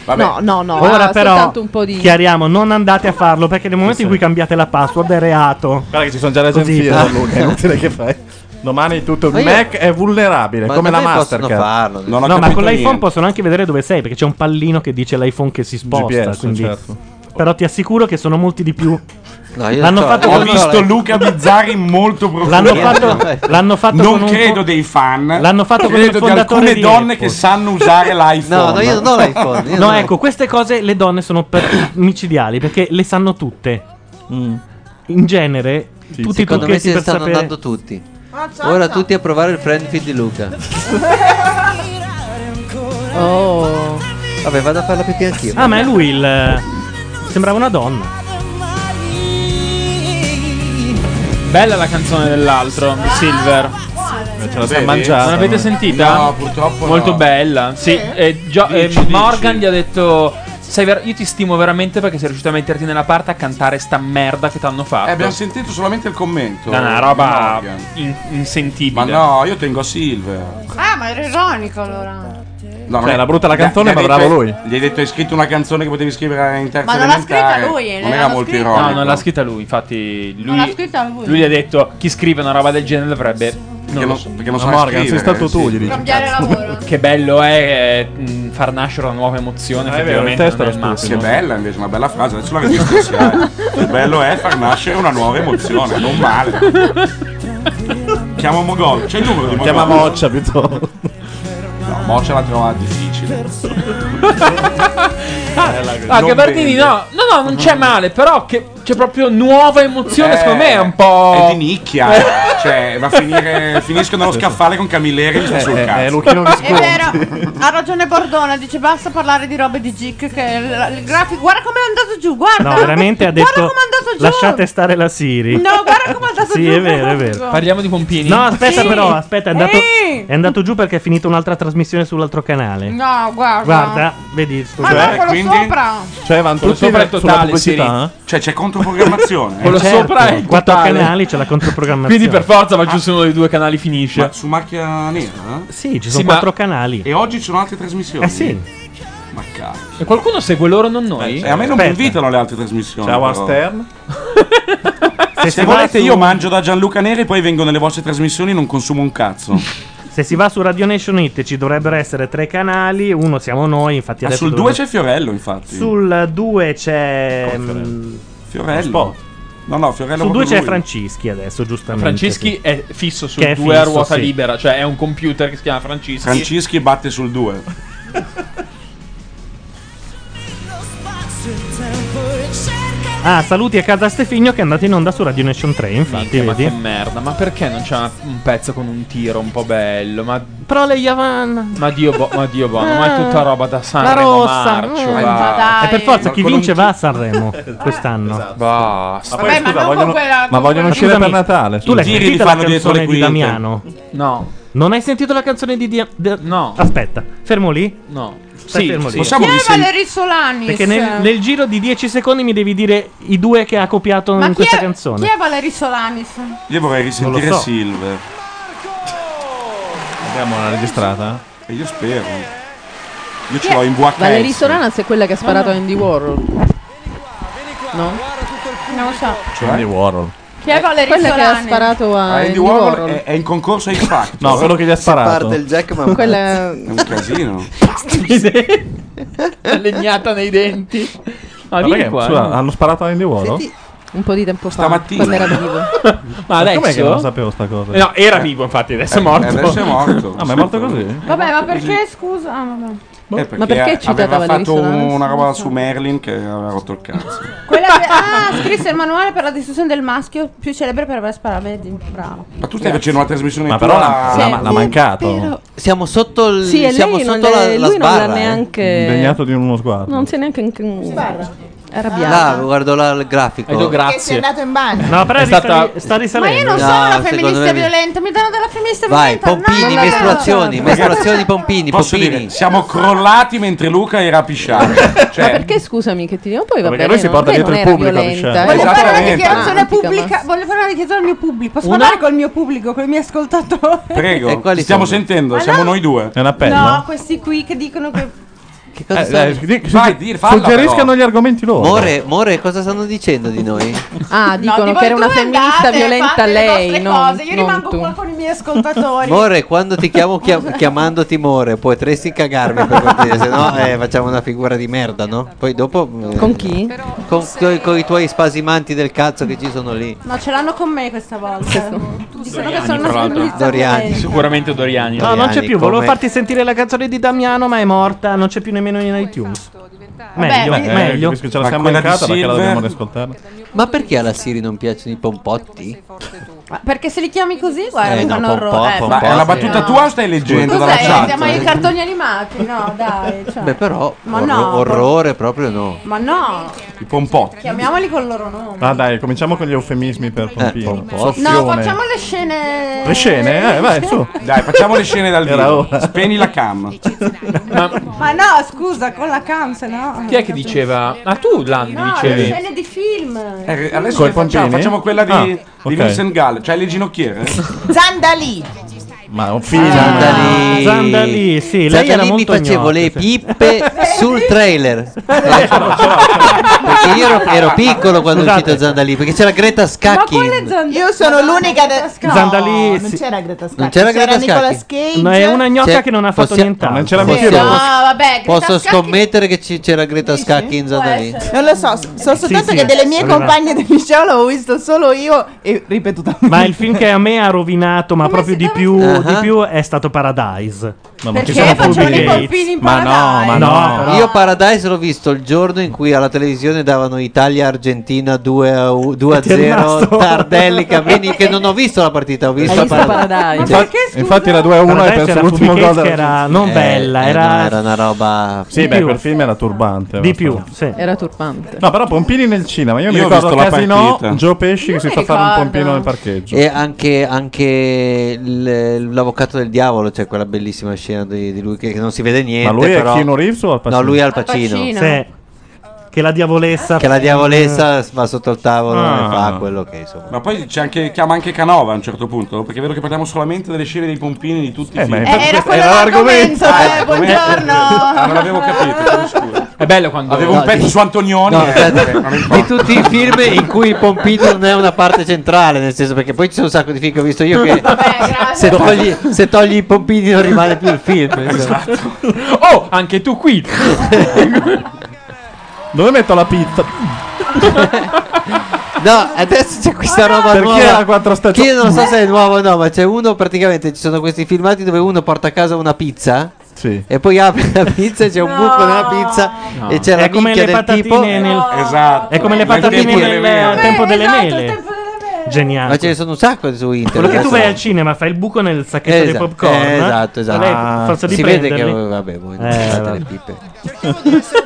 Speaker 5: Vabbè.
Speaker 13: No, no, no.
Speaker 2: Ora
Speaker 13: ha
Speaker 2: però
Speaker 13: soltanto un po' di
Speaker 2: chiariamo, non andate a farlo perché nel momento in cui cambiate la password è reato.
Speaker 22: Guarda che ci sono già le
Speaker 2: Così.
Speaker 22: agenzie, Gianluca, è inutile che fai. Domani tutto il
Speaker 2: Ma io-
Speaker 22: Mac è vulnerabile,
Speaker 2: Ma
Speaker 22: come la
Speaker 2: da me possono
Speaker 22: Mastercard.
Speaker 2: farlo, no, ma con l'iPhone possono anche vedere dove sei perché c'è un pallino che dice l'iPhone che si sposta.
Speaker 22: GPS,
Speaker 2: quindi-
Speaker 22: certo.
Speaker 2: Però ti assicuro che sono molti di più.
Speaker 9: No,
Speaker 5: io
Speaker 2: l'hanno
Speaker 5: so-
Speaker 2: fatto
Speaker 5: ho
Speaker 2: con-
Speaker 5: visto Luca Bizzarri molto profondo.
Speaker 2: L'hanno fatto, l'hanno fatto
Speaker 5: non
Speaker 2: con un
Speaker 5: credo dei fan.
Speaker 2: L'hanno fatto con il
Speaker 5: credo di
Speaker 2: fondatore
Speaker 5: alcune
Speaker 2: di
Speaker 5: donne
Speaker 2: Apple.
Speaker 5: che sanno usare l'iPhone.
Speaker 2: No, ecco, queste cose le donne sono per- micidiali perché le sanno tutte.
Speaker 5: Mm.
Speaker 2: In genere, tutti i
Speaker 9: Secondo me
Speaker 2: trucchetti
Speaker 9: si
Speaker 2: per
Speaker 9: stanno
Speaker 2: sapere.
Speaker 9: andando tutti. Ora tutti a provare il friend feed di Luca.
Speaker 13: Oh.
Speaker 9: Vabbè, vado a fare la pipì anch'io.
Speaker 2: Ah, ma è lui il. Sembrava una donna.
Speaker 3: Bella la canzone dell'altro, di Silver.
Speaker 22: ce la siamo mangiata,
Speaker 3: Non l'avete
Speaker 22: noi.
Speaker 3: sentita?
Speaker 22: No, purtroppo no.
Speaker 3: Molto bella. Sì, e Gio- e Morgan gli ha detto. sei ver- io ti stimo veramente perché sei riuscito a metterti nella parte a cantare sta merda che t'hanno fatto.
Speaker 5: Eh, abbiamo sentito solamente il commento.
Speaker 3: Da una
Speaker 5: di
Speaker 3: roba
Speaker 5: Morgan.
Speaker 3: in- insentibile.
Speaker 5: Ma no, io tengo a Silver.
Speaker 7: Ah, ma era ironico allora.
Speaker 5: No,
Speaker 22: Cioè, era brutta la canzone, ma bravo lui.
Speaker 5: Gli hai detto hai scritto una canzone che potevi scrivere in terza
Speaker 7: Ma non l'ha
Speaker 5: elementare.
Speaker 7: scritta lui, eh,
Speaker 5: Non
Speaker 7: l'ha
Speaker 5: era molto
Speaker 7: scritta.
Speaker 5: ironico.
Speaker 3: No, non l'ha scritta lui, infatti lui,
Speaker 7: Non l'ha scritta lui.
Speaker 3: lui gli ha detto chi scrive una roba del genere dovrebbe non lo so.
Speaker 5: perché non Ma sa Morgan, scrivere, sei stato tu, sì. gli dici.
Speaker 7: Cambiare lavoro.
Speaker 3: Che bello è eh, mh, far nascere una nuova emozione,
Speaker 5: Ah, è vero, il
Speaker 3: effettivamente.
Speaker 5: testo
Speaker 3: non è
Speaker 5: era
Speaker 3: il
Speaker 5: stupido.
Speaker 3: massimo.
Speaker 5: Che bella invece, una bella frase, adesso la registriamo. Il bello è far nascere una nuova emozione, non male. Chiamo Mogol, c'è il numero di Mogol?
Speaker 22: Chiama Moccia piuttosto.
Speaker 5: No, Moccia la trova difficile.
Speaker 3: Ah,
Speaker 5: Non
Speaker 3: Gabardini
Speaker 5: vende.
Speaker 3: no, no, no, non c'è male, però che c'è proprio nuova emozione, secondo me è un po'...
Speaker 5: Eh,
Speaker 3: Eh.
Speaker 5: È di nicchia, cioè va a finire. Finisco nello scaffale con Camilleri e mi sta sul
Speaker 22: Eh,
Speaker 5: cazzo.
Speaker 22: eh, Luchino
Speaker 7: È vero, ha ragione Bordona, dice basta parlare di robe di Gic che il, il grafico guarda come è andato giù, guarda.
Speaker 2: No, veramente ha detto
Speaker 7: andato giù.
Speaker 2: lasciate stare la Siri.
Speaker 7: No, guarda come è andato
Speaker 2: Sì,
Speaker 7: giù.
Speaker 2: è vero, è vero.
Speaker 3: Parliamo di pompini.
Speaker 2: No, aspetta
Speaker 7: Sì.
Speaker 2: però, aspetta, è andato,
Speaker 7: Ehi.
Speaker 2: è andato giù perché è finita un'altra trasmissione sull'altro canale.
Speaker 7: No, guarda.
Speaker 2: Guarda, vedi il
Speaker 7: Ma no, quello sopra.
Speaker 22: Cioè, vanno
Speaker 2: Quello
Speaker 22: tutti sulla
Speaker 2: sopra è totale,
Speaker 22: pubblicità?
Speaker 5: Cioè, c'è controprogrammazione. eh.
Speaker 3: Quello sopra è il
Speaker 2: eh? quattro
Speaker 3: totale.
Speaker 2: canali, c'è la controprogrammazione.
Speaker 3: Quindi per forza va giù su uno dei due canali finisce.
Speaker 5: Ah. Ma su macchia nera? eh?
Speaker 2: Sì, ci
Speaker 3: Sì,
Speaker 2: sono
Speaker 3: ma-
Speaker 2: quattro canali.
Speaker 5: E oggi ci sono altre trasmissioni.
Speaker 2: Eh sì.
Speaker 5: Ma cazzo.
Speaker 3: E qualcuno segue loro, non noi?
Speaker 5: E Eh, a me non mi
Speaker 3: Aspetta.
Speaker 5: invitano le altre trasmissioni.
Speaker 3: Ciao,
Speaker 5: però.
Speaker 3: Astern.
Speaker 5: Se,
Speaker 2: si va
Speaker 5: volete,
Speaker 2: su-
Speaker 5: io mangio da Gianluca Neri e poi vengo nelle vostre trasmissioni e non consumo un cazzo.
Speaker 2: Se si va su Radio Nation It ci dovrebbero essere tre canali, uno siamo noi, infatti
Speaker 5: Ah,
Speaker 2: adesso
Speaker 5: sul 2
Speaker 2: dovrebbe-
Speaker 5: c'è Fiorello, infatti.
Speaker 2: Sul 2 c'è mh,
Speaker 5: Fiorello.
Speaker 2: Spot.
Speaker 5: No, no, Fiorello
Speaker 2: Sul 2
Speaker 5: proprio
Speaker 2: c'è
Speaker 5: lui.
Speaker 2: Francischi adesso, giustamente.
Speaker 3: Francischi
Speaker 2: sì.
Speaker 3: è fisso sul
Speaker 2: Che è
Speaker 3: 2 a
Speaker 2: fisso,
Speaker 3: ruota
Speaker 2: sì.
Speaker 3: libera, cioè è un computer che si chiama Francischi.
Speaker 5: Francischi batte sul 2.
Speaker 2: Ah, saluti a casa Stefigno che è andato in onda su Radio Nation 3, infatti,
Speaker 3: Minchia, ma che
Speaker 2: vedi?
Speaker 3: merda, ma perché non c'è una- un pezzo con un tiro un po' bello? Ma,
Speaker 2: Però le Yavan. Ah,
Speaker 3: ma dio bo- ma dio buono, ma è tutta roba da
Speaker 2: La
Speaker 3: Sanremo
Speaker 2: rossa.
Speaker 3: marcio,
Speaker 2: mm.
Speaker 3: va.
Speaker 2: E per forza chi vince va a Sanremo quest'anno.
Speaker 5: Esatto.
Speaker 3: Basta.
Speaker 22: Ma poi, Vabbè, ma scusa, non con vogliono- quella- ma con vogliono quella- uscire per Natale.
Speaker 2: Tu l'hai
Speaker 22: I giri li
Speaker 2: sentita la
Speaker 22: fanno dietro le
Speaker 2: canzone di
Speaker 22: quinte.
Speaker 2: Damiano?
Speaker 3: No.
Speaker 2: Non hai sentito la canzone di Dia- de-
Speaker 3: No.
Speaker 2: Aspetta, fermo lì.
Speaker 3: No.
Speaker 2: Stai
Speaker 3: Sì,
Speaker 2: fermo
Speaker 3: sì.
Speaker 2: lì.
Speaker 3: Possiamo
Speaker 7: Chi è Valerie Solanis?
Speaker 2: Perché nel, nel giro di 10 secondi mi devi dire i due che ha copiato
Speaker 7: Ma
Speaker 2: in
Speaker 7: chi
Speaker 2: questa
Speaker 7: è,
Speaker 2: canzone.
Speaker 7: Chi è Valerie Solanis?
Speaker 5: Io vorrei risentire
Speaker 22: Non lo so.
Speaker 5: Silver.
Speaker 22: Abbiamo una registrata?
Speaker 5: E io spero. eh, Io ce l'ho in VHS.
Speaker 13: Valerie Solanas è quella che ha sparato
Speaker 7: No,
Speaker 13: a
Speaker 7: no.
Speaker 13: Andy Warhol. No?
Speaker 7: Non lo so.
Speaker 22: C'è Andy Warhol.
Speaker 7: Chi è Valerie
Speaker 13: Quella che
Speaker 7: Solanis?
Speaker 13: ha sparato a
Speaker 5: Cioè? Ah, Andy Warhol è, è in concorso ai Factor.
Speaker 22: No, quello che gli ha sparato.
Speaker 41: parte il
Speaker 13: Jackman. Quella-
Speaker 5: È un casino.
Speaker 3: legnata nei denti. Ma
Speaker 7: Ah,
Speaker 22: Ma
Speaker 3: vieni
Speaker 22: Ah, perché,
Speaker 3: qua.
Speaker 22: scusa, hanno sparato a Andy Warhol?
Speaker 13: Senti, un po' di tempo fa.
Speaker 5: Stamattina.
Speaker 13: Quando era vivo.
Speaker 3: Ma
Speaker 22: Com'è
Speaker 3: adesso
Speaker 22: che non lo sapevo sta cosa?
Speaker 3: Eh, No, era vivo infatti, adesso è
Speaker 22: Eh,
Speaker 3: morto. Eh,
Speaker 22: adesso è morto.
Speaker 5: Ah, ma è morto così?
Speaker 7: Vabbè,
Speaker 2: Eh,
Speaker 7: ma perché scusa? Ah, vabbè.
Speaker 5: Eh,
Speaker 13: Ma perché è citata
Speaker 5: aveva
Speaker 13: Valerie
Speaker 5: fatto
Speaker 13: Solanas?
Speaker 5: una roba su Merlin che aveva rotto il cazzo.
Speaker 7: Quella che- ah, scrisse il manuale per la distruzione del maschio più celebre per aver sparato. Vedi, bravo.
Speaker 5: Ma tu stai facendo una trasmissione
Speaker 22: Ma
Speaker 5: tua
Speaker 22: però
Speaker 5: a-
Speaker 22: l'ha, l'ha- l'ha mancato.
Speaker 9: Siamo sotto il.
Speaker 13: Sì, e
Speaker 9: siamo
Speaker 13: lei non,
Speaker 9: sotto
Speaker 13: le-
Speaker 9: la, la
Speaker 13: lui non l'ha
Speaker 9: sbarra, eh.
Speaker 13: neanche...
Speaker 22: Degnato di uno sguardo.
Speaker 13: Non si è neanche... Sbarra. Arrabbiata.
Speaker 9: Là, guardo là il grafico.
Speaker 3: Eh, do gra-
Speaker 42: Perché sei andato in bagno.
Speaker 2: No, però
Speaker 9: È
Speaker 2: è
Speaker 9: stata-
Speaker 2: risali- sta
Speaker 7: Ma io
Speaker 2: risalendo.
Speaker 7: non
Speaker 9: No,
Speaker 7: sono una
Speaker 9: secondo me-
Speaker 7: femminista violenta, mi danno della femminista
Speaker 9: Vai,
Speaker 7: violenta.
Speaker 9: pompini,
Speaker 7: no, no, no.
Speaker 9: mestruazioni, mestruazioni, pompini,
Speaker 5: Posso
Speaker 9: pompini.
Speaker 5: dire, siamo crollati mentre Luca era a pisciare.
Speaker 13: Ma
Speaker 5: Cioè,
Speaker 13: perché scusami che ti dico? Poi va
Speaker 22: Perché
Speaker 13: bene,
Speaker 22: lui si
Speaker 13: no?
Speaker 22: porta
Speaker 13: Lei
Speaker 22: dietro
Speaker 13: non
Speaker 22: il
Speaker 13: era
Speaker 22: pubblico a
Speaker 13: violenta. Ah,
Speaker 7: Voglio
Speaker 5: Esatto.
Speaker 7: fare una
Speaker 5: Esattamente.
Speaker 7: dichiarazione
Speaker 13: Antica,
Speaker 7: pubblica. Voglio fare una dichiarazione al mio pubblico. Posso
Speaker 3: Una?
Speaker 7: parlare col mio pubblico, con i miei ascoltatori?
Speaker 5: prego,
Speaker 9: E quali
Speaker 5: ti stiamo
Speaker 9: sono?
Speaker 5: sentendo,
Speaker 7: Ma
Speaker 5: siamo
Speaker 7: no.
Speaker 5: noi due.
Speaker 22: È un appello?
Speaker 7: No, questi qui che dicono che.
Speaker 9: Che
Speaker 22: Eh,
Speaker 9: cosa
Speaker 22: dai,
Speaker 9: stanno-
Speaker 22: di-
Speaker 5: Vai, di- falla,
Speaker 22: suggeriscano
Speaker 5: però.
Speaker 22: gli argomenti loro.
Speaker 9: More, more, cosa stanno dicendo di noi?
Speaker 13: Ah, dicono
Speaker 7: tipo,
Speaker 13: che era
Speaker 7: voi
Speaker 13: una
Speaker 7: due
Speaker 13: femminista
Speaker 7: andate,
Speaker 13: violenta
Speaker 7: fate le
Speaker 13: lei,
Speaker 7: vostre
Speaker 13: no,
Speaker 7: cose, Io
Speaker 13: non
Speaker 7: rimango
Speaker 13: tu.
Speaker 7: qua con i miei ascoltatori.
Speaker 9: More, quando ti chiamo chia- chiamandoti More, potresti cagarmi per cortesia, se no eh, facciamo una figura di merda, no? Poi dopo... eh,
Speaker 13: Con chi?
Speaker 9: Con, con i tuoi spasimanti del cazzo che ci sono lì.
Speaker 7: No, ce l'hanno con me questa volta. Dicono che sono
Speaker 3: tra
Speaker 7: una
Speaker 3: l'altro.
Speaker 7: femminista
Speaker 9: Doriani.
Speaker 13: eh.
Speaker 7: violenta.
Speaker 3: Sicuramente Doriani.
Speaker 2: No, non c'è più. Volevo
Speaker 9: come-
Speaker 2: farti sentire la canzone di Damiano, ma è morta. Non c'è più nemmeno in iTunes. Meglio,
Speaker 7: Vabbè,
Speaker 22: Eh,
Speaker 2: Ah, meglio.
Speaker 22: capisco, ce la
Speaker 5: Ma
Speaker 22: siamo
Speaker 5: quella di
Speaker 22: mancata perché la
Speaker 5: Silver?
Speaker 22: dobbiamo riascoltare.
Speaker 9: Ma perché alla Siri non piacciono i pompotti?
Speaker 7: Ma Perché se li chiami così, guarda,
Speaker 5: Eh,
Speaker 7: mi
Speaker 5: no,
Speaker 7: fanno
Speaker 5: fa un po',
Speaker 7: orrore.
Speaker 5: fa un Ma po' è una sì. battuta tua o stai leggendo
Speaker 7: Cos'è?
Speaker 5: dalla chat?
Speaker 7: Siamo ai cartoni animati, no, dai. cioè.
Speaker 9: Beh, però
Speaker 7: Ma
Speaker 9: Oh, orro-
Speaker 7: no.
Speaker 9: orrore proprio no.
Speaker 7: Ma no,
Speaker 9: I pompotti.
Speaker 7: chiamiamoli col loro nome.
Speaker 22: Ah, dai, cominciamo con gli eufemismi
Speaker 9: Eh,
Speaker 22: per pompino.
Speaker 7: No,
Speaker 5: eh.
Speaker 22: Soffione.
Speaker 7: facciamo le scene.
Speaker 22: Le scene, eh, vai su.
Speaker 5: Dai, facciamo le scene dal vivo. Spegni la cam.
Speaker 7: Ma no, scusa, con la cam, se no.
Speaker 3: Chi è che diceva? Ah, tu Landi
Speaker 7: No, le
Speaker 3: dicevi.
Speaker 7: scene di film.
Speaker 5: Eh, adesso
Speaker 3: Coi
Speaker 5: che facciamo,
Speaker 3: pompini?
Speaker 5: facciamo quella di,
Speaker 3: Ah,
Speaker 5: di
Speaker 3: ok.
Speaker 5: Vincent Gall, cioè le ginocchiere. Ah.
Speaker 13: Zandalì.
Speaker 22: Ma un
Speaker 9: figlio. Zandalì.
Speaker 2: Zandalì, sì, lei era
Speaker 9: mi
Speaker 2: molto
Speaker 9: facevo
Speaker 2: gnocca,
Speaker 9: le pippe sul trailer.
Speaker 2: Eh,
Speaker 13: Perché
Speaker 9: Io ero, ero piccolo quando è uscito Zandalì, perché c'era Greta Scacchi.
Speaker 13: Io sono l'unica de- no,
Speaker 2: Zandalì,
Speaker 13: non
Speaker 2: sì.
Speaker 13: c'era Greta Scacchi.
Speaker 9: Non c'era Greta
Speaker 13: Nicola
Speaker 9: Scacchi.
Speaker 13: Cage.
Speaker 2: No, è una gnocca
Speaker 9: C'è-
Speaker 2: che non ha fatto
Speaker 9: possia-
Speaker 2: nient'altro.
Speaker 9: non c'era
Speaker 2: Sì.
Speaker 9: Michele
Speaker 13: No, vabbè, Greta
Speaker 9: Posso
Speaker 13: Scacchi-
Speaker 9: scommettere che ci- c'era Greta Scacchi in Zandalì?
Speaker 13: Non lo so, so soltanto
Speaker 2: sì,
Speaker 13: che delle mie
Speaker 2: aveva-
Speaker 13: compagne del liceo l'avevo visto solo io e ripetuta.
Speaker 2: Ma il film che a me ha rovinato, ma proprio di più, di
Speaker 9: Ah.
Speaker 2: più, è stato Paradise. Ma
Speaker 9: Perché facevano i
Speaker 7: pompini in Ma no, Paradise? ma no.
Speaker 9: Io Paradise l'ho visto il giorno in cui alla televisione davano Italia-Argentina 2 a, u- 2 a
Speaker 22: ti è
Speaker 9: 0,
Speaker 22: rimasto-
Speaker 9: Tardelli, Camini, che non ho visto la partita, ho visto,
Speaker 22: visto Paradise? Ma perché, scusa?
Speaker 9: Infatti
Speaker 22: la 2 a 1 è
Speaker 2: Paradise
Speaker 22: perso
Speaker 2: era
Speaker 22: l'ultimo
Speaker 2: Fumicates
Speaker 22: gol della
Speaker 2: che era non
Speaker 22: Eh,
Speaker 2: bella,
Speaker 22: eh,
Speaker 2: era...
Speaker 22: no,
Speaker 9: era una roba.
Speaker 22: Sì,
Speaker 2: Di
Speaker 22: beh,
Speaker 2: più.
Speaker 22: quel film era turbante.
Speaker 2: Di
Speaker 22: basta.
Speaker 2: più, sì.
Speaker 43: Era turbante.
Speaker 22: No, però Pompini nel cinema. Io, mi
Speaker 5: Io ho
Speaker 22: ricordo
Speaker 5: visto la
Speaker 22: Casino,
Speaker 5: partita.
Speaker 22: Joe Pesci che si
Speaker 5: mi
Speaker 22: fa fare un
Speaker 5: ricordo.
Speaker 22: pompino nel parcheggio.
Speaker 9: E anche, anche il- l'avvocato del diavolo, c'è quella bellissima scena di, di lui che, che non si vede niente.
Speaker 22: lui è
Speaker 9: però...
Speaker 22: Keanu Reeves o Al Pacino?
Speaker 9: No, lui è Al
Speaker 22: Al
Speaker 9: Pacino.
Speaker 22: Pacino.
Speaker 2: Sì. Che la diavolessa.
Speaker 9: Che la diavolessa va sotto il tavolo
Speaker 5: Eh. Ah.
Speaker 9: e fa quello che insomma.
Speaker 5: Ma poi c'è anche, chiama anche Canova a un certo punto, perché vedo che parliamo solamente delle scene dei pompini di tutti
Speaker 22: Eh,
Speaker 5: i film.
Speaker 3: infatti Eh, Era questo- quello era l'argomento,
Speaker 5: Ah,
Speaker 3: eh,
Speaker 5: l'argomento.
Speaker 3: buongiorno.
Speaker 5: Ah, non avevo capito,
Speaker 22: Eh
Speaker 5: scusa. È bello quando... Avevo un
Speaker 9: No,
Speaker 5: pezzo
Speaker 9: di-
Speaker 5: su Antonioni.
Speaker 9: No,
Speaker 5: eh,
Speaker 9: aspetta,
Speaker 5: vabbè, non importa.
Speaker 9: di tutti i film in cui il pompino non è una parte centrale, nel senso perché poi ci sono un sacco di film che ho visto io che se, togli, se togli i pompini non rimane più il film. insomma.
Speaker 3: Oh, anche tu qui.
Speaker 22: Dove metto la pizza?
Speaker 9: No, adesso c'è questa roba
Speaker 22: Perché
Speaker 9: nuova.
Speaker 22: era quattro stagioni?
Speaker 9: Che io non so se è nuovo o no, ma c'è uno praticamente ci sono questi filmati dove uno porta a casa una pizza. E poi apre la pizza e c'è un buco nella pizza
Speaker 2: No.
Speaker 9: e c'è
Speaker 2: È
Speaker 9: la
Speaker 2: come
Speaker 9: minchia
Speaker 2: le
Speaker 9: del
Speaker 2: patatine
Speaker 9: tipo
Speaker 2: nel-
Speaker 5: Esatto.
Speaker 2: È come le patatine
Speaker 9: tempo
Speaker 2: del
Speaker 9: delle mele.
Speaker 2: Esatto, al tempo delle mele. Geniale.
Speaker 9: Ma ce ne sono un sacco su internet.
Speaker 2: Quello che tu vai
Speaker 9: adesso.
Speaker 2: al cinema, fai il buco nel sacchetto dei
Speaker 9: Esatto,
Speaker 2: popcorn.
Speaker 9: eh, esatto, esatto.
Speaker 2: e lei,
Speaker 9: Ah,
Speaker 2: forza di
Speaker 9: si vede
Speaker 2: prenderli. Eh,
Speaker 9: che, vabbè, voi non fate le pippe.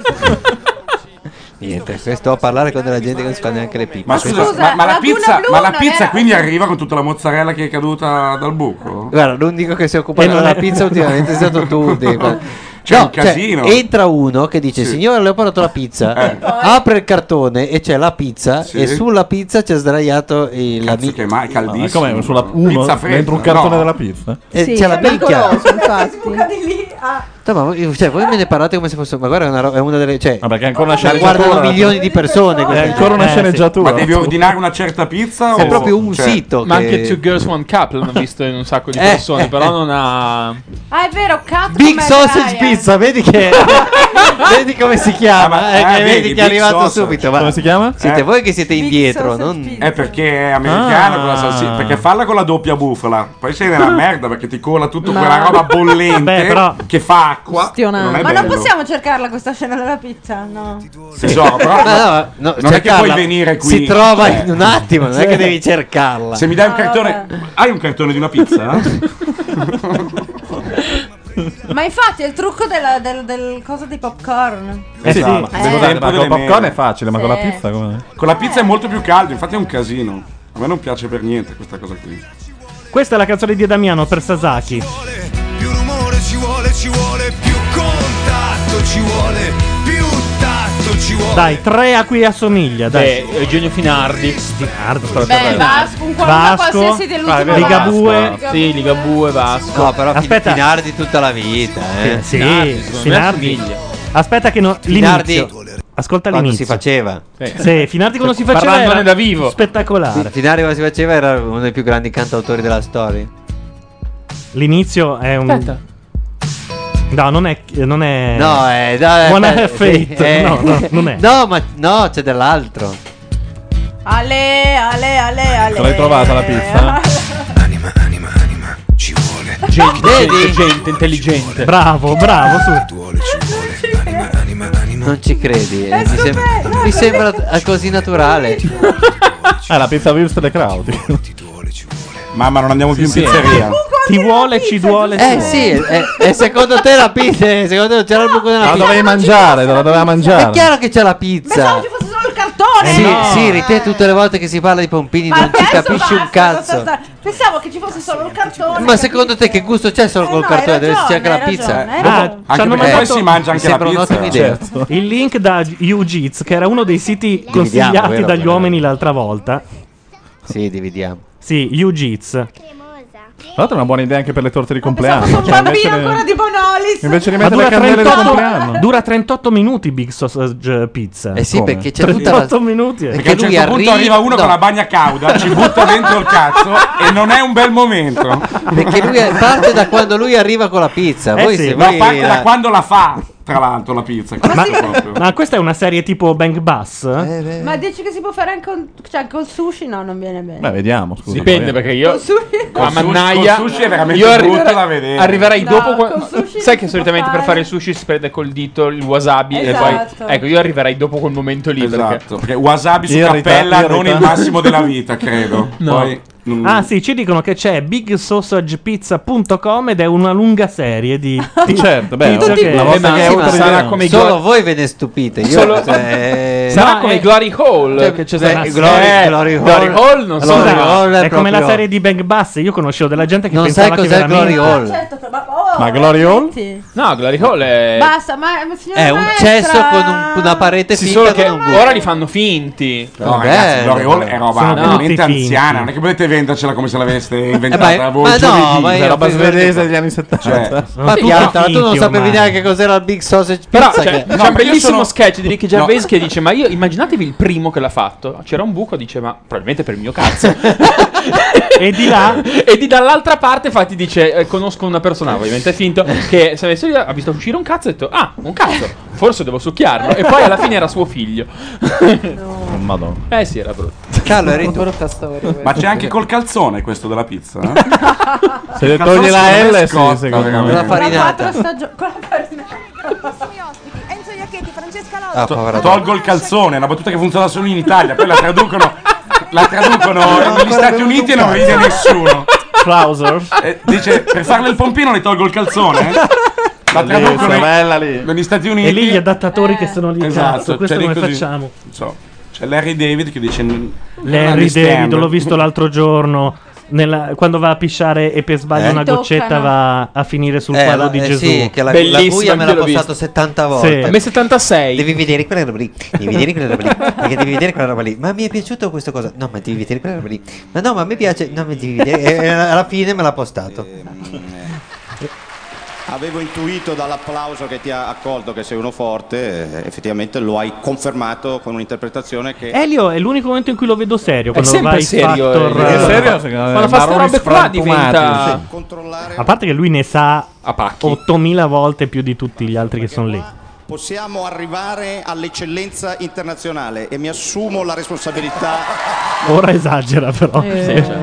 Speaker 9: Niente, se sto a parlare con della gente che non si fa neanche le pippe.
Speaker 5: Ma scusa, ma, ma la pizza, ma la pizza quindi arriva con tutta la mozzarella che è caduta dal buco?
Speaker 9: Guarda, l'unico che si è
Speaker 5: E
Speaker 9: occupato
Speaker 5: non
Speaker 9: della
Speaker 5: è-
Speaker 9: pizza ultimamente è stato tu. Dave.
Speaker 5: C'è
Speaker 9: No,
Speaker 5: un casino. Eh.
Speaker 9: cioè, entra uno che dice: Signore, le ho portato la pizza. Apre il cartone e c'è la pizza.
Speaker 5: Sì.
Speaker 9: E sulla pizza c'è sdraiato il, la mi-
Speaker 5: che mai è caldissimo.
Speaker 22: Com'è? Sulla uno,
Speaker 5: Pizza fredda.
Speaker 22: dentro un cartone
Speaker 5: No.
Speaker 22: della pizza?
Speaker 9: Eh,
Speaker 43: Sì,
Speaker 9: c'è la
Speaker 43: è
Speaker 9: minchia.
Speaker 43: pericoloso, infatti.
Speaker 9: No, ma voi- cioè, voi me ne parlate come se fosse. Ma guarda, è una, ro- è una delle. Cioè,
Speaker 22: è ancora una
Speaker 9: la
Speaker 22: sceneggiatura.
Speaker 9: guardano milioni di persone. questa
Speaker 22: È ancora una
Speaker 9: Eh, sì.
Speaker 22: sceneggiatura.
Speaker 5: Ma devi ordinare una certa pizza?
Speaker 9: È
Speaker 5: o- Cioè,
Speaker 9: proprio un sito
Speaker 3: Ma
Speaker 9: che-
Speaker 3: anche Two Girls One Cup l'hanno visto in un sacco di
Speaker 9: Eh.
Speaker 3: persone, però non ha...
Speaker 7: Ah, è vero, cazzo.
Speaker 9: Big
Speaker 7: com'è
Speaker 9: Sausage
Speaker 7: Brian.
Speaker 9: Pizza, vedi che.
Speaker 3: eh.
Speaker 9: vedi come si
Speaker 5: Ah,
Speaker 9: chiama.
Speaker 5: ma-
Speaker 9: eh,
Speaker 5: ah,
Speaker 9: che
Speaker 5: vedi,
Speaker 9: vedi che è
Speaker 5: Big
Speaker 9: arrivato
Speaker 5: Sausage.
Speaker 9: subito. Ma...
Speaker 5: Come si chiama?
Speaker 9: Siete
Speaker 5: Eh.
Speaker 9: voi che siete indietro.
Speaker 5: Sausage
Speaker 9: Non...
Speaker 5: È perché è americana
Speaker 9: Ah.
Speaker 5: quella salsiccia. Perché farla con la doppia bufala. Poi sei nella merda perché ti cola tutta quella roba bollente
Speaker 2: Beh, però-
Speaker 5: che fa acqua. Non
Speaker 7: Ma
Speaker 5: è
Speaker 7: non
Speaker 5: bello.
Speaker 7: possiamo cercarla questa scena della pizza, no?
Speaker 5: Tesoro, però
Speaker 9: Ma no,
Speaker 5: no,
Speaker 9: no,
Speaker 5: non è che
Speaker 9: cercarla
Speaker 5: puoi venire qui.
Speaker 9: si trova
Speaker 5: cioè.
Speaker 9: in un attimo, non è che devi cercarla.
Speaker 5: Se mi dai un
Speaker 9: Ah,
Speaker 5: cartone. Hai un cartone di una pizza?
Speaker 7: Ma infatti è il trucco della- del, del coso dei popcorn.
Speaker 22: Eh sì, ma-
Speaker 7: Eh.
Speaker 22: scusate, ma con
Speaker 5: Delle
Speaker 22: il popcorn
Speaker 5: mele.
Speaker 22: è facile, ma con la
Speaker 7: Sì.
Speaker 22: pizza come?
Speaker 5: Con la pizza è molto più caldo, infatti è un casino. A me non piace per niente questa cosa qui.
Speaker 2: Questa è la canzone di Damiano per Sasaki.
Speaker 10: rumore ci vuole, ci vuole più contatto, ci vuole più tatto, ci vuole.
Speaker 2: Dai, tre a cui assomiglia. Dai.
Speaker 3: Beh, Eugenio Finardi.
Speaker 2: Finardi.
Speaker 3: Beh, Vasco, un qualunque qualsiasi dell'ultimo Ah, è vero, Ligabue. Vasco. Sì, Ligabue, Vasco.
Speaker 9: No, però
Speaker 2: Aspetta.
Speaker 9: Aspetta. Finardi tutta la vita. Eh.
Speaker 2: Sì, Finardi. Aspetta che no,
Speaker 9: Finardi-
Speaker 2: l'inizio. Ascolta
Speaker 9: Quando
Speaker 2: l'inizio.
Speaker 9: si faceva.
Speaker 2: Sì, Finardi quando si faceva
Speaker 9: Parlandone
Speaker 2: era
Speaker 9: da vivo.
Speaker 2: Spettacolare.
Speaker 9: Finardi quando si faceva era uno dei più grandi cantautori della storia.
Speaker 2: L'inizio è un
Speaker 9: Aspetta.
Speaker 2: No, non è non è
Speaker 9: No, eh, no, eh,
Speaker 2: Buona
Speaker 9: beh,
Speaker 2: Fate.
Speaker 9: sì, eh.
Speaker 2: No, no, non è.
Speaker 9: No, ma no, c'è dell'altro.
Speaker 7: Ale, ale, ale, ale.
Speaker 9: L'hai trovata la pizza?
Speaker 3: Gente,
Speaker 9: Vedi?
Speaker 3: gente, gente intelligente.
Speaker 2: Bravo, bravo, su.
Speaker 9: Non ci credi. eh,
Speaker 3: È
Speaker 9: mi, sem- mi sembra eh, così naturale.
Speaker 22: Ah, la pizza Wills delle Claudi.
Speaker 5: Mamma, non andiamo più in
Speaker 13: Sì, sì.
Speaker 5: pizzeria.
Speaker 2: Ti vuole, ci duole.
Speaker 9: Eh sì, e, e secondo te la pizza, secondo te non c'era il buco della
Speaker 13: La
Speaker 9: pizza?
Speaker 13: dovevi mangiare, la doveva
Speaker 9: È
Speaker 13: mangiare.
Speaker 9: chiaro che c'è la pizza. Eh
Speaker 7: Solo il cartone.
Speaker 9: Sì,
Speaker 7: no?
Speaker 9: Siri, te tutte le volte che si parla di pompini non ci capisci un cazzo.
Speaker 7: Pensavo che ci fosse solo il cartone.
Speaker 9: Ma secondo te che gusto c'è solo col cartone? Deve esserci anche la
Speaker 7: Eh hai
Speaker 9: pizza.
Speaker 7: ragione, hai
Speaker 2: Ah,
Speaker 9: Dopo-
Speaker 2: ci hanno
Speaker 9: eh,
Speaker 2: mandato- Certo.
Speaker 9: mi sembra un'ottima idea.
Speaker 2: Il link da UGITS, che era uno dei siti
Speaker 9: Dividiamo,
Speaker 2: consigliati
Speaker 9: vero,
Speaker 2: dagli
Speaker 9: Manuela?
Speaker 2: uomini l'altra volta.
Speaker 9: Sì, dividiamo.
Speaker 2: Sì, UGITS.
Speaker 13: Tra l'altro è una buona idea anche per le torte di compleanno.
Speaker 7: Sono un
Speaker 13: Cioè, invece
Speaker 7: bambino
Speaker 13: le-
Speaker 7: ancora di Bonolis.
Speaker 13: Invece di
Speaker 2: Ma
Speaker 13: mettere le
Speaker 2: dura
Speaker 13: candele di
Speaker 2: 38
Speaker 13: compleanno.
Speaker 2: Dura 38 minuti Big Sausage Pizza.
Speaker 9: Eh sì,
Speaker 2: Come?
Speaker 9: perché c'è tutta
Speaker 2: 38
Speaker 9: la-
Speaker 2: minuti. eh.
Speaker 5: Perché a un certo punto arriva uno con la bagna cauda, ci butta dentro il cazzo e non è un bel momento.
Speaker 9: Perché lui è- parte da quando lui arriva con la pizza.
Speaker 5: Eh
Speaker 9: Voi
Speaker 5: sì,
Speaker 9: se
Speaker 5: ma
Speaker 9: voi
Speaker 5: parte
Speaker 9: la-
Speaker 5: da quando la fa, tra l'altro, la pizza.
Speaker 2: Ma,
Speaker 5: questo proprio.
Speaker 2: ma questa è una serie tipo Bank Bus?
Speaker 9: Eh,
Speaker 7: Ma dici che si può fare anche con, cioè, col sushi? No, non viene bene.
Speaker 13: Beh, vediamo. Scusa,
Speaker 3: Dipende
Speaker 13: poi-
Speaker 3: perché io.
Speaker 7: Col sushi?
Speaker 3: La
Speaker 7: Col su-
Speaker 3: mannaia.
Speaker 5: col sushi è veramente
Speaker 3: io
Speaker 5: brutto da vedere.
Speaker 3: Arriverai
Speaker 5: No,
Speaker 3: dopo.
Speaker 5: col
Speaker 3: qua- sai che solitamente per fare il sushi si prende col dito il wasabi e
Speaker 5: Esatto.
Speaker 3: poi. Ecco, io arriverai dopo quel momento lì.
Speaker 5: Esatto, perché wasabi su
Speaker 3: Irrita-
Speaker 5: cappella non
Speaker 3: irrita.
Speaker 5: il massimo della vita, credo.
Speaker 3: No.
Speaker 5: Poi, mm,
Speaker 2: Ah sì, ci dicono che c'è bigsausagepizza.com ed è una lunga serie di...
Speaker 13: certo,
Speaker 2: beh,
Speaker 13: una volta che è oltre
Speaker 3: sarà
Speaker 13: di-
Speaker 3: come i
Speaker 9: Solo
Speaker 3: glo-
Speaker 9: voi ve ne stupite. Io,
Speaker 3: Solo-
Speaker 9: cioè-
Speaker 3: Sarà
Speaker 9: No,
Speaker 3: come
Speaker 9: eh,
Speaker 3: i Glory Hole
Speaker 9: cioè,
Speaker 3: che c'è
Speaker 9: eh,
Speaker 3: stata-
Speaker 9: i Glory-
Speaker 3: Eh,
Speaker 9: Glory Hole-
Speaker 3: Glory Hole non so.
Speaker 9: Glory Hole
Speaker 2: Scusa, è come la
Speaker 9: proprio-
Speaker 2: serie di Bank Bus. Io conoscevo della gente che
Speaker 9: Non
Speaker 2: pensava
Speaker 9: sai
Speaker 2: che
Speaker 9: cos'è
Speaker 2: veramente...
Speaker 9: Glory Hall?
Speaker 13: Ma Glory Hall?
Speaker 7: Certo, Sì.
Speaker 3: No, Glory Hole è
Speaker 7: Basta, ma ma signora
Speaker 9: È un
Speaker 7: maestra-
Speaker 9: cesso con un- una parete
Speaker 3: Sì,
Speaker 9: finta
Speaker 3: solo che
Speaker 9: con un buco.
Speaker 3: ora li fanno finti.
Speaker 5: No, ragazzi, Glory Hall è roba
Speaker 3: Sono
Speaker 5: veramente
Speaker 3: tutti
Speaker 5: anziana.
Speaker 3: finti.
Speaker 5: Non è che potete vendercela come se l'aveste
Speaker 9: Eh,
Speaker 5: inventata
Speaker 9: ma-
Speaker 5: voi.
Speaker 9: ma no,
Speaker 5: giovedì.
Speaker 9: ma io-
Speaker 5: Cioè, roba
Speaker 9: per-
Speaker 5: svedese
Speaker 13: degli anni 70.
Speaker 5: Cioè,
Speaker 9: Ma
Speaker 5: tu-
Speaker 9: pianta, tu non
Speaker 3: Minchia,
Speaker 9: sapevi
Speaker 3: ormai.
Speaker 9: neanche cos'era il Big Sausage
Speaker 3: Però
Speaker 9: Pizza.
Speaker 2: cioè,
Speaker 3: c'è,
Speaker 9: che-
Speaker 2: diciamo
Speaker 3: c'è un bellissimo sketch di Ricky Gervais che dice: Ma io immaginatevi il primo che l'ha fatto. C'era un buco, dice: Ma probabilmente per il mio cazzo.
Speaker 2: e di là?
Speaker 3: e di dall'altra parte, infatti, dice: eh, Conosco una persona, ovviamente finto, che si è messo lì, ha visto uscire un cazzo e ha detto: Ah, un cazzo, forse devo succhiarlo. E poi alla fine era suo figlio.
Speaker 13: Madonna.
Speaker 3: Eh sì, era brutto.
Speaker 9: Carlo, eri tu.
Speaker 5: Ma c'è anche col calzone questo della pizza? eh?
Speaker 13: Se le togli la L, sì, secondo me.
Speaker 5: La
Speaker 7: Quattro stagioni. Con la
Speaker 9: Ah, povera
Speaker 5: Tolgo il calzone, è una battuta che funziona solo in Italia, poi la traducono, la traducono negli Stati Uniti e non ride nessuno.
Speaker 2: Trouser.
Speaker 5: Eh, dice, per farle il pompino le tolgo il calzone? eh? La traducono in-
Speaker 13: bella lì.
Speaker 5: negli Stati Uniti.
Speaker 2: E lì gli adattatori che sono lì.
Speaker 5: Esatto,
Speaker 2: cazzo, questo
Speaker 5: cioè,
Speaker 2: come
Speaker 5: lì così.
Speaker 2: facciamo?
Speaker 5: Non so. C'è Larry David che dice...
Speaker 2: Larry David, l'ho visto l'altro giorno. nella- quando va a pisciare e per sbaglio
Speaker 9: Eh?
Speaker 2: una goccetta
Speaker 9: Toccano.
Speaker 2: va a finire sul
Speaker 9: Eh,
Speaker 2: quadro
Speaker 9: la-
Speaker 2: di
Speaker 9: eh
Speaker 2: Gesù.
Speaker 9: sì, che la, la
Speaker 2: Bellissimo,
Speaker 9: buia me l'ha
Speaker 2: anch'io l'ho
Speaker 9: postato
Speaker 2: visto.
Speaker 9: 70
Speaker 2: Sì.
Speaker 9: volte.
Speaker 2: A me
Speaker 3: 76.
Speaker 9: Devi vedere quella roba lì. Devi vedere quella roba lì. Perché devi vedere quella roba lì. Ma mi è piaciuto questa cosa. No, ma devi vedere quella roba lì. Ma no, ma mi piace. No, ma devi vedere. E alla fine me l'ha postato.
Speaker 22: Avevo intuito dall'applauso che ti ha accolto che sei uno forte, eh, effettivamente lo hai confermato con un'interpretazione che...
Speaker 2: Elio è l'unico momento in cui lo vedo serio. Quando
Speaker 22: sempre
Speaker 2: va ai
Speaker 22: serio,
Speaker 2: Factor,
Speaker 22: Elio.
Speaker 2: eh,
Speaker 22: È serio,
Speaker 13: secondo me,
Speaker 2: quando fa sta
Speaker 13: marroni
Speaker 2: robe qua
Speaker 13: sfrantumati,
Speaker 2: diventa-
Speaker 13: sì.
Speaker 2: A parte che lui ne sa 8000 volte più di tutti gli altri che sono lì.
Speaker 22: Possiamo arrivare all'eccellenza internazionale e mi assumo la responsabilità.
Speaker 2: Ora esagera però.
Speaker 22: Eh,
Speaker 2: Sì.
Speaker 22: eh,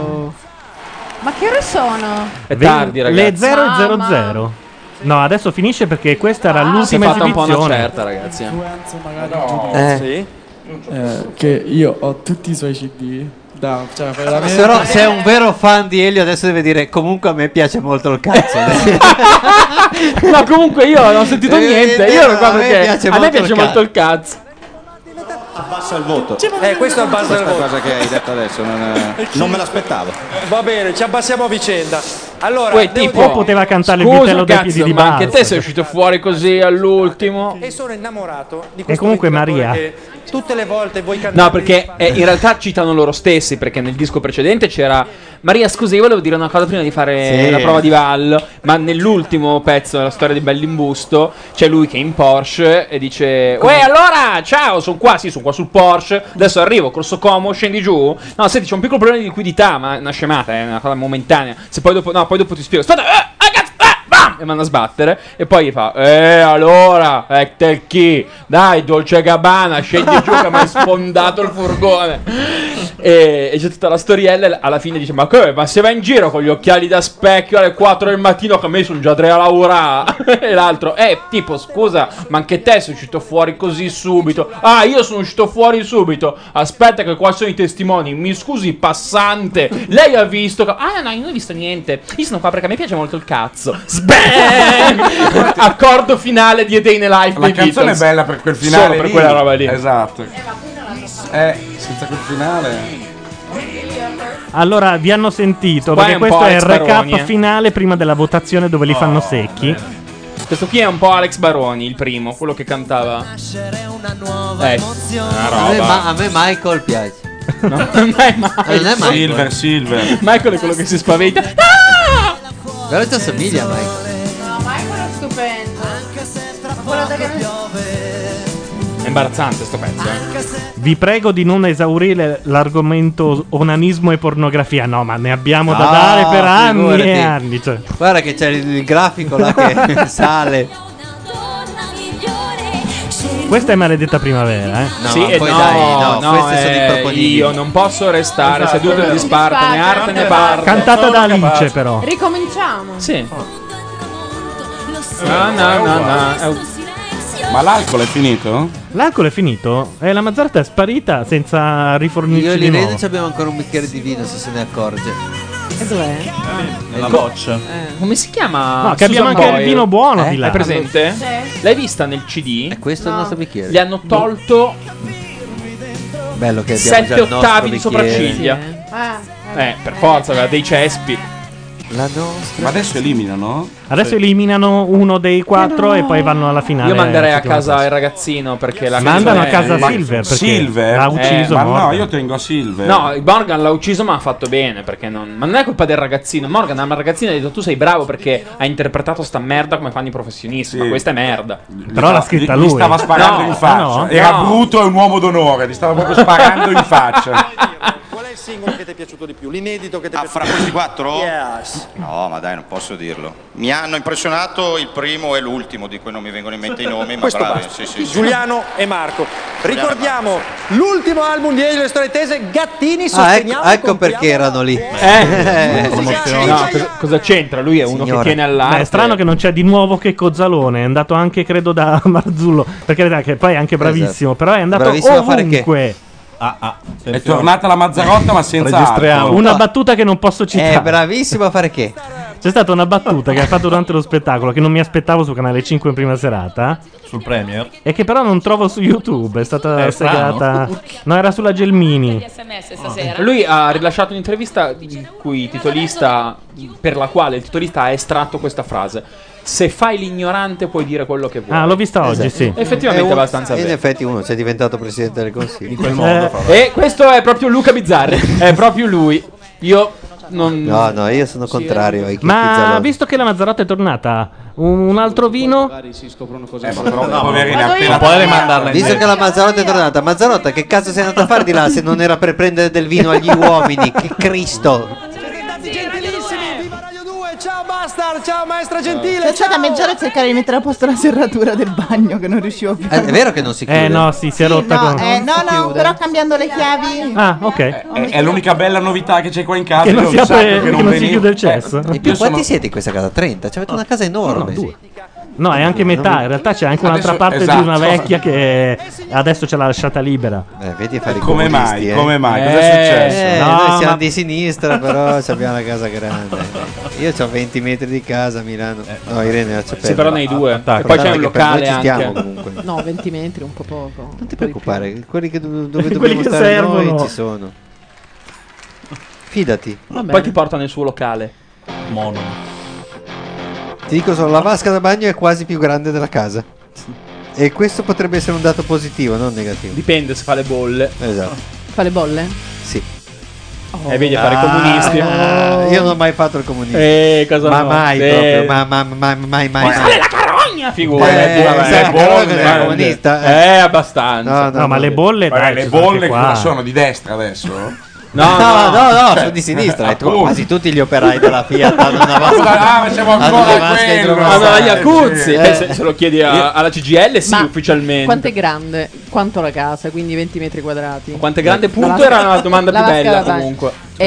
Speaker 7: Ma che ore sono?
Speaker 3: È tardi,
Speaker 2: Le
Speaker 3: ragazzi.
Speaker 7: Ah,
Speaker 2: 000. No, adesso finisce perché questa
Speaker 5: Ah,
Speaker 2: era l'ultima
Speaker 3: Ah, fatta un po'
Speaker 2: esibizione.
Speaker 3: una certa, ragazzi, eh.
Speaker 10: Eh.
Speaker 3: Sì.
Speaker 10: Eh, che io ho tutti i suoi CD. Da, cioè, veramente.
Speaker 9: Però se è un vero fan di Elio adesso deve dire comunque a me piace molto il cazzo.
Speaker 3: No, comunque io non ho sentito
Speaker 9: Eh,
Speaker 3: niente.
Speaker 9: eh,
Speaker 3: Io
Speaker 9: a
Speaker 3: ero qua
Speaker 9: me
Speaker 3: perché
Speaker 9: piace
Speaker 3: a me
Speaker 9: molto il
Speaker 3: piace molto il cazzo.
Speaker 22: Abbassa il voto.
Speaker 10: Eh, questo abbassa il
Speaker 22: Questa
Speaker 10: voto.
Speaker 22: cosa che hai detto adesso non, eh, non me l'aspettavo.
Speaker 10: Va bene, ci abbassiamo a vicenda. Allora,
Speaker 3: Uè,
Speaker 10: devo
Speaker 3: tipo,
Speaker 2: O poteva cantare il
Speaker 3: Scusa,
Speaker 2: vitello dei
Speaker 3: cazzo,
Speaker 2: piedi di
Speaker 3: ma anche
Speaker 2: Bars.
Speaker 3: te sei uscito fuori così all'ultimo.
Speaker 10: dire- e sono innamorato di
Speaker 2: E
Speaker 10: questo
Speaker 2: comunque
Speaker 10: ventilatore
Speaker 2: Maria.
Speaker 10: che tutte le volte voi cantate.
Speaker 3: No, perché eh, in realtà citano loro stessi, perché nel disco precedente c'era... Maria, scusi, io volevo dire una cosa prima di fare
Speaker 10: Sì.
Speaker 3: la prova di ballo, ma nell'ultimo pezzo della storia di Bellimbusto c'è lui che è in Porsche e dice... Uè, allora, ciao, sono qua, sì, sono qua sul Porsche, adesso arrivo, corso Como, scendi giù. No, senti, c'è un piccolo problema di liquidità, ma è una scemata, è una cosa momentanea. Se poi dopo... No, poi dopo ti spiego. Aspetta, eh, ah, cazzo, ah, bam! e vanno a sbattere. E poi gli fa: Eh, allora, Hector Key, dai, Dolce Gabbana, scendi giù che mi hai sfondato il furgone. E, e c'è tutta la storiella. e Alla fine dice: Ma come? Ma se va in giro con gli occhiali da specchio alle 4 del mattino, che a me sono già tre a lavorare. e l'altro, eh, tipo, scusa, ma anche te sei uscito fuori così subito. Ah, io sono uscito fuori subito. Aspetta, che qua sono i testimoni. Mi scusi, passante. Lei ha visto. che- Ah, no, io non ho visto niente. Io sono qua perché a me piace molto il cazzo. Sbang! Accordo finale di A Day in a Life.
Speaker 5: La
Speaker 3: dei
Speaker 5: canzone è
Speaker 3: Beatles.
Speaker 5: bella per quel finale
Speaker 3: Solo per
Speaker 5: lì.
Speaker 3: quella roba lì.
Speaker 5: Esatto. Eh, senza quel finale.
Speaker 2: Allora, vi hanno sentito,
Speaker 3: Qua
Speaker 2: perché
Speaker 3: è un po'
Speaker 2: questo è il
Speaker 3: Alex Baroni,
Speaker 2: recap
Speaker 3: eh. Oh,
Speaker 2: finale prima della votazione dove li fanno secchi.
Speaker 3: Questo qui è un po' Alex Baroni, il primo, quello che cantava. Eh, una
Speaker 9: A me, ma-
Speaker 3: roba.
Speaker 9: a me Michael piace. Non è Michael.
Speaker 5: Silver, Silver.
Speaker 3: Michael è quello che si spaventa.
Speaker 9: Però ti assomiglia a Michael.
Speaker 44: No, ma è quello stupendo. Quello che
Speaker 3: È imbarazzante sto pezzo. eh.
Speaker 2: Vi prego di non esaurire l'argomento onanismo e pornografia. No, ma ne abbiamo da
Speaker 9: No,
Speaker 2: dare per anni
Speaker 9: figurati.
Speaker 2: e anni. Cioè.
Speaker 9: Guarda che c'è il grafico là che sale.
Speaker 2: Questa è maledetta primavera, eh?
Speaker 3: sì, e no, no, eh, Io non posso restare
Speaker 2: Esatto,
Speaker 3: seduto
Speaker 2: vero.
Speaker 3: in disparte, né arte né parte.
Speaker 2: Cantata da Alice, però.
Speaker 44: Ricominciamo.
Speaker 3: Sì. Eh, No, no, no, no. È un-
Speaker 5: Ma l'alcol è finito?
Speaker 2: L'alcol è finito? Eh, la mazzarta è sparita senza
Speaker 9: Io
Speaker 2: rifornirci
Speaker 9: e
Speaker 2: di nuovo.
Speaker 9: l'Irene ci abbiamo ancora un bicchiere di vino se se ne accorge. Ecco.
Speaker 7: E dov'è?
Speaker 9: Nella
Speaker 3: boccia. Eh, Come si chiama?
Speaker 2: No, che abbiamo
Speaker 3: Susan
Speaker 2: anche
Speaker 3: Boyle?
Speaker 2: il vino buono di là.
Speaker 3: Hai presente?
Speaker 44: Sì.
Speaker 3: L'hai vista nel CD? E
Speaker 9: questo è il nostro bicchiere.
Speaker 3: Gli hanno tolto
Speaker 9: Bello che abbiamo già
Speaker 3: sette
Speaker 9: il nostro
Speaker 3: ottavi di
Speaker 9: bicchiere.
Speaker 3: sopracciglia. Eh, per forza, aveva dei cespi.
Speaker 5: Ma adesso eliminano?
Speaker 2: Adesso eliminano uno dei quattro e poi vanno alla finale.
Speaker 3: Io manderei a
Speaker 2: settimana
Speaker 3: casa il ragazzino perché la
Speaker 2: Mandano
Speaker 3: canzone-
Speaker 2: a casa
Speaker 3: Ma-
Speaker 2: Silver perché
Speaker 5: Silver? Eh,
Speaker 2: l'ha ucciso.
Speaker 5: ma no,
Speaker 2: Morgan.
Speaker 5: io tengo a Silver.
Speaker 3: No, il Morgan l'ha ucciso ma ha fatto bene perché non... Ma non è colpa del ragazzino. Morgan al ragazzino ha detto tu sei bravo perché hai interpretato sta merda come fanno i professionisti. Ma questa è merda.
Speaker 2: Però l'ha scritta
Speaker 5: Gli
Speaker 2: lui. Ah,
Speaker 5: stava sparando
Speaker 3: No,
Speaker 5: in faccia.
Speaker 3: no.
Speaker 5: Era
Speaker 3: No.
Speaker 5: brutto e un uomo d'onore. Gli stava proprio sparando in faccia.
Speaker 10: Qual è il singolo che ti è piaciuto di più? L'inedito
Speaker 22: Ah,
Speaker 10: che ti è piaciuto
Speaker 45: Fra questi quattro?
Speaker 10: Yes.
Speaker 45: No, ma dai, non posso dirlo. Mi hanno impressionato il primo e l'ultimo, di cui non mi vengono in mente i nomi, ma
Speaker 10: Questo
Speaker 45: bravi.
Speaker 10: basta.
Speaker 45: Sì, sì, sì.
Speaker 10: Giuliano e Marco. Ricordiamo l'ultimo album di Elio e le Storie Tese, Gattini,
Speaker 9: Ah,
Speaker 10: sosteniamo
Speaker 9: ecco, ecco perché erano lì.
Speaker 3: Eh, no, cosa, cosa c'entra? Lui è uno
Speaker 2: Signora.
Speaker 3: che tiene all'arte.
Speaker 2: Beh, è strano che non c'è di nuovo che Cozzalone. È andato anche, credo, da Marzullo. Perché dai, che poi è anche bravissimo. Però è andato
Speaker 5: Bravissimo a fare
Speaker 2: ovunque.
Speaker 5: Ah, È tornata la Mazzarotta, ma senza.
Speaker 2: Registriamo.
Speaker 5: alcol.
Speaker 2: Una battuta che non posso citare.
Speaker 5: È
Speaker 9: bravissimo a fare che?
Speaker 2: C'è stata una battuta che ha fatto durante lo spettacolo che non mi aspettavo su Canale 5 in prima serata.
Speaker 46: Sul Premier?
Speaker 2: E che però non trovo su YouTube. È stata
Speaker 3: È strano.
Speaker 2: segata. No, era sulla Gelmini.
Speaker 3: Lui ha rilasciato un'intervista in cui il titolista, per la quale il titolista ha estratto questa frase. Se fai l'ignorante puoi dire quello che vuoi.
Speaker 2: Ah, l'ho vista oggi,
Speaker 9: Esatto.
Speaker 2: sì.
Speaker 3: Effettivamente
Speaker 9: È un-
Speaker 3: abbastanza
Speaker 9: In
Speaker 3: bene.
Speaker 9: effetti uno c'è diventato presidente del consiglio. Eh, In
Speaker 3: quel
Speaker 2: Eh,
Speaker 3: modo, fra l'altro. E questo è proprio Luca Bizzarri. è proprio lui. Io non...
Speaker 9: No, no, io sono contrario
Speaker 5: eh.
Speaker 9: ai
Speaker 2: Ma
Speaker 9: chicchizzaloni.
Speaker 2: visto che la Mazzarotta è tornata, un, un altro vino?
Speaker 5: Eh,
Speaker 10: si scoprono cose.
Speaker 5: però, no, poverina,
Speaker 10: Vado
Speaker 5: appena-
Speaker 10: io.
Speaker 5: Puoi rimandarla
Speaker 9: Visto
Speaker 5: indietro.
Speaker 9: che la Mazzarotta è tornata, Mazzarotta, che cazzo sei andato a fare di là se non era per prendere del vino agli uomini? Che Cristo!
Speaker 10: Gentilissimi, viva Radio 2, ciao Bastard, ciao Maestra Gentile.
Speaker 13: Sono stata mezz'ora a cercare di mettere a posto la serratura del bagno che non riuscivo più.
Speaker 9: Eh, È vero che non si chiude?
Speaker 2: Eh no, sì, si è rotta
Speaker 13: No,
Speaker 2: con.
Speaker 13: eh, no, no, però cambiando le chiavi.
Speaker 2: Ah, ok.
Speaker 5: È, è l'unica bella novità che c'è qua in casa.
Speaker 2: Che non
Speaker 5: io
Speaker 2: si
Speaker 5: Ah, un sacco
Speaker 2: apre-
Speaker 5: che
Speaker 2: che non si
Speaker 5: venivo-
Speaker 2: chiude il cesso.
Speaker 5: Eh,
Speaker 9: E più
Speaker 5: io
Speaker 9: quanti
Speaker 5: sono-
Speaker 9: siete in questa casa? 30? Cioè avete una casa enorme.
Speaker 2: No, è anche metà. In realtà c'è anche un'altra
Speaker 9: Adesso-
Speaker 2: parte
Speaker 9: esatto.
Speaker 2: di una vecchia che adesso ce l'ha lasciata libera.
Speaker 9: Eh, vedi a fare i
Speaker 2: Come
Speaker 9: comunisti,
Speaker 2: mai?
Speaker 9: eh.
Speaker 2: Come mai?
Speaker 9: Eh,
Speaker 2: Cos'è successo?
Speaker 9: eh,
Speaker 2: No,
Speaker 9: noi siamo
Speaker 2: ma-
Speaker 9: di sinistra, però ci abbiamo la casa grande. Io ho 20 metri di casa a Milano. No, Irene la c'è
Speaker 3: Sì, però nei due. E poi c'è un locale
Speaker 9: Noi ci stiamo
Speaker 3: anche.
Speaker 9: comunque. Non
Speaker 7: No, 20 metri, un po' poco. Non
Speaker 9: ti preoccupare, quelli che do- dove
Speaker 7: Quelli
Speaker 9: dobbiamo
Speaker 7: che
Speaker 9: stare
Speaker 7: servono.
Speaker 9: noi ci sono. Fidati.
Speaker 3: Poi ti porta nel suo locale.
Speaker 46: Mono.
Speaker 9: Ti dico solo, la vasca da bagno è quasi più grande della casa. E questo potrebbe essere un dato positivo, non negativo.
Speaker 3: Dipende se fa le bolle.
Speaker 9: Esatto.
Speaker 7: Fa le bolle?
Speaker 9: Sì.
Speaker 3: E Eh, vedi a fare i
Speaker 9: Ah,
Speaker 3: comunisti.
Speaker 9: ah, io non ho mai fatto il comunista.
Speaker 3: Eh, cosa
Speaker 9: ma
Speaker 3: no?
Speaker 9: mai
Speaker 3: Eh.
Speaker 9: proprio, ma, ma, ma, mai, mai, mai.
Speaker 3: Cagna figura.
Speaker 9: Eh, sai,
Speaker 3: Eh,
Speaker 9: però
Speaker 3: bolle.
Speaker 9: che sei comunista,
Speaker 3: Eh, abbastanza.
Speaker 9: No, no, No, ma no. le
Speaker 5: bolle,
Speaker 3: dai,
Speaker 5: le
Speaker 3: ci sono anche
Speaker 5: bolle
Speaker 3: qua.
Speaker 5: cosa sono di destra adesso?
Speaker 9: No, no, cioè, no, sono di sinistra. e tu-
Speaker 18: Appunto.
Speaker 9: quasi tutti gli operai della Fiat hanno una vasca.
Speaker 5: Ah, ma siamo ancora
Speaker 9: hanno le vasche
Speaker 5: quello.
Speaker 9: idromassaggi.
Speaker 3: Ah,
Speaker 16: Ma gli acuzzi,
Speaker 9: Eh.
Speaker 16: eh, se, se lo chiedi a- alla CGL, sì,
Speaker 7: Ma
Speaker 16: ufficialmente.
Speaker 7: Quanto è grande? Quanto la casa? Quindi 20 metri quadrati.
Speaker 16: Quanto è grande?
Speaker 7: La
Speaker 16: Punto
Speaker 7: vasca-
Speaker 16: era una domanda
Speaker 7: la
Speaker 16: più
Speaker 7: vasca
Speaker 16: bella
Speaker 7: da bagno.
Speaker 16: comunque.
Speaker 7: Eh,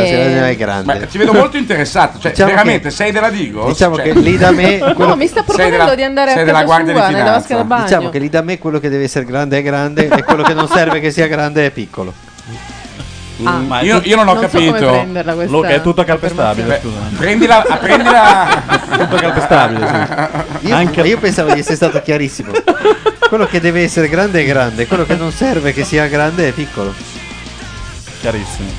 Speaker 5: Ma ci vedo molto interessato. Cioè,
Speaker 9: Diciamo
Speaker 5: veramente,
Speaker 9: che-
Speaker 5: sei della Cioè, Digo?
Speaker 9: Diciamo che lì da me.
Speaker 7: No, mi sta proponendo di andare a
Speaker 5: sei
Speaker 7: casa
Speaker 5: della Guardia
Speaker 7: sua,
Speaker 5: di
Speaker 7: nella vasca da
Speaker 5: Finanza.
Speaker 7: bagno.
Speaker 9: Diciamo che lì da me quello che deve essere grande è grande e quello che non serve che sia grande è piccolo.
Speaker 7: Ah.
Speaker 5: Mm, ma io, io non ho
Speaker 7: Non so come
Speaker 5: capito.
Speaker 7: prenderla questa Luca, è tutto calpestabile,
Speaker 5: scusa. Prendila, ah, prendila. tutto
Speaker 9: calpestabile, Io, ma io pensavo di essere stato chiarissimo. Quello che deve essere grande è grande, quello che non serve che sia grande è piccolo.
Speaker 22: Chiarissimo.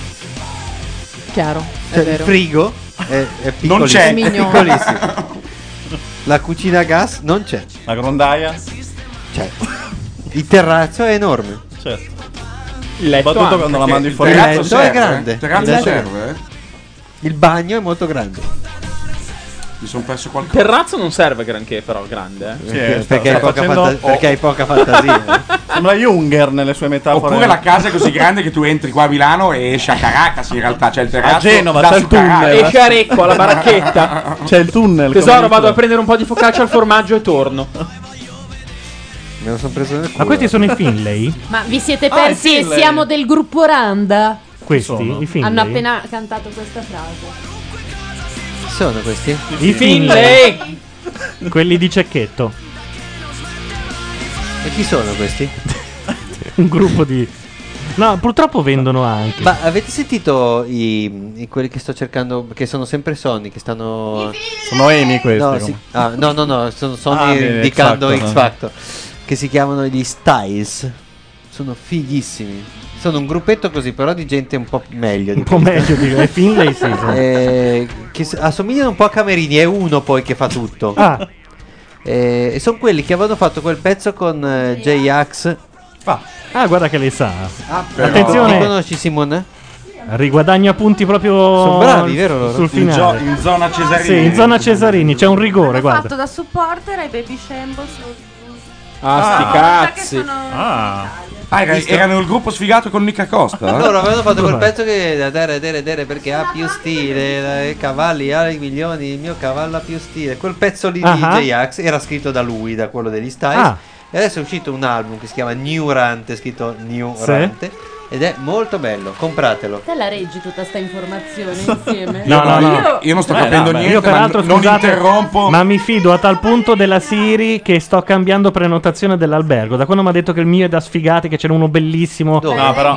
Speaker 7: Chiaro, è
Speaker 9: Cioè, il
Speaker 7: vero.
Speaker 9: frigo è, è piccolo-
Speaker 22: Non c'è.
Speaker 9: è piccolissimo. La cucina a gas non c'è.
Speaker 22: La grondaia?
Speaker 9: C'è. Cioè, Il terrazzo è enorme.
Speaker 22: Certo.
Speaker 16: Il
Speaker 22: letto Soprattutto anche, quando la mandi fuori.
Speaker 9: Il
Speaker 22: Il
Speaker 9: letto
Speaker 22: terrazzo
Speaker 9: è
Speaker 22: serve, eh?
Speaker 9: grande.
Speaker 22: Il terrazzo
Speaker 9: letto-
Speaker 5: serve, eh?
Speaker 9: Il bagno è molto grande.
Speaker 5: Mi sono perso
Speaker 16: Il
Speaker 5: qualcosa.
Speaker 16: terrazzo non serve granché, però, grande. eh.
Speaker 9: Sì, eh, Perché sta- hai sta poca facendo- fanta- perché hai poca fantasia.
Speaker 22: Sembra Junger nelle sue metafore.
Speaker 5: Oppure la casa è così grande che tu entri qua a Milano e esci a Caracas in realtà, c'è il terrazzo.
Speaker 22: A Genova
Speaker 5: da
Speaker 22: c'è il
Speaker 5: su Caracas.
Speaker 22: tunnel.
Speaker 16: Esci a Recco, alla
Speaker 2: Ah,
Speaker 16: baracchetta.
Speaker 22: C'è il tunnel.
Speaker 16: Tesoro,
Speaker 22: come
Speaker 16: vado a
Speaker 22: dico.
Speaker 16: prendere un po' di focaccia al formaggio e torno.
Speaker 9: Me lo sono preso nel culo.
Speaker 2: Ma questi sono i Finlay?
Speaker 4: Ma vi siete
Speaker 2: Ah,
Speaker 4: persi
Speaker 2: il
Speaker 4: e
Speaker 2: Finlay.
Speaker 4: siamo del gruppo Randa?
Speaker 2: Questi? I Finlay?
Speaker 4: Hanno appena cantato questa frase.
Speaker 9: Sono questi?
Speaker 2: I Finlay! Quelli di Cecchetto.
Speaker 9: E chi sono questi?
Speaker 2: Un gruppo di... No, purtroppo vendono anche.
Speaker 9: Ma avete sentito i, i- quelli che sto cercando? Che sono sempre Sony, che stanno.
Speaker 22: Sono Emi questi.
Speaker 9: No,
Speaker 22: comunque.
Speaker 9: sì. Ah, no, no, no, sono
Speaker 22: Ah,
Speaker 9: Sony
Speaker 22: bene,
Speaker 9: indicando
Speaker 22: X
Speaker 9: X
Speaker 22: Factor,
Speaker 9: Factor,
Speaker 22: no.
Speaker 9: Che si chiamano gli Styles. Sono fighissimi. Sono un gruppetto così, però di gente un po' meglio. Di
Speaker 2: Un po' meglio di- e Finlay sì, sì.
Speaker 9: Eh, che s- assomigliano un po' a Camerini, è uno poi che fa tutto.
Speaker 2: Ah.
Speaker 9: Eh, e sono quelli che avevano fatto quel pezzo con eh, J-Ax.
Speaker 2: Ah, guarda che le sa.
Speaker 9: Ah, però-
Speaker 2: Attenzione.
Speaker 9: Li conosci Simone?
Speaker 2: Riguadagna punti proprio
Speaker 9: Sono bravi, vero, loro?
Speaker 2: sul
Speaker 9: In
Speaker 2: finale.
Speaker 9: gio- in zona Cesarini.
Speaker 2: Sì, in zona Cesarini c'è un rigore,
Speaker 17: Fatto
Speaker 2: guarda.
Speaker 17: da supporter ai baby shambles.
Speaker 16: Ah, sti
Speaker 17: cazzi.
Speaker 5: Ah. era- erano il gruppo sfigato con Nica Costa. eh?
Speaker 9: Loro avevano fatto quel pezzo che da dare, dare, dare perché ha più stile, la- i cavalli ha i milioni, il mio cavallo ha più stile. Quel pezzo lì
Speaker 2: Ah.
Speaker 9: di J-Ax era scritto da lui, da quello degli Styles.
Speaker 2: Ah.
Speaker 9: E adesso è uscito un album che si chiama New Rant, è scritto New Rant. Ed è molto bello, compratelo.
Speaker 4: Te la reggi tutta sta informazione insieme?
Speaker 9: No, no, no.
Speaker 4: Io-
Speaker 9: Io non sto
Speaker 2: Eh,
Speaker 9: capendo
Speaker 2: ma
Speaker 9: niente,
Speaker 2: Io
Speaker 9: ma
Speaker 2: peraltro
Speaker 9: n- non
Speaker 2: scusate,
Speaker 9: interrompo.
Speaker 2: Ma mi fido a tal punto della Siri che sto cambiando prenotazione dell'albergo. Da quando mi ha detto che il mio è da sfigati, che c'era uno bellissimo.
Speaker 5: No, però-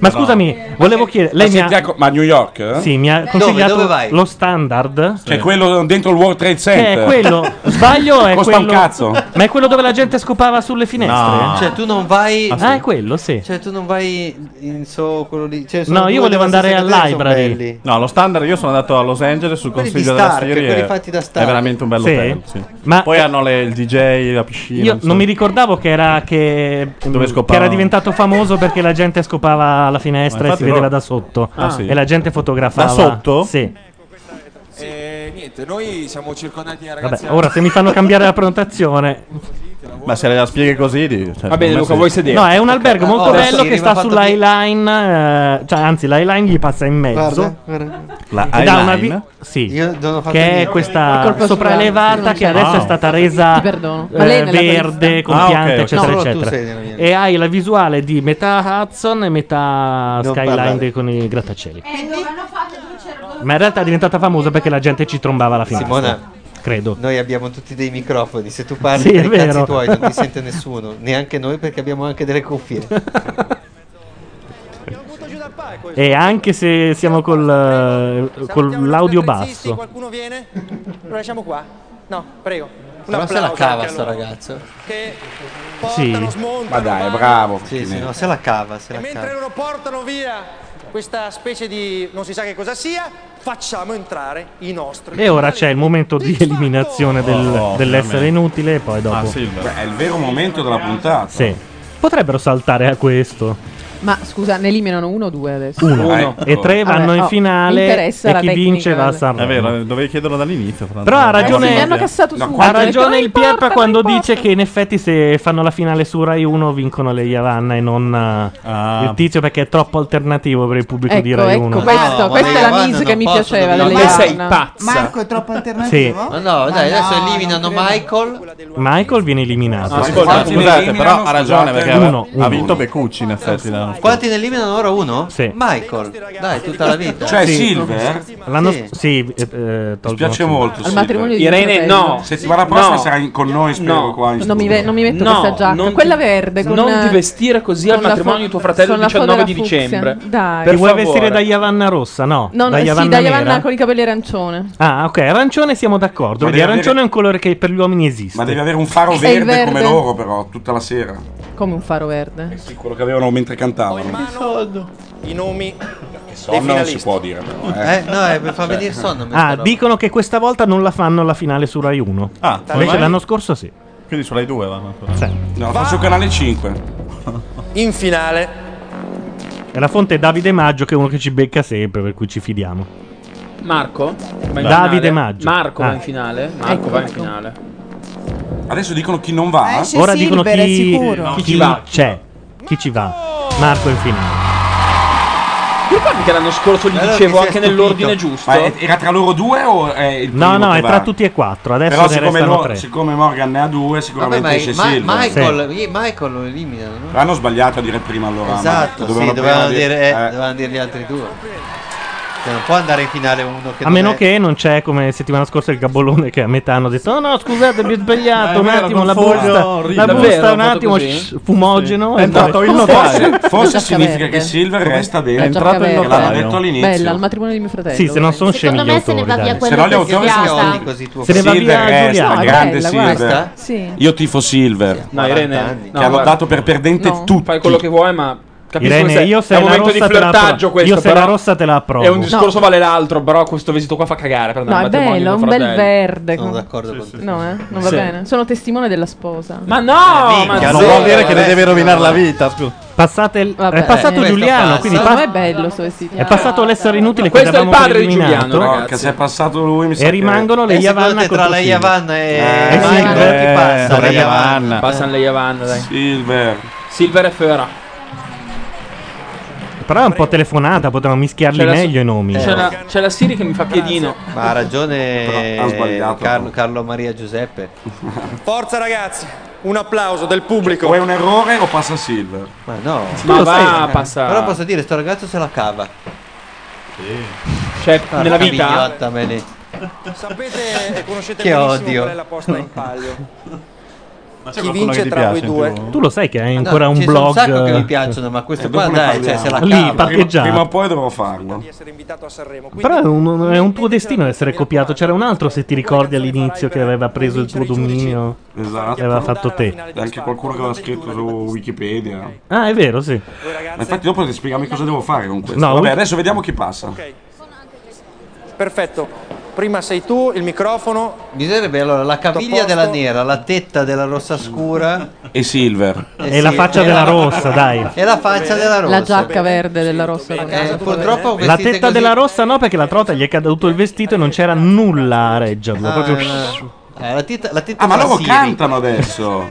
Speaker 2: Ma scusami, volevo chiedere.
Speaker 5: Ma
Speaker 2: Lei mi
Speaker 5: senti,
Speaker 2: ha.
Speaker 5: ecco, ma a New York? eh?
Speaker 2: Sì, mi ha consigliato lo standard.
Speaker 5: Cioè
Speaker 2: Sì.
Speaker 5: quello dentro il World Trade Center.
Speaker 2: Che è quello. Sbaglio è
Speaker 5: Costa un
Speaker 2: quello.
Speaker 5: cazzo.
Speaker 2: Ma è quello dove la gente scopava sulle finestre?
Speaker 5: No.
Speaker 9: Cioè tu non vai...
Speaker 2: Ah, è quello, sì.
Speaker 9: Cioè tu non vai in so quello lì... cioè, sono
Speaker 2: No,
Speaker 9: due
Speaker 2: io volevo
Speaker 9: della
Speaker 2: andare
Speaker 9: stessa catena, sono belli.
Speaker 2: all'ibrary.
Speaker 22: No, lo standard io sono andato a Los Angeles sul
Speaker 9: Quelli di
Speaker 22: consiglio della
Speaker 9: Stark,
Speaker 22: Siri.
Speaker 9: quelli
Speaker 22: e-
Speaker 9: fatti da
Speaker 22: È
Speaker 9: Stark.
Speaker 22: veramente un bello
Speaker 2: Sì?
Speaker 22: hotel, sì.
Speaker 2: Ma-
Speaker 22: Poi hanno le- il DJ, la piscina.
Speaker 2: Io non
Speaker 22: insomma.
Speaker 2: mi ricordavo che era, che,
Speaker 22: Dove
Speaker 2: che
Speaker 22: scopava?
Speaker 2: era diventato famoso perché la gente scopava la
Speaker 22: Ma
Speaker 2: finestra e
Speaker 22: infatti
Speaker 2: si vedeva
Speaker 22: loro-
Speaker 2: da sotto.
Speaker 22: Ah, sì.
Speaker 2: E la gente fotografava.
Speaker 22: Da sotto?
Speaker 2: Sì.
Speaker 14: E niente, noi siamo circondati da ragazzi.
Speaker 2: Vabbè, ora se mi fanno cambiare la prenotazione.
Speaker 22: Ma se la spieghi così. Di, cioè,
Speaker 2: Va
Speaker 22: per
Speaker 2: bene,
Speaker 22: me
Speaker 2: Luca,
Speaker 22: sì.
Speaker 2: vuoi sedere? Eh, No, è un albergo molto
Speaker 22: Oh,
Speaker 2: bello
Speaker 22: Siri,
Speaker 2: che
Speaker 22: mi
Speaker 2: sta
Speaker 22: ha fatto pi-
Speaker 2: sull'highline. eh, cioè, anzi, l'highline gli passa in mezzo.
Speaker 9: Guarda, guarda.
Speaker 22: La
Speaker 2: E dà una
Speaker 22: Highline?
Speaker 2: vi- sì.
Speaker 9: Io non ho fatto
Speaker 2: che è
Speaker 9: niente.
Speaker 2: questa
Speaker 9: È colpa sua,
Speaker 2: sopraelevata
Speaker 9: non
Speaker 2: che
Speaker 9: c'è.
Speaker 2: adesso
Speaker 9: Wow.
Speaker 2: è stata resa
Speaker 9: Ti perdono.
Speaker 2: eh,
Speaker 9: Ma lei è nella
Speaker 2: verde
Speaker 9: turista?
Speaker 2: con
Speaker 9: Ah, ok,
Speaker 2: piante,
Speaker 9: ok.
Speaker 2: eccetera,
Speaker 9: Solo tu
Speaker 2: eccetera.
Speaker 9: sei nella mia.
Speaker 2: E hai la visuale di metà Hudson e metà
Speaker 9: Non
Speaker 2: skyline
Speaker 9: parlare.
Speaker 2: dei- con i grattacieli.
Speaker 17: E dove Eh, hanno fatto due cervelli?
Speaker 2: Ma in realtà è diventata famosa perché la gente ci trombava la finestra.
Speaker 9: Simona,
Speaker 2: credo.
Speaker 9: Noi abbiamo tutti dei microfoni, se tu parli
Speaker 2: Sì, è
Speaker 9: per i
Speaker 2: vero.
Speaker 9: cazzi tuoi non ti sente nessuno, neanche noi perché abbiamo anche delle cuffie.
Speaker 2: E anche se siamo col, eh, con l'audio basso.
Speaker 10: Qualcuno viene? Lo lasciamo qua? No, prego. Un
Speaker 9: Però se la
Speaker 10: applauso
Speaker 9: cava
Speaker 10: anche a
Speaker 9: sto
Speaker 10: loro.
Speaker 9: ragazzo.
Speaker 10: Che
Speaker 2: Sì.
Speaker 10: portano, smontano,
Speaker 5: Ma dai,
Speaker 10: vanno.
Speaker 5: bravo.
Speaker 9: Sì, sì,
Speaker 5: Fine.
Speaker 9: no, se la cava, se
Speaker 10: E
Speaker 9: la
Speaker 10: mentre
Speaker 9: cava.
Speaker 10: loro portano via questa specie di non si sa che cosa sia, facciamo entrare i nostri.
Speaker 2: E ora c'è il momento di
Speaker 7: Esatto.
Speaker 2: eliminazione del-
Speaker 5: Oh,
Speaker 2: dell'essere
Speaker 5: veramente.
Speaker 2: inutile
Speaker 22: Ah,
Speaker 5: Ah,
Speaker 2: e poi dopo.
Speaker 5: Beh, è il vero momento della puntata.
Speaker 2: Sì. Potrebbero saltare a questo.
Speaker 7: Ma scusa, ne eliminano uno o due adesso? oh,
Speaker 2: Uno. eh. Uno. E tre vanno in finale
Speaker 7: interessa
Speaker 2: e
Speaker 7: la
Speaker 2: chi
Speaker 7: tecnica. Eh,
Speaker 2: vince va a Sanremo.
Speaker 22: Ecco. È vero, dovevi chiederlo dall'inizio. fra
Speaker 2: Però ha
Speaker 22: l'altro.
Speaker 2: ragione, ha ragione il
Speaker 7: importa,
Speaker 2: Pierpa quando dice che in effetti se fanno la finale su Rai 1 vincono le Yavanna e non eh,
Speaker 22: Ah.
Speaker 2: il tizio perché è troppo alternativo per il pubblico di
Speaker 7: Ecco,
Speaker 2: Rai
Speaker 7: ecco,
Speaker 2: 1.
Speaker 7: questo-
Speaker 22: Ah,
Speaker 7: No, questa ma è la le Yavanna mise che non mi possono piaceva delle
Speaker 2: Ma te sei
Speaker 7: Yavanna.
Speaker 2: pazza.
Speaker 13: Marco è troppo
Speaker 2: Sì.
Speaker 13: alternativo?
Speaker 9: Ma no, dai, adesso eliminano Michael.
Speaker 2: Michael viene eliminato.
Speaker 22: No, ascolta, scusate, però ha ragione perché aveva-
Speaker 2: Uno,
Speaker 22: ha
Speaker 2: uno.
Speaker 22: vinto Beccucci in effetti. l'anno scorso.
Speaker 9: Quanti ne eliminano ora uno?
Speaker 2: Sì.
Speaker 9: Michael. Dai, tutta la vita.
Speaker 5: Cioè,
Speaker 2: L'anno
Speaker 9: Sì.
Speaker 2: s- sì, eh, eh, tolgono-
Speaker 5: piace molto.
Speaker 7: Al matrimonio di
Speaker 5: Irene,
Speaker 7: Isabella.
Speaker 5: no. Settimana prossima
Speaker 16: No.
Speaker 5: sarà in- con noi, spero,
Speaker 16: No.
Speaker 5: qua in
Speaker 7: Non mi, ve- non mi metto
Speaker 16: No,
Speaker 7: questa giacca,
Speaker 16: non ti-
Speaker 7: quella verde. Con, eh,
Speaker 16: non ti vestire così al
Speaker 7: con la
Speaker 16: matrimonio
Speaker 7: fo-
Speaker 16: di tuo fratello il
Speaker 7: con la fo della
Speaker 16: 19 di
Speaker 7: fucsia.
Speaker 16: dicembre.
Speaker 7: Dai.
Speaker 2: Ti
Speaker 16: Per
Speaker 2: vuoi
Speaker 16: favore.
Speaker 2: vestire da Yavanna rossa? No,
Speaker 7: No, no,
Speaker 2: da
Speaker 7: sì,
Speaker 2: Yavanna
Speaker 7: da
Speaker 2: nera?
Speaker 7: Yavanna con i capelli arancione.
Speaker 2: Ah, ok, arancione siamo d'accordo.
Speaker 5: Ma
Speaker 2: Vedi,
Speaker 5: devi
Speaker 2: arancione è un colore che per gli uomini esiste.
Speaker 5: Ma devi avere un faro
Speaker 7: Sei
Speaker 5: verde, come
Speaker 7: verde.
Speaker 5: loro, però, tutta la sera.
Speaker 7: Come un faro verde.
Speaker 5: Sì, quello che avevano mentre cantavano.
Speaker 10: I nomi
Speaker 5: Che sonno non si può dire, però. Eh,
Speaker 9: Eh, no, eh, per far
Speaker 5: Cioè.
Speaker 9: venire sonno.
Speaker 2: Ah, dicono che questa volta non la fanno alla finale su Rai 1.
Speaker 22: Ah, come
Speaker 2: invece
Speaker 22: mai?
Speaker 2: l'anno scorso sì.
Speaker 22: Quindi su Rai 2 vanno ancora.
Speaker 5: No, fa su canale 5.
Speaker 10: in finale.
Speaker 2: E la fonte è Davide Maggio, che è uno che ci becca sempre, per cui ci fidiamo.
Speaker 16: Marco? va in
Speaker 2: Davide
Speaker 16: finale?
Speaker 2: Maggio.
Speaker 16: Marco
Speaker 2: Ah.
Speaker 16: va in finale? Marco
Speaker 7: Ecco.
Speaker 16: va in finale.
Speaker 5: Adesso dicono chi non va.
Speaker 2: Eh,
Speaker 5: eh?
Speaker 2: Ora dicono chi, chi ci va. C'è. Chi ci va? Marco in finale.
Speaker 16: Ti ricordi che l'anno scorso gli
Speaker 5: Allora
Speaker 16: dicevo
Speaker 5: che si è
Speaker 16: anche nell'ordine
Speaker 5: stupito.
Speaker 16: giusto?
Speaker 5: Ma era tra loro due o è il primo
Speaker 2: No, no,
Speaker 5: che
Speaker 2: è
Speaker 5: va?
Speaker 2: tra tutti e quattro. Adesso
Speaker 5: Però
Speaker 2: ne
Speaker 5: siccome,
Speaker 2: restano
Speaker 5: lo-
Speaker 2: tre.
Speaker 5: siccome Morgan ne ha due,
Speaker 9: Vabbè,
Speaker 5: sicuramente
Speaker 9: ma,
Speaker 5: esce
Speaker 9: ma-
Speaker 5: Silver.
Speaker 9: Michael, eh, Michael lo eliminano. no?
Speaker 5: L'hanno sbagliato a dire prima allora.
Speaker 9: Esatto,
Speaker 5: Dovevano
Speaker 9: sì, dovevano
Speaker 5: prima
Speaker 9: dire, eh, dovevano dire gli altri due. Cioè, non può andare in finale uno che
Speaker 2: A
Speaker 9: non
Speaker 2: meno
Speaker 9: è-
Speaker 2: che non c'è come settimana scorsa il gabolone che a metà hanno detto: No, no, scusate, mi ho sbagliato.
Speaker 22: Ah, è
Speaker 2: un
Speaker 22: vero,
Speaker 2: attimo, la
Speaker 22: confoglio
Speaker 2: busta,
Speaker 22: orribile.
Speaker 2: la busta
Speaker 22: Davvero,
Speaker 2: un
Speaker 22: ha fatto
Speaker 2: attimo
Speaker 22: così?
Speaker 2: sh- fumogeno.
Speaker 22: Sì. È entrato il
Speaker 5: Forse,
Speaker 2: notaio.
Speaker 5: forse significa che Silver
Speaker 22: Come?
Speaker 5: resta
Speaker 7: È
Speaker 5: dentro.
Speaker 7: entrato il
Speaker 5: Che l'hanno
Speaker 7: notaio.
Speaker 5: detto all'inizio.
Speaker 7: Bella, al matrimonio di mio fratello.
Speaker 2: Sì, se non
Speaker 4: Secondo
Speaker 2: sono scemi gli
Speaker 4: me se ne
Speaker 2: autori.
Speaker 4: va via
Speaker 2: dai.
Speaker 4: quella
Speaker 5: Se no gli
Speaker 4: che
Speaker 5: autori sono
Speaker 4: schiata.
Speaker 5: scemi
Speaker 2: Se ne va
Speaker 5: Silver
Speaker 2: via
Speaker 5: resta,
Speaker 2: Giuliano.
Speaker 5: grande
Speaker 4: bella,
Speaker 5: Silver.
Speaker 4: guarda. Sì.
Speaker 5: Io tifo Silver.
Speaker 16: No, Irene,
Speaker 5: che hanno dato per perdente tutti.
Speaker 16: Fai quello che vuoi, ma capisco
Speaker 2: Irene,
Speaker 16: che se-
Speaker 2: io se
Speaker 16: è un
Speaker 2: la
Speaker 16: momento di
Speaker 2: rossa te la appro-
Speaker 16: flirtaggio questo,
Speaker 2: io se
Speaker 16: però
Speaker 2: la rossa te la approvo.
Speaker 16: È un discorso vale l'altro, però questo vestito qua fa cagare per
Speaker 7: No,
Speaker 16: andare
Speaker 7: è
Speaker 16: al matrimonio
Speaker 7: bello, è
Speaker 16: di
Speaker 7: un
Speaker 16: tuo
Speaker 7: bel
Speaker 16: fratello.
Speaker 7: verde. con-
Speaker 9: d'accordo con te.
Speaker 7: No, eh, non va
Speaker 9: Sì.
Speaker 7: bene. Sono testimone della sposa.
Speaker 16: Ma
Speaker 2: Eh,
Speaker 16: no,
Speaker 22: ma non vuol dire che le deve rovinare la vita. scusa.
Speaker 2: Passate il-
Speaker 7: Vabbè,
Speaker 2: Eh, è passato
Speaker 7: questo
Speaker 2: Giuliano,
Speaker 7: passa.
Speaker 2: quindi
Speaker 7: Secondo
Speaker 2: pa-
Speaker 7: me è bello sto vestito.
Speaker 2: è passato l'essere inutile che
Speaker 16: Questo è il
Speaker 2: avevamo
Speaker 16: padre di
Speaker 2: eliminato.
Speaker 16: Giuliano,
Speaker 5: Porca, se è passato lui mi sa
Speaker 2: E rimangono le
Speaker 9: Eh, secondo
Speaker 2: Yavanna
Speaker 9: te
Speaker 2: con
Speaker 9: tra la
Speaker 2: Puccini.
Speaker 9: Yavanna e
Speaker 5: Eh,
Speaker 9: Michael
Speaker 5: Silver.
Speaker 9: chi
Speaker 5: Eh,
Speaker 9: passa?
Speaker 5: dovrebbe
Speaker 9: La Yavanna.
Speaker 5: Yavanna.
Speaker 16: Passano le Yavanna, dai.
Speaker 5: Silver.
Speaker 16: Silver e Fera.
Speaker 2: Però è un po' telefonata, potevamo mischiarli
Speaker 16: C'è la-
Speaker 2: meglio i nomi.
Speaker 16: C'è la, c'è la Siri che mi fa piedino.
Speaker 9: Ma ha ragione
Speaker 16: Però ha sbagliato.
Speaker 9: Carlo, Carlo Maria Giuseppe.
Speaker 10: Forza ragazzi, un applauso del pubblico.
Speaker 5: O è un errore o passa Silver?
Speaker 9: Ma no.
Speaker 16: Ma Tu lo va, sai. passa-
Speaker 9: Però posso dire, sto ragazzo se la cava.
Speaker 16: Cioè,
Speaker 9: Porca
Speaker 16: nella vita?
Speaker 9: mignotta, me ne-
Speaker 10: Sapete e conoscete
Speaker 9: Che
Speaker 10: benissimo
Speaker 9: odio.
Speaker 10: qual è la posta in palio. Chi
Speaker 9: c'è qualcuno che
Speaker 10: vince
Speaker 9: ti
Speaker 10: tra voi
Speaker 9: piace in
Speaker 10: due?
Speaker 9: TV?
Speaker 2: Tu lo sai che hai
Speaker 9: Ma no,
Speaker 2: ancora un
Speaker 9: ci sono
Speaker 2: blog.
Speaker 9: un sacco che mi piacciono, ma questo qua dai, cioè, se la
Speaker 2: Lì,
Speaker 9: cava.
Speaker 5: Prima,
Speaker 2: parcheggiato.
Speaker 5: prima o poi dovrò farlo.
Speaker 2: Però è un, è un tuo destino essere copiato. C'era un altro, se ti ricordi all'inizio, che aveva preso il tuo dominio.
Speaker 5: Esatto.
Speaker 2: E aveva fatto te.
Speaker 5: C'è anche qualcuno che aveva scritto su Wikipedia.
Speaker 2: Ah, è vero, sì.
Speaker 5: Ma infatti dopo ti spiegami cosa devo fare con questo.
Speaker 2: No,
Speaker 5: Vabbè,
Speaker 2: Wiki-
Speaker 5: adesso vediamo chi passa.
Speaker 10: Perfetto. Prima sei tu, il microfono.
Speaker 9: Bisognerebbe allora la caviglia
Speaker 10: Tutto a posto.
Speaker 9: della nera, la tetta della rossa scura
Speaker 5: E Silver.
Speaker 9: eh
Speaker 2: E la
Speaker 9: sì,
Speaker 2: faccia
Speaker 9: e
Speaker 2: della rossa, dai.
Speaker 9: E la faccia della rossa.
Speaker 7: La giacca verde della rossa.
Speaker 9: Eh,
Speaker 7: ragazzi.
Speaker 9: purtroppo
Speaker 2: La
Speaker 9: vestite
Speaker 2: tetta
Speaker 9: così-
Speaker 2: della rossa no, perché la trota gli è caduto il vestito e non c'era nulla a reggerlo.
Speaker 9: Ah,
Speaker 2: proprio...
Speaker 9: eh, la tetta, la tetta
Speaker 5: Ah, ma
Speaker 9: della
Speaker 5: loro
Speaker 9: Siri.
Speaker 5: cantano adesso.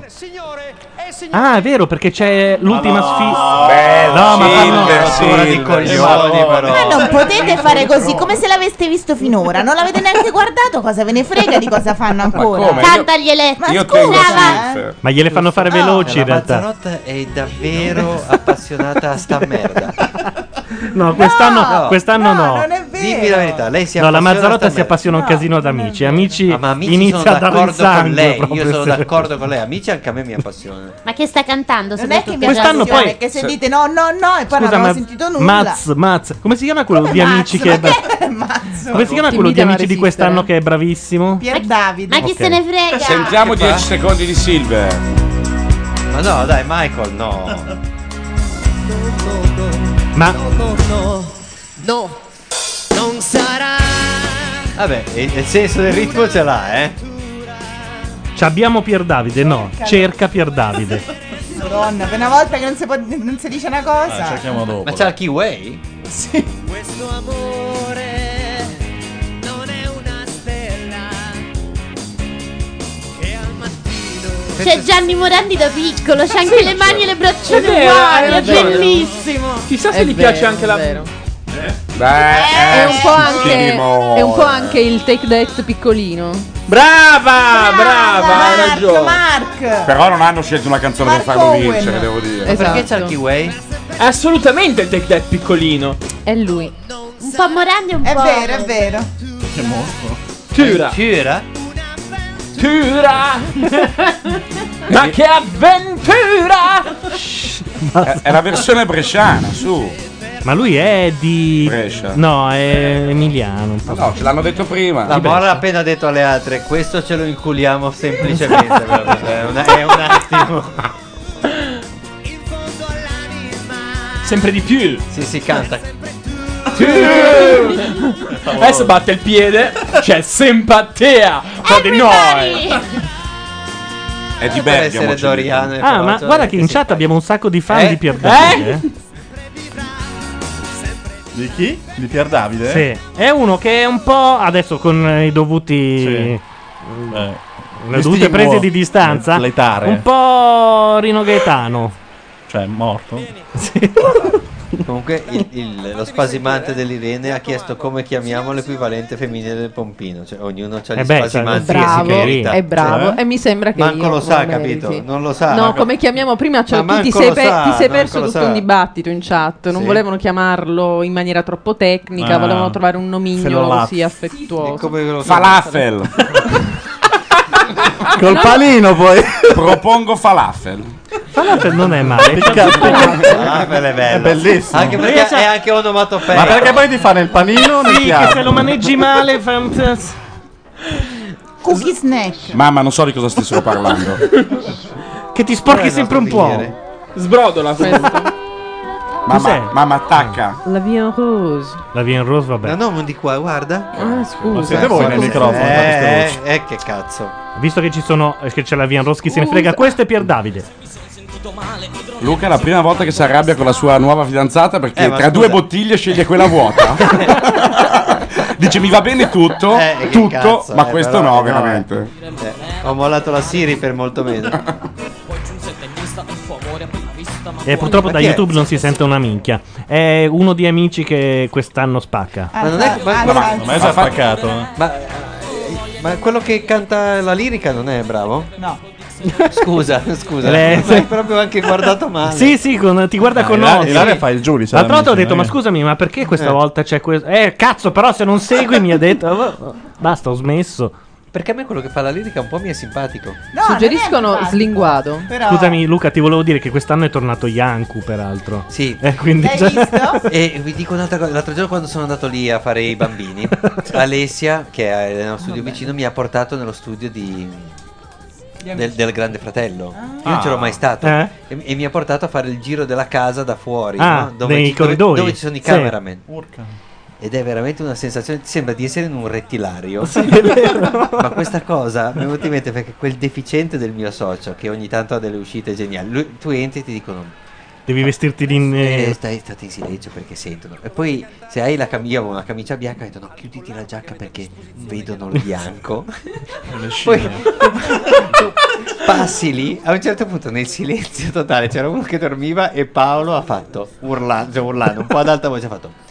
Speaker 2: Ah, è vero, perché c'è l'ultima sfida.
Speaker 5: Bello,
Speaker 2: no, ma
Speaker 5: Silver,
Speaker 2: fanno-
Speaker 5: Silver,
Speaker 9: di coglioni,
Speaker 5: Silver.
Speaker 9: però.
Speaker 13: Ma non potete fare così, come se l'aveste visto finora. Non l'avete neanche guardato, cosa ve ne frega di cosa fanno ancora?
Speaker 5: come?
Speaker 13: Cantagliele. Ma scusa, va.
Speaker 2: Ma gliele fanno fare veloci in realtà.
Speaker 9: Zanotta è davvero appassionata a sta merda.
Speaker 2: No, quest'anno
Speaker 9: No.
Speaker 2: quest'anno no.
Speaker 9: Dimmi la verità, lei si
Speaker 2: No, la
Speaker 9: appassiona
Speaker 2: Mazzarotta
Speaker 9: a sta
Speaker 2: si appassiona un casino ad amici. Amici,
Speaker 9: Amici
Speaker 2: inizia
Speaker 9: sono
Speaker 2: a dare il
Speaker 9: d'accordo con
Speaker 2: sangue.
Speaker 9: lei,
Speaker 2: proprio,
Speaker 9: io sono
Speaker 2: se-
Speaker 9: d'accordo con lei, amici anche a me mi appassiona.
Speaker 4: Ma che sta cantando?
Speaker 13: Non è che mi
Speaker 2: Quest'anno
Speaker 13: piace
Speaker 2: poi-
Speaker 13: perché se dite no, no, no, e poi non
Speaker 2: Scusa,
Speaker 13: abbiamo
Speaker 2: ma
Speaker 13: sentito nulla.
Speaker 2: Maz, Maz, come si chiama quello
Speaker 13: Come
Speaker 2: di
Speaker 13: Maz?
Speaker 2: amici
Speaker 13: Ma
Speaker 2: che è bra-
Speaker 13: Mazzo.
Speaker 2: Come si chiama quello di amici di quest'anno che è bravissimo?
Speaker 13: Pier Davide.
Speaker 4: Ma chi
Speaker 2: Ok.
Speaker 4: se ne frega?
Speaker 5: Sentiamo
Speaker 9: Che fa?
Speaker 5: 10 secondi di Silver.
Speaker 9: Ma no, dai, Michael, no.
Speaker 2: Ma
Speaker 12: No, no, no, non sarà.
Speaker 9: Vabbè, il, il senso del ritmo ce l'ha, eh.
Speaker 2: ci abbiamo Pier Davide? No, cerca Pier Davide.
Speaker 13: Madonna, per una volta che non si, può- non si dice una cosa.
Speaker 9: Ah, cerchiamo dopo. Ma c'è il keyway?
Speaker 13: Sì.
Speaker 12: Questo amore non è una stella che al mattino
Speaker 6: C'è Gianni Morandi da piccolo, c'ha anche le mani e le braccia
Speaker 16: È vero, hai
Speaker 6: uguali, è
Speaker 16: ragione.
Speaker 6: bellissimo.
Speaker 16: Chissà se gli piace anche la.
Speaker 5: eh,
Speaker 7: È un, po anche,
Speaker 16: Simo.
Speaker 7: è un po' anche il take that piccolino.
Speaker 16: Brava, brava,
Speaker 5: hai ragione.
Speaker 13: Mark.
Speaker 5: Però non hanno scelto una canzone per farlo vincere, devo dire.
Speaker 7: Esatto.
Speaker 16: Way? Assolutamente il Take That piccolino.
Speaker 7: È lui.
Speaker 6: Un po' Morandi e un
Speaker 13: È
Speaker 6: po'.
Speaker 13: vero, è vero.
Speaker 16: Che mostro. Tura. Tura. Tura. Ma che avventura!
Speaker 5: È, è la Eh, versione bresciana, su.
Speaker 2: Ma lui è di.
Speaker 5: Brescia.
Speaker 2: No, è emiliano. un po'.
Speaker 5: No, ce l'hanno detto prima.
Speaker 9: La Mora ha appena detto alle altre, questo ce lo inculiamo semplicemente. proprio, cioè, è, una- è un attimo.
Speaker 16: Sempre di più.
Speaker 9: Sì, si canta.
Speaker 16: Adesso Eh, batte il piede. C'è simpatia. Fa di noi.
Speaker 5: È
Speaker 9: di
Speaker 16: Bergamo,
Speaker 9: essere
Speaker 16: ci dicono.
Speaker 9: Doriano. e
Speaker 2: Ah, ma
Speaker 9: Fausto,
Speaker 2: guarda
Speaker 9: eh,
Speaker 2: che in chat abbiamo un sacco di fan
Speaker 9: Eh?
Speaker 2: di Pier Davide.
Speaker 9: Eh?
Speaker 2: eh.
Speaker 22: Di chi? Di Pier Davide?
Speaker 2: Sì. È uno che è un po' adesso con eh, i dovuti. mm,
Speaker 22: Eh.
Speaker 2: Le dovute
Speaker 22: Distinguo.
Speaker 2: prese di distanza.
Speaker 22: Le tare.
Speaker 2: Un po' Rino Gaetano.
Speaker 22: Cioè, è morto.
Speaker 9: Comunque il- il- lo spasimante dell'Irene ha chiesto come chiamiamo l'equivalente femminile del pompino. Cioè, ognuno ha gli
Speaker 2: Eh beh, cioè,
Speaker 9: spasimanti.
Speaker 2: sì, Bravo,
Speaker 9: che merita.
Speaker 7: È bravo.
Speaker 9: Eh?
Speaker 7: E mi sembra che.
Speaker 9: Manco
Speaker 7: io
Speaker 9: lo sa,
Speaker 7: lo meriti.
Speaker 9: capito? Non lo sa.
Speaker 7: No, come chiamiamo prima, cioè,
Speaker 9: Ma
Speaker 7: tu ti
Speaker 9: manco
Speaker 7: sei,
Speaker 9: lo
Speaker 7: pe-
Speaker 9: sa,
Speaker 7: ti sei
Speaker 9: manco
Speaker 7: perso
Speaker 9: lo
Speaker 7: tutto
Speaker 9: sa.
Speaker 7: un dibattito in chat. Non
Speaker 9: Sì.
Speaker 7: volevano chiamarlo in maniera troppo tecnica,
Speaker 9: Ah.
Speaker 7: volevano trovare un nomignolo
Speaker 9: Felolaf.
Speaker 7: così affettuoso.
Speaker 9: Come ve lo
Speaker 5: Falafel.
Speaker 22: Col palino poi.
Speaker 5: Propongo falafel.
Speaker 2: Falafel non è male.
Speaker 9: Falafel Ah, è bello.
Speaker 22: bellissimo.
Speaker 9: Anche perché è anche onomatopea.
Speaker 22: Ma perché poi ti fanno il panino? nel
Speaker 2: Sì, che
Speaker 22: piatto.
Speaker 2: Ah, se lo maneggi male fa un.
Speaker 13: Cookie snack.
Speaker 5: Mamma, non so di cosa stessero parlando.
Speaker 2: Che ti sporchi sempre un po'.
Speaker 16: Sbrodola.
Speaker 5: Mamma, mamma attacca.
Speaker 7: La via Rose.
Speaker 2: La Vien Rose, vabbè.
Speaker 9: No, no, uno di qua, guarda.
Speaker 7: Ah, scusa.
Speaker 2: siete voi nel microfono, fate
Speaker 9: Eh,
Speaker 2: queste
Speaker 9: eh, che cazzo.
Speaker 2: Visto che ci sono. eh, che c'è la Vien Rose, chi se ne frega? Questo è Pier Davide.
Speaker 5: Luca è la prima volta che si arrabbia con la sua nuova fidanzata perché
Speaker 2: Eh, ma
Speaker 5: tra
Speaker 2: scusa.
Speaker 5: due bottiglie sceglie quella vuota. Dice mi va bene tutto,
Speaker 9: che
Speaker 5: tutto,
Speaker 9: cazzo,
Speaker 5: ma
Speaker 9: eh,
Speaker 5: questo
Speaker 9: però,
Speaker 5: no,
Speaker 9: eh,
Speaker 5: veramente.
Speaker 9: eh. ho mollato la Siri per molto meno.
Speaker 2: E Eh, purtroppo da
Speaker 9: Ma chi è?
Speaker 2: YouTube non si sente una minchia. È uno di amici che quest'anno spacca.
Speaker 9: Ma non è. Ma,
Speaker 2: No, ma-
Speaker 9: ma-
Speaker 2: ma è già attaccato, eh.
Speaker 9: Ma, ma quello che canta Eh, la lirica non è bravo?
Speaker 13: No.
Speaker 9: Scusa, scusa.
Speaker 2: Le-
Speaker 9: Mi hai proprio anche guardato male.
Speaker 2: Eh, Ah, Sì, sì, con- ti guarda
Speaker 9: No,
Speaker 2: con
Speaker 9: Ilaria-
Speaker 2: odio.
Speaker 9: Ilaria fa il giudice,
Speaker 2: L'altra volta ho
Speaker 9: amici,
Speaker 2: detto, ma
Speaker 9: non è che-
Speaker 2: scusami, ma perché questa
Speaker 9: Eh.
Speaker 2: volta c'è questo? Eh, cazzo, però se non segui mi ha detto. "Oh, Basta, ho smesso.
Speaker 9: Perché a me quello che fa la lirica un po' mi è simpatico.
Speaker 7: Suggeriscono slinguado.
Speaker 2: Scusami, Luca, ti volevo dire che quest'anno è tornato Yanku, peraltro.
Speaker 9: Sì.
Speaker 2: Eh, quindi
Speaker 9: L'hai
Speaker 2: già-
Speaker 9: E vi dico un'altra cosa, l'altro giorno quando sono andato lì a fare i bambini, Alessia, che è nel nostro studio vicino, mi ha portato nello studio di, del, del Grande Fratello. Io non
Speaker 2: Ah.
Speaker 9: c'ero mai stato.
Speaker 2: Eh?
Speaker 9: E, e mi ha portato a fare il giro della casa da fuori,
Speaker 2: Ah,
Speaker 9: no? dove,
Speaker 2: nei
Speaker 9: ci, dove-
Speaker 2: corridoi.
Speaker 9: dove ci sono i
Speaker 2: Sì.
Speaker 9: cameraman.
Speaker 22: Urca.
Speaker 9: Ed è veramente una sensazione, ti sembra di essere in un rettilario.
Speaker 2: è vero.
Speaker 9: Ma questa cosa mi è venuta in mente perché quel deficiente del mio socio, che ogni tanto ha delle uscite geniali, lui- tu entri e ti dicono
Speaker 2: Devi vestirti di.
Speaker 9: eh,
Speaker 2: eh,
Speaker 9: stai, state in silenzio perché sentono. E poi se hai la camicia, una camicia bianca, hai detto no, chiuditi la giacca perché vedono il bianco. poi passi lì, a un certo punto nel silenzio totale c'era uno che dormiva e Paolo ha fatto urlando, cioè urlando un po' ad alta voce ha fatto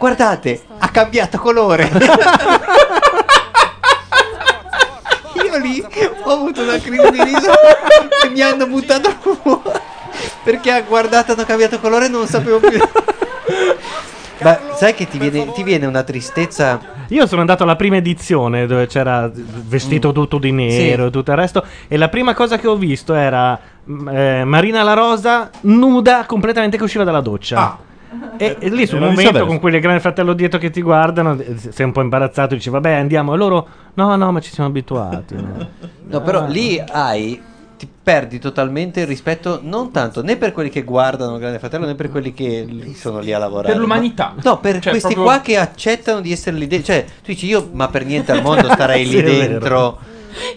Speaker 9: Guardate, ha cambiato colore. Io lì ho avuto una crisi di riso e mi hanno buttato fuori perché ha guardato, hanno cambiato colore e non sapevo più. Ma sai che ti viene, ti viene una tristezza?
Speaker 2: Io sono andato alla prima edizione dove c'era
Speaker 9: Mm.
Speaker 2: vestito tutto di nero e tutto il resto. E la prima cosa che ho visto era mm, eh, Marina La Rosa nuda, completamente che usciva dalla doccia.
Speaker 9: Ah,
Speaker 2: E,
Speaker 16: Eh,
Speaker 2: e lì sul
Speaker 22: Non
Speaker 2: momento
Speaker 22: sapevo.
Speaker 2: con quel grande fratello dietro che ti guardano, eh, sei un po' imbarazzato, dici vabbè andiamo. E loro no, no, ma ci siamo abituati.
Speaker 9: No, però
Speaker 2: Ah.
Speaker 9: lì hai. Ti perdi totalmente il rispetto, non tanto né per quelli che guardano il Grande Fratello, né per quelli che lì sono lì a lavorare.
Speaker 16: Per l'umanità.
Speaker 9: Ma- No, per
Speaker 16: Cioè,
Speaker 9: questi
Speaker 16: proprio-
Speaker 9: qua che accettano di essere lì dentro. Cioè, tu dici io, ma per niente al mondo starei
Speaker 16: Sì,
Speaker 9: lì
Speaker 16: è vero.
Speaker 9: dentro.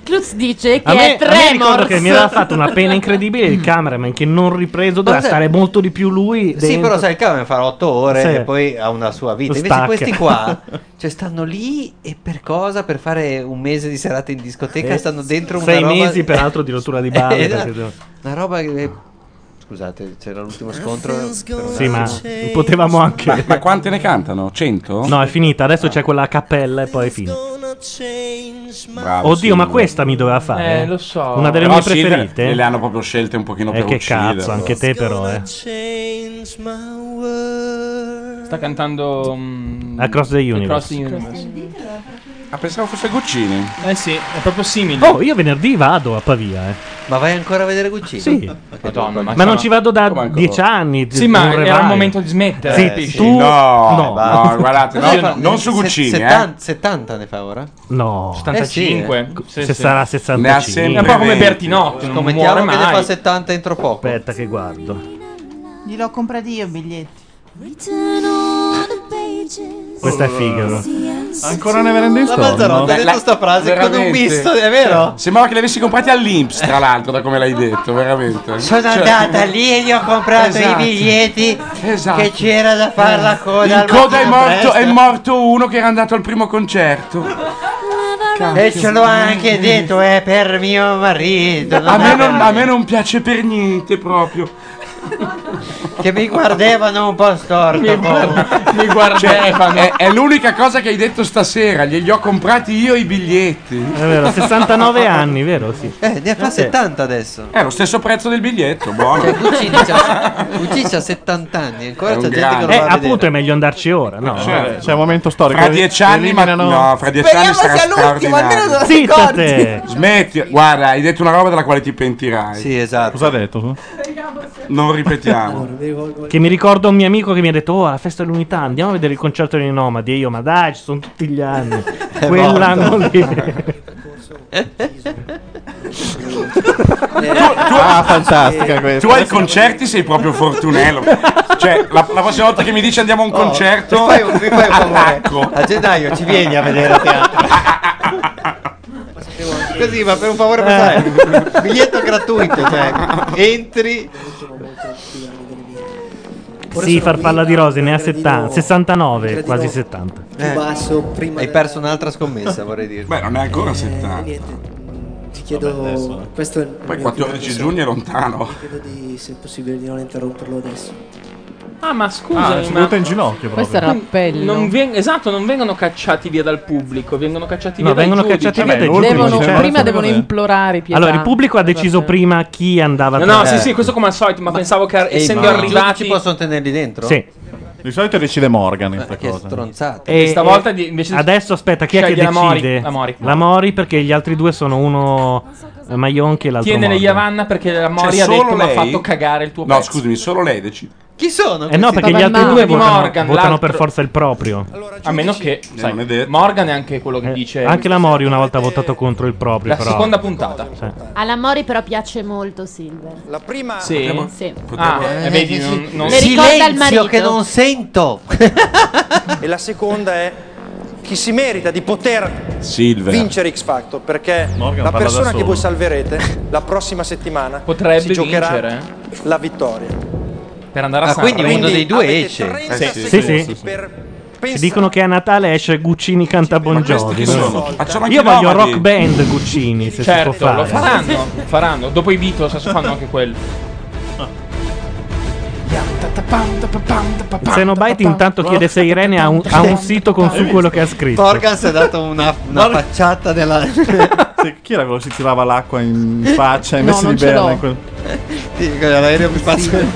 Speaker 7: Cluz dice
Speaker 2: A
Speaker 7: che
Speaker 2: me,
Speaker 7: è
Speaker 2: a me
Speaker 7: tre
Speaker 2: ricordo che
Speaker 7: morse.
Speaker 2: mi aveva fatto una pena incredibile il cameraman che non ripreso doveva
Speaker 9: Ma sai-
Speaker 2: stare molto di più lui.
Speaker 9: Sì, però sai, il cavolo farà otto ore
Speaker 2: Sì.
Speaker 9: e poi ha una sua vita. Invece
Speaker 2: Stacca.
Speaker 9: questi qua, cioè, stanno lì e per cosa? Per fare un mese di serata in discoteca,
Speaker 2: Eh,
Speaker 9: stanno dentro una
Speaker 2: sei
Speaker 9: roba...
Speaker 2: mesi, peraltro, di rottura di balle,
Speaker 9: Eh, esatto.
Speaker 2: perché-
Speaker 9: Una roba che... Scusate, c'era l'ultimo scontro. eh, per un
Speaker 2: Sì, ma
Speaker 9: attimo.
Speaker 2: potevamo anche.
Speaker 5: Ma, ma quante ne cantano? 100?
Speaker 2: No, è finita. Adesso c'è quella cappella e poi è finita.
Speaker 5: Bravo,
Speaker 2: Oddio,
Speaker 5: Silvio.
Speaker 2: ma questa mi doveva fare.
Speaker 5: Eh, lo so.
Speaker 2: Una delle
Speaker 5: Però
Speaker 2: mie
Speaker 5: sì,
Speaker 2: preferite.
Speaker 5: le- le hanno proprio scelte un pochino
Speaker 2: Eh,
Speaker 5: per
Speaker 2: che
Speaker 5: uccidere.
Speaker 2: cazzo, anche te però, eh.
Speaker 3: Sta cantando. mm,
Speaker 2: Across the Universe.
Speaker 3: Across the Universe.
Speaker 5: Ah, pensavo fosse Guccini.
Speaker 3: Eh sì, è proprio simile.
Speaker 2: Oh, io venerdì vado a Pavia, eh.
Speaker 9: Ma vai ancora a vedere Guccini?
Speaker 2: Sì.
Speaker 3: Madonna,
Speaker 2: Ma non ci vado da
Speaker 3: Come ancora?
Speaker 2: dieci anni.
Speaker 3: Sì, ma era il momento di smettere,
Speaker 2: Sì,
Speaker 3: capisci?
Speaker 2: tu...
Speaker 5: No,
Speaker 2: no.
Speaker 5: no, guardate, no,
Speaker 9: fa-
Speaker 5: non su Guccini,
Speaker 9: se-
Speaker 5: eh.
Speaker 9: 70, 70 ne fa ora?
Speaker 2: No.
Speaker 3: 75,
Speaker 9: Eh sì, eh.
Speaker 2: se sarà 65.
Speaker 3: È un po' come Bertinotti, non
Speaker 9: Scommettiamo
Speaker 3: muore
Speaker 9: che ne
Speaker 3: mai.
Speaker 9: fa 70 entro poco.
Speaker 2: Aspetta che guardo.
Speaker 13: Gliel'ho comprati io i biglietti.
Speaker 2: Questa è figa.
Speaker 22: eh. Ancora ne venendo in
Speaker 9: La
Speaker 22: store?
Speaker 9: Mazzarotta
Speaker 5: Beh,
Speaker 9: ha
Speaker 5: la-
Speaker 9: detto sta frase con un
Speaker 5: veramente.
Speaker 9: misto, è vero?
Speaker 5: Sembrava che li avessi comprati all'Inps, tra l'altro, da come l'hai detto, veramente.
Speaker 9: Sono
Speaker 5: Cioè-
Speaker 9: andata lì e gli ho comprato i biglietti che c'era da fare la coda.
Speaker 5: In
Speaker 9: al
Speaker 5: Esatto. Eh, coda è
Speaker 9: mattino
Speaker 5: morto, è
Speaker 9: presto.
Speaker 5: morto uno che era andato al primo concerto.
Speaker 9: E ce l'ho anche detto, è per mio marito.
Speaker 5: A me, non, a me non piace per niente proprio.
Speaker 9: Che mi guardavano un po' storto. Cioè, Mi,
Speaker 5: guardavano. è, è l'unica cosa che hai detto stasera. Glieli ho comprati io i biglietti.
Speaker 2: È vero, 69 anni, vero? Sì.
Speaker 9: Eh, ne fa Cioè, 70 adesso.
Speaker 5: È lo stesso prezzo del biglietto, buono.
Speaker 9: Guccini c'ha, Guccini c'ha 70 anni, ancora
Speaker 5: È un
Speaker 9: c'è gente che
Speaker 5: grande.
Speaker 9: lo
Speaker 2: Eh,
Speaker 9: va a vedere.
Speaker 2: appunto è meglio andarci ora, no?
Speaker 5: Cioè,
Speaker 22: C'è un momento storico.
Speaker 5: Fra dieci anni, ma
Speaker 22: Eliminano-
Speaker 5: no, fra dieci
Speaker 2: Speriamo
Speaker 5: anni sarà
Speaker 2: sia l'ultimo, almeno
Speaker 5: straordinario.
Speaker 2: lo Zitta ricordi. te.
Speaker 5: Smetti, guarda, hai detto una roba della quale ti pentirai.
Speaker 9: Sì, esatto.
Speaker 22: Cosa ha detto?
Speaker 5: Non ripetiamo.
Speaker 2: Che mi ricordo un mio amico che mi ha detto: Oh, alla festa dell'unità andiamo a vedere il concerto dei Nomadi. E io, ma dai, ci sono tutti gli anni. Quell'anno
Speaker 22: morto.
Speaker 2: lì.
Speaker 22: Ah, fantastica
Speaker 5: Tu
Speaker 22: questa.
Speaker 5: ai concerti sei proprio fortunello. Cioè, la, la prossima volta che mi dici andiamo a un concerto,
Speaker 9: Oh, mi fai un- mi fai un favore.
Speaker 5: attacco.
Speaker 9: A gennaio ci vieni a vedere a teatro. Così, ma per un favore
Speaker 47: Eh.
Speaker 9: pensare. Biglietto gratuito, cioè. Entri.
Speaker 2: Sì, farfalla di rose ne ha 70, 69, quasi 70.
Speaker 9: Eh, Hai perso un'altra scommessa, vorrei dire.
Speaker 5: Beh, non è ancora 70.
Speaker 47: Eh, Ti chiedo,
Speaker 9: eh.
Speaker 47: questo è il
Speaker 5: Poi
Speaker 47: mio
Speaker 5: 14
Speaker 47: primo
Speaker 5: giugno è
Speaker 47: pensiero.
Speaker 5: lontano.
Speaker 47: Ti chiedo di, se è possibile di non interromperlo adesso.
Speaker 3: Ah, ma
Speaker 22: Ah,
Speaker 3: scusa.
Speaker 22: è seduta in ginocchio proprio.
Speaker 47: Questo era l'appello.
Speaker 3: Non vien- esatto, non vengono cacciati via dal pubblico, vengono cacciati
Speaker 2: No,
Speaker 3: via
Speaker 2: vengono
Speaker 3: dai giudici.
Speaker 2: cacciati via dai Vabbè, giudici. l'ultimo, certo.
Speaker 47: prima devono
Speaker 2: Vabbè.
Speaker 47: implorare pietà.
Speaker 2: Allora, il pubblico ha deciso prima chi andava
Speaker 3: No,
Speaker 2: tra-
Speaker 3: no, sì, sì, questo come al solito, ma, pensavo che
Speaker 2: Ehi,
Speaker 3: essendo
Speaker 2: ma-
Speaker 3: arrivati
Speaker 9: Ci possono tenerli dentro?
Speaker 2: Sì.
Speaker 22: Di solito decide Morgan in questa
Speaker 9: Eh, Che
Speaker 22: cosa.
Speaker 9: stronzata.
Speaker 2: E,
Speaker 3: stavolta
Speaker 2: e
Speaker 3: di- invece-
Speaker 2: adesso aspetta, chi è che
Speaker 3: sceglie la Mori,
Speaker 2: decide?
Speaker 3: la Mori.
Speaker 2: La Mori, perché gli altri due sono uno eh, Maionchi e l'altro.
Speaker 3: tiene le
Speaker 2: Morgan.
Speaker 3: Yavanna perché la Mori
Speaker 5: Cioè,
Speaker 3: ha detto
Speaker 5: solo
Speaker 3: mi ha
Speaker 5: lei?
Speaker 3: fatto cagare il tuo
Speaker 5: No,
Speaker 3: pezzo.
Speaker 5: scusami, solo lei decide.
Speaker 9: Chi sono?
Speaker 2: Eh no, perché gli altri due votano, votano per
Speaker 3: forza
Speaker 2: forza il proprio.
Speaker 3: A meno che sai, Morgan è anche quello che dice
Speaker 2: Eh, Anche la Mori una volta ha votato contro il proprio.
Speaker 3: eh, la
Speaker 2: però. Cioè,
Speaker 3: seconda puntata.
Speaker 2: Sì.
Speaker 7: Alla Mori però piace molto Silver. La prima
Speaker 3: Sì? Potremmo-
Speaker 7: Sì.
Speaker 3: Ah, eh, vedi, non, non-
Speaker 7: Le ricorda il marito.
Speaker 9: che non sento.
Speaker 10: e la seconda è chi si merita di poter
Speaker 5: Silver.
Speaker 10: vincere X Factor perché
Speaker 5: Morgan
Speaker 10: la
Speaker 5: parla da
Speaker 10: persona che
Speaker 5: solo.
Speaker 10: voi salverete la prossima settimana
Speaker 3: Potrebbe
Speaker 10: si giocherà
Speaker 3: vincere. eh.
Speaker 10: la vittoria.
Speaker 3: per andare a
Speaker 9: Ah,
Speaker 3: Sanremo. Eh
Speaker 9: quindi uno dei due
Speaker 2: Sì,
Speaker 9: esce.
Speaker 2: sì, sì, sì. Ci dicono che a Natale esce Guccini canta Bon Jovi.
Speaker 5: chi sono? Ma sono anche
Speaker 2: Io voglio
Speaker 5: nomadi.
Speaker 2: rock band Guccini, se si può
Speaker 3: Certo,
Speaker 2: fare.
Speaker 3: lo faranno, faranno. Dopo i Beatles adesso fanno anche quello.
Speaker 2: Il Xenobite intanto chiede se Irene ha un, ha un sito con su quello che ha scritto.
Speaker 9: Morgan si è dato una, una
Speaker 22: Morgan-
Speaker 9: facciata della...
Speaker 22: Sì, chi era quello che si tirava l'acqua in faccia
Speaker 9: No,
Speaker 22: invece
Speaker 9: non
Speaker 22: di
Speaker 9: ce
Speaker 22: berla?
Speaker 9: l'ho.
Speaker 22: in quel-
Speaker 9: Sì, quello L'aereo mi passa il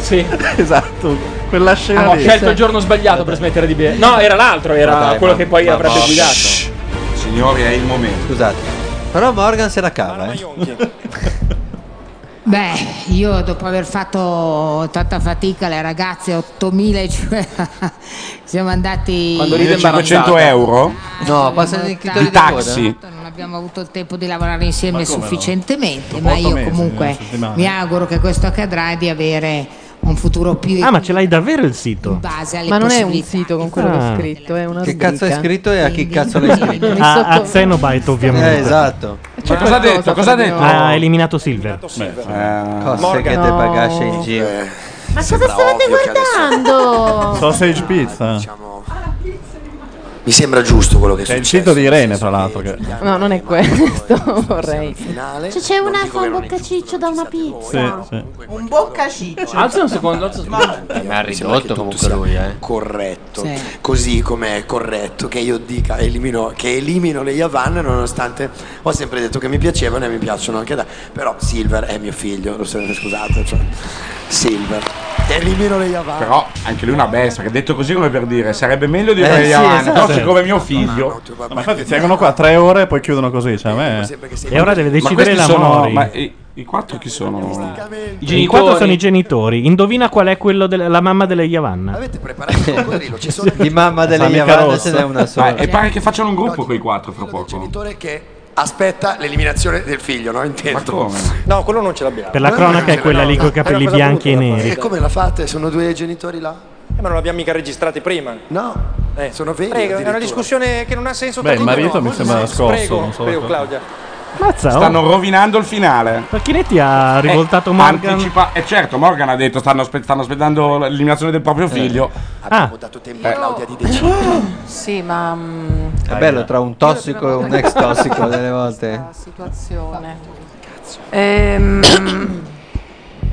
Speaker 3: Sì.
Speaker 22: esatto. Quella scena
Speaker 3: Ah, ho
Speaker 22: lì.
Speaker 3: scelto il giorno sbagliato per smettere di bere. No, era l'altro, era
Speaker 9: Ma dai,
Speaker 3: quello
Speaker 9: ma-
Speaker 3: che poi
Speaker 9: ma
Speaker 3: avrebbe
Speaker 9: va.
Speaker 3: guidato.
Speaker 9: Shh.
Speaker 5: boh, Signori, è il momento.
Speaker 9: Scusate. Però Morgan se la cava, eh.
Speaker 20: Beh, io dopo aver fatto tanta fatica, le ragazze 8000, cioè, siamo andati
Speaker 5: Quando ride 1500 imbarazzata. euro? No, passano i titoli Di da taxi.
Speaker 20: Non abbiamo avuto il tempo di lavorare insieme
Speaker 5: come no?
Speaker 20: sufficientemente,
Speaker 5: Dopo
Speaker 20: ma
Speaker 5: otto
Speaker 20: io
Speaker 5: mesi,
Speaker 20: comunque
Speaker 5: una settimana.
Speaker 20: mi auguro che questo accadrà e di avere un futuro più
Speaker 2: Ah, ma ce l'hai davvero il sito?
Speaker 20: base alle
Speaker 48: Ma non è un
Speaker 20: possibilità
Speaker 48: sito con quello che
Speaker 2: Ah.
Speaker 48: ho scritto,
Speaker 7: eh,
Speaker 48: è una
Speaker 2: Che
Speaker 48: rubrica.
Speaker 2: cazzo hai
Speaker 9: scritto e a chi cazzo l'hai scritto?
Speaker 48: Mi
Speaker 2: A, a
Speaker 48: sotto-
Speaker 2: Xenobite, ovviamente.
Speaker 9: Eh, esatto.
Speaker 5: Ma cosa ha detto? Cosa ha detto?
Speaker 2: Ha eliminato Silver.
Speaker 9: Cose che te pagasce in giro.
Speaker 49: Ma cosa stavate guardando?
Speaker 22: Sausage pizza.
Speaker 10: Diciamo, Mi sembra giusto quello che
Speaker 22: È il sito di Irene, tra l'altro. Che...
Speaker 48: No, non è questo, vorrei.
Speaker 49: Cioè, c'è un alfa un boccaciccio da una pizza.
Speaker 13: Un bocca ciccio.
Speaker 3: Alza un secondo. alza un
Speaker 9: Eh,
Speaker 3: secondo.
Speaker 10: Eh, Ma ha ridotto comunque lui, eh. Corretto.
Speaker 3: Sì.
Speaker 10: Così come è corretto che io dica elimino, che elimino le Yavan nonostante ho sempre detto che mi piacevano e mi piacciono anche da. Però Silver è mio figlio, lo so, scusate. cioè, Silver. Elimino le Yavan.
Speaker 5: Però anche lui è una bestia, che detto così come per dire sarebbe meglio di
Speaker 22: Eh,
Speaker 5: avere
Speaker 22: sì,
Speaker 5: Yavan,
Speaker 22: esatto.
Speaker 5: però siccome è cioè, mio figlio.
Speaker 22: Ma infatti tengono qua tre ore e poi chiudono così. Cioè, a me...
Speaker 2: E ora deve decidere
Speaker 5: questi
Speaker 2: la
Speaker 5: sono-
Speaker 2: Mori.
Speaker 5: Ma i, i quattro chi sono?
Speaker 2: I quattro sono i genitori. Indovina qual è quello della la mamma delle Yavanna.
Speaker 10: Avete preparato il coccodrillo? Ci sono
Speaker 9: Di mamma delle Yavanna ce n'è una sola.
Speaker 10: Eh,
Speaker 5: Ah, e pare che facciano un gruppo quei quattro fra
Speaker 10: un
Speaker 5: poco.
Speaker 10: genitore che aspetta l'eliminazione del figlio, no? Intendo.
Speaker 5: Ma come?
Speaker 10: No, quello non ce l'abbiamo.
Speaker 2: Per la cronaca è quella lì coi capelli bianchi e neri.
Speaker 10: E come la fate? Sono due genitori là?
Speaker 50: Eh, ma non l'abbiamo mica registrati prima. Eh.
Speaker 10: No, sono veri.
Speaker 50: Prego, è una
Speaker 10: addirittura.
Speaker 50: discussione che non ha senso.
Speaker 22: Beh, il
Speaker 50: tanto
Speaker 22: marito
Speaker 50: no.
Speaker 22: mi sembra scosso.
Speaker 50: Prego,
Speaker 22: non so
Speaker 50: prego,
Speaker 22: cosa-
Speaker 50: Claudia.
Speaker 2: Mazza, oh.
Speaker 5: Stanno rovinando il finale.
Speaker 2: Pacchinetti ha rivoltato
Speaker 5: Eh,
Speaker 2: Morgan.
Speaker 5: anticipa- eh, certo, Morgan ha detto stanno, aspe- stanno aspettando l'eliminazione del
Speaker 2: Eh.
Speaker 5: proprio figlio.
Speaker 2: Ah.
Speaker 10: Abbiamo dato tempo a Claudia di decidere.
Speaker 7: Sì, ma mm,
Speaker 9: È bello tra un tossico e un ex tossico delle volte.
Speaker 7: situazione. Ehm,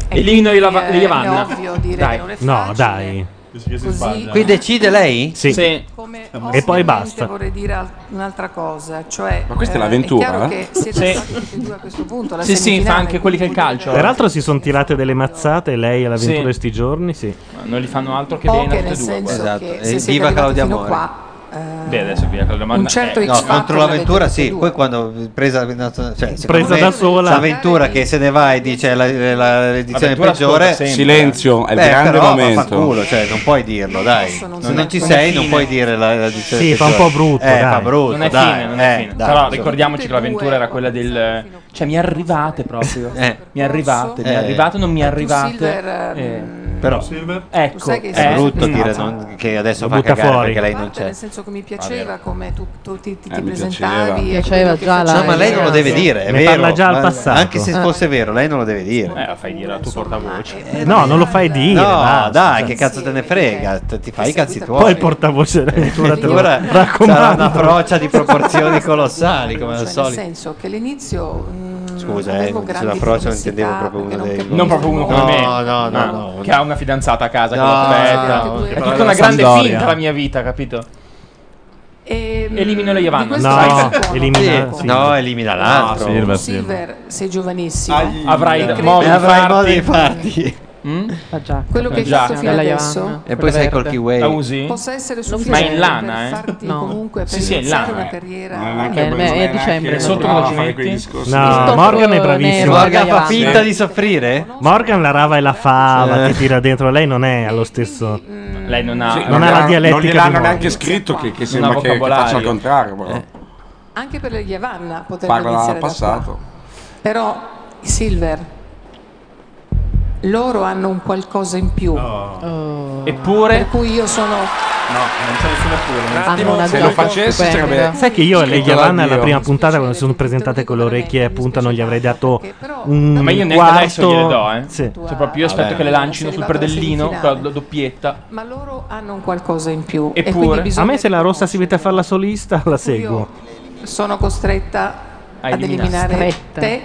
Speaker 7: e
Speaker 3: Elimino
Speaker 7: quindi,
Speaker 3: i lava-
Speaker 7: eh,
Speaker 3: le Yavan.
Speaker 7: È ovvio dire
Speaker 3: Dai.
Speaker 7: che non è
Speaker 2: No, dai.
Speaker 7: così.
Speaker 9: Qui decide lei?
Speaker 2: Sì.
Speaker 7: Come
Speaker 2: E poi
Speaker 7: ovviamente
Speaker 2: basta.
Speaker 7: Vorrei dire al- un'altra cosa, cioè
Speaker 2: Ma questa è
Speaker 7: eh,
Speaker 2: l'avventura,
Speaker 7: chiaro
Speaker 2: eh?
Speaker 7: che siete
Speaker 3: Sì.
Speaker 7: stati tutti e due a questo punto la
Speaker 3: Sì, sì, fa
Speaker 7: semifinale,
Speaker 3: anche quelli che il calcio.
Speaker 2: Peraltro si sono tirate delle mazzate lei all'avventura
Speaker 3: Sì.
Speaker 2: di sti giorni, sì.
Speaker 3: Ma non li fanno altro che
Speaker 7: Poche,
Speaker 3: bene a
Speaker 7: nel
Speaker 3: tutti e due.
Speaker 7: senso
Speaker 9: Eh,
Speaker 7: Esatto. che se E siete viva arrivati Claudia fino Mori. qua,
Speaker 3: Beh, adesso viva Claudia Mori.
Speaker 7: un certo
Speaker 3: eh,
Speaker 7: X
Speaker 9: No,
Speaker 7: Factor
Speaker 9: contro l'avventura
Speaker 7: l'avete
Speaker 9: sì,
Speaker 7: detto
Speaker 9: poi quando presa, cioè, secondo
Speaker 2: Presa
Speaker 9: me,
Speaker 2: da sola.
Speaker 9: L'avventura che se ne va e dice la, la- l'edizione
Speaker 5: L'avventura
Speaker 9: peggiore.
Speaker 5: ascolta sempre. Silenzio, è il
Speaker 9: Beh,
Speaker 5: grande
Speaker 9: però,
Speaker 5: momento.
Speaker 9: Fa culo, cioè, non puoi dirlo, dai. Se non, ci
Speaker 3: non
Speaker 9: sei,
Speaker 3: è
Speaker 9: non
Speaker 3: fine.
Speaker 9: puoi dire la, la l'edizione
Speaker 2: Sì, fa un
Speaker 9: peggiore.
Speaker 2: po' brutto,
Speaker 9: Eh,
Speaker 2: dai.
Speaker 9: fa brutto,
Speaker 3: non è
Speaker 9: dai,
Speaker 3: fine, non è
Speaker 9: eh,
Speaker 3: fine.
Speaker 9: dai,
Speaker 3: Però
Speaker 9: insomma.
Speaker 3: ricordiamoci che l'avventura era quella del cioè mi arrivate proprio.
Speaker 9: Eh.
Speaker 3: Mi arrivate, mi
Speaker 9: Eh.
Speaker 3: arrivate, non mi
Speaker 9: Tu,
Speaker 3: arrivate.
Speaker 7: Silver, ehm,
Speaker 3: Eh.
Speaker 9: Però
Speaker 3: Ecco,
Speaker 7: Tu sai che
Speaker 3: eh.
Speaker 9: è brutto dire non- che adesso
Speaker 2: Mm. Lo
Speaker 9: fa
Speaker 2: butta
Speaker 9: cagare
Speaker 2: fuori.
Speaker 9: perché lei non
Speaker 7: Parte,
Speaker 9: c'è.
Speaker 7: Nel senso che mi piaceva come tu, tu ti, ti-
Speaker 9: Eh,
Speaker 7: ti
Speaker 9: mi
Speaker 7: presentavi.
Speaker 9: piaceva.
Speaker 7: e
Speaker 48: Piaceva
Speaker 7: quello che
Speaker 48: già la-
Speaker 7: facevi.
Speaker 9: No, ma lei non lo deve dire, è
Speaker 2: Ne
Speaker 9: vero.
Speaker 2: parla già al
Speaker 9: ma-
Speaker 2: passato.
Speaker 9: Anche se
Speaker 2: Eh.
Speaker 9: fosse vero, lei non lo deve dire.
Speaker 3: Eh, la fai dire la tua portavoce.
Speaker 2: No, non lo fai dire.
Speaker 9: Eh, No,
Speaker 2: basta. cioè,
Speaker 9: dai, che cazzo te ne frega? T- Ti fai i cazzi tuoi.
Speaker 2: Poi il portavoce dell'avventura te lo
Speaker 9: Ora sarà
Speaker 2: raccomando.
Speaker 9: una proccia di proporzioni colossali, come al
Speaker 7: Cioè, nel
Speaker 9: solito.
Speaker 7: senso che all'inizio mm,
Speaker 9: Scusa, eh,
Speaker 7: avevo
Speaker 9: non
Speaker 7: grandi
Speaker 9: sulla proccia non
Speaker 7: perplessità,
Speaker 9: intendevo proprio uno dei.
Speaker 3: Non proprio uno come
Speaker 9: no,
Speaker 3: me,
Speaker 9: No, no,
Speaker 2: Ah,
Speaker 3: ma
Speaker 9: no.
Speaker 3: che ha una fidanzata a casa
Speaker 9: No,
Speaker 3: che lo aspetta.
Speaker 9: no, no,
Speaker 3: è
Speaker 9: no.
Speaker 3: tutta una grande
Speaker 9: Sampdoria.
Speaker 3: finta la mia vita, capito?
Speaker 7: ehm,
Speaker 3: Elimino le
Speaker 7: di
Speaker 3: Yavanna.
Speaker 7: questo
Speaker 3: Sai
Speaker 7: si
Speaker 3: che-
Speaker 7: può-
Speaker 9: elimina- Sì. No, elimina l'altro.
Speaker 3: No, Silver,
Speaker 7: Silver, sei giovanissimo.
Speaker 3: Avrai
Speaker 7: Credo-
Speaker 3: modo di
Speaker 9: Avrai modo di
Speaker 3: farti.
Speaker 7: Mm?
Speaker 9: Mm?
Speaker 48: Ah,
Speaker 7: Quello che hai
Speaker 3: Già.
Speaker 7: fatto fino
Speaker 3: Bella
Speaker 7: adesso
Speaker 9: E poi sai col Kiwi.
Speaker 3: La usi?
Speaker 7: possa essere
Speaker 3: Non
Speaker 7: sufficiente
Speaker 3: Ma in lana,
Speaker 7: per
Speaker 3: eh?
Speaker 7: farti
Speaker 3: No.
Speaker 7: comunque per
Speaker 3: Sì, sì, è in
Speaker 7: iniziare
Speaker 3: lana,
Speaker 7: una
Speaker 3: eh.
Speaker 7: carriera.
Speaker 3: Non è
Speaker 7: neanche Eh, quello- beh, non è dicembre, sotto
Speaker 2: no.
Speaker 7: la
Speaker 2: No, Morgan è bravissimo.
Speaker 9: Morgan fa finta di soffrire?
Speaker 2: Morgan la rava e la fava, ti tira dentro. Lei non è allo stesso.
Speaker 3: Mm. Lei non ha
Speaker 2: Sì, non ha la dialettica
Speaker 5: Non
Speaker 2: di
Speaker 5: gliel'hanno
Speaker 2: Morgan.
Speaker 5: neanche scritto che, che sembra che, che
Speaker 3: vocabolario.
Speaker 5: faccia il contrario. Però.
Speaker 10: Eh.
Speaker 7: Anche per le Yavanna potrebbe
Speaker 5: Parla
Speaker 7: iniziare
Speaker 5: dal
Speaker 7: da qua.
Speaker 5: passato.
Speaker 7: Però, Silver, loro hanno un qualcosa in più.
Speaker 3: Eppure...
Speaker 7: Per cui io sono...
Speaker 3: No, non c'è nessuno pure.
Speaker 7: Hanno una
Speaker 5: se
Speaker 7: vita
Speaker 5: lo facessi
Speaker 7: stupenda.
Speaker 5: sarebbe...
Speaker 2: Sai che io e le
Speaker 5: Scritto
Speaker 2: Yavanna
Speaker 5: dall'addio.
Speaker 2: alla prima puntata, quando si sono presentate con le orecchie a punta, non gli avrei dato un
Speaker 3: Ma io neanche
Speaker 2: quarto.
Speaker 3: adesso gliele do, eh.
Speaker 2: Sì.
Speaker 3: Cioè, proprio io aspetto
Speaker 7: Vabbè.
Speaker 3: che le lancino
Speaker 7: Sei
Speaker 3: sul
Speaker 7: arrivato alla
Speaker 3: predellino,
Speaker 7: semifinale.
Speaker 3: con la doppietta.
Speaker 7: Ma loro hanno un qualcosa in più. e quindi
Speaker 2: Eppure, a
Speaker 7: bisogna-
Speaker 2: me se la rossa si mette a fare la solista, la seguo.
Speaker 7: sono costretta
Speaker 2: A
Speaker 7: ad
Speaker 2: eliminare.
Speaker 7: eliminare
Speaker 2: Stretta.
Speaker 7: te,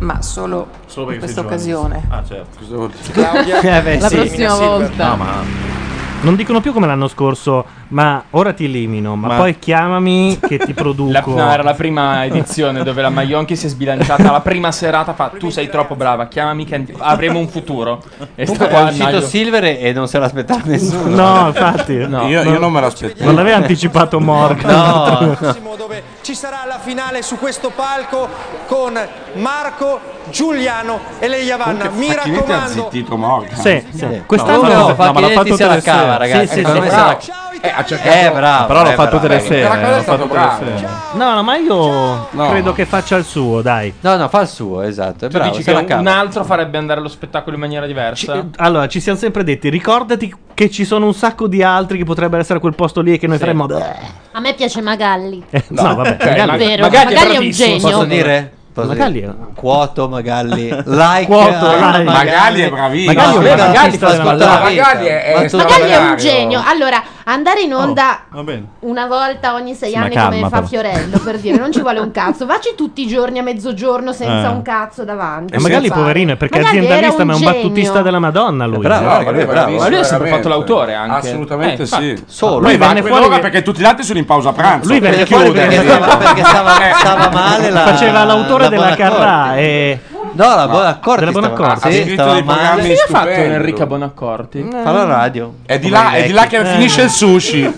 Speaker 7: ma solo,
Speaker 22: Solo
Speaker 7: in
Speaker 22: perché
Speaker 7: questa
Speaker 22: sei
Speaker 7: occasione.
Speaker 22: Ah, certo.
Speaker 5: Cosa vuol dire?
Speaker 2: Eh, beh, sì.
Speaker 22: No, ma
Speaker 2: Non dicono più come l'anno scorso, ma ora ti elimino, ma,
Speaker 3: Ma-
Speaker 2: poi chiamami che ti produco.
Speaker 3: La, no, era la prima edizione dove la Maionchi si è sbilanciata. La prima serata fa: Tu sei troppo brava, chiamami che ant- avremo un futuro. E sta
Speaker 9: Comunque
Speaker 3: qua
Speaker 9: è uscito
Speaker 3: Naglio.
Speaker 9: Silver e- e non se l'aspettava nessuno.
Speaker 2: No, infatti.
Speaker 5: Io- io non me l'aspettavo.
Speaker 2: Non Eh, l'aveva anticipato Morgan.
Speaker 9: No, no.
Speaker 50: Dove ci sarà la finale su questo palco con Marco, Giuliano e Lei Yavanna. Mi
Speaker 5: Facchinetti ha
Speaker 50: raccomando.
Speaker 5: zittito Morgan.
Speaker 2: Sì, sì. Quest'anno
Speaker 9: No, no, Facchinetti se la cava, ragazzi,
Speaker 2: Sì, sì,
Speaker 9: secondo
Speaker 2: sì.
Speaker 9: me se la-
Speaker 2: Ciao,
Speaker 9: è
Speaker 5: Eh, ha
Speaker 2: Eh, bravo,
Speaker 22: Però l'ho
Speaker 2: eh,
Speaker 22: fatto
Speaker 2: bravo.
Speaker 22: tutte le
Speaker 2: Beh,
Speaker 22: sere.
Speaker 2: quella cosa è
Speaker 22: l'ho fatto
Speaker 2: stato
Speaker 22: tutte le
Speaker 2: bravo.
Speaker 22: sere.
Speaker 2: No, no, ma io credo che faccia il suo, dai.
Speaker 9: No, no, fa il suo, esatto. È
Speaker 3: Tu dici che un altro farebbe andare allo spettacolo in maniera diversa?
Speaker 5: Eh,
Speaker 2: Allora, ci siamo sempre detti, ricordati che ci sono un sacco di altri che potrebbero essere a quel posto lì e che noi faremmo...
Speaker 7: A me piace Magalli.
Speaker 2: Eh, No, vabbè,
Speaker 7: Cioè,
Speaker 2: Magalli-
Speaker 7: vero, Magalli è Magalli è un bravissimo, genio.
Speaker 9: Posso
Speaker 7: secondo me.
Speaker 9: dire? Posso
Speaker 2: Magalli
Speaker 9: dire? Quoto Magalli, like eh,
Speaker 2: Quoto,
Speaker 9: a-
Speaker 2: like. Magalli è
Speaker 5: bravissimo.
Speaker 9: No,
Speaker 2: Magalli è un
Speaker 9: Magalli
Speaker 2: artista
Speaker 9: fa
Speaker 2: della
Speaker 9: sbattere la
Speaker 2: Madonna.
Speaker 9: vita.
Speaker 2: Magalli è-
Speaker 9: Ma
Speaker 2: è
Speaker 9: tu-
Speaker 7: Magalli è un
Speaker 2: straordinario.
Speaker 7: genio. Allora, andare in onda
Speaker 22: Va bene.
Speaker 7: una volta ogni sei
Speaker 22: Sì, ma
Speaker 7: anni
Speaker 22: calma,
Speaker 7: come fa
Speaker 22: però.
Speaker 7: Fiorello, per dire, non ci vuole un cazzo. Vaci tutti i giorni a mezzogiorno senza
Speaker 2: Eh.
Speaker 7: un cazzo davanti.
Speaker 2: E Eh, magari
Speaker 7: Fare.
Speaker 2: poverino, è perché
Speaker 7: Magalli
Speaker 2: è
Speaker 7: era
Speaker 2: aziendalista, ma è un
Speaker 7: genio.
Speaker 2: battutista della Madonna lui.
Speaker 5: Bravo,
Speaker 2: Eh,
Speaker 5: ma lui è bravissimo,
Speaker 3: Ma lui ha sempre fatto
Speaker 5: veramente.
Speaker 3: l'autore anche.
Speaker 5: Assolutamente
Speaker 3: Eh,
Speaker 5: sì.
Speaker 3: infatti. Solo.
Speaker 5: Lui
Speaker 3: Poi
Speaker 5: va
Speaker 3: venne
Speaker 5: a
Speaker 3: fuori
Speaker 5: quell'ora
Speaker 3: che-
Speaker 5: perché tutti gli altri sono in pausa pranzo.
Speaker 2: Lui venne
Speaker 5: Perché
Speaker 2: fuori
Speaker 5: chiude.
Speaker 2: perché stava- perché
Speaker 3: Eh.
Speaker 9: stava- stava
Speaker 5: male la-
Speaker 2: Faceva l'autore
Speaker 5: la
Speaker 2: della
Speaker 5: Bonaccorti.
Speaker 2: Carrà e...
Speaker 9: No, la Bonaccorti
Speaker 2: Della
Speaker 9: stava-
Speaker 2: Bonaccorti.
Speaker 9: ha Sì, scritto stava dei male. programmi
Speaker 3: Che ha fatto
Speaker 9: stupendo.
Speaker 3: Enrica Bonaccorti?
Speaker 9: Fa la radio.
Speaker 5: Eh. È di là, è di là che
Speaker 3: Eh.
Speaker 5: finisce il sushi.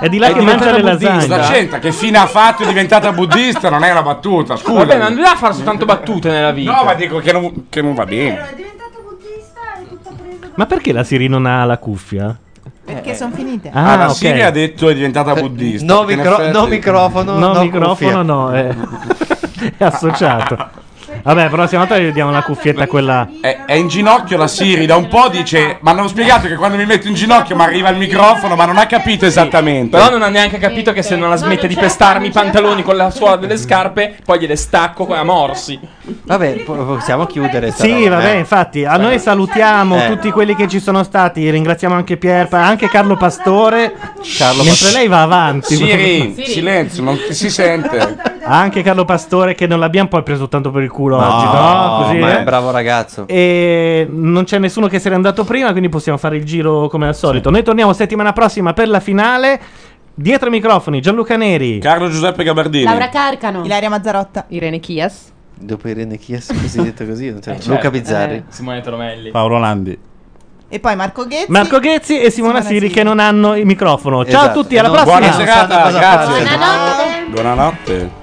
Speaker 2: È di là che mangia le lasagne.
Speaker 5: La gente che fine ha fatto è diventata buddista, non è una battuta, scusa.
Speaker 3: Vabbè, ma non doveva fare soltanto battute nella vita.
Speaker 5: No, ma dico che non, che non va bene.
Speaker 2: Ma perché la Siri non ha la cuffia?
Speaker 13: Perché sono finite.
Speaker 2: Ah,
Speaker 5: Ah, la
Speaker 2: ok.
Speaker 5: Siri ha detto è diventata buddista.
Speaker 9: Eh, No,
Speaker 5: perché in
Speaker 9: micro-
Speaker 5: effetti-
Speaker 9: no microfono,
Speaker 2: No, microfono no, è, è associato. Vabbè, però se volta gli diamo la cuffietta quella...
Speaker 5: È, è in ginocchio la Siri, da un po' dice, ma hanno spiegato che quando mi metto in ginocchio mi arriva il microfono, ma non ha capito esattamente.
Speaker 3: Però non ha neanche capito che se non la smette di pestarmi i pantaloni con la suola delle scarpe, poi gliele stacco a morsi.
Speaker 9: Vabbè, po-
Speaker 3: Ah,
Speaker 9: possiamo chiudere. sta
Speaker 2: Sì,
Speaker 9: roba,
Speaker 2: vabbè,
Speaker 9: eh.
Speaker 2: infatti, a noi salutiamo
Speaker 9: Eh.
Speaker 2: tutti quelli che ci sono stati, ringraziamo anche Pierpa, anche Carlo Pastore,
Speaker 5: Carlo
Speaker 2: mentre
Speaker 5: Pas-
Speaker 2: lei va avanti.
Speaker 5: Siri, silenzio, non ti si sente.
Speaker 2: Anche Carlo Pastore che non l'abbiamo poi preso tanto per il culo
Speaker 9: No,
Speaker 2: oggi, no? Così,
Speaker 9: ma è
Speaker 2: eh?
Speaker 9: un bravo ragazzo.
Speaker 2: E non c'è nessuno che se n'è andato prima, quindi possiamo fare il giro come al solito. Noi torniamo settimana prossima per la finale. Dietro i microfoni, Gianluca Neri.
Speaker 5: Carlo Giuseppe Gabardini.
Speaker 13: Laura
Speaker 7: Carcano.
Speaker 13: Ilaria Mazzarotta.
Speaker 51: Irene Chias.
Speaker 9: Dopo Irene Chies, così detto così, non c'è-
Speaker 3: Eh,
Speaker 9: Luca
Speaker 3: certo.
Speaker 9: Bizzarri.
Speaker 3: Eh, Simone Tromelli.
Speaker 22: Paolo Landi.
Speaker 13: E poi Marco Ghezzi.
Speaker 2: Marco Ghezzi e Simona Siri che non hanno il microfono. Ciao a
Speaker 9: Esatto.
Speaker 2: tutti,
Speaker 9: E
Speaker 2: alla
Speaker 9: non-
Speaker 2: prossima.
Speaker 9: buona serata,
Speaker 2: Non sanno cosa
Speaker 9: grazie.
Speaker 2: fare.
Speaker 5: Buonanotte.